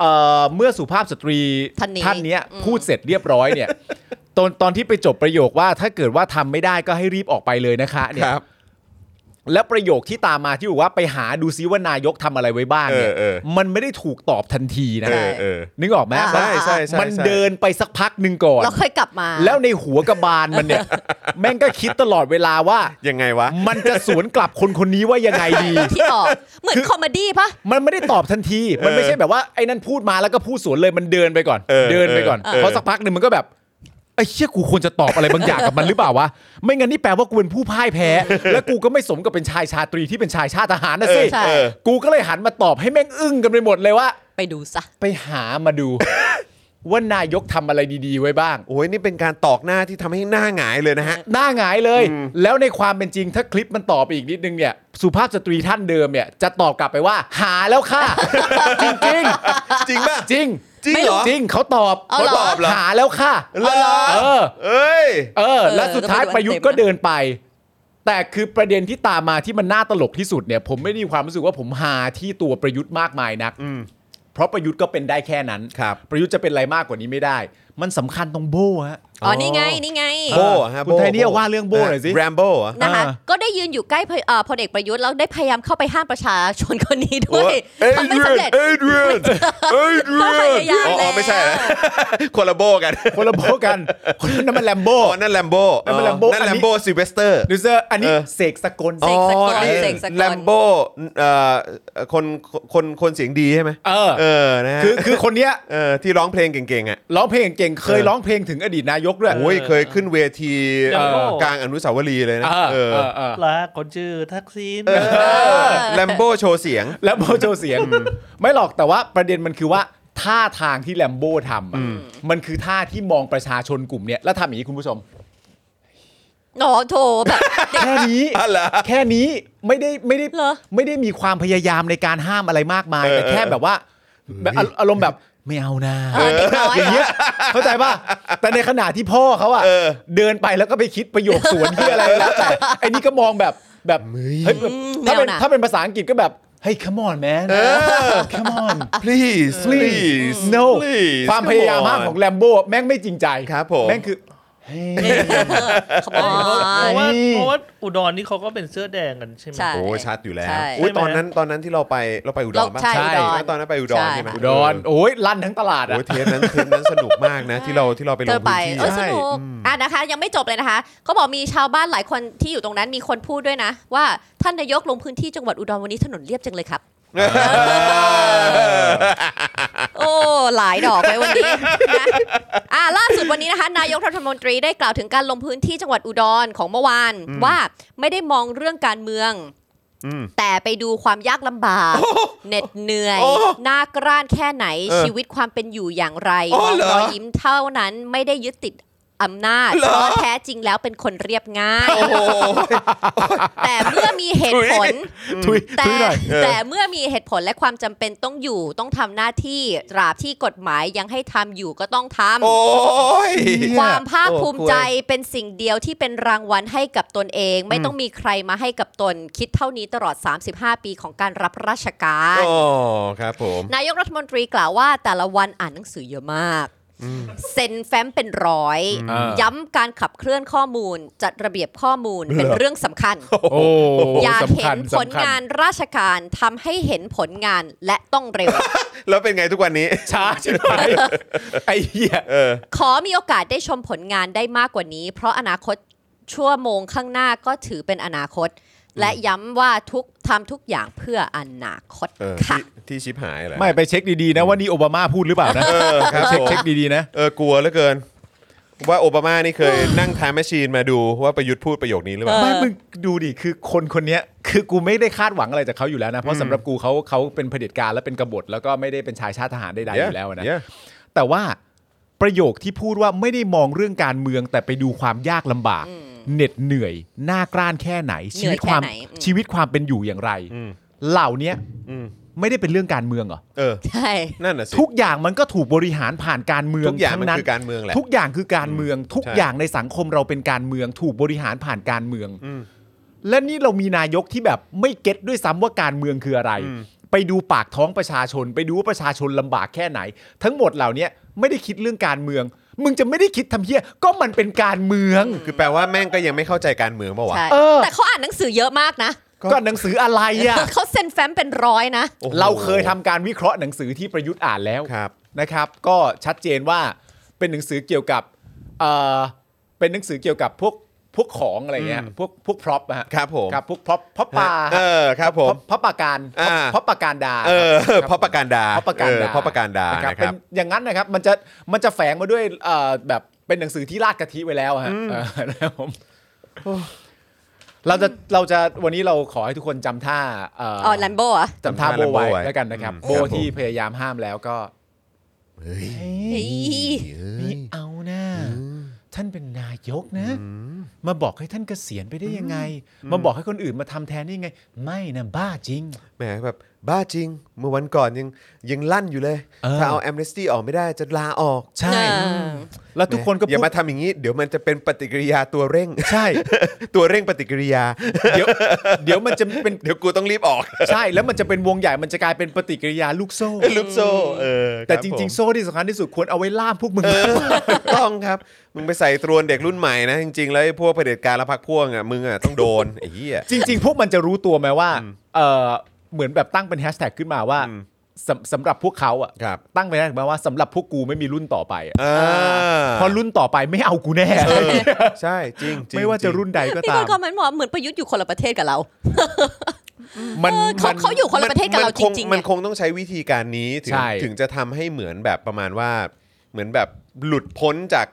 Speaker 2: เอ่อเมื่อสุภาพสตรี
Speaker 3: ท่านนี้
Speaker 2: เนี้ย
Speaker 3: อืม
Speaker 2: พูดเสร็จเรียบร้อยเนี่ย [LAUGHS] ตอนตอนที่ไปจบประโยคว่าถ้าเกิดว่าทำไม่ได้ก็ให้รีบออกไปเลยนะคะเนี่ย
Speaker 1: ครับ
Speaker 2: และประโยคที่ตามมาที่บอกว่าไปหาดูซิว่านายกทำอะไรไว้บ้างเนี่ย
Speaker 1: เออเออ
Speaker 2: มันไม่ได้ถูกตอบทันทีนะ
Speaker 1: เออเออ
Speaker 2: นึกออกไหม
Speaker 3: อ่า
Speaker 1: ใช่ใช่ใช่
Speaker 2: มัน
Speaker 1: ใช่
Speaker 2: เดินไปสักพักหนึ่งก่อน
Speaker 3: แล้วค่อยกลับมา
Speaker 2: แล้วในหัวกระบาลมันเนี่ย แม่งก็คิดตลอดเวลาว่า
Speaker 1: ยังไงวะ
Speaker 2: มันจะสวนกลับคนคนนี้ว่ายังไงดี
Speaker 3: ที่ออกเหมือนคอมเมดี้ปะ
Speaker 2: มันไม่ได้ตอบทันที มันไม่ใช่แบบว่าไอ้นั่นพูดมาแล้วก็พูดสวนเลยมันเดินไปก่อน
Speaker 1: เออ
Speaker 2: ดินไปก่อน
Speaker 1: เออ
Speaker 2: พอสักพักหนึ่งมันก็แบบไอ้เชี่ยกูควรจะตอบอะไรบางอย่างกับมันหรือเปล่าวะไม่งั้นนี่แปลว่ากูเป็นผู้พ่าย
Speaker 1: [LAUGHS]
Speaker 2: แพ้ และกูก็ไม่สมกับเป็นชายชาตรีที่เป็นชายชาติทหารนะสิ
Speaker 3: ใช่
Speaker 1: เออ
Speaker 2: กูก็เลยหันมาตอบให้แม่งอึ้งกันไปหมดเลยว่า
Speaker 3: ไปดูซะ
Speaker 2: ไปหามา
Speaker 1: [LAUGHS]
Speaker 2: ดู ว่านายกทำอะไรดีๆ ไว้บ้าง
Speaker 1: โอ้ยนี่เป็นการตอกหน้าที่ทำให้หน้าหงายเลยนะฮะ
Speaker 2: หน้าหงายเลย แล้วในความเป็นจริงถ้าคลิปมันตอบไปอีกนิดนึงเนี่ย สุภาพสตรีท่านเดิมเนี่ย จะตอบกลับไปว่า หาแล้วค่ะ [LAUGHS] จริงจริง
Speaker 1: จริงป่ะ
Speaker 2: จริง
Speaker 1: จริงเหรอ
Speaker 2: จริงเขาตอบ
Speaker 3: เอาเหรอ
Speaker 1: เขาตอบเหรอ
Speaker 2: หาแล้วค่ะ
Speaker 1: เหรอ
Speaker 2: เออ
Speaker 1: เอ้ย
Speaker 2: เอ
Speaker 3: เอ
Speaker 2: อ
Speaker 3: อ
Speaker 2: แล้วสุดท้าย
Speaker 3: แล้วก็ดูอัน
Speaker 2: ประยุทธ์
Speaker 3: เต็ม
Speaker 2: ก็
Speaker 3: นะ
Speaker 2: เดินไป แต่คือประเด็นที่ตามมาที่มันน่าตลกที่สุดเนี่ย ผมไม่ได้มีความรู้สึกว่าผมหาที่ตัวประยุทธ์มากมายนักเพราะประยุทธ์ก็เป็นได้แค่นั้น
Speaker 1: ครับ
Speaker 2: ประยุทธ์จะเป็นอะไรมากกว่านี้ไม่ได้ มันสำคัญตรงโบ
Speaker 1: [LAUGHS]
Speaker 2: ฮะ
Speaker 3: อ๋อนี่ไงนี่ไง
Speaker 1: โบอะฮะ
Speaker 2: คุณไทยเนี่ยว่าเรื่องโบ้หน่อยสิ
Speaker 1: แรมโบอะ
Speaker 3: นะคะ
Speaker 2: อ่า
Speaker 3: ก็ได้ยืนอยู่ใกล้พเอ่อพลเอกประยุทธ์แล้วได้พยายามเข้าไปห้ามประชาชนคนนี้ด้วยทำไม่สำเร็จ
Speaker 1: เอเดียนเอเดียน
Speaker 3: ก็พยายาม
Speaker 1: อ๋อ
Speaker 3: แล้ว
Speaker 1: ไม่ใช่นะคนละโบกัน
Speaker 2: คนละโบกันคนนั้นมันแลมโบ
Speaker 1: อ๋อนั่นแลมโบ
Speaker 2: นั่นมัน Lambo
Speaker 1: นั่น
Speaker 2: อัน
Speaker 1: แล
Speaker 2: นี้
Speaker 1: มโบซิเวสเตอร์
Speaker 2: ดูเซอร์อันนี้
Speaker 1: เออ
Speaker 2: เสกสกล
Speaker 3: เสกสกล
Speaker 1: อ๋อนี่
Speaker 3: เสกสกล
Speaker 1: แลมโบเอ่อคนคนคนเสียงดีใช่ไหม
Speaker 2: เออ
Speaker 1: เออนะฮะ
Speaker 2: คือคือคนเนี้ย
Speaker 1: เออที่ร้องเพลงเก่งๆอ่ะ
Speaker 2: ร้องเพลงเก่งเคย
Speaker 1: เออ
Speaker 2: ร้องเพลงถึงอดีตนายกด้วย
Speaker 1: โอ้ยเคยขึ้นเวที
Speaker 4: เออ
Speaker 1: กลางอนุสาวรีย์เลยนะ
Speaker 2: เออ
Speaker 1: เออ
Speaker 2: เออเออ
Speaker 4: รักคนชื่อทักษิณ
Speaker 1: แลมโบโชว์เสียง
Speaker 2: แล้วโบโจเสียง ไม่หรอกแต่ว่าประเด็นมันคือว่าท่าทางที่แลมโบทำอะมันคือท่าที่มองประชาชนกลุ่มเนี้ยแล้วทำอย่างนี้คุณผู้ชม
Speaker 3: โอ้โถแบบเด็ก
Speaker 2: แค่นี้
Speaker 1: อ๋อเหรอ
Speaker 2: แค่นี้ไม่ได้ไม่ได้
Speaker 3: เหรอ
Speaker 2: ไม่ได้มีความพยายามในการห้ามอะไรมากมาย
Speaker 1: เออ
Speaker 2: แต่แค่
Speaker 1: เออ
Speaker 2: แบบว่าแบบอารอารมณ์แบบไม่เอานะ
Speaker 3: เออเด็กน้อย
Speaker 2: อย่า
Speaker 3: เหร
Speaker 2: งเงี้
Speaker 3: อย
Speaker 2: เข้าใจป่ะ แต่ในขณะที่พ่อเขาอะ
Speaker 1: เออ
Speaker 2: เดินไปแล้วก็ไปคิดประโยคสวนที่อะไรแล้วแต่ไอ้นี่ก็มองแบบแบบเฮ้ยแบบถ้าเป็นถ้าเป็นภาษาอังกฤษก็แบบเฮ้ย come on man come on
Speaker 1: please please
Speaker 2: please no
Speaker 1: please
Speaker 2: ความพยายามมากของแลมโบ้แม่งไม่จริงใจ
Speaker 1: ครับผม
Speaker 2: แม่งคือ
Speaker 3: ขมอ
Speaker 4: เพ
Speaker 3: น
Speaker 4: ราะว่า
Speaker 2: นี่
Speaker 4: เพราะว่าอุดรนี่เขาก็เป็นเสื้อแดงกันใช่ไหม
Speaker 3: ใช่
Speaker 1: โอ้ชัดอยู่แล้ว
Speaker 3: ใช่
Speaker 1: อุ้ยตอนนั้นตอนนั้นที่เราไปเราไปอุดร
Speaker 3: เรา
Speaker 1: ปะ
Speaker 3: ใช่อุดร
Speaker 1: ตอนนั้นไปอุดร
Speaker 3: ใช่
Speaker 1: ใช่ไหม
Speaker 2: อุดรโอ้ยลั่นทั้งตลาดอะ
Speaker 1: โอ้ยเทปนั้นเทปนั้นสนุกมากนะ ที่เราที่เราไปล
Speaker 3: เจ
Speaker 1: ง
Speaker 3: อไป
Speaker 1: พื้นที่อะ
Speaker 3: เออสนุกอ่ะนะคะ ยังไม่จบเลยนะคะเขาบอกมีชาวบ้านหลายคนที่อยู่ตรงนั้นมีคนพูดด้วยนะ ว่าท่านนายกลงพื้นที่จังหวัดอุดรวันนี้ถนนเรียบจังเลยครับ โอ้หลายดอกไปวันนี้นะอ่าล่าสุดวันนี้นะคะ นายกรัฐมนตรีได้กล่าวถึงการลงพื้นที่จังหวัดอุดรของเมื่อวาน ว่าไม่ได้มองเรื่องการเมือง
Speaker 1: อืม
Speaker 3: แต่ไปดูความยากลำบากเหน็ดเหนื่อย
Speaker 1: โอ้
Speaker 3: หน้ากร้านแค่ไหน
Speaker 1: เออ
Speaker 3: ชีวิตความเป็นอยู่อย่างไร
Speaker 1: โอ้
Speaker 3: มอง
Speaker 1: เหรอ
Speaker 3: รอยยิ้มเท่านั้นไม่ได้ยึดติดอำนาจ
Speaker 1: เหรอ
Speaker 3: เพราะแท้จริงแล้วเป็นคนเรียบง่าย
Speaker 1: โอ้โห
Speaker 3: แต่เมื่อมีเหตุผล
Speaker 1: [LAUGHS]
Speaker 2: ทุย
Speaker 3: แต่
Speaker 2: ทุยหน่อย
Speaker 1: เออ
Speaker 3: แต่เมื่อมีเหตุผลและความจำเป็นต้องอยู่ต้องทำหน้าที่ตราบที่กฎหมายยังให้ทำอยู่ก็ต้องทำ
Speaker 1: โอ้ย
Speaker 3: ความภาค
Speaker 1: โอ้
Speaker 3: ภูมิ
Speaker 1: คุย
Speaker 3: ใจเป็นสิ่งเดียวที่เป็นรางวัลให้กับตนเอง ไม่ต้องมีใครมาให้กับตน คิดเท่านี้ตลอด 35 ปีของการรับราชการ
Speaker 1: โอ้ครับผม
Speaker 3: นายกรัฐมนตรีกล่าวว่าแต่ละวันอ่านหนังสือเยอะมาก เซ็นแฟ้มเป็นร้อย
Speaker 2: อ่า
Speaker 3: ย้ำการขับเคลื่อนข้อมูล จัดระเบียบข้อมูลเป็นเรื่องสำคัญ
Speaker 2: โอ้
Speaker 3: อยาก
Speaker 2: สำ
Speaker 3: เห็
Speaker 2: คัญ
Speaker 3: นผล
Speaker 2: สำคัญ
Speaker 3: งานราชการทำให้เห็นผลงานและต้องเร็ว
Speaker 1: แล้วเป็นไงทุกวันนี้
Speaker 2: ช้าใช่ไหมไอ้เหี้ย
Speaker 1: เออ
Speaker 3: ขอมีโอกาสได้ชมผลงานได้มากกว่านี้ เพราะอนาคตชั่วโมงข้างหน้าก็ถือเป็นอนาคต และย้ำว่าทุกทำทุกอย่างเพื่ออนาคต
Speaker 1: เออ
Speaker 3: ค่ะ
Speaker 1: ที่ที่ชิปหายแหละ
Speaker 2: ไม่ไปเช็คดีๆนะว่านี่โอบามาพูดหรือเปล่านะ
Speaker 1: เออครับ
Speaker 2: เช็ค
Speaker 1: ผม
Speaker 2: เช็คดีๆนะ
Speaker 1: เออกลัวเหลือเกิน ว่าโอบามานี่เคยนั่งไทม์แมชชีนมาดูว่าประยุทธ์พูดประโยคนี้หรือเปล่า
Speaker 2: ไม่มึงดูดิคือคนคนเนี้ยคือกูไม่ได้คาดหวังอะไรจากเขาอยู่แล้วนะ เพราะสำหรับกูเขาเขาเป็นเผด็จการและเป็นกบฏแล้วก็ไม่ [SIGHS] ได้เป็นชายชาติทหารใดๆอยู่แล้วนะ
Speaker 1: Yeah
Speaker 2: แต่ว่าประโยคที่พูดว่าไม่ได้มองเรื่องการเมืองแต่ไปดูความยากลำบาก เหน็ดเหนื่อยหน้ากล้านแค่ไหน ชีวิตความ
Speaker 3: เหนื่อยแค่ไหนอืม
Speaker 2: ชีวิตความเป็นอยู่อย่างไร เหล่าเนี้ย
Speaker 1: อืม
Speaker 2: ไม่ได้เป็นเรื่องการเมืองเหรอ
Speaker 1: เออ
Speaker 3: ใช่
Speaker 1: นั่นน่ะสิ
Speaker 2: ทุกอย่างมันก็ถูกบริหารผ่านการเมือง
Speaker 1: ทุกอย่างมัน
Speaker 2: ทั้
Speaker 1: คือการเมืองแหละ
Speaker 2: ทุกอย่างคือการเมือง ทุก
Speaker 1: ใช่
Speaker 2: อย่างในสังคมเราเป็นการเมือง ถูกบริหารผ่านการเมือง
Speaker 1: อืม
Speaker 2: และนี่เรามีนายกที่แบบไม่เก็ตด้วยซ้ำว่าการเมืองคืออะไร
Speaker 1: อืม
Speaker 2: ไปดูปากท้องประชาชน ไปดูว่าประชาชนลำบากแค่ไหน ทั้งหมดเหล่านี้ไม่ได้คิดเรื่องการเมือง มึงจะไม่ได้คิดทำเพี้ยก็มันเป็นการเมือง
Speaker 1: คือแปลว่าแม่งก็ยังไม่เข้าใจการเมืองเปล่าวะ
Speaker 3: ใช่
Speaker 2: เออ
Speaker 3: แต่เขาอ่านหนังสือเยอะมากนะ
Speaker 2: ก็หนังสืออะไรอ่ะ
Speaker 3: เขาเซ็นแฟ้มเป็นร้อยนะ
Speaker 1: โอ้โห
Speaker 2: เราเคยทำการวิเคราะห์หนังสือที่ประยุทธ์อ่านแล้ว
Speaker 1: ครับ
Speaker 2: นะครับก็ชัดเจนว่าเป็นหนังสือเกี่ยวกับเอ่อเป็นหนังสือเกี่ยวกับพวกพวกของอะไรเงี้ย
Speaker 1: อืม
Speaker 2: พวกพวกพร็อพฮะ
Speaker 1: ครับผม
Speaker 2: ครับพวกพร็อพพร็อปปลา
Speaker 1: เออครับผม
Speaker 2: พร็อปปลาการ
Speaker 1: อ่า
Speaker 2: พร็อปปลาการดา
Speaker 1: เออ
Speaker 2: คบ
Speaker 1: พ่อประการดา
Speaker 2: พร็อปปลาการ
Speaker 1: เออ
Speaker 2: ดา
Speaker 1: พ่อประการดานะค
Speaker 2: เป็
Speaker 1: รับ
Speaker 2: นอย่างนั้นนะครับมันจะมันจะแฝงมาด้วยเอ่อแบบเป็นหนังสือที่ราดกะทิไว้แล้วฮะเออ [LAUGHS] นะครับผมเราจะเราจะวันนี้เราขอให้ทุกคนจำท่าเอ่อ
Speaker 3: อ๋อแลมโบอ่ะ
Speaker 2: จำท่า
Speaker 1: จำท่า
Speaker 2: โบ
Speaker 1: Lambo
Speaker 2: ไว้
Speaker 1: ไว้
Speaker 2: แล้วกันนะครับ
Speaker 1: อืม
Speaker 2: โบ
Speaker 1: ครับผม
Speaker 2: ที่พยายามห้ามแล้วก็
Speaker 1: เฮ้ย
Speaker 3: เฮ้ย
Speaker 2: ไม่เอานะท่านเป็นนายกนะ มาบอกให้ท่านเกษียณไปได้ยังไง มาบอกให้คนอื่นมาทำแทนได้ยังไง ไม่นะบ้าจริง
Speaker 1: แหมแบบบ้าจริง เมื่อวันก่อนยังยังลั่นอยู่เลย
Speaker 2: เออ
Speaker 1: ถ้าเอาแอมเนสตี้ออกไม่ได้จะลาออก
Speaker 2: ใช่
Speaker 3: เออ
Speaker 2: แล้วทุกคนก็
Speaker 1: แหมอย่า
Speaker 2: พูด
Speaker 1: [LAUGHS] มาทำอย่างนี้ เดี๋ยวมันจะเป็นปฏิกิริยาตัวเร่ง
Speaker 2: ใช่
Speaker 1: [LAUGHS] ตัวเร่งปฏิกิริยา
Speaker 2: เดี๋ยวเดี๋ยวมันจะเป็น
Speaker 1: เดี๋ยวกูต้องรีบออก [LAUGHS]
Speaker 2: ใช่แล้วมันจะเป็นวงใหญ่มันจะกลายเป็นปฏิกิริยาลูกโซ่
Speaker 1: ลูกโซ่เออ
Speaker 2: แต่
Speaker 1: คบ
Speaker 2: จริง
Speaker 1: ผม
Speaker 2: ๆ โซ่ที่สำคัญที่สุดควรเอาไว้ล่ามพวกมึง
Speaker 1: เออถูกต้องครับ มึงไปใส่ตรวนเด็กรุ่นใหม่นะ จริง ๆ แล้วไอ้พวกเผด็จการและพรรคพวกอ่ะมึงอ่ะต้องโดน ไอ้เหี้ย
Speaker 2: จริง ๆ พวกมันจะรู้ตัวไหมว่าเออเหมือนแบบตั้งเป็นแฮชแท็กขึ้นมาว่า
Speaker 1: อืม
Speaker 2: สำสำหรับพวกเขาอ่ะ
Speaker 1: ครับ
Speaker 2: ตั้งเป็นแฮชแท็กมาว่าสำหรับพวกกูไม่มีรุ่นต่อไปอะ
Speaker 1: อ่า
Speaker 2: พอรุ่นต่อไปไม่เอากูแน่
Speaker 1: เออใช่จริงๆ
Speaker 2: ไม่ว่าจะรุ่นใดก็
Speaker 3: มี
Speaker 2: ตา
Speaker 3: ค
Speaker 2: ม
Speaker 3: นคอมเมนต์บอกว่าเหมือนประยุทธ์อยู่คนละประเทศกับเรา
Speaker 2: มัน
Speaker 3: เออเขา
Speaker 2: มัน
Speaker 3: เขาอยู่คนละประเทศกับเราจ
Speaker 1: ค
Speaker 3: ริงๆ
Speaker 1: มัน
Speaker 3: เนี่ย
Speaker 1: คงต้องใช้วิธีการนี้ ถึง
Speaker 2: ใช่
Speaker 1: ถึงจะทำให้เหมือนแบบประมาณว่า เหมือนแบบหลุดพ้นจาก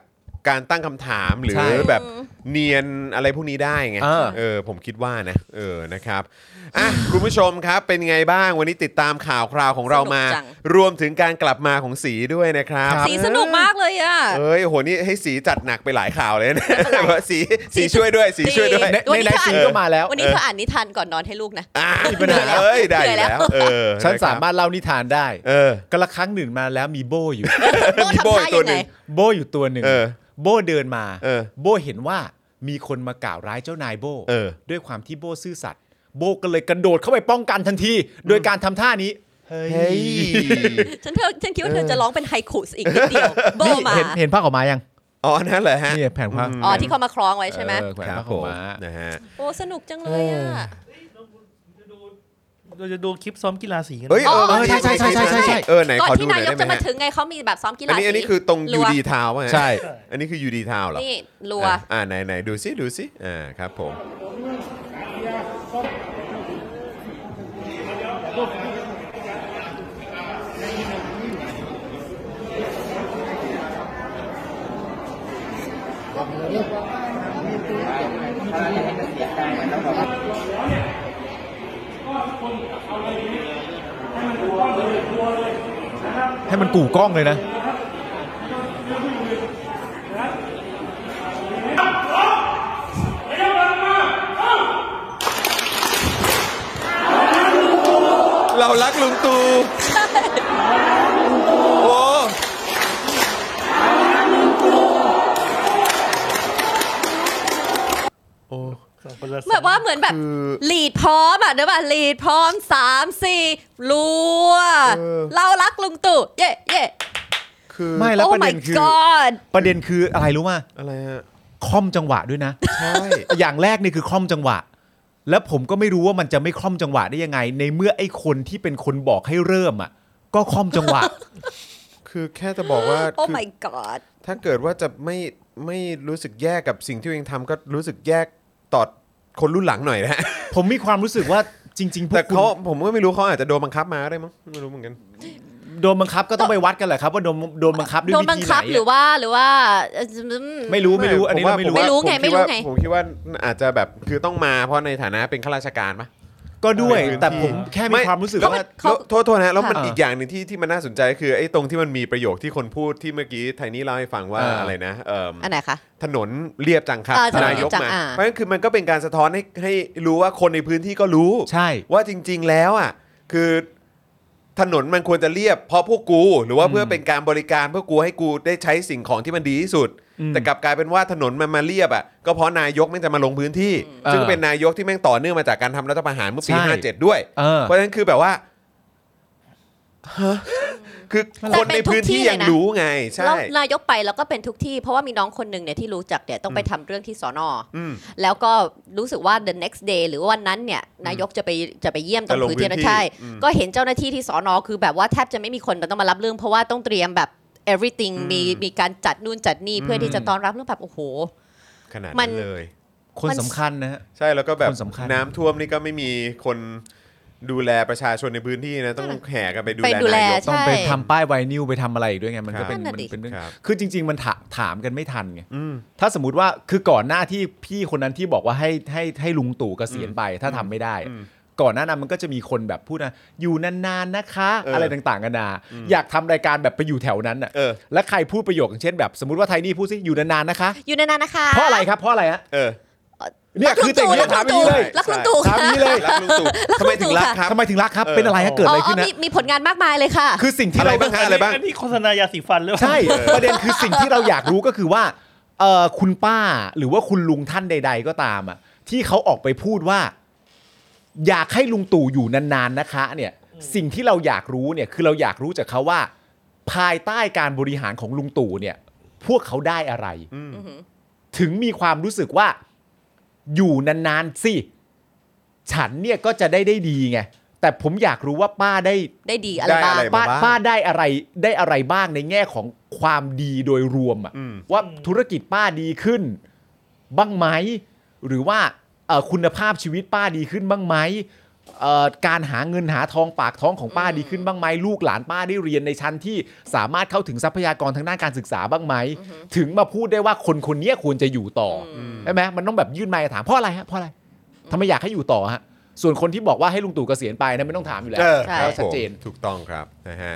Speaker 1: การตั้งคำถามหรือ
Speaker 2: ใช่
Speaker 1: แบบเนียนอะไรพวกนี้ได้ไง
Speaker 2: เออ
Speaker 1: เออผมคิดว่านะเออนะครับ
Speaker 3: [SIGHS]
Speaker 1: อ่ะคุณผู้ชมครับเป็นไงบ้างวันนี้ติดตามข่าวคราวของเรามา
Speaker 3: สนุกจัง
Speaker 1: รวมถึงการกลับมาของสีด้วยนะครับ
Speaker 3: สีสนุกมากเลยอ่ะ
Speaker 1: เอ้ยโหนี่ให้สีจัดหนักไปหลายข่าวเลยนะ [LAUGHS] ว่าสีสีช่วยด้วย สีช่วยด้วย
Speaker 3: ดี
Speaker 2: ในในซีก็มาแล้ว
Speaker 3: วันนี้เธออ่านนิทานก่อนนอนให้ลูกนะ
Speaker 1: อ่า
Speaker 2: มีปัญหา
Speaker 1: เอ้ยได้อยู่แล้วเออ
Speaker 2: ฉันสา
Speaker 1: ะคบ
Speaker 2: มารถเล่านิทานได้
Speaker 1: เออ
Speaker 2: ก็ละครั้งหนึ่งมาแล้วมีโบอยู่
Speaker 3: โบ
Speaker 1: มีโบ้
Speaker 3: ทำท่า
Speaker 1: ตัว
Speaker 3: ยัง
Speaker 1: หนึ่
Speaker 3: ไง
Speaker 1: ง
Speaker 2: โบอยู่ตัวหนึ่ง
Speaker 1: เออ
Speaker 2: โบเดินมา
Speaker 1: เออ
Speaker 2: โบเห็นว่ามีคนมากล่าวร้ายเจ้านายโบ
Speaker 1: เออ
Speaker 2: ด้วยความที่โบซื่อสัตย์โบก็เลยกระโดดเข้าไปป้องกันทันที โดยการทำท่านี้เฮ้ย
Speaker 1: เฮ้ย
Speaker 3: ฉันเธอฉันคิดว่าเธอจะร้องเป็นไฮคุสอีกนิดเดียวโบ
Speaker 2: นี่
Speaker 3: มา
Speaker 2: เห็นเห็นผ้าออกมายัง
Speaker 1: อ๋อนั่นเหรอฮะ
Speaker 2: นี่แผ่นผ้า
Speaker 3: อ๋อที่เขามาคล้องไว้ใช่ไหม
Speaker 2: เออแขวน
Speaker 1: ครั
Speaker 2: ผ้า
Speaker 1: บ
Speaker 2: ข
Speaker 1: ผ
Speaker 2: อง
Speaker 1: ม
Speaker 2: ม้า
Speaker 1: นะฮะ
Speaker 3: โอ้สนุกจังเลยอ่ะ
Speaker 4: เราจะดูคลิปซ้อมกีฬาสีกัน
Speaker 1: เอ้ยเออ
Speaker 3: เออ
Speaker 1: มัน
Speaker 3: ใช่ใช่ใช่ใช่ใช่
Speaker 1: เออไหน
Speaker 3: ก่อ
Speaker 1: ข
Speaker 3: น
Speaker 1: อดู
Speaker 3: ที่
Speaker 1: หน่
Speaker 3: นา
Speaker 1: อย
Speaker 3: ยก
Speaker 1: ได้ไหม
Speaker 3: จะมา
Speaker 1: ฮะ
Speaker 3: ถึงไงเขามีแบบซ้อมกีฬา
Speaker 1: อันนี้
Speaker 3: สี
Speaker 1: อันนี้คือตรงยู
Speaker 3: ว
Speaker 1: ดีทาวอ่ะ
Speaker 2: ใช่
Speaker 1: อันนี้คือยูดีทาวเหรอ
Speaker 3: นี่รัว
Speaker 1: อ่ะอ่าไหนไหนดูซิดูซิอ่าครับผม
Speaker 2: ให้มันกู่กล้องเลยนะ
Speaker 1: เรารักลุงตู่โอ้โอ้
Speaker 4: สองคนละสอง
Speaker 3: แบบว่าเหมือนแบบ
Speaker 1: คือ
Speaker 3: ลีดพร้อมอ่ะเดี๋ยวแบบลีดพร้อมสามสี่รัว
Speaker 1: เออ
Speaker 3: เรารักลุงตู่เย่เย่
Speaker 1: คือ
Speaker 2: ไม่แล้ว
Speaker 3: โอ้
Speaker 2: ประเด็
Speaker 3: my
Speaker 2: นคือ
Speaker 3: god
Speaker 2: ประเด็นคืออะไรรู้ป่ะ
Speaker 1: อะไรฮะ
Speaker 2: คล่อมจังหวะด้วยนะ
Speaker 1: ใช่
Speaker 2: อย่างแรกนี่คือคล่อมจังหวะ แล้วผมก็ไม่รู้ว่ามันจะไม่คล่อมจังหวะได้ยังไง ในเมื่อไอ้คนที่เป็นคนบอกให้เริ่มอ่ะ ก็คล่อมจั [LAUGHS] งหวะ
Speaker 1: คือแค่จะบอก
Speaker 3: [LAUGHS]
Speaker 1: ว่า
Speaker 3: โอ้
Speaker 1: คือ
Speaker 3: my god
Speaker 1: ถ้าเกิดว่าจะไม่ไม่รู้สึกแย่กับสิ่งที่ตัวเองทำก็รู้สึกแย่ต่อคนรุ่นหลังหน่อยนะ
Speaker 2: ผมมีความรู้สึกว่าจริง ๆ พว
Speaker 1: แต่
Speaker 2: กคุ
Speaker 1: เขา
Speaker 2: ณ
Speaker 1: ผมก็ไม่รู้เขาอาจจะโดนบังคับมาก็ได้มั้งไม่รู้เหมือนกัน
Speaker 2: โดนบังคับก็ต้องไปวัดกันแหละครับ ว่าโดนโดนบังคับด้วย
Speaker 3: โดน
Speaker 2: วิ
Speaker 3: บัง
Speaker 2: ธีไห
Speaker 3: คับห
Speaker 2: น
Speaker 3: รือ
Speaker 2: อะ
Speaker 3: ว่าหรือว่าเอ่อ
Speaker 2: ไม่รู้ไม่รู้อันนี้เราไม่รู้
Speaker 3: ไม่รู้ ไง
Speaker 1: ผมคิดว่า
Speaker 3: ไง
Speaker 1: ผมคิดว่าอาจจะแบบคือต้องมาเพราะในฐานะเป็นข้าราชการปะ
Speaker 2: ก็ด้วย
Speaker 1: ไม่รู้
Speaker 2: แต่ผมแค่มีความรู้สึก
Speaker 1: แล้ว
Speaker 2: ว่า
Speaker 1: แล้วโทษโทษนะแล้วมัน
Speaker 2: ค่ะ
Speaker 1: อีกอย่างหนึ่งที่ที่มันน่าสนใจคือไอ้ตรงที่มันมีประโยคที่คนพูดที่เมื่อกี้ไทนี่เล่าให้ฟังว่า
Speaker 2: อ่า
Speaker 1: อะไรนะเอิ่ม
Speaker 3: อันไหนคะ
Speaker 1: ถนนเรียบจังครับ
Speaker 3: เออถนน
Speaker 1: นา
Speaker 3: เรี
Speaker 1: ย
Speaker 3: ย
Speaker 1: ก
Speaker 3: บจัง
Speaker 1: มา
Speaker 3: อ่า
Speaker 1: เพราะฉะนั้นคือมันก็เป็นการสะท้อนให้ให้รู้ว่าคนในพื้นที่ก็รู้
Speaker 2: ใช่
Speaker 1: ว่าจริง ๆ แล้วอ่ะคือ ถนนมันควรจะเรียบเพราะพวกกู หรือว่าเพื่อเป็นการบริการเพื่อกูให้กูได้ใช้สิ่งของที่มันดีที่สุด
Speaker 2: อืม
Speaker 1: แต่กลับกลายเป็นว่าถนนมันมาเรียบอ่ะก็เพราะนายกแม่งจะมาลงพื้นที่
Speaker 2: อืม
Speaker 1: ซึ่งเป็นนายกที่แม่งต่อเนื่องมาจากการทำรัฐประหารเมื่อปี
Speaker 2: ใช่
Speaker 1: 57 ด้วย
Speaker 2: เออ
Speaker 1: เพราะฉะนั้นคือแบบว่าฮะคือคนในพื้นที่ยังรู้ไง ใช่
Speaker 3: แล้วนายกไปแล้วก็เป็นทุกที่ เพราะว่ามีน้องคนหนึ่งเนี่ยที่รู้จักเนี่ยต้องไปทำเรื่องที่สอนออ
Speaker 1: ม
Speaker 3: แล้วก็รู้สึกว่า the next day หรือว่าวันนั้นเนี่ยนายกจะไปจะไปเยี่ยมตรง
Speaker 1: จะลง
Speaker 3: พื้นที่
Speaker 1: พื้นที่
Speaker 3: นะใช่
Speaker 1: อืม
Speaker 3: ก็เห็นเจ้าหน้าที่ที่สอนอคือแบบว่าแทบจะไม่มีคนต้องมารับเรื่องเพราะว่าต้องเตรียมแบบ everything มีมีการจัดนู่นจัดนี่เพื่อที่จะต้อนรับเรื่องแบบโอ้โห
Speaker 1: ขนาด
Speaker 3: มั
Speaker 1: นั้น
Speaker 3: น
Speaker 1: เลย
Speaker 2: คนสำคัญนะฮะ
Speaker 1: ใช่แล้วก็แบบ
Speaker 2: คนสำคัญ
Speaker 1: น้ำท่วมนี่ก็ไม่มีคนดูแลประชาชนในพื้นที่นะ ต้องแห่กันไปดู
Speaker 3: ไป
Speaker 1: แล
Speaker 3: ดูแล
Speaker 1: นายก
Speaker 2: ต้อง
Speaker 3: ใช่
Speaker 2: ไปทำป้ายไวนิวไปทำอะไรอีกด้วยไงมัน
Speaker 1: ครั
Speaker 2: ก็
Speaker 1: บ
Speaker 2: เป็น
Speaker 3: นั่นน่ะ
Speaker 2: มัน
Speaker 3: ดิ
Speaker 2: เป็นเรื่อง
Speaker 1: ครับ
Speaker 2: คือจริง ๆ มันถาถามกันไม่ทันไง
Speaker 1: อืม
Speaker 2: ถ้าสมมติว่าคือก่อนหน้าที่พี่คนนั้นที่บอกว่าให้ให้ให้ลุงตู่เกษียณไปถ้าทำไม่ได้อะ
Speaker 1: อืม
Speaker 2: ก่อนหน้านั้นมันก็จะมีคนแบบพูดนะอยู่นานๆนะคะ
Speaker 1: เอออ
Speaker 2: อะไรต่างๆกันานาอยากทำรายการแบบไปอยู่แถวนั้นอ่ะ
Speaker 1: เออ
Speaker 2: แล้วใครพูดประโยคอย่างเช่นแบบสมมติว่าไทนี่พูดสิอยู่นานๆนะคะ
Speaker 3: อยู่นานๆนะคะ
Speaker 2: เพราะอะไรครับเพราะอะไรฮะ
Speaker 1: เออ
Speaker 2: เนี่ยคือแต่ง
Speaker 3: รั
Speaker 2: เรื่อ
Speaker 3: ลุ
Speaker 2: ก งถาม
Speaker 3: ง
Speaker 2: อย่าง
Speaker 3: ตู่
Speaker 2: นี้เลย
Speaker 3: รักลุงตู่
Speaker 1: ถาม
Speaker 3: ค่ะ
Speaker 1: นี้เลยรักลุงตู่ทำไมถึงรักครับ
Speaker 2: ทำไมถึงรักครับ
Speaker 1: เออ
Speaker 2: เป็นอะไรฮะเกิดอะไรขึ้นนะ
Speaker 3: มีมีผลงานมากมายเลยค่ะ
Speaker 2: คือสิ่งที่
Speaker 1: อะไร
Speaker 2: เรา
Speaker 1: บ้างฮะอะไรบ้าง
Speaker 4: นนี้โฆษณายาสีฟันหรือเปล่า
Speaker 2: ใช่ ประเด็นคือสิ่งที่เราอยากรู้ก็คือว่าเออคุณป้าหรือว่าคุณลุงท่านใด ๆ ก็ตามอ่ะที่เขาออกไปพูดว่า อยากให้ลุงตู่อยู่นานๆนะคะ เนี่ย สิ่งที่เราอยากรู้เนี่ย คือเราอยากรู้จากเขาว่า ภายใต้การบริหารของลุงตู่เนี่ย พวกเขาได้อะไร
Speaker 1: อืม
Speaker 2: ถึงมีความรู้สึกว่าอยู่นานๆสิฉันเนี่ยก็จะได้ได้ดีไงแต่ผมอยากรู้ว่าป้าได้
Speaker 3: ได้ดีอะไรบ้าง
Speaker 1: ได้อะไร
Speaker 2: ป้า
Speaker 1: บ้าง
Speaker 2: ป้าได้อะไรได้อะไรบ้างในแง่ของความดีโดยรวมอะ
Speaker 1: อืม
Speaker 2: ว่าธุรกิจป้าดีขึ้น บ้างไหมหรือว่าเอ่อคุณภาพชีวิตป้าดีขึ้นบ้างไหมเอ่อการหาเงินหาทองปากท้องของป้าดีขึ้นบ้างไหมลูกหลานป้าได้เรียนในชั้นที่สามารถเข้าถึงทรัพยากรทางด้านการศึกษาบ้างไหมถึงมาพูดได้ว่าคนคนเนี้ยควรจะอยู่ต่ออใช่ไหมมันต้องแบบยื่นไมค์ถามเพราะอะไรฮะเพราะอะไรทำไมอยากให้อยู่ต่อฮะส่วนคนที่บอกว่าให้ลุงตู่เกษียณไปนะไม่ต้องถามอยู่แล้ว
Speaker 1: เออ
Speaker 3: ใช่
Speaker 1: ครับ
Speaker 2: ชัดเจน
Speaker 1: ผมถูกต้องครับนะฮะ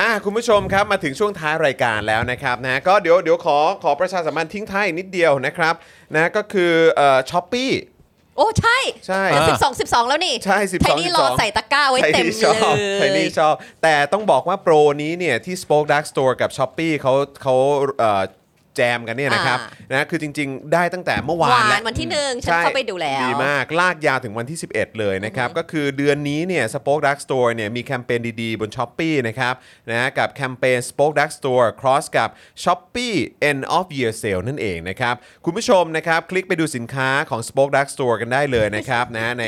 Speaker 1: อ่ะคุณผู้ชมครับมาถึงช่วงท้ายรายการแล้วนะครับนะก็เดี๋ยวเดี๋ยวขอขอประชาสัมพันธ์ทิ้งท้ายอีกนิดเดียวนะครับนะก็คือช้อปปี้
Speaker 3: โอ้ใช่
Speaker 1: ใช่
Speaker 3: สิบสองสิบสองแล้วนี่
Speaker 1: ใช่12
Speaker 3: ไทยนี่รอใส่ตะกร้าไว้เต็ม
Speaker 1: ที่ช
Speaker 3: เล
Speaker 1: อบไทยนี่
Speaker 3: ย
Speaker 1: ชอบ แต่ต้องบอกว่าโปรนี้เนี่ยที่ Spoke Dark Store กับ s h o p e e เขาเขาเอ่อแจมกันเนี่ยนะครับ
Speaker 3: อ่
Speaker 1: นะคือจริงๆ ได้ตั้งแต่เมื่อวาน
Speaker 3: วา
Speaker 1: แล้
Speaker 3: น
Speaker 1: ว
Speaker 3: วันที่หนึ่งฉันเข้าไปดูแล้ว
Speaker 1: ดีมาก ลากยาวถึงวันที่ 11 เลยนะครับ ก็คือเดือนนี้เนี่ย Spoke Dark Store เนี่ยมีแคมเปญดีๆ บน s h อ p e e นะครับนะกับแคมเปญ Spoke Dark Store cross กับ s h o p e e end of year sale นั่นเองนะครับ คุณผู้ชมนะครับ คลิกไปดูสินค้าของ Spoke Dark Store กันได้เลยนะครับนะใน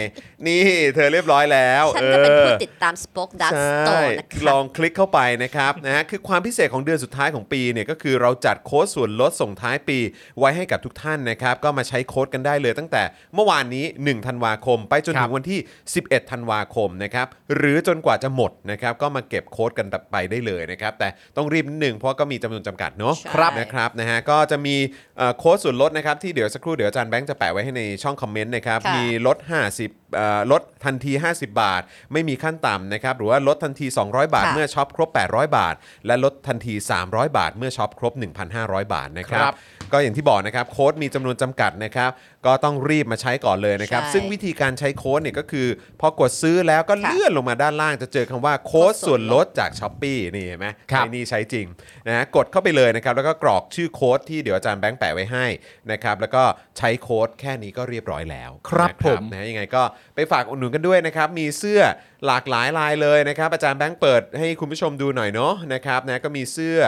Speaker 1: นี่เธอเรียบร้อยแล้ว
Speaker 3: ฉันจะเป็นผู้
Speaker 1: ออ
Speaker 3: ติดตาม Spoke Dark Store นะค
Speaker 1: ล
Speaker 3: รั
Speaker 1: อบ งคลิกเข้าไปนะครับ [LAUGHS] นะฮะคือความพิเศษของเดือนสุดท้ายของปีเนี่ยก็คือเราจัดโค้ดส่วนลดส่งท้ายปี ไว้ให้กับทุกท่านนะครับ ก็มาใช้โค้ดกันได้เลยตั้งแต่เมื่อวานนี้ 1 ธันวาคม ไปจนถึ
Speaker 2: ครั
Speaker 1: ง
Speaker 2: บ
Speaker 1: วันที่ 11 ธันวาคมนะครับ หรือจนกว่าจะหมดนะครับ ก็มาเก็บโค้ดกันไปได้เลยนะครับ แต่ต้องรีบนิดหนึ่งเพราะก็มีจำนวนจำกัดเนาะ
Speaker 3: ใช่ครับ
Speaker 1: นะครับนะฮะก็จะมีเอ่อโค้ดส่วนลดนะครับที่เดี๋ยวสักครู่เดี๋ยวอาจารย์แบงค์จะแปะไว้ให้ในช่องคอมเมนต์นะครับ
Speaker 3: ค่ะ
Speaker 1: มี ลด 50เอ่อลดทันที 50 บาท ไม่มีขั้นต่ำนะครับ หรือว่าลดทันที 200 บาท
Speaker 3: ค่ะ
Speaker 1: เมื่อช็อปครบ 800 บาท และลดทันที 300 บาท เมื่อช็อปครบ 1,500 บาทนะครับ
Speaker 2: ครับ
Speaker 1: ก็อย่างที่บอกนะครับ โค้ดมีจำนวนจำกัดนะครับ ก็ต้องรีบมาใช้ก่อนเลยนะครับ
Speaker 3: ใช่
Speaker 1: ซึ่งวิธีการใช้โค้ดเนี่ยก็คือ พอกดซื้อแล้วก็
Speaker 3: ค่ะ
Speaker 1: เลื่อนลงมาด้านล่างจะเจอคำว่าโค้ด
Speaker 3: โค้ดส่
Speaker 1: ส่ว
Speaker 3: วน น
Speaker 1: ล
Speaker 3: ล
Speaker 1: ด
Speaker 3: ด
Speaker 1: จากช้อปปี้นี่เห็นไหม
Speaker 2: ครับ
Speaker 1: ไอ้นี่ใช้จริงนะฮะกดเข้าไปเลยนะครับ แล้วก็กรอกชื่อโค้ดที่เดี๋ยวอาจารย์แบงค์แปะไว้ให้นะครับ แล้วก็ใช้โค้ดแค่นี้ก็เรียบร้อยแล้ว
Speaker 2: ครับ
Speaker 1: นะ
Speaker 2: ผม
Speaker 1: นะฮะยังไงก็ไปฝากอุดหนุนกันด้วยนะครับ มีเสื้อหลากหลายลายเลยนะครับ อาจารย์แบงค์เปิดให้คุณผู้ชมดูหน่อยเนาะนะครับนะก็มีเสื้อ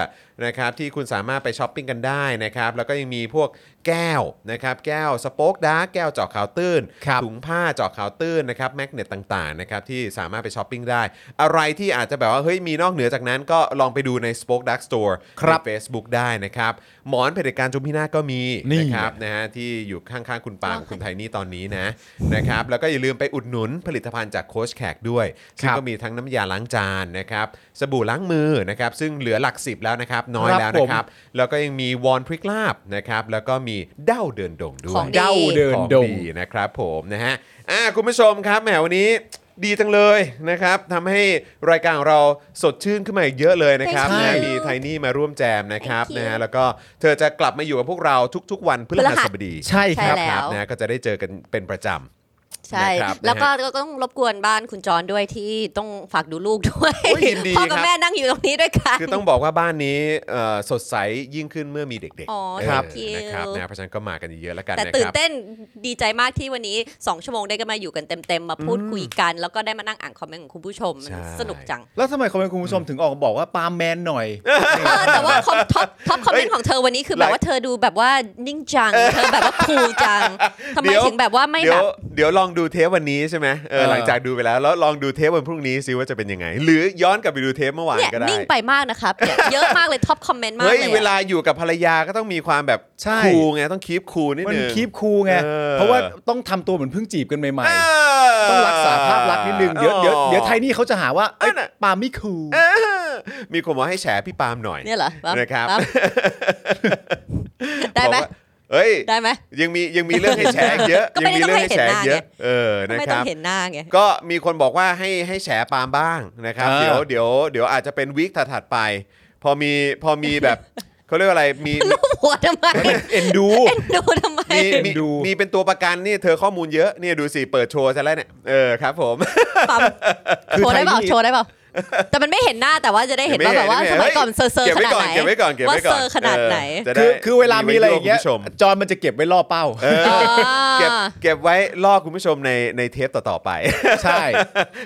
Speaker 1: นะครับที่คุณสามารถไปช้อปปิ้งกันได้นะครับ แล้วก็ยังมีพวกแก้วนะครับ แก้วสป็อกดาร์กแก้วเจาะขาวตื้น
Speaker 2: ครับ
Speaker 1: ถุงผ้าเจาะขาวตื้นนะครับแมกเนตต่างๆนะครับที่สามารถไปช้อปปิ้งได้ อะไรที่อาจจะแบบว่าเฮ้ยมีนอกเหนือจากนั้นก็ลองไปดูใน Spoke Dark Store
Speaker 2: ครับ
Speaker 1: ใน Facebook ได้นะครับ หมอนเผด็จการจุมพินาศก็มี
Speaker 2: นี่
Speaker 1: นะครับ นะฮะที่อยู่ข้างๆ คุณปาล์ม
Speaker 3: อ๋อ
Speaker 1: คุณไทนี่ตอนนี้นะ นะครับ แล้วก็อย่าลืมไปอุดหนุนผลิตภัณฑ์จากโค้ชแขกด้วย ซึ่ง
Speaker 2: ครับ
Speaker 1: ก็มีทั้งน้ำยาล้างจานนะครับสบู่ล้างมือนะครับ ซึ่งเหลือหลักสิบแล้วนะครับ น้อย
Speaker 2: ครับ
Speaker 1: แล้วนะครับ แล้วก็ยังมีวอนพริกลาบนะครับ แล้วก็มีเด้าเดินดงด้วย
Speaker 3: ของดี
Speaker 2: เด้าเดินด
Speaker 1: ข
Speaker 2: ง
Speaker 1: องนะครับผมนะฮะอ่ะคุณผู้ชมครับแหมวันนี้ดีจังเลยนะครับทำให้รายการของเราสดชื่นขึ้นมาอีกเยอะเลยนะครับ
Speaker 2: ใช่
Speaker 1: นะมีไทนี่มาร่วมแจมนะครับ
Speaker 3: Thank you
Speaker 1: นะฮะแล้วก็เธอจะกลับมาอยู่กับพวกเราทุก ๆ วันพฤหัสบดี
Speaker 2: ใช่ครับ
Speaker 3: แล้ว
Speaker 1: นะก็จะได้เจอกันเป็นประจ
Speaker 3: ใช่
Speaker 1: นะครับ
Speaker 3: แล้วก็
Speaker 1: นะฮะ
Speaker 3: ก็ต้องรบกวนบ้านคุณจรด้วยที่ต้องฝากดูลูกด้วย
Speaker 1: โอ้ยยินดี
Speaker 3: พ่อกั
Speaker 1: ครับบ
Speaker 3: แม่นั่งอยู่ตรงนี้ด้วยกัน
Speaker 1: คือต้องบอกว่าบ้านนี้เอ่อสดใสยิ่งขึ้นเมื่อมีเด็ก
Speaker 3: อ๋อ
Speaker 1: ๆเออ
Speaker 3: thank
Speaker 1: นะครับ
Speaker 3: you
Speaker 1: นะเพราะฉะนั้นก็มากันเยอะๆแล้วกัน
Speaker 3: แต่
Speaker 1: นะค
Speaker 3: ตื่
Speaker 1: น รับ
Speaker 3: เต้นดีใจมากที่วันนี้ 2 ชั่วโมงได้กันมาอยู่กันเต็มๆ มาพูดคุยกัน แล้วก็ได้มานั่งอ่านคอมเมนต์ของคุณผู้ชมมัน
Speaker 1: ใช่
Speaker 3: สนุกจัง
Speaker 2: แล้วทำไมคอมเมนต์คุณผู้ชมถึงออกบอกว่าปาล์มแมนหน่อย
Speaker 3: เออแต่ว่าคอมท็อปท็อปคอมเมนต์ของเธอวันนี้คือแบบว่าเธอดูแบบว่านิ่งจัง เธอแบบว่าคูลจังทำไม
Speaker 1: เดี๋ยว
Speaker 3: ถึงแบบว่าไม่
Speaker 1: เดี๋
Speaker 3: แบ
Speaker 1: ยว
Speaker 3: บ
Speaker 1: เดี๋ยวลองดูเทปวันนี้ใช่ไหมเออ
Speaker 2: เออ
Speaker 1: หลังจากดูไปแล้วแล้วลองดูเทปวันพรุ่งนี้ซิว่าจะเป็นยังไง หรือย้อนกลับไปดูเทปเมื่อวาน
Speaker 3: เนี่ย
Speaker 1: ก็ได้
Speaker 3: นิ่งไปมากนะครับเนี่ยเยอะมากเลยท็อปคอมเมนต์มาก
Speaker 1: เฮ้ย
Speaker 3: เลย
Speaker 1: เว
Speaker 3: อะ
Speaker 1: ลาอยู่กับภรรยาก็ต้องมีความแบบ
Speaker 2: ใช่
Speaker 1: คูลไงต้องคีปคูลนิด
Speaker 2: มัน
Speaker 1: นึง
Speaker 2: คีบคูลไง
Speaker 1: เออ
Speaker 2: เพราะว่าต้องทำตัวเหมือนเพิ่งจีบกันใหม่
Speaker 1: เอ
Speaker 2: ๆ ต้องรักษาภาพลักษณ์นิดนึง เดี๋ยวเดี๋ยวเดี๋ยวไทยนี่เขาจะหาว่าเอ้ยปาล์มไม่คูล
Speaker 1: เออมีคนบอกให้แฉพี่ปาล์มหน่อย
Speaker 3: เนี่ยเหรอปั๊บ
Speaker 1: นะครับ
Speaker 3: ปั๊บได้ไหม
Speaker 1: บอกว่าเอ้ย
Speaker 3: ได้ไหม
Speaker 1: ยังมียังมีเรื่องให้แฉอีกเยอะ
Speaker 3: ก็
Speaker 1: ยั
Speaker 3: ไม่
Speaker 1: มี
Speaker 3: ได้
Speaker 1: เรื่องให้แฉอีกเยอะ
Speaker 3: ต้องให้
Speaker 1: เออนะ
Speaker 3: เห็นหน้าไงก็ไม่
Speaker 1: ค
Speaker 3: ต้อง
Speaker 1: รับ
Speaker 3: เห็นหน้าไง
Speaker 1: ก็มีคนบอกว่าให้ให้แฉปาล์มบ้างนะครับ
Speaker 2: เออ
Speaker 1: เดี๋ยวเดี๋ยวเดี๋ยวอาจจะเป็นวีคถัดๆไป พอมีพอมีแบบ [LAUGHS] เขาเรียกว่าอะไรมี
Speaker 3: ลูกหัวทำไม
Speaker 2: เอ็นดู
Speaker 3: เอ็นดูทำไม
Speaker 1: มี
Speaker 2: เอ็
Speaker 1: มี
Speaker 2: นดู
Speaker 1: มีเป็นตัวประกันนี่เธอข้อมูลเยอะเนี่ยดูสิเปิดโชว์ซะแล้วเนี่ยเออครับผม
Speaker 3: ปั๊ม
Speaker 2: คือ
Speaker 3: โชว์ได้เปล่า
Speaker 2: ไทยนี่
Speaker 3: โชว์ได้เปล่าแต่มันไม่เห็นหน้าแต่ว่าจะได้เห็นว่าแบบว่า
Speaker 1: ไเห็
Speaker 3: ส
Speaker 1: ไเห็
Speaker 3: มัยก่อนเซอร์เซอร์
Speaker 1: ก็บ
Speaker 3: ข
Speaker 1: ไว้
Speaker 3: นาด
Speaker 1: ก่อน
Speaker 3: ไหน
Speaker 1: เก็บไว้ก่อนเก็บไว้ก่อน
Speaker 3: ว่าเซอร์ขนาดไหน
Speaker 1: จะได้
Speaker 2: คือคือเวลามีอะไรอย่างเงี้ย
Speaker 1: มีไว้ล่วคุณผู้ชม
Speaker 2: จอนมันจะเก็บไว้ล่อเป้า
Speaker 1: เออ เก็บ
Speaker 3: อ่า
Speaker 1: เก็บไว้ล่อคุณผู้ชมในในเทปต่อๆ
Speaker 3: [LAUGHS]
Speaker 1: ไป
Speaker 2: ใช่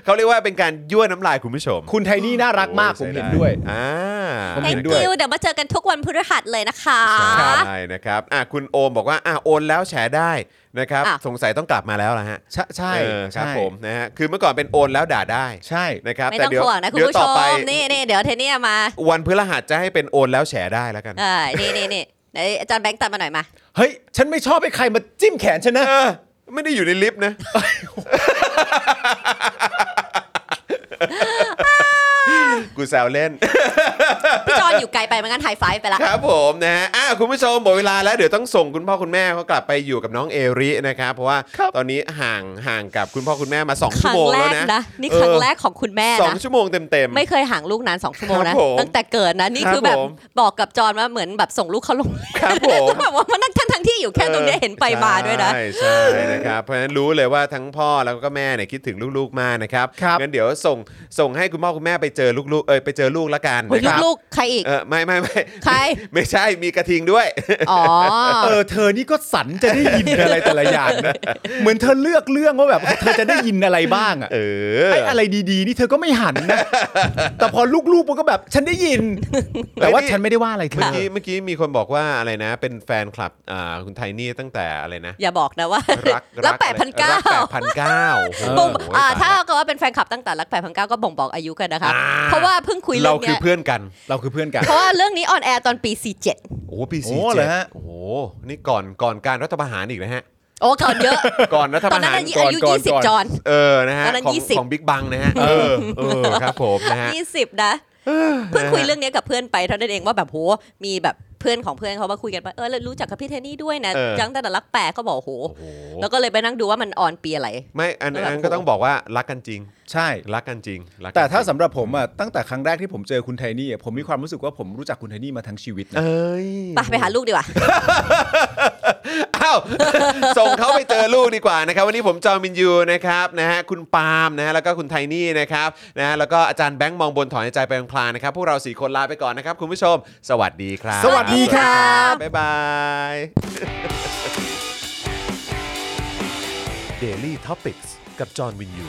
Speaker 1: เขาเรียกว่าเป็นการยั่วน้ำลายคุณผู้ชม
Speaker 2: คุณไทนี่น่ารักมาก
Speaker 1: โอ้
Speaker 2: ผมเห็น
Speaker 1: ใช้ไ
Speaker 2: ด้วย
Speaker 1: อ่า
Speaker 2: ผมเห็น
Speaker 3: thank
Speaker 2: ด้วย
Speaker 3: you เดี๋ยวมาเจอกันทุกวันพฤหัสเลยนะคะ
Speaker 1: ใช่นะครับอ่ะคุณโอมบอกว่าอ่ะโอนแล้วแชร์ได้นะครับ
Speaker 3: อ่ะ
Speaker 1: สงสัยต้องกลับมาแล้วละฮะ
Speaker 2: ใช่ใช่
Speaker 1: เออครับผมนะฮะคือเมื่อก่อนเป็นโอนแล้วด่าได้
Speaker 2: ใช่
Speaker 1: นะครับ
Speaker 3: ไม่ต้อง
Speaker 1: เดี๋ยว
Speaker 3: ห่วงนะคุณ
Speaker 1: เดี๋ยว
Speaker 3: ผู้
Speaker 1: ต่
Speaker 3: ช
Speaker 1: อ
Speaker 3: ม
Speaker 1: ไป
Speaker 3: นี่นี่เดี๋ยวเทเนี่ยมา
Speaker 1: วันพฤหัสจะให้เป็นโอนแล้วแชร์ได้แล้วกัน
Speaker 3: เออนี่นี่นี่ไหนอาจารย์แบงค์ตัดมาหน่อยมา
Speaker 2: เฮ้ย ฉันไม่ชอบให้ใครมาจิ้มแขนฉันนะ
Speaker 1: เออไม่ได้อยู่ในลิฟต์นะ
Speaker 3: [LAUGHS]
Speaker 1: กูแซวเล่น
Speaker 3: พี่จอนอยู่ไกลไปเหมือนกันไฮไฟไปละ
Speaker 1: ครับผมนะฮะอ่ะคุณผู้ชมหมดเวลาแล้วเดี๋ยวต้องส่งคุณพ่อคุณแม่เขากลับไปอยู่กับน้องเอรินะครับ เพราะว่า
Speaker 2: ครับ
Speaker 1: ตอนนี้ห่างห่างกับคุณพ่อคุณแม่มา 2
Speaker 3: ค
Speaker 1: ชั่ว
Speaker 3: รั้ง
Speaker 1: โมง
Speaker 3: แร
Speaker 1: แล้ว
Speaker 3: ก
Speaker 1: นะ
Speaker 3: นะ นี่ครั้งแรกของคุณแม่
Speaker 1: เออสอง
Speaker 3: นะ
Speaker 1: ชั่วโมงเต็มเต็มๆ
Speaker 3: ไม่เคยห่างลูกนานสองชั่วโมง
Speaker 1: ครั
Speaker 3: นะ
Speaker 1: บผม
Speaker 3: ตั้งแต่เกิดนะนี่
Speaker 1: ครับ
Speaker 3: คือแบบ
Speaker 1: ผม
Speaker 3: บอกกับจอนว่าเหมือนแบบส่งลูกเขาลง
Speaker 1: ครับผม
Speaker 3: แล้วแบบว่ามันนั่งทั้งทั้งๆที่อยู่แค่ตรงเนี้ยเห็นไปมาด้วยนะ
Speaker 1: ใช่ใช่นะครับเพราะฉะนั้นรู้เลยว่าทั้งพ่อแล้วก็แม่เนี่ยคิดถึงลูกๆมากนะครับ
Speaker 2: ครับ
Speaker 1: งั้นเดี๋ยวส่งส่งให้คุณพ่อคุณแม่ไปเจอลูกๆเอยไปเจอลูกละกัน
Speaker 3: โอ้ย
Speaker 1: นะครับ
Speaker 3: ลูกๆ ใครอีก
Speaker 1: เออไม่ไม่ไม่
Speaker 3: ใคร
Speaker 1: ไม่ใช่มีกระทิงด้วย
Speaker 3: อ๋อ
Speaker 2: เออเธอนี่ก็สันจะได้ยินอะไรแต่ละอย่างนะ เหมือนเธอเลือกเรื่องว่าแบบเธอจะได้ยินอะไรบ้างอะ
Speaker 1: เออ
Speaker 2: ไอ้อะไรดีๆ นี่เธอก็ไม่หัน [LAUGHS] นะ แต่พอลูกๆมันก็แบบฉันได้ [LAUGHS] ยิน แต่ว่าฉันไม่ได้ว่าอะไรเธ
Speaker 1: เมื่อ
Speaker 2: อ
Speaker 1: กี้เมื่อกี้มีคนบอกว่าอะไรนะ เป็นแฟนคลับอ่าคุณไทนี่ตั้งแต่อะไรนะ
Speaker 3: อย่าบอกนะว่า
Speaker 1: รัก
Speaker 3: [LAUGHS] รักแปดพันเก้า
Speaker 1: แปดพัน
Speaker 3: [LAUGHS]
Speaker 1: เก้า
Speaker 3: บ่งอ่าถ้าก็ว่าเป็นแฟนคลับตั้งแต่รักแปดพันเก้าก็บ่งบอกอายุกันนะคะ
Speaker 1: อ่า
Speaker 3: เพราะว่าเพิ่งคุยเรื่
Speaker 1: เรา
Speaker 3: อง
Speaker 1: คื
Speaker 3: เนี้
Speaker 1: อย เพื่อนกัน
Speaker 2: เราคือเพื่อนกัน
Speaker 3: เพราะว่าเรื่องนี้ออนแอร์ตอนปี 47
Speaker 1: โอ้โหปี
Speaker 2: โอ้
Speaker 1: สี่
Speaker 2: เหร
Speaker 1: เจ็ด
Speaker 2: อฮะ
Speaker 1: โอ้โหนี่ก่อนก่อนการรัฐประหารอีกนะ
Speaker 3: [LAUGHS]
Speaker 1: ฮะ
Speaker 3: โอ้ก่อนเย
Speaker 1: [LAUGHS]
Speaker 3: อะ
Speaker 1: ก่อนรัฐ
Speaker 3: ต
Speaker 1: ป
Speaker 3: อน
Speaker 1: ระ
Speaker 3: นั้น
Speaker 1: หาร
Speaker 3: อายุ
Speaker 1: ก่อน
Speaker 3: อายุ
Speaker 1: ก่อน
Speaker 3: ยี่สิบ
Speaker 1: ก่อน
Speaker 3: จอน
Speaker 1: เออนะฮะ
Speaker 3: ตอนนั้น
Speaker 1: ของ
Speaker 3: ยี่สิบ
Speaker 1: ของบิ๊กบังนะฮะเออเออครับผมนะฮะ
Speaker 3: ยี่สิบนะ เพิ่งคุยเรื่องนี้กับเพื่อนไปเท่านั้นเองว่าแบบโหมีแบบเพื่อนของเพื่อนเขามาคุยกันว่าเออแล้วรู้จักกับพี่เทนนี่ด้วยนะ
Speaker 1: เออ
Speaker 3: จังแต่รักแปดเขาบอกโห
Speaker 1: โอ้โห
Speaker 3: แล้วก็เลยไปนั่งดูว่ามันออนปีอะไร
Speaker 1: ไม่อันอันนั้น
Speaker 3: แล้วแบ
Speaker 1: ก็
Speaker 3: บ
Speaker 1: ต้องบอกว่ารักกันจริง
Speaker 2: ใช่
Speaker 1: รักกันจริงรักกัน
Speaker 2: แต่ถ้า
Speaker 1: จริง
Speaker 2: สำหรับผมอ่ะตั้งแต่ครั้งแรกที่ผมเจอคุณไทนี่อะผมมีความรู้สึกว่าผมรู้จักคุณไทนี่มาทั้งชีวิตนะ
Speaker 1: เอ้ย
Speaker 3: ไปไปหาลูกดีกว่า
Speaker 1: อ้าว [LAUGHS] ส่งเขาไปเจอลูกดีกว่านะครับ วันนี้ผมจอมินยูนะครับนะฮะคุณปาล์มนะฮะแล้วก็คุณไทนี่นะครับนะฮะแล้วก็อาจารย์แบงค์มองบนถอนใจไปพลางๆนะครับพวกเราสี่คนลาไปก่อนนะครับคุณผู้ชม สวัสดีครับ
Speaker 2: สวัสดีครับ
Speaker 1: บ๊ายบาย [LAUGHS] Daily Topics กับจอห์นวินยู